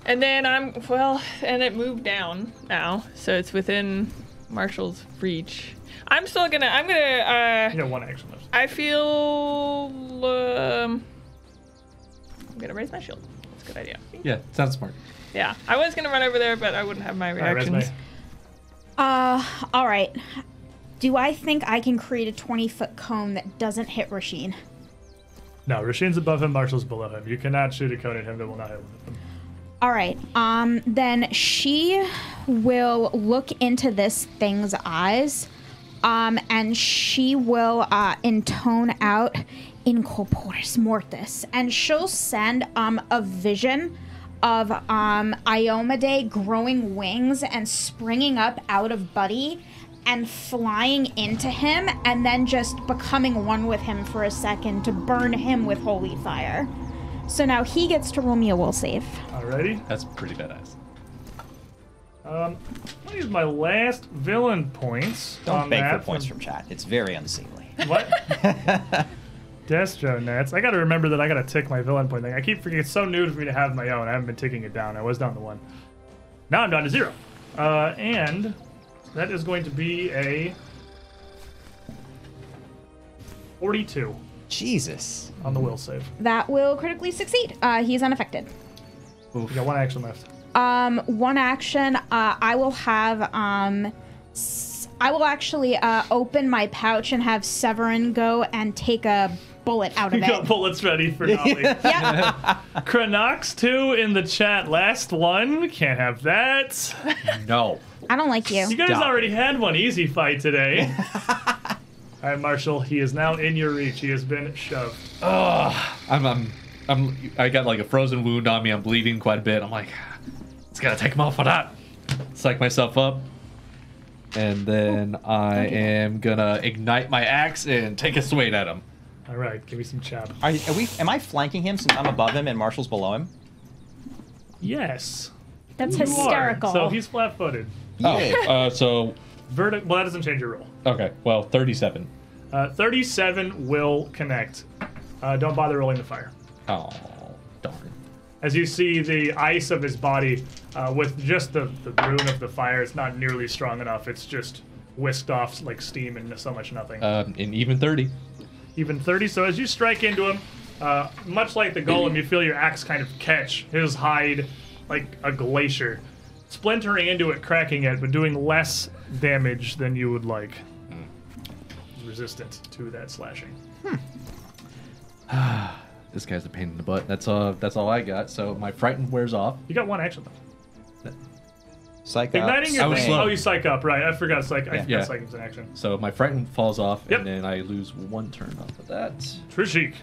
[SPEAKER 6] and then I'm well, and it moved down now, so it's within Marshall's reach. I'm still gonna. I'm gonna. Uh,
[SPEAKER 1] You got one action left.
[SPEAKER 6] I feel. Um, I'm gonna raise my shield. That's a good idea.
[SPEAKER 8] Yeah, sounds smart.
[SPEAKER 6] Yeah, I was gonna run over there, but I wouldn't have my
[SPEAKER 1] All right,
[SPEAKER 6] reactions.
[SPEAKER 1] resume.
[SPEAKER 4] uh all right do i think i can create a 20 foot cone that doesn't hit rasheen
[SPEAKER 1] No, Rasheen's above him, Marshall's below him. You cannot shoot a cone at him that will not hit him.
[SPEAKER 4] All right. Um then she will look into this thing's eyes. Um and she will uh intone out in corporis mortis and she'll send um a vision of um Iomade growing wings and springing up out of Buddy and flying into him and then just becoming one with him for a second to burn him with holy fire. So now he gets to roll me a will save.
[SPEAKER 1] Alrighty.
[SPEAKER 8] That's pretty badass.
[SPEAKER 1] Um, I'm gonna use my last villain points
[SPEAKER 5] Don't
[SPEAKER 1] on
[SPEAKER 5] beg
[SPEAKER 1] that.
[SPEAKER 5] for points from chat. It's very unseemly.
[SPEAKER 1] what? Destro Nets. I gotta remember that I gotta tick my villain point thing. I keep forgetting. It's so new to me to have my own. I haven't been ticking it down. I was down to one. Now I'm down to zero. Uh, and that is going to be a 42
[SPEAKER 5] Jesus.
[SPEAKER 1] on the will save.
[SPEAKER 4] That will critically succeed. Uh, he's unaffected.
[SPEAKER 1] You got one action left.
[SPEAKER 4] Um, one action. Uh, I will have. Um, s- I will actually uh, open my pouch and have Severin go and take a bullet out of
[SPEAKER 1] You got
[SPEAKER 4] it.
[SPEAKER 1] bullets ready for Nolly.
[SPEAKER 4] Yeah.
[SPEAKER 1] Cronox 2 in the chat. Last one. We can't have that.
[SPEAKER 8] No.
[SPEAKER 4] I don't like
[SPEAKER 1] You
[SPEAKER 4] you.
[SPEAKER 1] guys
[SPEAKER 8] Stop
[SPEAKER 1] already had one easy fight today. All right, Marshall, he is now in your reach. He has been shoved.
[SPEAKER 8] I'm, I'm, I'm, I got like a frozen wound on me. I'm bleeding quite a bit. I'm like, it's gotta take him off for that. Psych myself up. And then I am gonna ignite my axe and take a swing at him.
[SPEAKER 1] All right, give me some chop.
[SPEAKER 5] Are, are we? Am I flanking him since I'm above him and Marshall's below him?
[SPEAKER 1] Yes.
[SPEAKER 4] That's
[SPEAKER 1] you are.
[SPEAKER 4] hysterical.
[SPEAKER 1] So he's flat footed.
[SPEAKER 8] Oh, uh, so,
[SPEAKER 1] Vertic- well, that doesn't change your roll.
[SPEAKER 8] okay, well, 37.
[SPEAKER 1] Uh, 37 will connect. Uh, don't bother rolling the fire.
[SPEAKER 8] Oh, darn.
[SPEAKER 1] As you see the ice of his body, uh, with just the, the rune of the fire, it's not nearly strong enough. It's just whisked off like steam and so much nothing.
[SPEAKER 8] Um, in even 30.
[SPEAKER 1] Even 30. So as you strike into him, uh, much like the golem, you feel your axe kind of catch his hide like a glacier, splintering into it, cracking it, but doing less damage than you would like. Resistant to that slashing.
[SPEAKER 8] This guy's a pain in the butt. That's uh, that's all I got. So my frightened wears off.
[SPEAKER 1] You got one action left.
[SPEAKER 5] Psych. up.
[SPEAKER 1] Igniting your
[SPEAKER 8] I was
[SPEAKER 1] thing.
[SPEAKER 8] slow.
[SPEAKER 1] Oh, you psych up, right? I forgot psych. I forgot
[SPEAKER 8] Yeah.
[SPEAKER 1] psych was an action.
[SPEAKER 8] So my frightened falls off,
[SPEAKER 1] Yep.
[SPEAKER 8] and then I lose one turn off of that.
[SPEAKER 1] Trishik.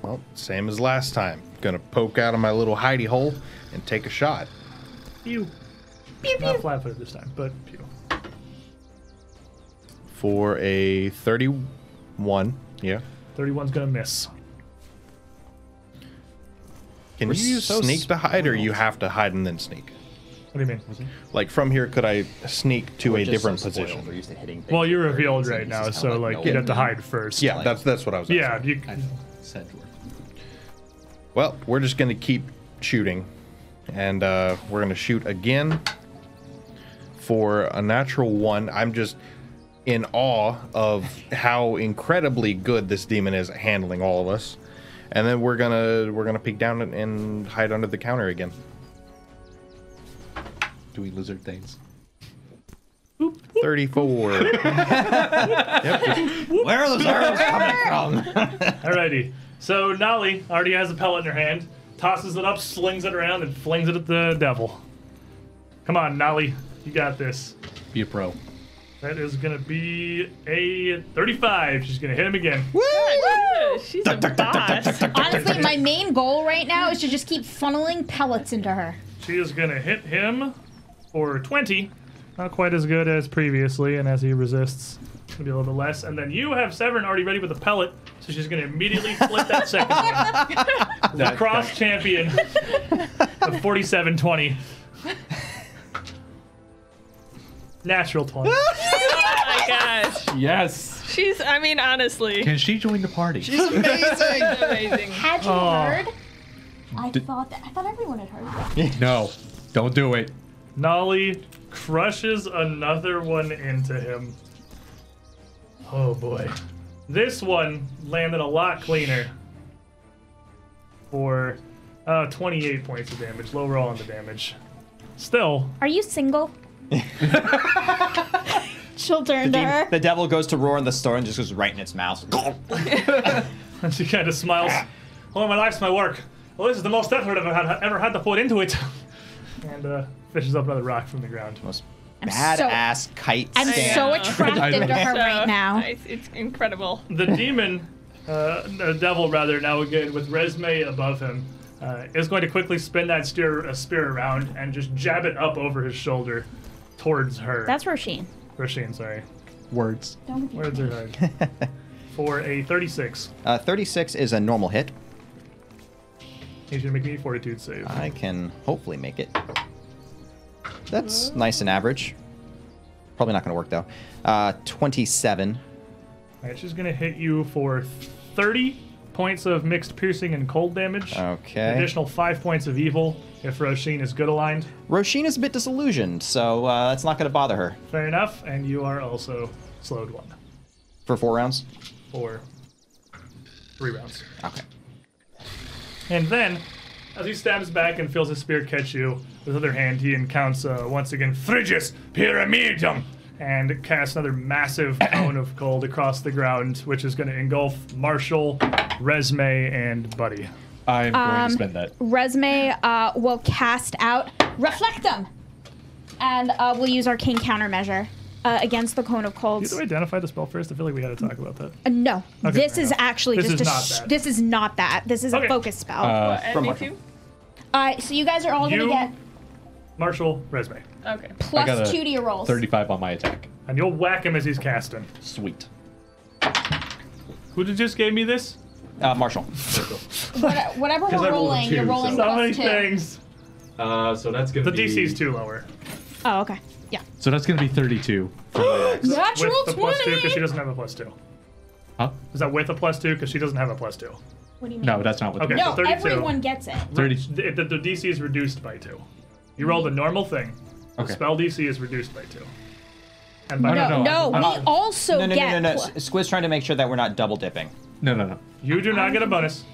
[SPEAKER 10] Well, same as last time. Gonna poke out of my little hidey hole and take a shot.
[SPEAKER 1] Pew. Not flat footed this time, but pew.
[SPEAKER 10] for a 31. Yeah.
[SPEAKER 1] 31's gonna miss.
[SPEAKER 10] Can you use
[SPEAKER 8] so
[SPEAKER 10] sneak to hide, or you have to hide and then sneak?
[SPEAKER 1] What do you mean?
[SPEAKER 10] Like from here, could I sneak to a
[SPEAKER 5] Just
[SPEAKER 10] different
[SPEAKER 5] so spoiled,
[SPEAKER 10] position?
[SPEAKER 5] we're used to hitting things
[SPEAKER 1] Well, you're
[SPEAKER 5] with
[SPEAKER 1] revealed
[SPEAKER 5] birds, and
[SPEAKER 1] right
[SPEAKER 5] this
[SPEAKER 1] now,
[SPEAKER 5] is
[SPEAKER 1] so
[SPEAKER 5] kinda
[SPEAKER 1] like
[SPEAKER 5] no
[SPEAKER 1] you'd have to
[SPEAKER 5] one-
[SPEAKER 1] hide first.
[SPEAKER 10] Yeah, that's that's what I was.
[SPEAKER 1] Yeah, you,
[SPEAKER 8] Said dwarf.
[SPEAKER 10] Well, we're just gonna keep shooting, and uh, we're gonna shoot again for a natural one. I'm just in awe of how incredibly good this demon is at handling all of us, and then we're gonna we're gonna peek down and- and hide under the counter again.
[SPEAKER 8] Doing lizard things.
[SPEAKER 10] Thirty-four.
[SPEAKER 5] Where are those arrows coming from?
[SPEAKER 1] Alrighty. So Nolly already has a pellet in her hand, tosses it up, slings it around, and flings it at the devil. Come on, Nolly. You got this.
[SPEAKER 8] Be a pro.
[SPEAKER 1] That is going to be a 35. She's going to hit him again.
[SPEAKER 6] God, she's a boss.
[SPEAKER 9] Honestly, my main goal right now is to just keep funneling pellets into her.
[SPEAKER 1] She is going to hit him for 20. Not quite as good as previously, and as he resists, it's going to be a little bit less. And then you have Severn already ready with a pellet, so she's going to immediately flip that second one. Lacrosse champion of 47 20. Natural 20.
[SPEAKER 6] Oh my gosh.
[SPEAKER 8] Yes.
[SPEAKER 6] She's, I mean, honestly,
[SPEAKER 8] Can she join the party?
[SPEAKER 5] She's amazing.
[SPEAKER 6] amazing.
[SPEAKER 9] Had you heard? I thought that I thought everyone had heard.
[SPEAKER 8] no. Don't do it.
[SPEAKER 1] Nolly crushes another one into him. Oh boy. This one landed a lot cleaner for uh, 28 points of damage. Low roll on the damage. Still,
[SPEAKER 4] Are you single? She'll turn to her.
[SPEAKER 5] The devil goes to roar in the store and just goes right in its mouth.
[SPEAKER 1] and she kind of smiles. Oh, my life's my work. Well, this is the most effort I've had, ever had to put into it. and uh, fishes up another rock from the ground.
[SPEAKER 5] Most
[SPEAKER 4] so-
[SPEAKER 5] badass kite
[SPEAKER 4] I'm
[SPEAKER 5] stand.
[SPEAKER 4] so
[SPEAKER 6] Yeah.
[SPEAKER 4] attracted to her
[SPEAKER 6] So,
[SPEAKER 4] right now.
[SPEAKER 6] It's, it's incredible.
[SPEAKER 1] the demon, uh, no, devil rather, now again with resume above him, uh, is going to quickly spin that spear, uh, spear around and just jab it up over his shoulder towards her.
[SPEAKER 4] That's Roisin.
[SPEAKER 1] Rasheen, sorry.
[SPEAKER 8] Words.
[SPEAKER 1] Words are hard. For a 36,
[SPEAKER 5] Uh, 36 is a normal hit.
[SPEAKER 1] he's going to make me a fortitude save.
[SPEAKER 5] I can hopefully make it. That's nice and average. Probably not going to work though. Uh, 27.
[SPEAKER 1] All right, she's going to hit you for 30 points of mixed piercing and cold damage.
[SPEAKER 5] Okay.
[SPEAKER 1] Additional 5 points of evil if Roshin is good aligned.
[SPEAKER 5] Roisin is a bit disillusioned, so uh, that's not going to bother her
[SPEAKER 1] Fair enough. And you are also slowed one
[SPEAKER 5] for four rounds.
[SPEAKER 1] for 3 rounds.
[SPEAKER 5] Okay.
[SPEAKER 1] And then, as he stabs back and feels his spear catch you, with his other hand, he encounters uh, once again Phrygius Pyramidum and casts another massive cone of cold across the ground, which is going to engulf Marshall, Resme, and Buddy.
[SPEAKER 8] I'm going to spend that.
[SPEAKER 4] Resme uh, will cast out Reflectum, and uh, we'll use arcane countermeasure uh, against the cone of
[SPEAKER 1] Did
[SPEAKER 4] colds.
[SPEAKER 1] we identify the spell first? I feel like we had to talk about that.
[SPEAKER 4] Uh, no,
[SPEAKER 1] Okay,
[SPEAKER 4] this
[SPEAKER 1] fair
[SPEAKER 4] is
[SPEAKER 1] enough.
[SPEAKER 4] actually
[SPEAKER 1] This is
[SPEAKER 4] just a
[SPEAKER 1] not
[SPEAKER 4] sh-
[SPEAKER 1] that.
[SPEAKER 4] this is not that. This is
[SPEAKER 1] Okay.
[SPEAKER 4] a focus spell.
[SPEAKER 8] Uh,
[SPEAKER 6] And
[SPEAKER 5] from
[SPEAKER 6] me
[SPEAKER 5] Marshall.
[SPEAKER 6] too?
[SPEAKER 9] All right, so you guys are all
[SPEAKER 1] You-
[SPEAKER 9] gonna get
[SPEAKER 1] Marshall, Resme.
[SPEAKER 6] Okay.
[SPEAKER 8] got
[SPEAKER 9] plus
[SPEAKER 8] a
[SPEAKER 9] two to your rolls.
[SPEAKER 8] 35 on my attack.
[SPEAKER 1] And you'll whack him as he's casting.
[SPEAKER 8] Sweet.
[SPEAKER 1] Who just gave me this?
[SPEAKER 5] Uh, Marshall.
[SPEAKER 9] What- whatever we're
[SPEAKER 8] I rolled a
[SPEAKER 9] rolling,
[SPEAKER 8] two,
[SPEAKER 9] you're
[SPEAKER 8] so-
[SPEAKER 9] rolling
[SPEAKER 1] So many
[SPEAKER 9] plus two.
[SPEAKER 1] things.
[SPEAKER 8] Uh, so that's going
[SPEAKER 1] The DC's too lower.
[SPEAKER 4] Oh, okay. Yeah.
[SPEAKER 8] So that's going to be 32.
[SPEAKER 9] Natural
[SPEAKER 1] with the plus two because she
[SPEAKER 9] twenty.
[SPEAKER 1] doesn't have a plus two.
[SPEAKER 8] Huh?
[SPEAKER 1] Is that with a plus two because she doesn't have a plus two?
[SPEAKER 9] What do you mean?
[SPEAKER 8] No, that's not what
[SPEAKER 1] Okay,
[SPEAKER 9] No,
[SPEAKER 1] so 32.
[SPEAKER 9] everyone gets it.
[SPEAKER 8] 30.
[SPEAKER 1] The, the, the DC is reduced by two. You roll the normal thing. The
[SPEAKER 8] Okay.
[SPEAKER 1] spell DC is reduced by two. And by
[SPEAKER 8] No,
[SPEAKER 1] that,
[SPEAKER 8] no,
[SPEAKER 9] No,
[SPEAKER 8] no,
[SPEAKER 9] no,
[SPEAKER 8] I'm-
[SPEAKER 9] we also
[SPEAKER 5] No, no,
[SPEAKER 9] get.
[SPEAKER 5] no, no, no.
[SPEAKER 9] pl-
[SPEAKER 5] S- Squid's trying to make sure that we're not double dipping.
[SPEAKER 8] No, no, no.
[SPEAKER 1] you do not get a bonus.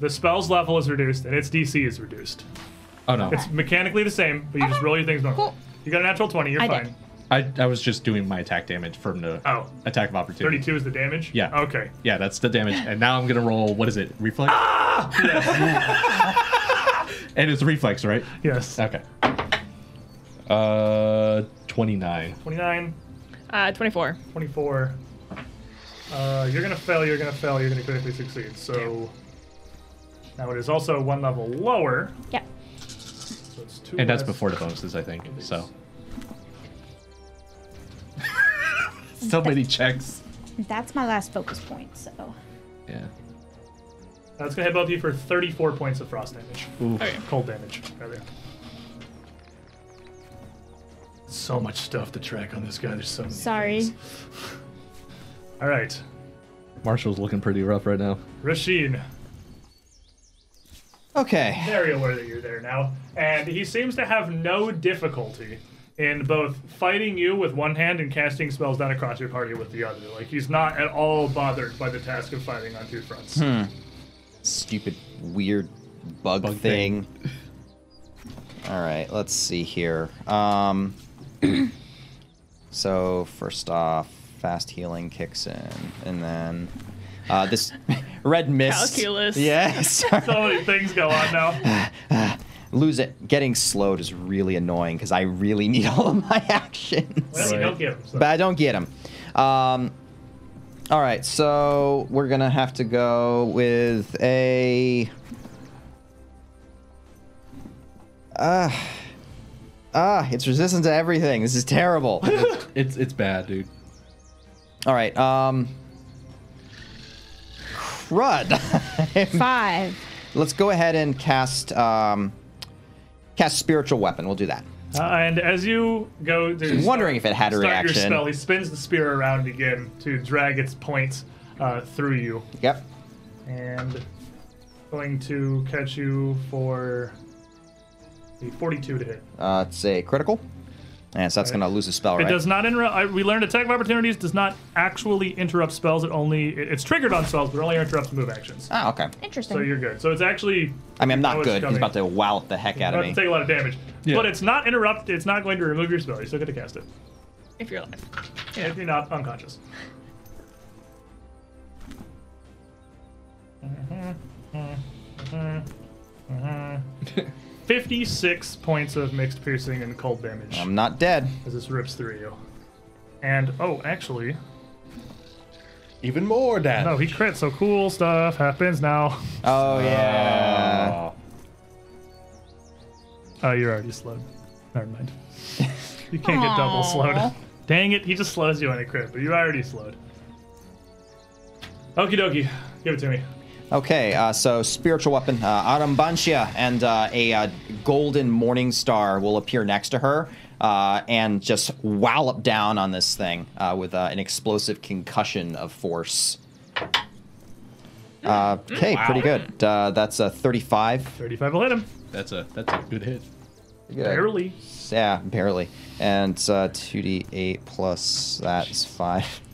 [SPEAKER 1] The spell's level is reduced and its DC is reduced.
[SPEAKER 8] Oh, no.
[SPEAKER 1] It's mechanically the same, but you just roll your things normal.
[SPEAKER 4] Cool.
[SPEAKER 1] You got a natural 20, you're
[SPEAKER 4] I
[SPEAKER 1] fine.
[SPEAKER 4] did.
[SPEAKER 8] I, I was just doing my attack damage from the
[SPEAKER 1] Oh.
[SPEAKER 8] attack of opportunity.
[SPEAKER 1] 32 is the damage?
[SPEAKER 8] Yeah.
[SPEAKER 1] Okay.
[SPEAKER 8] Yeah, that's the damage. And now I'm going to roll, what is it? Reflex?
[SPEAKER 1] Ah!
[SPEAKER 8] and it's reflex, right?
[SPEAKER 1] Yes.
[SPEAKER 8] Okay. Uh, 29.
[SPEAKER 1] 29,
[SPEAKER 6] Uh, 24.
[SPEAKER 1] 24. Uh, you're going to fail, you're going to fail, you're going to critically succeed. So now it is also one level lower.
[SPEAKER 4] Yeah.
[SPEAKER 1] So it's two
[SPEAKER 8] And that's
[SPEAKER 1] less.
[SPEAKER 8] before the bonuses, I think. So. so many checks.
[SPEAKER 4] That's my last focus point. So
[SPEAKER 8] Yeah.
[SPEAKER 1] That's gonna hit both of you for 34 points of frost damage.
[SPEAKER 6] Okay.
[SPEAKER 1] Cold damage, rather.
[SPEAKER 11] So much stuff to track on this guy. There's so many.
[SPEAKER 4] Sorry.
[SPEAKER 11] things.
[SPEAKER 1] All right,
[SPEAKER 8] Marshall's looking pretty rough right now.
[SPEAKER 1] Rasheen,
[SPEAKER 5] Okay.
[SPEAKER 1] very aware that you're there now, and he seems to have no difficulty in both fighting you with one hand and casting spells down across your party with the other. Like he's not at all bothered by the task of fighting on two fronts.
[SPEAKER 5] Stupid weird bug, thing. All right, let's see here. Um So, first off, fast healing kicks in and then uh, this red mist.
[SPEAKER 6] Calculus.
[SPEAKER 5] Yes.
[SPEAKER 1] So many things go on now.
[SPEAKER 5] Lose it. Getting slowed is really annoying because I really need all of my actions.
[SPEAKER 1] Well, you don't give him. So.
[SPEAKER 5] but I don't get him. Um, all right, so we're gonna have to go with a. Ah, ah, it's resistant to everything. This is terrible.
[SPEAKER 8] It's it's bad, dude.
[SPEAKER 5] all right, um, crud.
[SPEAKER 4] Five.
[SPEAKER 5] Let's go ahead and cast um, cast spiritual weapon. We'll do that.
[SPEAKER 1] Uh, and as you go, to
[SPEAKER 5] I'm wondering if it had a
[SPEAKER 1] start
[SPEAKER 5] reaction.
[SPEAKER 1] your spell, he spins the spear around again to drag its point uh, through you,
[SPEAKER 5] Yep.
[SPEAKER 1] and going to catch you for the 42 to hit.
[SPEAKER 5] Uh, it's a critical, and so that's gonna lose a spell,
[SPEAKER 1] It
[SPEAKER 5] right?
[SPEAKER 1] does not interrupt. I, we learned attack of opportunities does not actually interrupt spells. It only it, it's triggered on spells, but it only interrupts move actions.
[SPEAKER 5] Ah, okay.
[SPEAKER 4] Interesting.
[SPEAKER 1] So you're good. So it's actually.
[SPEAKER 5] I mean, I'm
[SPEAKER 1] Oh,
[SPEAKER 5] not
[SPEAKER 1] it's
[SPEAKER 5] good. He's
[SPEAKER 1] coming.
[SPEAKER 5] about to wallop the heck out
[SPEAKER 1] About
[SPEAKER 5] of
[SPEAKER 1] to
[SPEAKER 5] me.
[SPEAKER 1] take a lot of damage,
[SPEAKER 8] Yeah.
[SPEAKER 1] but it's not interrupt. It's not going to remove your spell. You still get to cast it
[SPEAKER 6] If you're alive.
[SPEAKER 1] if you're not unconscious. Fifty-six points of mixed piercing and cold damage
[SPEAKER 5] I'm not dead.
[SPEAKER 1] as this rips through you. And oh, actually,
[SPEAKER 10] Even more damage.
[SPEAKER 1] no, he crit. So cool stuff happens now. Uh.
[SPEAKER 5] Oh yeah.
[SPEAKER 1] Oh, you're already slowed. Never mind. You can't get double slowed. Dang it, he just slows you on a crit, but you're already slowed. Okie dokie, give it to me.
[SPEAKER 5] Okay, uh, so spiritual weapon, uh, Arambantia, and uh, a uh, golden morning star will appear next to her uh, and just wallop down on this thing uh, with uh, an explosive concussion of force. Uh,
[SPEAKER 1] Mm.
[SPEAKER 5] okay, pretty good. Uh, that's a 35.
[SPEAKER 1] 35 will hit him.
[SPEAKER 8] That's a that's a good hit.
[SPEAKER 5] Good.
[SPEAKER 1] Barely.
[SPEAKER 5] Yeah, barely. And uh, 2d8 plus that is 5.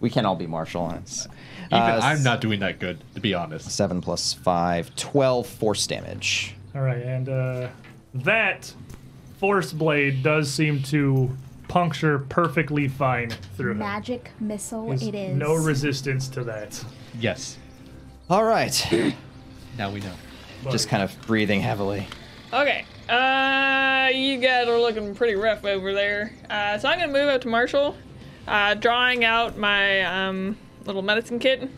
[SPEAKER 5] We can all be martial. It's,
[SPEAKER 8] Even
[SPEAKER 5] uh,
[SPEAKER 8] I'm not doing that good, to be honest.
[SPEAKER 5] 7 plus 5, 12 force damage.
[SPEAKER 1] All right, and uh, that force blade does seem to puncture perfectly fine through him.
[SPEAKER 9] Magic missile
[SPEAKER 1] There's
[SPEAKER 9] it is.
[SPEAKER 1] No resistance to that.
[SPEAKER 8] Yes.
[SPEAKER 5] All right.
[SPEAKER 8] Now we know.
[SPEAKER 5] Just kind of breathing heavily.
[SPEAKER 6] Okay. Uh, you guys are looking pretty rough over there. Uh, so I'm gonna move up to Marshall, uh, drawing out my um, little medicine kit,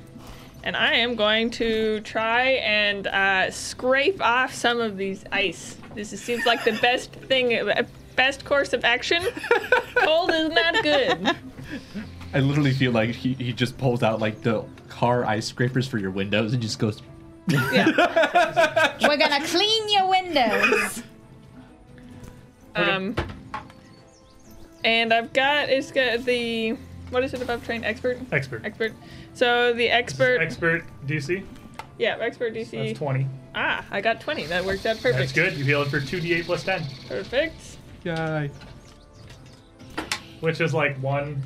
[SPEAKER 6] and I am going to try and uh, scrape off some of these ice. This is- seems like the best thing, uh, best course of action. Cold is not good.
[SPEAKER 8] I literally feel like he, he just pulls out like the car ice scrapers for your windows and just goes
[SPEAKER 4] We're gonna clean your windows.
[SPEAKER 6] Um, and I've got it's got the what is it above trained expert
[SPEAKER 1] Expert.
[SPEAKER 6] expert. So the expert,
[SPEAKER 1] Expert DC.
[SPEAKER 6] yeah, expert DC.
[SPEAKER 1] That's 20.
[SPEAKER 6] Ah, I got 20. That worked out perfect.
[SPEAKER 1] That's good. You heal it for 2d8 plus 10,
[SPEAKER 6] Perfect.
[SPEAKER 8] Yay.
[SPEAKER 1] which is like one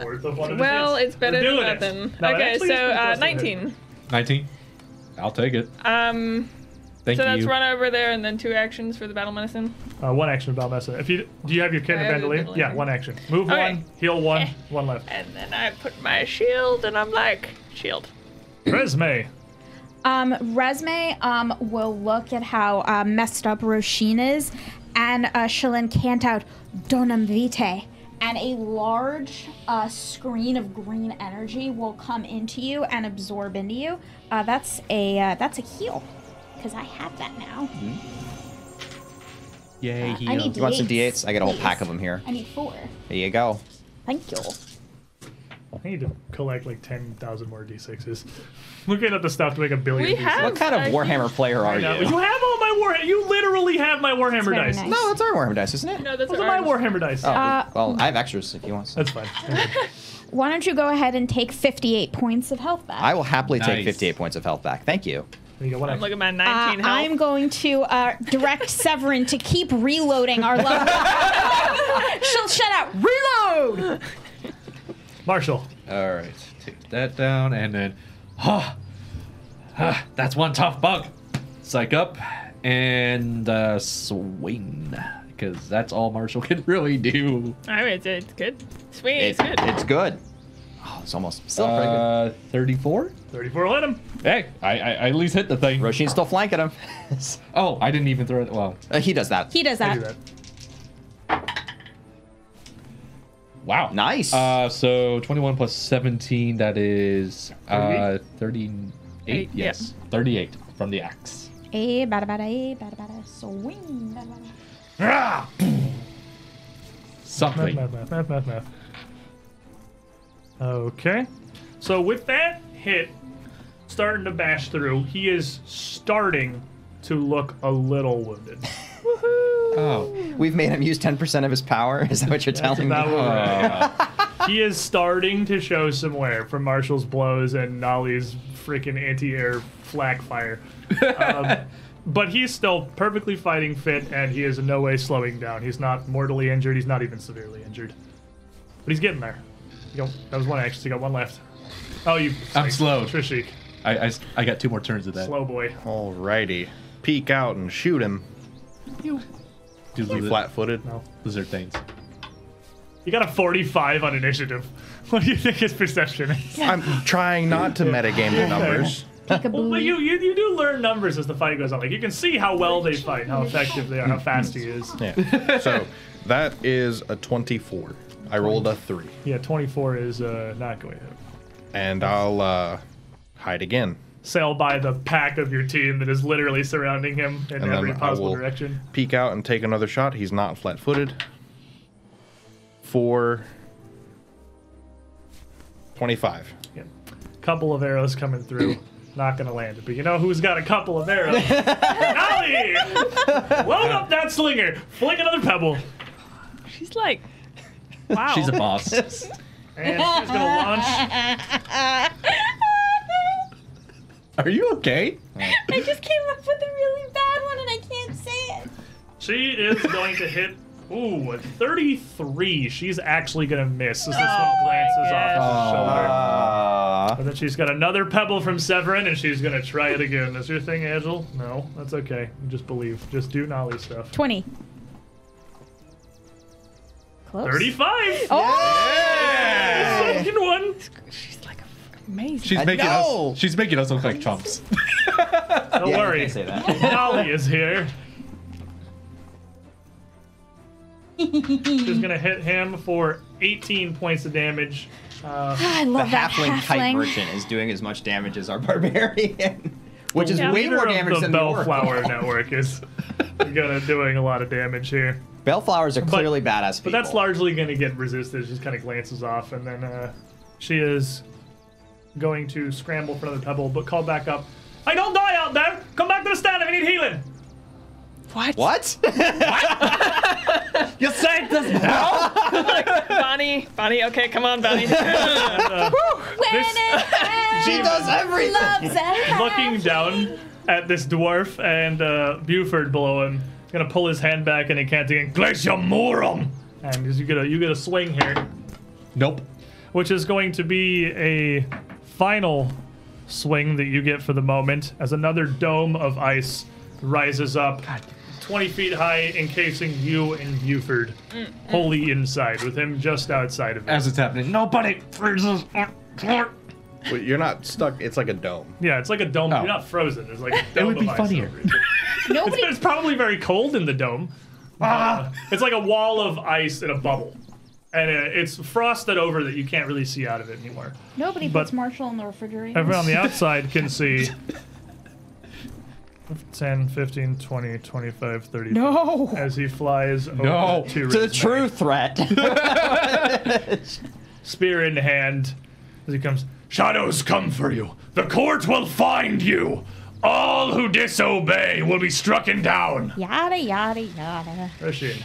[SPEAKER 1] fourth of one of his
[SPEAKER 6] Well,
[SPEAKER 1] hits.
[SPEAKER 6] it's better
[SPEAKER 1] We're
[SPEAKER 6] than
[SPEAKER 1] doing it.
[SPEAKER 6] nothing.
[SPEAKER 1] No, it
[SPEAKER 6] okay,
[SPEAKER 1] actually is
[SPEAKER 6] so
[SPEAKER 1] pretty
[SPEAKER 6] uh,
[SPEAKER 1] close to a hit.
[SPEAKER 6] 19.
[SPEAKER 8] nineteen. I'll take it.
[SPEAKER 6] Um,
[SPEAKER 8] Thank
[SPEAKER 6] so that's
[SPEAKER 8] you.
[SPEAKER 6] run over there and then two actions for the battle medicine.
[SPEAKER 1] Uh, one action about medicine. If you do, you have your
[SPEAKER 6] I
[SPEAKER 1] cannon
[SPEAKER 6] have the
[SPEAKER 1] bandolier.
[SPEAKER 6] bandolier. Eh.
[SPEAKER 1] Yeah, one action. Move
[SPEAKER 6] Okay.
[SPEAKER 1] one, heal one, one left.
[SPEAKER 6] And then I put my shield and I'm like, shield.
[SPEAKER 1] Resume.
[SPEAKER 4] Um, Resme um, will look at how uh, messed up Roshin is, and uh, she'll incant out Donum Vitae, and a large uh, screen of green energy will come into you and absorb into you. Uh, that's a uh, that's a heal, because I have that now.
[SPEAKER 8] Yay,
[SPEAKER 4] I need
[SPEAKER 5] You want some
[SPEAKER 4] D8s,
[SPEAKER 5] D8s? I got a whole
[SPEAKER 4] please.
[SPEAKER 5] pack of them here.
[SPEAKER 4] I need four.
[SPEAKER 5] There you go.
[SPEAKER 4] Thank you.
[SPEAKER 1] I need to collect like 10,000 more d6s. Looking up the stuff to make a billion
[SPEAKER 6] We
[SPEAKER 1] d6s.
[SPEAKER 6] have-
[SPEAKER 5] What kind of
[SPEAKER 6] I-
[SPEAKER 5] Warhammer player are
[SPEAKER 1] I know.
[SPEAKER 5] you?
[SPEAKER 1] You have all my war. You literally have my Warhammer
[SPEAKER 4] very
[SPEAKER 1] dice.
[SPEAKER 4] nice.
[SPEAKER 5] No, it's our Warhammer dice, isn't it?
[SPEAKER 6] No, that's
[SPEAKER 1] Those are my
[SPEAKER 6] ours.
[SPEAKER 1] Warhammer dice.
[SPEAKER 5] Oh, well, I have extras if you want. some.
[SPEAKER 1] That's fine.
[SPEAKER 4] Uh, Why don't you go ahead and take 58 points of health back?
[SPEAKER 5] I will happily
[SPEAKER 8] Nice.
[SPEAKER 5] take 58 points of health back. Thank you.
[SPEAKER 1] There you go. What
[SPEAKER 6] I'm
[SPEAKER 1] I-
[SPEAKER 6] looking at my
[SPEAKER 4] Uh,
[SPEAKER 6] 19 health.
[SPEAKER 4] I'm going to uh, direct Severin to keep reloading our level. She'll shut out. Reload.
[SPEAKER 1] Marshall.
[SPEAKER 8] All right, take that down, and then, huh, huh, that's one tough bug. Psych up and uh, swing, because that's all Marshall can really do.
[SPEAKER 6] All right, it's, it's good. Sweet,
[SPEAKER 5] It-
[SPEAKER 6] it's good.
[SPEAKER 5] It's good. Oh, it's almost still pretty good.
[SPEAKER 8] Uh, thirty-four.
[SPEAKER 1] 34 let him.
[SPEAKER 8] Hey, I, I, I at least hit the thing.
[SPEAKER 5] Roshin's still flanking him.
[SPEAKER 8] Oh, I didn't even throw it. Well,
[SPEAKER 5] Uh, he does that.
[SPEAKER 4] He does
[SPEAKER 1] I do
[SPEAKER 4] that.
[SPEAKER 1] that.
[SPEAKER 8] wow.
[SPEAKER 5] Nice.
[SPEAKER 8] Uh, so twenty-one plus seventeen, that is uh, thirty-eight.
[SPEAKER 6] Eight, yeah.
[SPEAKER 8] yes, thirty-eight from the axe.
[SPEAKER 4] Eh, bada bada, eh, bada bada, swing. bada bada.
[SPEAKER 8] Ah!
[SPEAKER 1] Math,
[SPEAKER 8] Something.
[SPEAKER 1] math, math, math, math, math. Okay. So with that hit starting to bash through, he is starting to look a little wounded.
[SPEAKER 8] Oh,
[SPEAKER 5] We've made him use 10% of his power. Is that what you're telling me?
[SPEAKER 1] That would-
[SPEAKER 8] uh,
[SPEAKER 1] he is starting to show some wear from Marshall's blows and Nolly's freaking anti-air flak fire. Um, but he's still perfectly fighting fit, and he is in no way slowing down. He's not mortally injured. He's not even severely injured. But he's getting there. You got, that was one action. You got one left. Oh, you.
[SPEAKER 8] I'm slowed.
[SPEAKER 1] Trishik,
[SPEAKER 8] I, I, I got two more turns of that.
[SPEAKER 1] slow boy.
[SPEAKER 10] Alrighty. Peek out and shoot him.
[SPEAKER 8] Do lizard,
[SPEAKER 10] Flat footed.
[SPEAKER 1] No.
[SPEAKER 8] lizard things.
[SPEAKER 1] You got a 45 on initiative. What do you think his perception is?
[SPEAKER 10] I'm trying not to metagame the numbers.
[SPEAKER 1] Well, but you, you you do learn numbers as the fight goes on. Like you can see how well they fight, how effective they are, how fast he is.
[SPEAKER 10] Yeah. So that is a 24. I rolled a 3.
[SPEAKER 1] Yeah, 24 is uh, not going to hit.
[SPEAKER 10] And I'll uh, hide again.
[SPEAKER 1] Sail by the pack of your team that is literally surrounding him in
[SPEAKER 10] And
[SPEAKER 1] every
[SPEAKER 10] then I
[SPEAKER 1] possible
[SPEAKER 10] will-
[SPEAKER 1] direction.
[SPEAKER 10] Peek out and take another shot. He's not flat footed. For 25.
[SPEAKER 1] Yeah. Couple of arrows coming through. Not gonna land it, but you know who's got a couple of arrows? Nolly! Load up that slinger. Fling another pebble,
[SPEAKER 6] She's like, wow.
[SPEAKER 8] She's a boss.
[SPEAKER 1] and she's gonna launch.
[SPEAKER 8] Are you okay?
[SPEAKER 4] I just came up with a really bad one and I can't say it.
[SPEAKER 1] She is going to hit. Ooh, a 33. She's actually gonna miss
[SPEAKER 5] Oh
[SPEAKER 1] as this one glances off his shoulder.
[SPEAKER 5] Uh,
[SPEAKER 1] And then she's got another pebble from Severin, and she's gonna try it again. Is your thing agile? No, that's okay. Just believe. Just do nollie stuff.
[SPEAKER 4] 20. Close.
[SPEAKER 1] Thirty-five.
[SPEAKER 4] Oh!
[SPEAKER 1] Second one.
[SPEAKER 6] She's like amazing.
[SPEAKER 8] She's
[SPEAKER 5] I
[SPEAKER 8] making
[SPEAKER 5] know.
[SPEAKER 8] us. She's making us look like chumps.
[SPEAKER 1] Don't
[SPEAKER 5] yeah,
[SPEAKER 1] worry.
[SPEAKER 5] I say that.
[SPEAKER 1] Nolly is here. she's gonna hit him for 18 points of damage.
[SPEAKER 4] I
[SPEAKER 5] The
[SPEAKER 4] love that
[SPEAKER 5] halfling kite
[SPEAKER 4] halfling.
[SPEAKER 5] merchant is doing as much damage as our barbarian, which is
[SPEAKER 1] The
[SPEAKER 5] way
[SPEAKER 1] leader
[SPEAKER 5] more
[SPEAKER 1] of
[SPEAKER 5] damage
[SPEAKER 1] the
[SPEAKER 5] than the
[SPEAKER 1] Bellflower
[SPEAKER 5] Oracle.
[SPEAKER 1] Network is gonna doing a lot of damage here.
[SPEAKER 5] Bellflowers are clearly badass people.
[SPEAKER 1] But that's largely going to get resisted. She just kind of glances off, and then uh, she is going to scramble for another pebble, but called back up. I don't die out there. Come back to the stand if you need healing.
[SPEAKER 5] What? you saved us now?
[SPEAKER 6] Bonnie, Bonnie, okay, come on, Bonnie.
[SPEAKER 1] And, uh, this
[SPEAKER 5] She does everything.
[SPEAKER 1] looking down at this dwarf and uh, Buford below him, gonna pull his hand back and incanting and glacial morum. And as you get a you get a swing here,
[SPEAKER 8] nope.
[SPEAKER 1] which is going to be a final swing that you get for the moment as another dome of ice rises up 20 feet high, encasing you and Buford
[SPEAKER 8] Mm.
[SPEAKER 1] wholly inside, with him just outside of it.
[SPEAKER 8] As it's happening, nobody freezes.
[SPEAKER 10] Wait, you're not stuck. It's like a dome.
[SPEAKER 1] Yeah, it's like a dome.
[SPEAKER 8] Oh.
[SPEAKER 1] You're not frozen. It's like a dome
[SPEAKER 8] It would
[SPEAKER 1] of
[SPEAKER 8] be
[SPEAKER 1] ice
[SPEAKER 8] funnier.
[SPEAKER 1] over you. it's,
[SPEAKER 4] Nobody
[SPEAKER 1] it's probably very cold in the dome.
[SPEAKER 8] Ah.
[SPEAKER 1] Uh, it's like a wall of ice in a bubble. And uh, it's frosted over that you can't really see out of it anymore.
[SPEAKER 9] Nobody
[SPEAKER 1] But-
[SPEAKER 9] puts Marshall in the refrigerator.
[SPEAKER 1] Everyone on the outside can see 10, 15, 20, 25, 30
[SPEAKER 5] No.
[SPEAKER 1] as he flies over
[SPEAKER 8] No.
[SPEAKER 1] to
[SPEAKER 5] To the
[SPEAKER 1] Rizmay.
[SPEAKER 5] true threat.
[SPEAKER 1] Spear in hand, As he comes,
[SPEAKER 11] Shadows come for you. The court will find you. All who disobey will be struck down.
[SPEAKER 4] Yada yada yada.
[SPEAKER 1] rush in.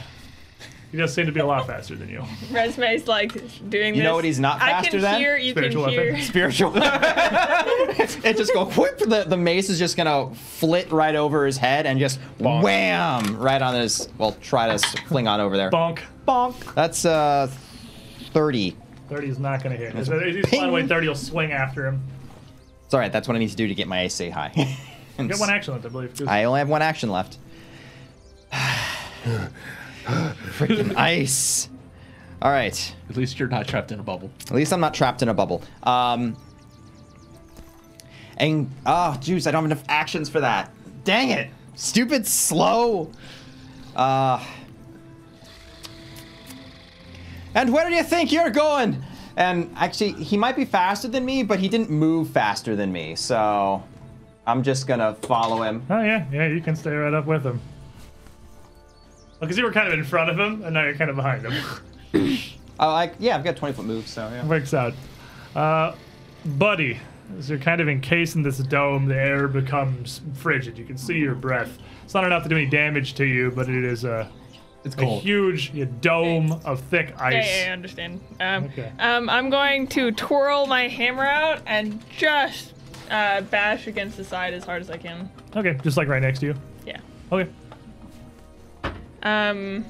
[SPEAKER 1] He does seem to be a lot faster than you.
[SPEAKER 6] Resume's like doing this.
[SPEAKER 5] You know what he's not
[SPEAKER 6] I
[SPEAKER 5] faster
[SPEAKER 6] can
[SPEAKER 5] than?
[SPEAKER 6] hear, you
[SPEAKER 1] Spiritual
[SPEAKER 6] can hear.
[SPEAKER 1] weapon.
[SPEAKER 5] Spiritual. it just go whip. The, the mace is just gonna flit right over his head and just wham right on his. Well, try to fling on over there.
[SPEAKER 1] Bonk.
[SPEAKER 5] Bonk. That's uh, thirty.
[SPEAKER 1] 30 is not going to hit. As as he's flying away, 30 will swing after him.
[SPEAKER 5] It's all right. That's what I need to do to get my AC high.
[SPEAKER 1] You got one action left, I believe. 'cause-
[SPEAKER 5] I only have one action left. Freaking ice. All right.
[SPEAKER 2] At least you're not trapped in a bubble.
[SPEAKER 5] At least I'm not trapped in a bubble. Um, and ah, juice. I don't have enough actions for that. Dang it! Stupid slow. Uh, and where do you think you're going? And actually, he might be faster than me, but he didn't move faster than me, so I'm just gonna follow him.
[SPEAKER 1] Oh, yeah, yeah, you can stay right up with him. Because you were kind of in front of him, and now you're kind of behind him.
[SPEAKER 5] Oh, I like, yeah, I've got 20 foot move, so yeah.
[SPEAKER 1] Works out. Uh, buddy, as you're kind of encased in this dome, the air becomes frigid. You can see your breath. It's not enough to do any damage to you, but it is a,
[SPEAKER 2] It's
[SPEAKER 1] a
[SPEAKER 2] cold.
[SPEAKER 1] huge yeah, dome of thick
[SPEAKER 6] Yeah,
[SPEAKER 1] ice.
[SPEAKER 6] yeah, I understand. Um,
[SPEAKER 1] Okay.
[SPEAKER 6] um, I'm going to twirl my hammer out and just uh, bash against the side as hard as I can.
[SPEAKER 1] Okay, just like right next to you.
[SPEAKER 6] Yeah.
[SPEAKER 1] Okay.
[SPEAKER 6] Um,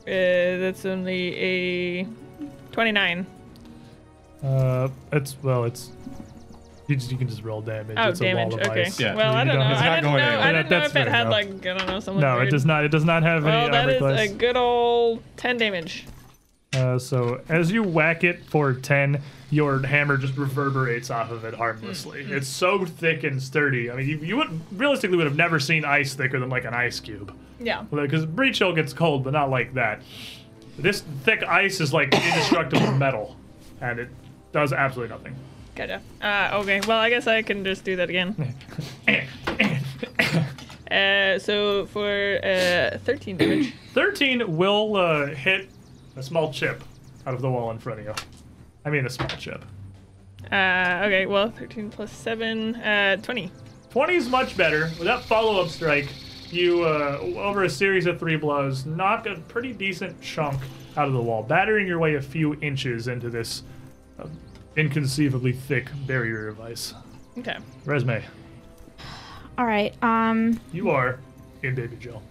[SPEAKER 6] uh, that's only a Oh, 29.
[SPEAKER 1] Uh, it's well, it's you just you can just roll damage.
[SPEAKER 6] Oh,
[SPEAKER 1] it's
[SPEAKER 6] damage.
[SPEAKER 1] A wall of
[SPEAKER 6] Okay.
[SPEAKER 1] Ice.
[SPEAKER 8] Yeah.
[SPEAKER 6] Well, I
[SPEAKER 1] You
[SPEAKER 6] don't know.
[SPEAKER 1] don't have-
[SPEAKER 6] I didn't know.
[SPEAKER 8] going anywhere.
[SPEAKER 6] I didn't know
[SPEAKER 1] That's
[SPEAKER 6] if it
[SPEAKER 1] fair
[SPEAKER 6] had
[SPEAKER 1] enough.
[SPEAKER 6] like I don't know something.
[SPEAKER 1] No, it
[SPEAKER 6] weird.
[SPEAKER 1] does not. It does not have any
[SPEAKER 6] Well, that
[SPEAKER 1] armor
[SPEAKER 6] is
[SPEAKER 1] class.
[SPEAKER 6] a good old 10 damage.
[SPEAKER 1] Uh, so as you whack it for 10, your hammer just reverberates off of it harmlessly. It's so thick and sturdy. I mean, you, you would realistically would have never seen ice thicker than like an ice cube.
[SPEAKER 6] Yeah.
[SPEAKER 1] Because breach hill gets cold, but not like that. This thick ice is like indestructible metal, and it does absolutely nothing.
[SPEAKER 6] Gotcha. Uh, okay. Well, I guess I can just do that again. uh, so for uh, 13 damage.
[SPEAKER 1] 13 will uh, hit a small chip out of the wall in front of you. I mean, a small chip.
[SPEAKER 6] Uh, okay. Well, 13 plus 7, uh, 20.
[SPEAKER 1] 20 is much better. With that follow up strike, you, uh, over a series of three blows, knock a pretty decent chunk out of the wall, battering your way a few inches into this uh, inconceivably thick barrier of ice.
[SPEAKER 6] Okay.
[SPEAKER 1] Resume,
[SPEAKER 4] All right. Um.
[SPEAKER 1] you are in baby Jill.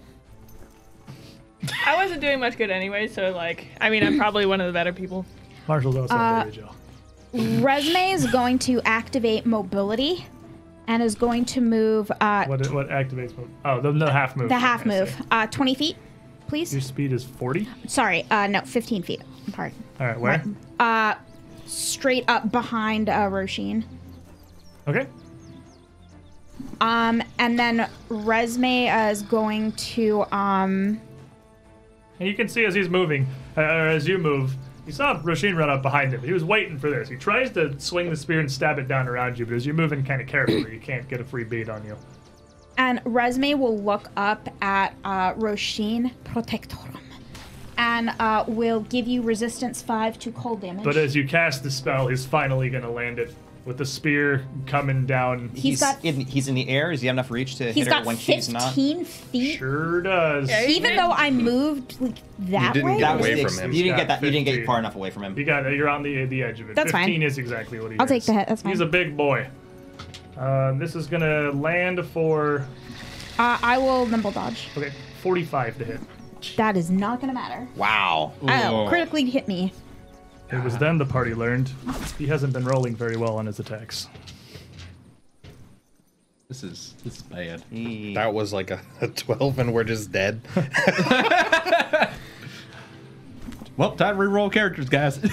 [SPEAKER 6] I wasn't doing much good anyway, so like, I mean, I'm probably one of the better people.
[SPEAKER 1] Marshall's also
[SPEAKER 4] Uh,
[SPEAKER 1] in baby Jill.
[SPEAKER 4] Resume is going to activate mobility, and is going to move uh,
[SPEAKER 1] What, what activates? Move? Oh, the, the half move.
[SPEAKER 4] the half
[SPEAKER 1] Okay, I
[SPEAKER 4] move
[SPEAKER 1] see.
[SPEAKER 4] uh, 20 feet, please.
[SPEAKER 1] Your speed is 40?
[SPEAKER 4] Sorry. Uh, no, 15 feet. Pardon.
[SPEAKER 1] All right, where?
[SPEAKER 4] Uh, straight up behind uh, Roshin.
[SPEAKER 1] Okay.
[SPEAKER 4] Um, and then Resume is going to um.
[SPEAKER 1] And you can see as he's moving, uh, or as you move, you saw Roshin run up behind him. He was waiting for this. He tries to swing the spear and stab it down around you, but as you're moving kind of carefully, you can't get a free beat on you.
[SPEAKER 4] And Resme will look up at uh, Roshin Protectorum and uh, will give you resistance 5 to cold damage.
[SPEAKER 1] But as you cast the spell, he's finally going to land it with the spear coming down.
[SPEAKER 4] he's got
[SPEAKER 5] in, he's in the air. Does he have enough reach to
[SPEAKER 4] he's
[SPEAKER 5] hit her
[SPEAKER 4] got
[SPEAKER 5] when she's not?
[SPEAKER 4] 15 feet.
[SPEAKER 1] Sure does.
[SPEAKER 6] Yeah, he-
[SPEAKER 4] Even though I moved like that
[SPEAKER 10] didn't
[SPEAKER 4] way.
[SPEAKER 10] get
[SPEAKER 5] That was
[SPEAKER 10] away
[SPEAKER 5] the
[SPEAKER 10] from
[SPEAKER 5] ex-
[SPEAKER 10] him.
[SPEAKER 5] You didn't get that. You didn't get
[SPEAKER 1] 15.
[SPEAKER 5] far enough away from him.
[SPEAKER 1] You got you're on the the edge of it.
[SPEAKER 4] That's fine.
[SPEAKER 1] 15 is exactly what he
[SPEAKER 4] I'll
[SPEAKER 1] is.
[SPEAKER 4] take the hit, that's
[SPEAKER 1] He's a
[SPEAKER 4] fine.
[SPEAKER 1] big boy. Uh, this is going to land for
[SPEAKER 4] Uh, I will nimble dodge.
[SPEAKER 1] okay, 45 to hit.
[SPEAKER 4] That is not gonna matter.
[SPEAKER 5] Wow.
[SPEAKER 4] Oh, critically hit me.
[SPEAKER 1] It
[SPEAKER 4] Ah.
[SPEAKER 1] was then the party learned he hasn't been rolling very well on his attacks.
[SPEAKER 2] This is this is bad.
[SPEAKER 10] That was like a, a 12 and we're just dead.
[SPEAKER 8] Well, time to reroll characters, guys.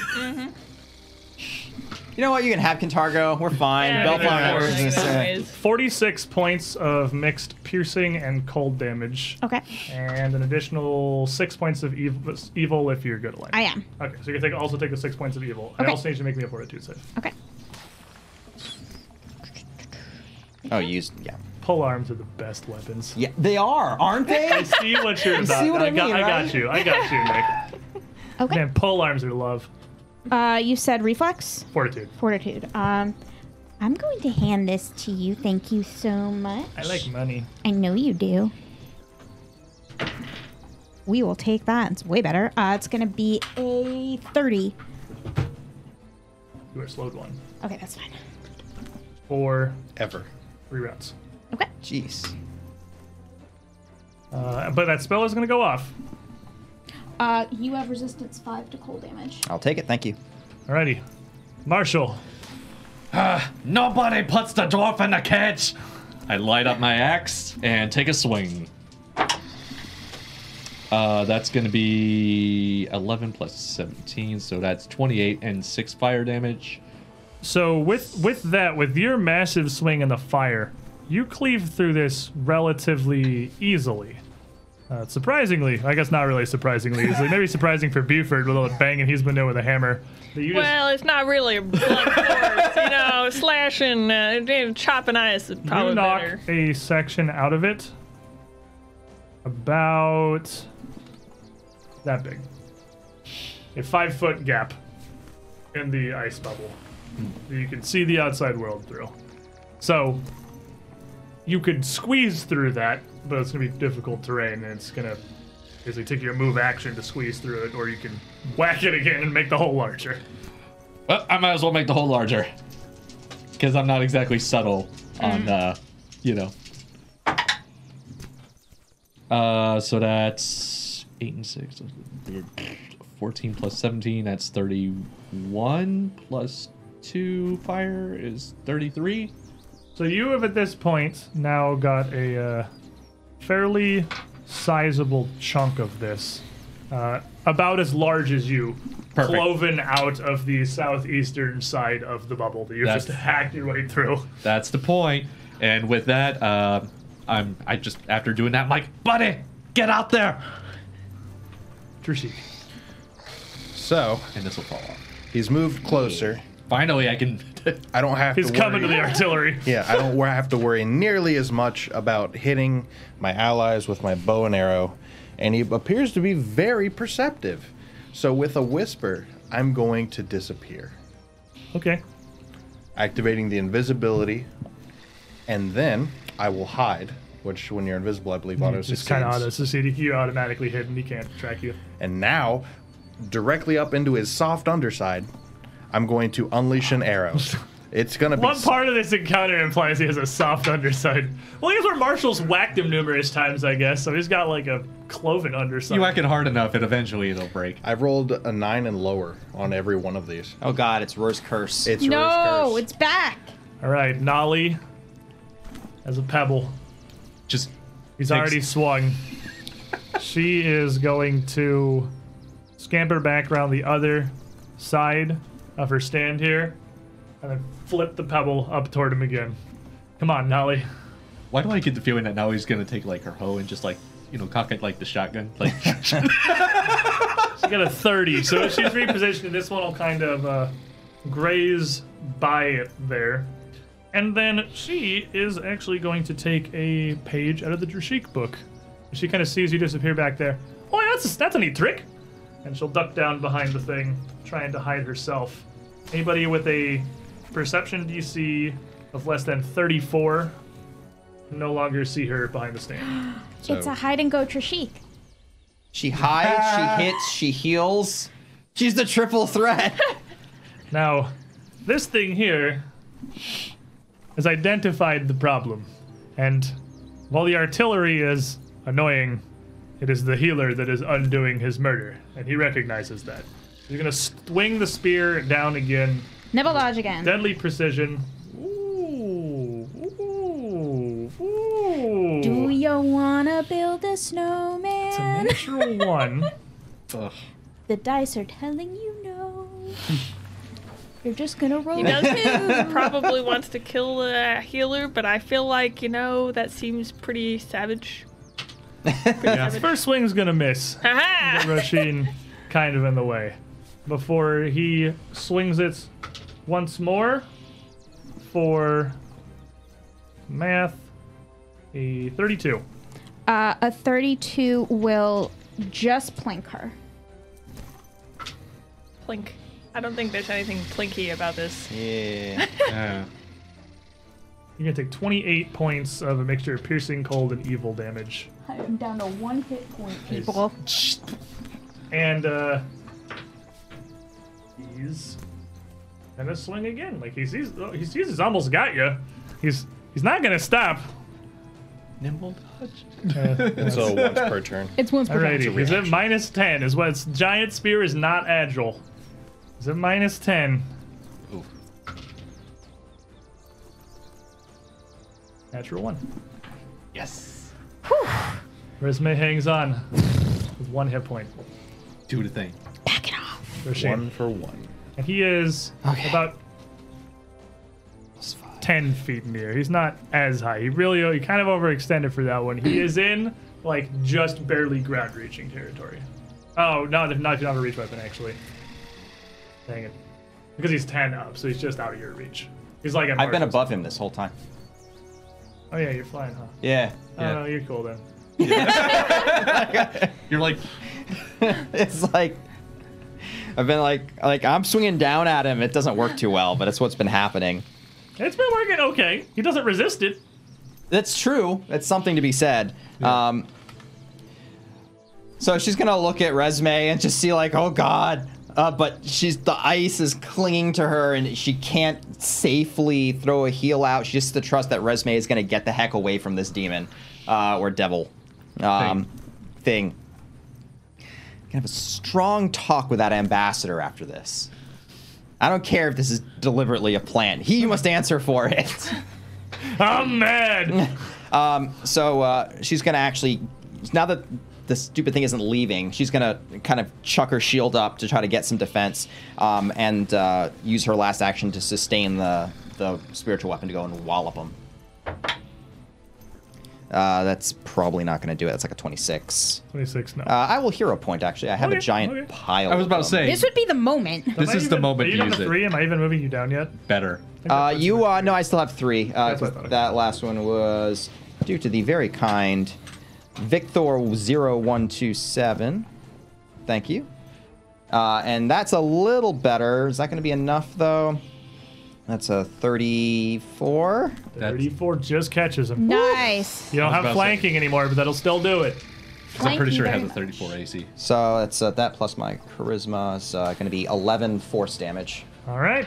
[SPEAKER 5] You know what? You can have Kintargo. We're fine.
[SPEAKER 6] Yeah,
[SPEAKER 5] Bellflower
[SPEAKER 6] I don't know,
[SPEAKER 5] is
[SPEAKER 6] like,
[SPEAKER 5] just, uh,
[SPEAKER 6] anyways.
[SPEAKER 1] 46 points of mixed piercing and cold damage,
[SPEAKER 4] Okay.
[SPEAKER 1] and an additional six points of evil, evil if you're good at life.
[SPEAKER 4] I am.
[SPEAKER 1] Okay, so you can take, also take the six points of evil. I
[SPEAKER 4] Okay.
[SPEAKER 1] also need you to make me a fortitude save.
[SPEAKER 4] Okay.
[SPEAKER 5] Oh, use yeah.
[SPEAKER 1] Pull arms are the best weapons.
[SPEAKER 5] Yeah, they are, aren't they?
[SPEAKER 1] See what you're about.
[SPEAKER 5] what I
[SPEAKER 1] got,
[SPEAKER 5] mean,
[SPEAKER 1] I got
[SPEAKER 5] right?
[SPEAKER 1] you. I got you, Nick.
[SPEAKER 4] Okay.
[SPEAKER 1] Man, pole arms are love.
[SPEAKER 4] Uh, you said reflex?
[SPEAKER 1] Fortitude.
[SPEAKER 4] Fortitude. Um, I'm going to hand this to you. Thank you so much.
[SPEAKER 1] I like money.
[SPEAKER 4] I know you do. We will take that. It's way better. Uh, it's going to be a 30.
[SPEAKER 1] You are slowed one.
[SPEAKER 4] Okay, that's fine.
[SPEAKER 1] Four,
[SPEAKER 10] Ever.
[SPEAKER 1] three rounds.
[SPEAKER 4] Okay.
[SPEAKER 5] Jeez.
[SPEAKER 1] Uh, but that spell is going to go off.
[SPEAKER 9] Uh, you have resistance five to cold damage.
[SPEAKER 5] I'll take it. Thank you.
[SPEAKER 1] Alrighty. Marshall.
[SPEAKER 7] Nobody puts the dwarf in the cage.
[SPEAKER 8] I light up my axe and take a swing. Uh, that's going to be 11 plus 17, so that's 28 and 6 fire damage.
[SPEAKER 1] So with with that, with your massive swing and the fire, you cleave through this relatively easily. Uh, surprisingly, I guess not really surprisingly easily. Maybe surprising for Buford with all the banging he's been doing with a hammer. But you just-
[SPEAKER 6] Well, it's not really a blunt force, you know, slashing, uh, chopping ice is
[SPEAKER 1] You
[SPEAKER 6] probably
[SPEAKER 1] knock
[SPEAKER 6] better.
[SPEAKER 1] a section out of it about that big. A five foot gap in the ice bubble. You can see the outside world through. So you could squeeze through that, but it's gonna be difficult terrain and it's gonna basically take your move action to squeeze through it, or you can whack it again and make the hole larger.
[SPEAKER 8] Well, I might as well make the hole larger. Because I'm not exactly subtle
[SPEAKER 4] Mm.
[SPEAKER 8] on, uh, you know. Uh, so that's 8 and 6. 14 plus 17, that's 31. Plus 2 fire is 33.
[SPEAKER 1] So you have at this point now got a uh, fairly sizable chunk of this, uh, about as large as you,
[SPEAKER 8] Perfect.
[SPEAKER 1] cloven out of the southeastern side of the bubble that you
[SPEAKER 8] That's-
[SPEAKER 1] just hacked your way through.
[SPEAKER 8] That's the point. And with that, uh, I'm I just after doing that, I'm like, buddy, get out there,
[SPEAKER 1] Trishik.
[SPEAKER 10] So
[SPEAKER 8] and this will fall off.
[SPEAKER 10] he's moved closer.
[SPEAKER 8] Finally, Oh, I can.
[SPEAKER 10] I don't have
[SPEAKER 1] He's
[SPEAKER 10] to.
[SPEAKER 1] coming to
[SPEAKER 10] worry-
[SPEAKER 1] the artillery.
[SPEAKER 10] Yeah, I don't wor- have to worry nearly as much about hitting my allies with my bow and arrow, and he appears to be very perceptive. So with a whisper, I'm going to disappear,
[SPEAKER 1] Okay.
[SPEAKER 10] activating the invisibility, and then I will hide. Which, when you're invisible, I believe auto
[SPEAKER 1] Mm, It's kind of auto
[SPEAKER 10] succeeds.
[SPEAKER 1] succeed. You're automatically hidden. He can't track you.
[SPEAKER 10] And now, directly up into his soft underside, I'm going to unleash an arrow. It's gonna be
[SPEAKER 1] One
[SPEAKER 10] s-
[SPEAKER 1] part of this encounter implies he has a soft underside. Well, here's where Marshall's whacked him numerous times, I guess. So he's got like a cloven underside.
[SPEAKER 8] You whack it hard enough, and eventually it'll break.
[SPEAKER 10] I rolled a nine and lower on every one of these.
[SPEAKER 5] Oh God, it's Roar's curse.
[SPEAKER 10] It's Roar's
[SPEAKER 4] No,
[SPEAKER 10] curse.
[SPEAKER 4] it's back.
[SPEAKER 1] All right, Nolly as a pebble.
[SPEAKER 8] Just
[SPEAKER 1] He's
[SPEAKER 8] Takes-
[SPEAKER 1] already swung. she is going to scamper back around the other side of her stand here and then flip the pebble up toward him again. Come on, Nolly.
[SPEAKER 8] why do I get the feeling that now he's gonna take like her hoe and just like you know cock it like the shotgun? Like
[SPEAKER 1] She got a 30, so if she's repositioned. This one will kind of uh, graze by it there. And then she is actually going to take a page out of the Drashik book. She kind of sees you disappear back there. Oh, yeah, that's a, that's a neat trick. And she'll duck down behind the thing, trying to hide herself. Anybody with a perception DC of less than 34 no longer see her behind the stand.
[SPEAKER 4] It's a hide and go Trishik.
[SPEAKER 5] She hides. she hits. She heals. She's the triple threat.
[SPEAKER 1] Now, this thing here has identified the problem, and while the artillery is annoying, it is the healer that is undoing his murder, and he recognizes that. He's gonna swing the spear down again,
[SPEAKER 4] Neville dodge again.
[SPEAKER 1] deadly precision. Ooh, ooh, ooh.
[SPEAKER 4] Do you wanna build a snowman?
[SPEAKER 1] It's a natural one.
[SPEAKER 4] The dice are telling you no. You're just gonna roll.
[SPEAKER 6] Duncan probably wants to kill the healer, but I feel like, you know, that seems pretty savage.
[SPEAKER 1] His first swing's gonna miss.
[SPEAKER 6] Haha!
[SPEAKER 1] Roshin kind of in the way before he swings it once more for math a 32.
[SPEAKER 4] Uh, a 32 will just plank her.
[SPEAKER 6] Plink. I don't think there's anything plinky about this.
[SPEAKER 5] Yeah.
[SPEAKER 1] You're gonna take 28 points of a mixture of piercing, cold, and evil damage.
[SPEAKER 9] I am down to one hit point, people.
[SPEAKER 4] Well,
[SPEAKER 1] And uh he's gonna swing again. Like he sees oh, he sees he's almost got you. He's he's not gonna stop.
[SPEAKER 2] Nimble dodge.
[SPEAKER 10] So once per turn.
[SPEAKER 4] it's once per round.
[SPEAKER 1] Alrighty, he's at minus ten is what it's, giant spear is not agile. He's at minus ten. Natural one.
[SPEAKER 2] Yes.
[SPEAKER 1] Resume hangs on with one hit point.
[SPEAKER 7] Do the thing.
[SPEAKER 4] Back it off.
[SPEAKER 1] For shame.
[SPEAKER 10] One for one.
[SPEAKER 1] And he is about 10 feet in the air. He's not as high. He really, he kind of overextended for that one. He is in, like, just barely ground reaching territory. Oh, no, not if you have a reach weapon, actually. Dang it. Because he's 10 up, so he's just out of your reach. He's like, at
[SPEAKER 5] I've been
[SPEAKER 1] Marshall's.
[SPEAKER 5] above him this whole time.
[SPEAKER 1] Oh, yeah, you're flying, huh?
[SPEAKER 5] Yeah.
[SPEAKER 1] Oh, you're cool then.
[SPEAKER 2] You're like,
[SPEAKER 5] it's like I've been like like I'm swinging down at him. It doesn't work too well, but it's what's been happening.
[SPEAKER 1] It's been working okay. He doesn't resist it.
[SPEAKER 5] That's true. That's something to be said. Um, so she's gonna look at resume and just see like, oh god. Uh, but she's the ice is clinging to her and she can't safely throw a heel out. She just has to trust that resume is gonna get the heck away from this demon uh, or devil um, thing. Gonna have a strong talk with that ambassador after this. I don't care if this is deliberately a plan. He must answer for it.
[SPEAKER 1] I'm mad.
[SPEAKER 5] Um, so uh, she's gonna actually now that the stupid thing isn't leaving, she's gonna kind of chuck her shield up to try to get some defense um, and uh, use her last action to sustain the the spiritual weapon to go and wallop him. Uh, that's probably not gonna do it. That's like a twenty-six.
[SPEAKER 1] 26, no.
[SPEAKER 5] Uh, I will hero point actually. I have
[SPEAKER 1] Okay,
[SPEAKER 5] a giant
[SPEAKER 1] okay.
[SPEAKER 5] pile.
[SPEAKER 8] I was
[SPEAKER 5] of
[SPEAKER 8] about to
[SPEAKER 5] them.
[SPEAKER 8] say,
[SPEAKER 4] This
[SPEAKER 8] this,
[SPEAKER 4] would be the moment.
[SPEAKER 1] Am I
[SPEAKER 8] is the
[SPEAKER 1] even-
[SPEAKER 8] moment
[SPEAKER 1] Are
[SPEAKER 8] to
[SPEAKER 1] you down
[SPEAKER 8] use
[SPEAKER 1] to
[SPEAKER 8] it.
[SPEAKER 1] three? Am I even moving you down yet?
[SPEAKER 8] Better.
[SPEAKER 5] Uh, you uh, no, I still have three. Uh,
[SPEAKER 1] That's what I thought.
[SPEAKER 5] that last one was due to the very kind Victor0127. Thank you. Uh, and that's a little better. Is that going to be enough though? That's a 34.
[SPEAKER 8] That's-
[SPEAKER 1] 34 just catches him.
[SPEAKER 4] Nice.
[SPEAKER 1] You don't
[SPEAKER 8] I was about
[SPEAKER 1] have
[SPEAKER 8] to
[SPEAKER 1] flanking anymore, but that'll still do it.
[SPEAKER 8] I'm
[SPEAKER 9] Thank
[SPEAKER 8] pretty
[SPEAKER 9] you
[SPEAKER 8] sure it
[SPEAKER 9] very
[SPEAKER 8] has a
[SPEAKER 9] much.
[SPEAKER 8] 34 AC.
[SPEAKER 5] So that's uh, that plus my charisma is uh, going to be 11 force damage.
[SPEAKER 1] All right.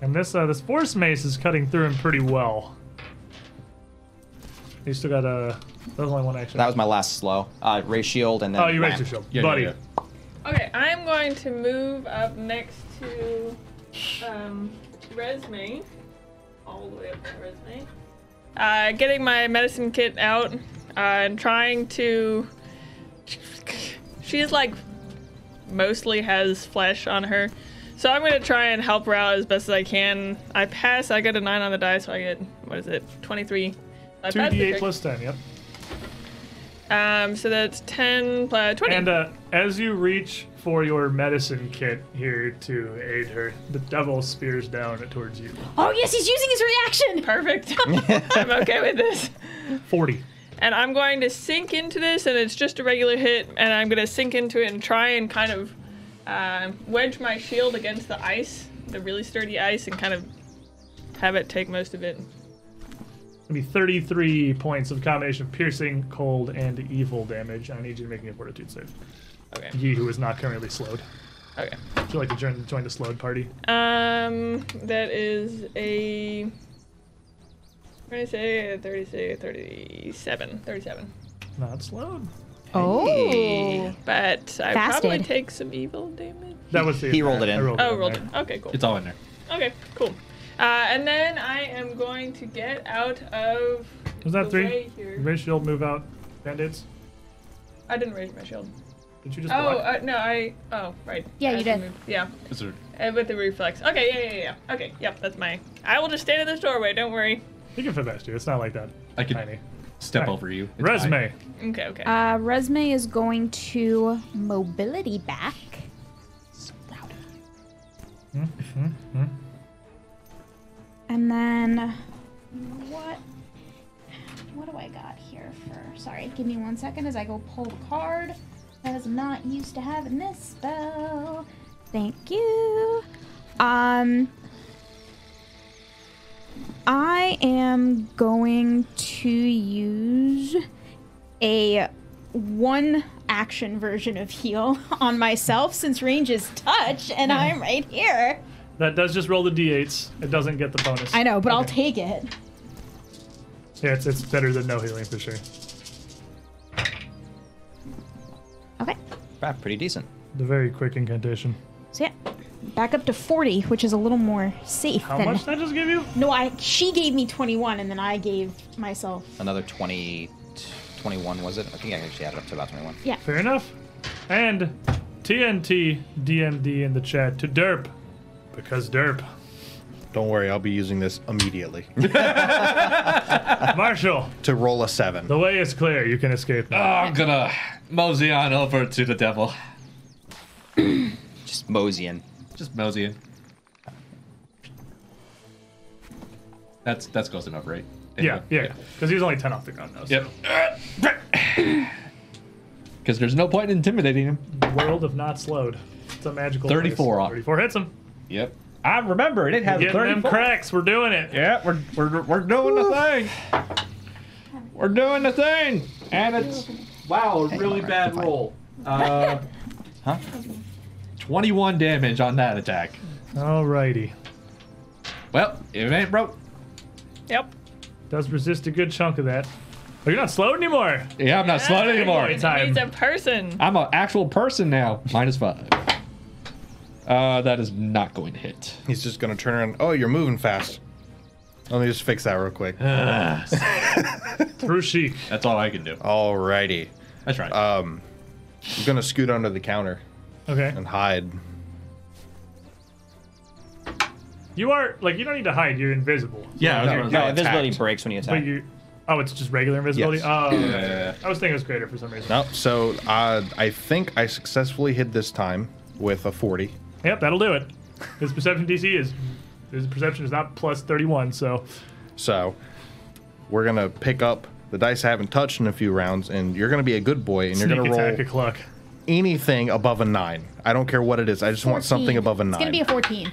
[SPEAKER 1] And this uh, this force mace is cutting through him pretty well. You still got a. That was only one action.
[SPEAKER 5] That was my last slow. Uh, ray shield and then.
[SPEAKER 1] oh, you raised
[SPEAKER 5] wham.
[SPEAKER 1] your shield,
[SPEAKER 8] Yeah,
[SPEAKER 1] buddy.
[SPEAKER 8] yeah,
[SPEAKER 6] Okay, I'm going to move up next to um, resume, all the way up to resume. Uh, getting my medicine kit out uh, and trying to. She's like mostly has flesh on her, so I'm gonna try and help her out as best as I can. I pass. I get a nine on the die, so I get what is it, Uh, 23. I
[SPEAKER 1] Two
[SPEAKER 6] pass the
[SPEAKER 1] d8
[SPEAKER 6] check.
[SPEAKER 1] plus ten. Yep.
[SPEAKER 6] Um, so that's 10 plus 20.
[SPEAKER 1] And uh, as you reach for your medicine kit here to aid her, the devil spears down towards you.
[SPEAKER 4] Oh yes, he's using his reaction.
[SPEAKER 6] Perfect. I'm okay with this.
[SPEAKER 1] Forty.
[SPEAKER 6] And I'm going to sink into this, and it's just a regular hit, and I'm going to sink into it and try and kind of um wedge my shield against the ice, the really sturdy ice, and kind of have it take most of it.
[SPEAKER 1] It'll be 33 points of combination of piercing, cold, and evil damage. I need you to make me a fortitude save.
[SPEAKER 6] Okay.
[SPEAKER 1] You who is not currently slowed.
[SPEAKER 6] Okay.
[SPEAKER 1] Would you like to join, join the slowed party?
[SPEAKER 6] Um, that is a. What did I say? 36, 37. 37.
[SPEAKER 1] Not slowed.
[SPEAKER 4] Oh.
[SPEAKER 6] But I probably
[SPEAKER 4] Fasted.
[SPEAKER 6] take some evil damage.
[SPEAKER 1] That was the.
[SPEAKER 5] He rolled it
[SPEAKER 1] I
[SPEAKER 5] in.
[SPEAKER 6] Oh, rolled
[SPEAKER 1] there.
[SPEAKER 6] it. Okay, cool.
[SPEAKER 8] It's all in there.
[SPEAKER 6] Okay, cool. Uh, and then I am going to get out of.
[SPEAKER 1] Was
[SPEAKER 6] the
[SPEAKER 1] that
[SPEAKER 6] way
[SPEAKER 1] three?
[SPEAKER 6] here.
[SPEAKER 1] Raise shield, move out. Bandits.
[SPEAKER 6] I didn't raise my shield.
[SPEAKER 1] Did you just
[SPEAKER 6] Oh,
[SPEAKER 1] block?
[SPEAKER 6] uh, no, I. Oh, right.
[SPEAKER 4] Yeah,
[SPEAKER 6] I
[SPEAKER 4] you
[SPEAKER 6] have to
[SPEAKER 4] did.
[SPEAKER 6] move- Yeah,
[SPEAKER 8] It's a-
[SPEAKER 6] uh, with the reflex. Okay, yeah, yeah, yeah, yeah. Okay, yep, that's my. I will just stand in this doorway, don't worry.
[SPEAKER 1] you can fit past you. It's not like that.
[SPEAKER 8] I could
[SPEAKER 1] Tiny.
[SPEAKER 8] step
[SPEAKER 1] Alright.
[SPEAKER 8] over you. It's
[SPEAKER 1] Resume.
[SPEAKER 8] fine.
[SPEAKER 6] Okay, okay.
[SPEAKER 4] Uh, resume is going to mobility back. And then
[SPEAKER 9] What? What do I got here for? Sorry, give me one second as I go pull the card. I was not used to having this spell.
[SPEAKER 4] Thank you. Um, I am going to use a one action version of heal on myself since range is touch and I'm right here.
[SPEAKER 1] That does just roll the d8s. It doesn't get the bonus.
[SPEAKER 4] I know, but I'll take it.
[SPEAKER 1] Yeah, it's, it's better than no healing for sure.
[SPEAKER 4] Okay.
[SPEAKER 5] Ah, pretty decent.
[SPEAKER 1] The very quick incantation.
[SPEAKER 4] So yeah, back up to 40, which is a little more safe
[SPEAKER 1] How
[SPEAKER 4] than
[SPEAKER 1] much that just give you?
[SPEAKER 4] No, I she gave me 21 and then I gave myself.
[SPEAKER 5] Another 20, 21 was it? I think I actually added up to about 21.
[SPEAKER 4] Yeah.
[SPEAKER 1] Fair enough. And TNT DMD in the chat to derp because derp.
[SPEAKER 3] Don't worry, I'll be using this immediately
[SPEAKER 1] Marshall,
[SPEAKER 3] to roll a seven.
[SPEAKER 1] the way is clear. You can escape now.
[SPEAKER 12] I'm gonna mosey on over to the devil.
[SPEAKER 5] Just moseying.
[SPEAKER 12] Just moseying. That's that's close enough, right?
[SPEAKER 1] yeah, yeah, because he was only 10 off the ground now. so-
[SPEAKER 12] Yep.
[SPEAKER 8] Because there's no point in intimidating him.
[SPEAKER 1] World of not slowed. It's a magical.
[SPEAKER 8] 34
[SPEAKER 1] place.
[SPEAKER 8] off.
[SPEAKER 1] 34 hits him.
[SPEAKER 8] Yep. I remember it. It has
[SPEAKER 1] Getting them cracks. We're doing it.
[SPEAKER 8] Yeah, we're, we're, we're doing the thing. We're doing the thing. And it's
[SPEAKER 12] Wow, a
[SPEAKER 5] really alright, bad I'm fine. roll.
[SPEAKER 12] Uh,
[SPEAKER 5] Huh?
[SPEAKER 8] 21 damage on that attack.
[SPEAKER 1] Alrighty.
[SPEAKER 8] Well, if it ain't broke.
[SPEAKER 6] Yep.
[SPEAKER 1] Does resist a good chunk of that. Oh, you're not slowed anymore.
[SPEAKER 8] Yeah, I'm not slowed
[SPEAKER 6] Ah,
[SPEAKER 8] anymore. Uh,
[SPEAKER 1] It's- Time.
[SPEAKER 6] He's a person.
[SPEAKER 8] I'm an actual person now. Minus five. Uh, that is not going to hit.
[SPEAKER 3] He's just gonna turn around. Oh, you're moving fast. Let me just fix that real quick.
[SPEAKER 1] Through chic.
[SPEAKER 12] that's all I can do.
[SPEAKER 3] Alrighty. Um,
[SPEAKER 12] That's right.
[SPEAKER 3] I'm gonna scoot under the counter
[SPEAKER 1] Okay.
[SPEAKER 3] and hide.
[SPEAKER 1] You are like you don't need to hide. You're invisible.
[SPEAKER 12] yeah,
[SPEAKER 3] no,
[SPEAKER 12] okay.
[SPEAKER 5] No,
[SPEAKER 3] I
[SPEAKER 5] invisibility
[SPEAKER 3] attacked.
[SPEAKER 5] breaks when you attack.
[SPEAKER 1] But you. Oh, it's just regular invisibility.
[SPEAKER 3] Yes.
[SPEAKER 1] Oh, I was thinking it was greater for some reason.
[SPEAKER 3] Nope. So uh, I think I successfully hid this time with a 40.
[SPEAKER 1] Yep, that'll do it. His perception DC is his perception is not plus 31, so
[SPEAKER 3] So we're gonna pick up the dice I haven't touched in a few rounds, and you're gonna be a good boy, and
[SPEAKER 1] sneak
[SPEAKER 3] you're gonna
[SPEAKER 1] attack
[SPEAKER 3] roll
[SPEAKER 1] o'clock.
[SPEAKER 3] anything above a nine. I don't care what it is. I just want something
[SPEAKER 13] 14.
[SPEAKER 3] above a nine.
[SPEAKER 13] It's gonna be a 14.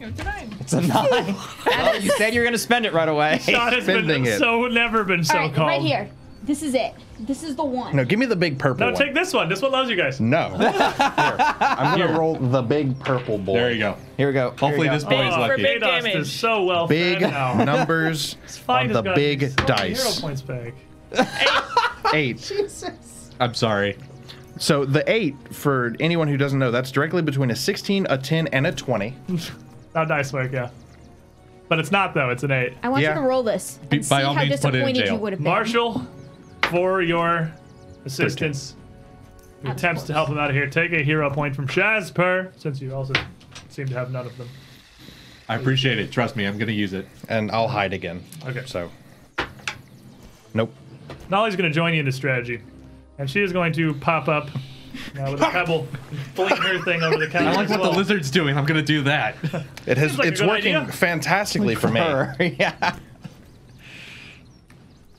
[SPEAKER 6] It's a nine.
[SPEAKER 5] It's a nine. well, you said you were gonna spend it right away.
[SPEAKER 1] God has been
[SPEAKER 3] spending it.
[SPEAKER 1] so never been so
[SPEAKER 13] All right,
[SPEAKER 1] calm.
[SPEAKER 13] right here. This is it. This is the one.
[SPEAKER 3] no, give me the big purple.
[SPEAKER 1] No,
[SPEAKER 3] one.
[SPEAKER 1] take this one. This one loves you guys.
[SPEAKER 3] No. Here, I'm gonna roll the big purple boy.
[SPEAKER 12] there you go.
[SPEAKER 5] Here we go. Here we
[SPEAKER 12] Hopefully
[SPEAKER 5] go.
[SPEAKER 12] this boy is
[SPEAKER 6] Oh, for
[SPEAKER 12] lucky.
[SPEAKER 6] big
[SPEAKER 1] Ados
[SPEAKER 6] damage.
[SPEAKER 1] is so well
[SPEAKER 3] Big
[SPEAKER 1] fed now.
[SPEAKER 3] numbers on
[SPEAKER 1] Find
[SPEAKER 3] the
[SPEAKER 1] has gotta
[SPEAKER 3] big
[SPEAKER 1] be so many
[SPEAKER 3] dice.
[SPEAKER 1] Hero points back.
[SPEAKER 3] Eight.
[SPEAKER 12] I'm sorry.
[SPEAKER 3] So the eight, for anyone who doesn't know, that's directly between a 16, a 10, and a 20.
[SPEAKER 1] Not dice work, yeah. But it's not though. It's an eight.
[SPEAKER 4] I want
[SPEAKER 3] Yeah.
[SPEAKER 4] you to roll this
[SPEAKER 8] Be-
[SPEAKER 4] and see
[SPEAKER 8] by all
[SPEAKER 4] how
[SPEAKER 8] means, put it in
[SPEAKER 4] disappointed you
[SPEAKER 8] jail.
[SPEAKER 4] would have been.
[SPEAKER 1] Marshall, for your assistance, your attempts to help him out of here, take a hero point from Shazper, since you also seem to have none of them.
[SPEAKER 12] I appreciate it. Trust me, I'm gonna use it.
[SPEAKER 3] And I'll hide again.
[SPEAKER 1] Okay.
[SPEAKER 3] So. Nope.
[SPEAKER 1] Nolly's going to join you in the strategy, and she is going to pop up now with a pebble, fling her thing over the counter.
[SPEAKER 12] I like
[SPEAKER 1] as
[SPEAKER 12] what the
[SPEAKER 1] well.
[SPEAKER 12] lizard's doing. I'm gonna do that.
[SPEAKER 3] It has.
[SPEAKER 1] like a
[SPEAKER 3] it's
[SPEAKER 1] good
[SPEAKER 3] working
[SPEAKER 1] idea.
[SPEAKER 3] fantastically for me.
[SPEAKER 5] yeah.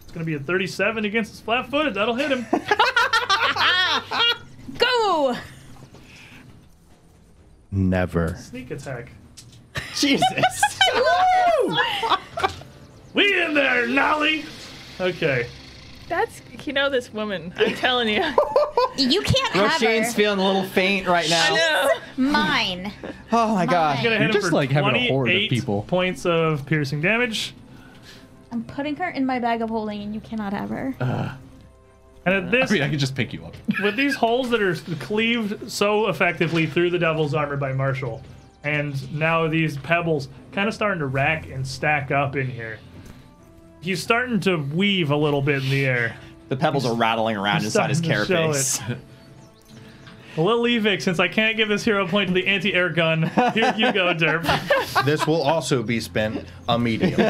[SPEAKER 1] It's going to be a 37 against his flat footed. That'll hit him.
[SPEAKER 4] Go!
[SPEAKER 14] Never.
[SPEAKER 1] Sneak attack.
[SPEAKER 5] Jesus.
[SPEAKER 1] We in there, Nolly! Okay.
[SPEAKER 6] That's you know this woman. I'm telling you.
[SPEAKER 4] You can't have
[SPEAKER 5] Roshane's
[SPEAKER 4] her.
[SPEAKER 5] feeling a little faint right now.
[SPEAKER 6] I know.
[SPEAKER 4] Mine.
[SPEAKER 5] Oh my gosh.
[SPEAKER 1] Gonna hit him
[SPEAKER 8] just
[SPEAKER 1] for
[SPEAKER 8] like having a horde of
[SPEAKER 1] 28
[SPEAKER 8] people.
[SPEAKER 1] Points of piercing damage.
[SPEAKER 4] I'm putting her in my bag of holding, and you cannot have her.
[SPEAKER 1] And at this,
[SPEAKER 8] I mean, I could just pick you up.
[SPEAKER 1] with these holes that are cleaved so effectively through the devil's armor by Marshall, and now these pebbles kind of starting to rack and stack up in here. He's starting to weave a little bit in the air.
[SPEAKER 5] The pebbles are rattling around inside his
[SPEAKER 1] starting to show
[SPEAKER 5] carapace.
[SPEAKER 1] A little Levick, since I can't give this hero point to the anti-air gun, here you go, Derp.
[SPEAKER 3] This will also be spent immediately.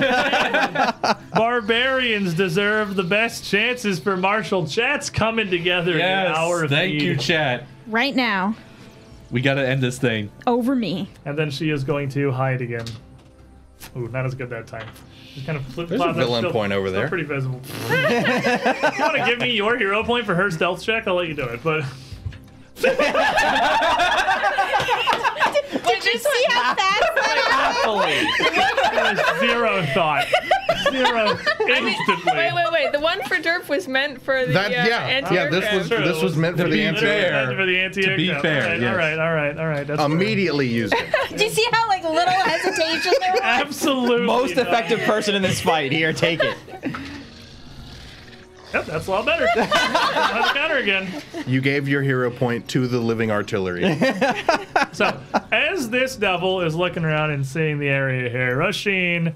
[SPEAKER 1] Barbarians deserve the best chances for Marshall. Chat's coming together in an hour of
[SPEAKER 12] Thank you,
[SPEAKER 1] need.
[SPEAKER 12] chat.
[SPEAKER 4] Right now,
[SPEAKER 12] We gotta end this thing.
[SPEAKER 4] over me.
[SPEAKER 1] And then she is going to hide again. Ooh, not as good that time. Just kind of flip
[SPEAKER 3] There's a villain point over there.
[SPEAKER 1] Pretty visible. you want to give me your hero point for her stealth check? I'll let you do it, but.
[SPEAKER 6] Like, this
[SPEAKER 4] See
[SPEAKER 6] one,
[SPEAKER 4] how fast that
[SPEAKER 1] There was zero thought. Zero. Instantly.
[SPEAKER 6] wait, wait, wait. The one for Derp was meant for the
[SPEAKER 10] That-
[SPEAKER 6] uh,
[SPEAKER 10] yeah, yeah, this
[SPEAKER 6] anti-aircraft.
[SPEAKER 10] was- this was meant
[SPEAKER 1] To
[SPEAKER 10] for the
[SPEAKER 1] be
[SPEAKER 10] anti-
[SPEAKER 1] fair, meant For the anti
[SPEAKER 10] To be fair,
[SPEAKER 1] all right,
[SPEAKER 10] yes.
[SPEAKER 1] all right, all right, all right. That's
[SPEAKER 10] Immediately used it.
[SPEAKER 4] is? Do you see how like little hesitation there was?
[SPEAKER 1] Absolutely.
[SPEAKER 5] Most
[SPEAKER 1] not.
[SPEAKER 5] effective person in this fight. Here, take it.
[SPEAKER 1] Yep, that's a lot better. that's better again.
[SPEAKER 10] You gave your hero point to the living artillery.
[SPEAKER 1] So, as this devil is looking around and seeing the area here, rushing,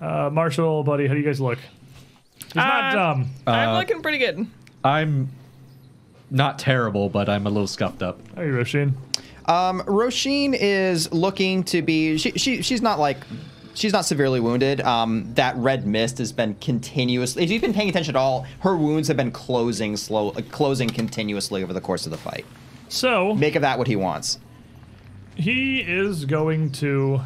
[SPEAKER 1] uh, Marshall, buddy, how do you guys look? He's not
[SPEAKER 6] Uh,
[SPEAKER 1] dumb.
[SPEAKER 6] I'm looking pretty good.
[SPEAKER 8] I'm not terrible, but I'm a little scuffed up.
[SPEAKER 1] How are you, Roshin?
[SPEAKER 5] Um, Roisin is looking to be. She, she she's not like. She's not severely wounded. Um, that red mist has been continuously. If you've been paying attention at all, her wounds have been closing slow, uh, closing continuously over the course of the fight.
[SPEAKER 1] So,
[SPEAKER 5] Make of that what he wants.
[SPEAKER 1] He is going to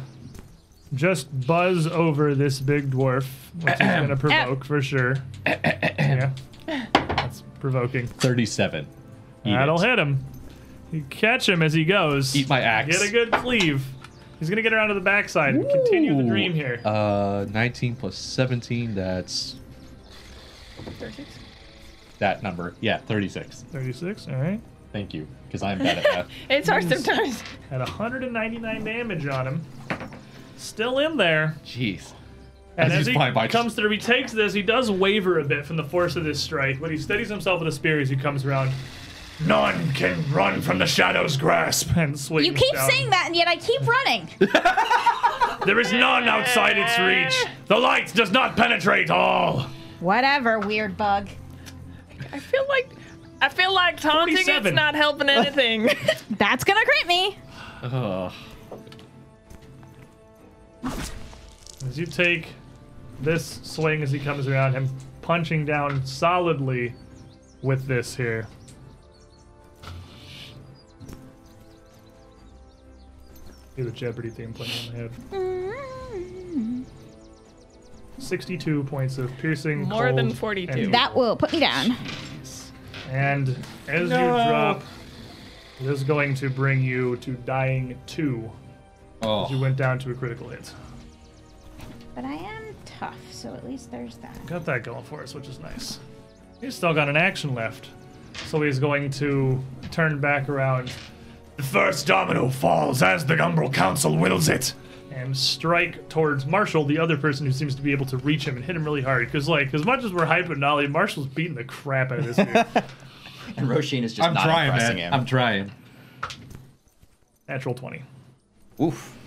[SPEAKER 1] just buzz over this big dwarf, which is going to provoke for sure. yeah. That's provoking.
[SPEAKER 8] 37. Eat
[SPEAKER 1] That'll
[SPEAKER 8] it.
[SPEAKER 1] hit him. You catch him as he goes.
[SPEAKER 8] Eat my axe.
[SPEAKER 1] Get a good cleave. He's going to get around to the backside and continue the dream here.
[SPEAKER 8] Uh, 19 plus 17, that's that number. Yeah, 36.
[SPEAKER 1] 36, all right.
[SPEAKER 8] Thank you, because I'm bad at math.
[SPEAKER 6] It's hard sometimes.
[SPEAKER 1] Had 199 damage on him. Still in there.
[SPEAKER 8] Jeez.
[SPEAKER 1] And
[SPEAKER 8] As
[SPEAKER 1] as,
[SPEAKER 8] he's
[SPEAKER 1] he
[SPEAKER 8] flying by, just-
[SPEAKER 1] comes through, he takes this. He does waver a bit from the force of this strike, but he steadies himself with a spear as he comes around
[SPEAKER 11] None can run from the shadow's grasp.
[SPEAKER 1] and swings.
[SPEAKER 4] You keep
[SPEAKER 1] down.
[SPEAKER 4] saying that, and yet I keep running.
[SPEAKER 11] There is none outside its reach. The light does not penetrate all.
[SPEAKER 4] Whatever, weird bug.
[SPEAKER 6] I feel like I feel like taunting it's
[SPEAKER 1] 47.
[SPEAKER 6] not helping anything.
[SPEAKER 4] That's gonna crit me.
[SPEAKER 8] Ugh.
[SPEAKER 1] As you take this swing as he comes around, him punching down solidly with this here. Hear the Jeopardy theme playing in my head. 62 points of piercing.
[SPEAKER 6] More
[SPEAKER 1] cold,
[SPEAKER 6] than 42.
[SPEAKER 1] and-
[SPEAKER 4] That will put me down.
[SPEAKER 1] And as you drop, it is going to bring you to dying two. As you went down to a critical hit.
[SPEAKER 4] But I am tough, so at least there's that.
[SPEAKER 1] Got that going for us, which is nice. He's still got an action left. So he's going to turn back around
[SPEAKER 11] The first domino falls as the Umbral Council wills it.
[SPEAKER 1] and strike towards Marshall, the other person who seems to be able to reach him and hit him really hard. Because, like, as much as we're hyping Nolly, Marshall's beating the crap out of this dude.
[SPEAKER 5] And Roisin is just
[SPEAKER 7] I'm
[SPEAKER 5] not
[SPEAKER 7] trying,
[SPEAKER 5] impressing
[SPEAKER 7] man.
[SPEAKER 5] him.
[SPEAKER 7] I'm trying.
[SPEAKER 1] Natural 20.
[SPEAKER 5] Oof.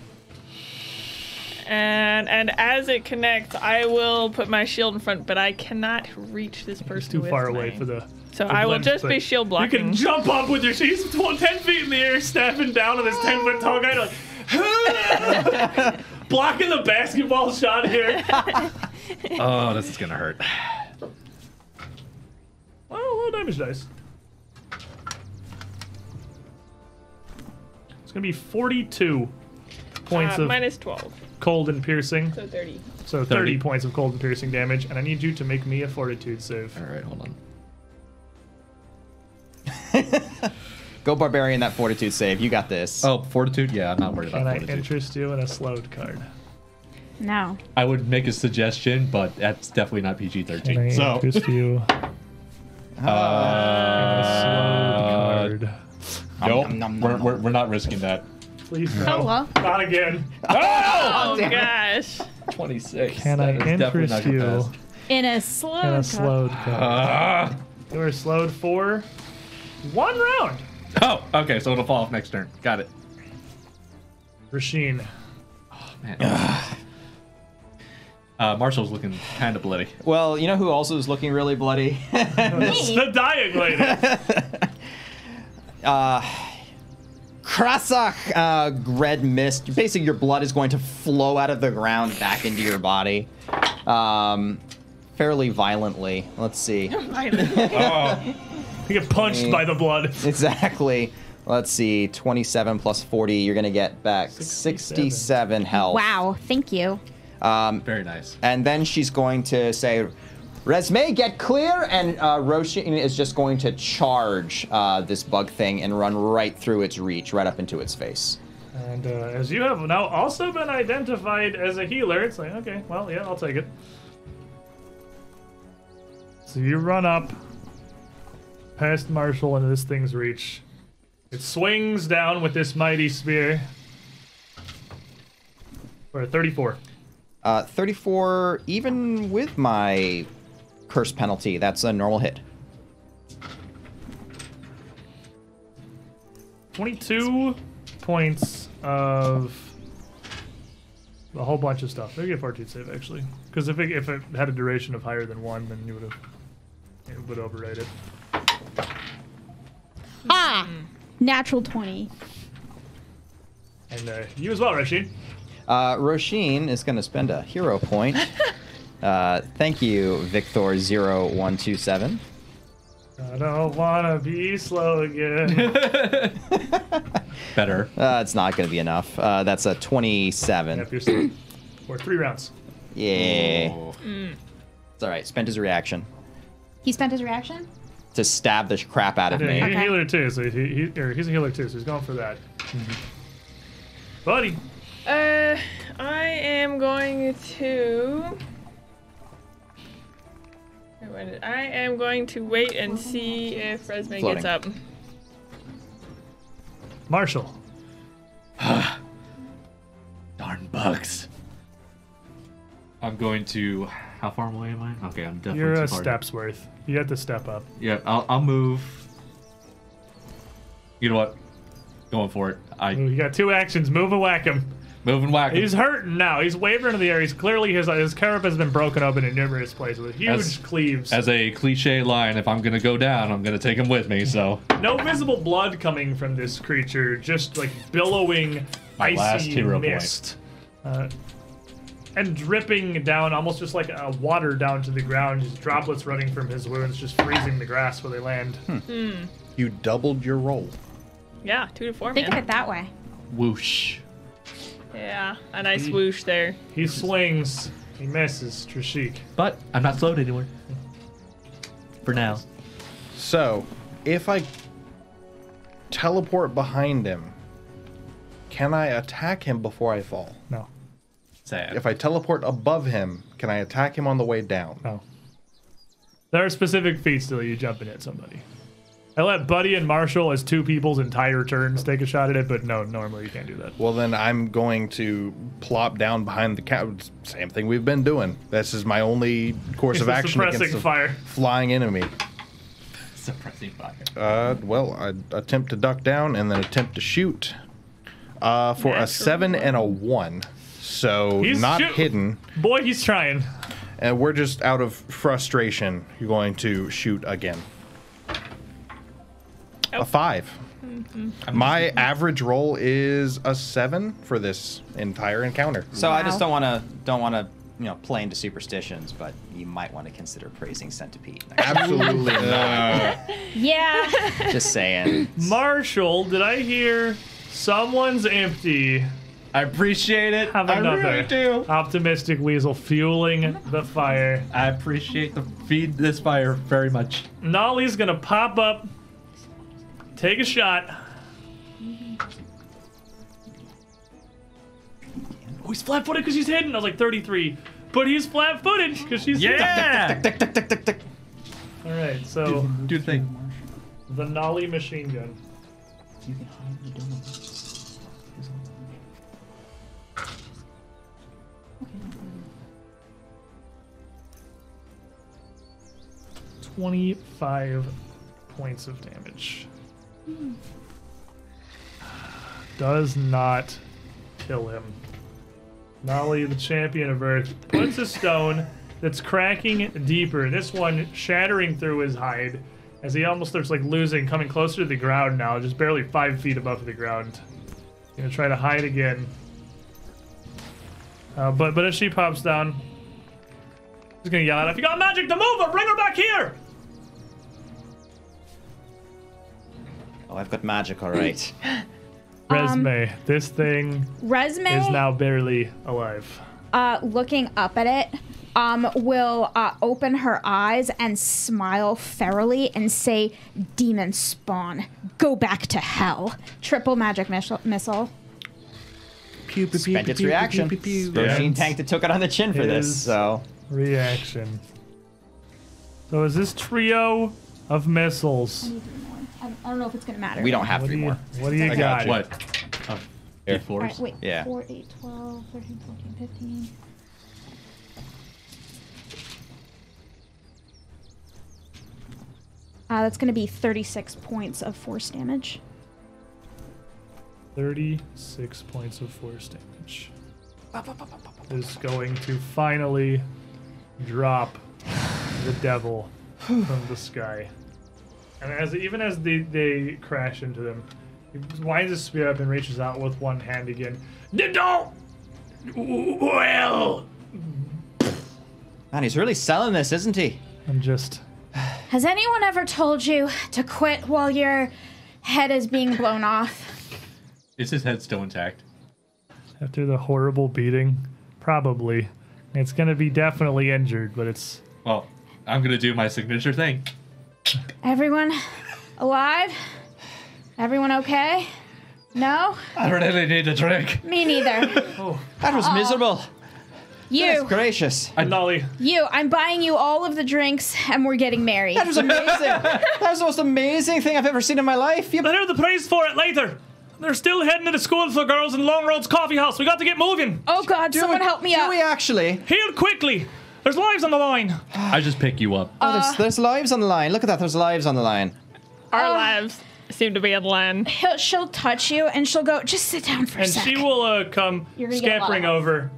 [SPEAKER 6] and and as it connects, I will put my shield in front, but I cannot reach this person.
[SPEAKER 1] He's too
[SPEAKER 6] with
[SPEAKER 1] far
[SPEAKER 6] my-
[SPEAKER 1] away for the.
[SPEAKER 6] So
[SPEAKER 1] the
[SPEAKER 6] I will
[SPEAKER 1] limb
[SPEAKER 6] just be
[SPEAKER 1] thing.
[SPEAKER 6] shield
[SPEAKER 1] You
[SPEAKER 6] blocking.
[SPEAKER 1] can jump up with your. He's tw- 10 feet in the air, snapping down on this 10 foot tall guy, like. blocking the basketball shot here.
[SPEAKER 8] Oh, this is going to hurt.
[SPEAKER 1] Oh, low damage dice. It's gonna be 42 points
[SPEAKER 6] uh,
[SPEAKER 1] of
[SPEAKER 6] minus 12,
[SPEAKER 1] cold and piercing.
[SPEAKER 6] so 30.
[SPEAKER 1] So 30. points of cold and piercing damage, and I need you to make me a fortitude save.
[SPEAKER 8] All right, hold on.
[SPEAKER 5] Go barbarian that fortitude save. You got this.
[SPEAKER 8] Oh, fortitude? Yeah, I'm not worried about
[SPEAKER 1] Can I
[SPEAKER 8] fortitude.
[SPEAKER 1] interest you in a slowed card?
[SPEAKER 4] No.
[SPEAKER 8] I would make a suggestion, but that's definitely not PG 13. So,
[SPEAKER 1] interest you uh, in a slowed card?
[SPEAKER 8] nope,
[SPEAKER 5] nom, nom, nom,
[SPEAKER 8] we're,
[SPEAKER 5] nom.
[SPEAKER 8] we're, we're not risking that.
[SPEAKER 1] Please no.
[SPEAKER 4] Oh, well.
[SPEAKER 1] Not again.
[SPEAKER 6] Oh gosh.
[SPEAKER 8] 26.
[SPEAKER 1] Can I interest you
[SPEAKER 4] In a slow.
[SPEAKER 1] in a
[SPEAKER 4] cut.
[SPEAKER 1] slowed card?
[SPEAKER 8] Ah!
[SPEAKER 1] You are slowed for one round.
[SPEAKER 8] Oh, okay, so it'll fall off next turn. Got it.
[SPEAKER 1] Rasheen.
[SPEAKER 8] Uh, Marshall's looking kind of bloody.
[SPEAKER 5] Well, you know who also is looking really bloody?
[SPEAKER 1] The dying lady.
[SPEAKER 5] Krasach, uh, red mist. Basically, your blood is going to flow out of the ground back into your body, um, fairly violently. Let's see.
[SPEAKER 1] You get punched by the blood.
[SPEAKER 5] Exactly. Let's see. 27 plus 40. You're gonna get back 67,
[SPEAKER 1] 67.
[SPEAKER 5] health.
[SPEAKER 4] Wow. Thank you.
[SPEAKER 8] Very nice.
[SPEAKER 5] And then she's going to say, Resme, get clear! And uh, Roshin is just going to charge uh, this bug thing and run right through its reach, right up into its face.
[SPEAKER 1] And uh, as you have now also been identified as a healer, it's like, okay, well, yeah, I'll take it. So you run up past Marshall into this thing's reach. It swings down with this mighty spear. For a 34.
[SPEAKER 5] Uh, 34, even with my curse penalty, that's a normal hit.
[SPEAKER 1] 22 points of a whole bunch of stuff. Maybe a fortitude save actually, because if it, if it had a duration of higher than one, then you would have it would override it.
[SPEAKER 4] Ah, natural twenty.
[SPEAKER 1] And uh, you as well, Rashid.
[SPEAKER 5] Uh, Roshin is going to spend a hero point. uh, thank you, Victor0127.
[SPEAKER 1] I don't wanna be slow again.
[SPEAKER 8] Better.
[SPEAKER 5] Uh, it's not going to be enough. Uh, that's a 27.
[SPEAKER 1] yep, you're still for three rounds.
[SPEAKER 5] Yay. It's all right. Spent his reaction
[SPEAKER 15] He spent his reaction.
[SPEAKER 5] to stab the crap out of
[SPEAKER 1] Yeah,
[SPEAKER 5] me.
[SPEAKER 1] he's a healer too, so he, he, or he's a healer too, so he's going for that. Mm-hmm. Buddy,
[SPEAKER 6] Uh, I am going to. Wait, what did- I am going to wait and see if Resme gets
[SPEAKER 5] Floating.
[SPEAKER 6] up.
[SPEAKER 1] Marshall,
[SPEAKER 8] Darn bugs. I'm going to. How far away am I? Okay, I'm definitely
[SPEAKER 1] you're
[SPEAKER 8] too
[SPEAKER 1] a
[SPEAKER 8] far.
[SPEAKER 1] step's worth. You have to step up.
[SPEAKER 8] Yeah, I'll, I'll move. You know what? Going for it. I
[SPEAKER 1] You got two actions. Move and whack him.
[SPEAKER 8] move and whack. him.
[SPEAKER 1] Mm. He's hurting now. He's wavering in the air. He's clearly his his carapace has been broken open in numerous places with huge
[SPEAKER 8] As-
[SPEAKER 1] cleaves.
[SPEAKER 8] As a cliche line, if I'm gonna go down, I'm gonna take him with me. So
[SPEAKER 1] no visible blood coming from this creature, just like billowing
[SPEAKER 8] My
[SPEAKER 1] icy
[SPEAKER 8] last hero point.
[SPEAKER 1] mist, uh, and dripping down, almost just like uh, water down to the ground. Just droplets running from his wounds, just freezing the grass where they land.
[SPEAKER 8] Hmm.
[SPEAKER 3] You doubled your roll.
[SPEAKER 6] Yeah, two to four.
[SPEAKER 15] Think of
[SPEAKER 6] man.
[SPEAKER 15] it that way.
[SPEAKER 8] whoosh.
[SPEAKER 6] Yeah, a nice whoosh there.
[SPEAKER 1] He swings. He misses Trishik.
[SPEAKER 8] But I'm not slowed anywhere. For now.
[SPEAKER 3] So, if I teleport behind him, can I attack him before I fall?
[SPEAKER 1] No,
[SPEAKER 8] Sad.
[SPEAKER 3] If I teleport above him, can I attack him on the way down?
[SPEAKER 1] no. Oh. There are specific feats till you jump in at somebody. I let Buddy and Marshall as two people's entire turns take a shot at it, but no, normally you can't do that.
[SPEAKER 3] Well, then I'm going to plop down behind the couch. Same thing we've been doing. This is my only course of action
[SPEAKER 1] Suppressing
[SPEAKER 3] against a
[SPEAKER 1] fire.
[SPEAKER 3] flying enemy.
[SPEAKER 8] Suppressing fire.
[SPEAKER 3] Uh, well, I attempt to duck down and then attempt to shoot uh, for
[SPEAKER 6] Natural
[SPEAKER 3] a seven and a one. So
[SPEAKER 1] He's
[SPEAKER 3] not
[SPEAKER 1] shoot-
[SPEAKER 3] hidden,
[SPEAKER 1] Boy, he's trying.
[SPEAKER 3] and we're just out of frustration. You're going to shoot again. A five.
[SPEAKER 1] Mm-hmm.
[SPEAKER 3] My average roll is a seven for this entire encounter.
[SPEAKER 5] So I just don't want to don't want to you know play into superstitions, but you might want to consider praising centipede.
[SPEAKER 3] Absolutely not.
[SPEAKER 4] Yeah.
[SPEAKER 5] just saying.
[SPEAKER 1] Marshall, did I hear someone's empty?
[SPEAKER 8] I appreciate it.
[SPEAKER 1] Have
[SPEAKER 8] I
[SPEAKER 1] another
[SPEAKER 8] really do.
[SPEAKER 1] optimistic weasel fueling the fire.
[SPEAKER 8] I appreciate the feed this fire very much.
[SPEAKER 1] Nolly's gonna pop up, take a shot. Oh, he's flat footed because he's hidden. I was like 33, but he's flat footed because she's
[SPEAKER 8] Yeah.
[SPEAKER 1] hidden. All right, so
[SPEAKER 8] Do the thing.
[SPEAKER 1] the Nolly machine gun. Twenty-five points of damage. Does not kill him. Nolly, the champion of Earth, puts a stone that's cracking deeper. This one shattering through his hide as he almost starts like losing, coming closer to the ground now, just barely five feet above the ground. Gonna try to hide again. Uh, but but as she pops down, he's gonna yell out, "If you got magic to move her, bring her back here!"
[SPEAKER 5] Oh, I've got magic, all right.
[SPEAKER 1] Resume, this thing
[SPEAKER 4] Resume
[SPEAKER 1] is now barely alive.
[SPEAKER 4] uh, looking up at it, um, will uh, open her eyes and smile ferally and say, "Demon spawn, go back to hell." Triple magic missile. missile.
[SPEAKER 3] pew, pew,
[SPEAKER 5] spent its reaction. Machine tank that took it on the chin for this.
[SPEAKER 1] Is-
[SPEAKER 5] So
[SPEAKER 1] Reaction. So is this trio of missiles?
[SPEAKER 9] I don't, I don't know if it's gonna matter.
[SPEAKER 5] we don't have
[SPEAKER 1] What do
[SPEAKER 5] three
[SPEAKER 1] you,
[SPEAKER 5] more.
[SPEAKER 1] what do you
[SPEAKER 10] I
[SPEAKER 1] got?
[SPEAKER 10] got
[SPEAKER 8] What? Oh,
[SPEAKER 10] Here.
[SPEAKER 9] All
[SPEAKER 8] D4s?
[SPEAKER 9] right, wait.
[SPEAKER 5] Yeah.
[SPEAKER 9] 4, 8, 12, 13, 14, 15.
[SPEAKER 4] Uh, that's going to be 36 points of force damage.
[SPEAKER 1] 36 points of force damage. Is going to finally drop the devil from the sky. And as even as they, they crash into them, he winds his spear up and reaches out with one hand again. D- Don't! Well!
[SPEAKER 5] Man, he's really selling this, isn't he?
[SPEAKER 1] And just
[SPEAKER 4] Has anyone ever told you to quit while your head is being blown off?
[SPEAKER 8] Is his head still intact?
[SPEAKER 1] after the horrible beating, probably. It's gonna be definitely injured, but it's
[SPEAKER 8] Well, I'm gonna do my signature thing.
[SPEAKER 4] Everyone alive? Everyone okay? No?
[SPEAKER 8] I really need a drink.
[SPEAKER 4] Me neither.
[SPEAKER 5] That was miserable. Goodness
[SPEAKER 4] You,
[SPEAKER 5] gracious.
[SPEAKER 1] Nolly.
[SPEAKER 4] you, I'm buying you all of the drinks and we're getting married.
[SPEAKER 5] That was amazing. that was the most amazing thing I've ever seen in my life. You
[SPEAKER 1] They know the praise for it later. They're still heading to the school for girls in Long Road's coffee house. We got to get moving.
[SPEAKER 4] Oh god, someone help me
[SPEAKER 5] do
[SPEAKER 4] up.
[SPEAKER 5] we actually?
[SPEAKER 1] Heal quickly. There's lives on the line.
[SPEAKER 8] I just pick you up.
[SPEAKER 4] Uh,
[SPEAKER 5] Oh, there's, there's lives on the line. Look at that. There's lives on the line.
[SPEAKER 6] Our lives seem to be in line.
[SPEAKER 4] He'll, she'll touch you and she'll go, just sit down for a
[SPEAKER 1] And
[SPEAKER 4] sec.
[SPEAKER 1] she will uh, come
[SPEAKER 4] gonna get a lot
[SPEAKER 1] scampering
[SPEAKER 4] of help.
[SPEAKER 1] over,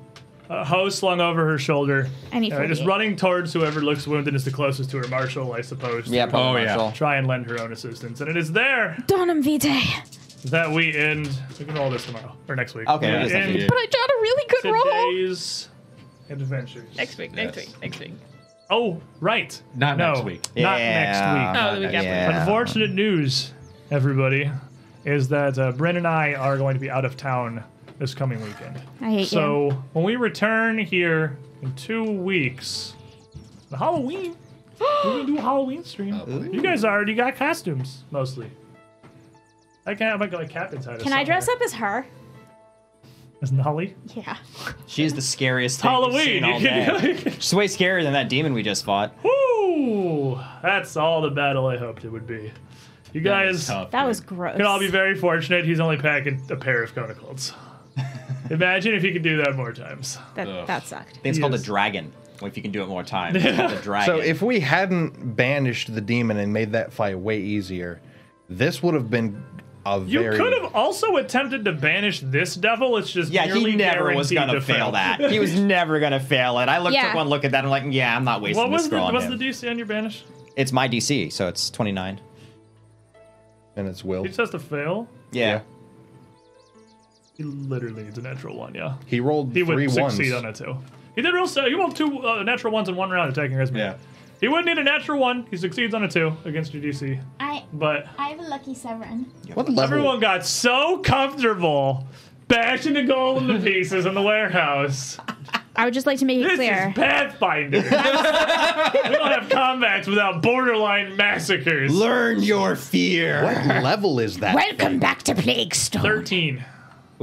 [SPEAKER 1] a hose slung over her shoulder,
[SPEAKER 4] I need
[SPEAKER 1] uh, just
[SPEAKER 4] 48.
[SPEAKER 1] running towards whoever looks wounded is the closest to her marshal, I suppose.
[SPEAKER 5] Yeah,
[SPEAKER 1] to
[SPEAKER 5] probably
[SPEAKER 8] Oh, yeah.
[SPEAKER 5] Marshall.
[SPEAKER 1] Try and lend her own assistance. And it is there
[SPEAKER 4] Donum Vitae.
[SPEAKER 1] that we end. We can roll this tomorrow or next week.
[SPEAKER 5] Okay,
[SPEAKER 1] We
[SPEAKER 5] yeah, that's
[SPEAKER 1] end
[SPEAKER 5] actually-
[SPEAKER 4] But I got a really good roll.
[SPEAKER 1] today's adventures.
[SPEAKER 6] Next week, next
[SPEAKER 8] Yes.
[SPEAKER 6] week, next week.
[SPEAKER 1] Oh, right.
[SPEAKER 8] Not
[SPEAKER 1] No,
[SPEAKER 8] next week.
[SPEAKER 1] Not
[SPEAKER 5] Yeah,
[SPEAKER 1] next week.
[SPEAKER 6] Oh, the week after.
[SPEAKER 5] yeah.
[SPEAKER 1] Unfortunate news, everybody, is that uh, Brent and I are going to be out of town this coming weekend.
[SPEAKER 4] I hate you.
[SPEAKER 1] So when we return here in two weeks, the Halloween, we're gonna do a Halloween stream. You guys already got costumes mostly. I can't. I might got a cap inside.
[SPEAKER 4] Can I dress up as her?
[SPEAKER 1] as Nolly?
[SPEAKER 4] Yeah.
[SPEAKER 5] She's the scariest thing we've
[SPEAKER 1] Halloween.
[SPEAKER 5] seen all day. She's way scarier than that demon we just fought.
[SPEAKER 1] Woo! That's all the battle I hoped it would be. You guys.
[SPEAKER 4] That was gross.
[SPEAKER 1] Could all be very fortunate. He's only packing a pair of conicolds. Imagine if he could do that more times.
[SPEAKER 4] that, that sucked.
[SPEAKER 5] I think it's called a
[SPEAKER 1] Yes.
[SPEAKER 5] dragon. Well, if you can do it more times, it's called a dragon.
[SPEAKER 10] So if we hadn't banished the demon and made that fight way easier, this would have been a
[SPEAKER 1] You
[SPEAKER 10] very
[SPEAKER 1] could have also attempted to banish this devil. It's just
[SPEAKER 5] yeah,
[SPEAKER 1] nearly
[SPEAKER 5] he never was
[SPEAKER 1] guaranteed
[SPEAKER 5] gonna
[SPEAKER 1] to
[SPEAKER 5] fail that. He was never gonna fail it. I looked
[SPEAKER 4] Yeah.
[SPEAKER 5] took one look at that. and I'm like, yeah, I'm not wasting
[SPEAKER 1] What was
[SPEAKER 5] this
[SPEAKER 1] the
[SPEAKER 5] girl on
[SPEAKER 1] what's
[SPEAKER 5] him.
[SPEAKER 1] the DC on your banish?
[SPEAKER 5] it's my DC, so it's 29.
[SPEAKER 10] and it's will.
[SPEAKER 1] He just has to fail.
[SPEAKER 5] Yeah.
[SPEAKER 1] He literally needs a natural one. Yeah,
[SPEAKER 10] He rolled
[SPEAKER 1] he would
[SPEAKER 10] three ones.
[SPEAKER 1] succeed on it too. He did roll. so- He rolled two uh, natural ones in one round attacking Resmi.
[SPEAKER 8] Yeah.
[SPEAKER 1] He would need a natural one. He succeeds on a two against your DC,
[SPEAKER 9] I
[SPEAKER 1] but
[SPEAKER 9] I have a lucky severin.
[SPEAKER 10] What level?
[SPEAKER 1] everyone got so comfortable bashing the gold into pieces in the warehouse.
[SPEAKER 4] I would just like to make it
[SPEAKER 1] This
[SPEAKER 4] clear.
[SPEAKER 1] is Pathfinder. we don't have combats without borderline massacres.
[SPEAKER 5] Learn your fear.
[SPEAKER 10] what level is that?
[SPEAKER 4] Welcome back to Plague Storm.
[SPEAKER 1] 13.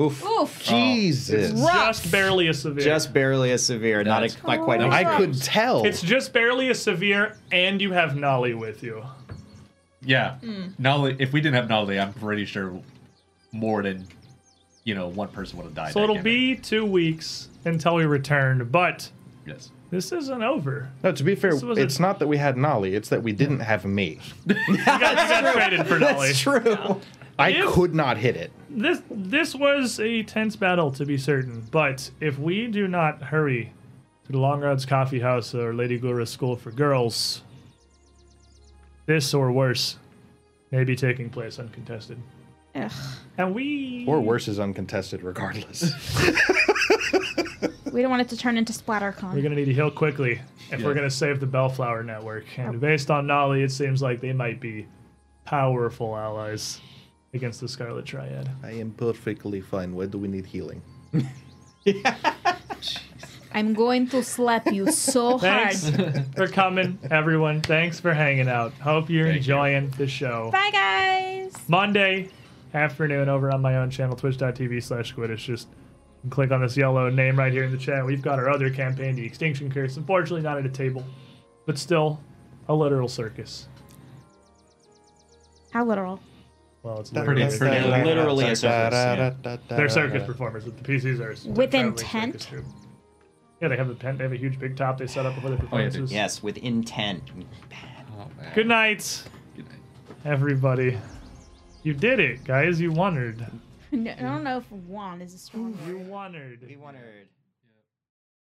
[SPEAKER 5] Oof.
[SPEAKER 4] Oof.
[SPEAKER 1] Oh,
[SPEAKER 10] Jesus.
[SPEAKER 1] Just barely a severe.
[SPEAKER 5] Just barely as severe. Not,
[SPEAKER 8] That's-
[SPEAKER 5] a, not quite.
[SPEAKER 10] I could tell.
[SPEAKER 1] it's just barely a severe, and you have Nolly with you.
[SPEAKER 8] Yeah. Nolly, if we didn't have Nolly, I'm pretty sure more than, you know, one person would have died.
[SPEAKER 1] So
[SPEAKER 8] that
[SPEAKER 1] it'll
[SPEAKER 8] game.
[SPEAKER 1] be two weeks until we return, but
[SPEAKER 8] Yes.
[SPEAKER 1] this isn't over.
[SPEAKER 10] no, to be fair,
[SPEAKER 1] was a-
[SPEAKER 10] it's not that we had Nolly, it's that we didn't have me.
[SPEAKER 1] You guys got traded for Nolly.
[SPEAKER 5] That's true.
[SPEAKER 10] I
[SPEAKER 1] If-
[SPEAKER 10] could not hit it.
[SPEAKER 1] This this was a tense battle to be certain, but if we do not hurry to the Long Rods Coffee House or Lady Gura's School for Girls, this or worse may be taking place uncontested.
[SPEAKER 4] Ugh.
[SPEAKER 1] And we
[SPEAKER 10] Or worse is uncontested regardless.
[SPEAKER 4] We don't want it to turn into
[SPEAKER 1] we're
[SPEAKER 4] SplatterCon.
[SPEAKER 1] gonna need to heal quickly if we're gonna save the Bellflower Network. And based on Nolly, it seems like they might be powerful allies against the Scarlet Triad.
[SPEAKER 3] I am perfectly fine. Why do we need healing?
[SPEAKER 4] I'm going to slap you so hard.
[SPEAKER 1] Thanks for coming, everyone. Thanks for hanging out. Hope you're enjoying the show.
[SPEAKER 4] Bye, guys.
[SPEAKER 1] Monday afternoon over on my own channel, twitch.tv slash squidish. Just And click on this yellow name right here in the chat. We've got our other campaign, the Extinction Curse. Unfortunately, not at a table, but still a literal circus.
[SPEAKER 4] How literal.
[SPEAKER 1] Well, it's
[SPEAKER 3] Pretty-
[SPEAKER 1] literally-
[SPEAKER 3] pretty
[SPEAKER 1] they're
[SPEAKER 5] literally a circus, yeah.
[SPEAKER 1] They're circus performers. but The PCs are
[SPEAKER 4] With
[SPEAKER 1] traveling
[SPEAKER 4] intent?
[SPEAKER 1] circus troupe. Yeah, they have a tent. They have a huge big top they set up before their performances.
[SPEAKER 5] Yes, with intent.
[SPEAKER 1] Good night, everybody. You did it, guys. You wondered.
[SPEAKER 4] I don't know if one is a strong word.
[SPEAKER 1] You wondered.
[SPEAKER 5] We wondered.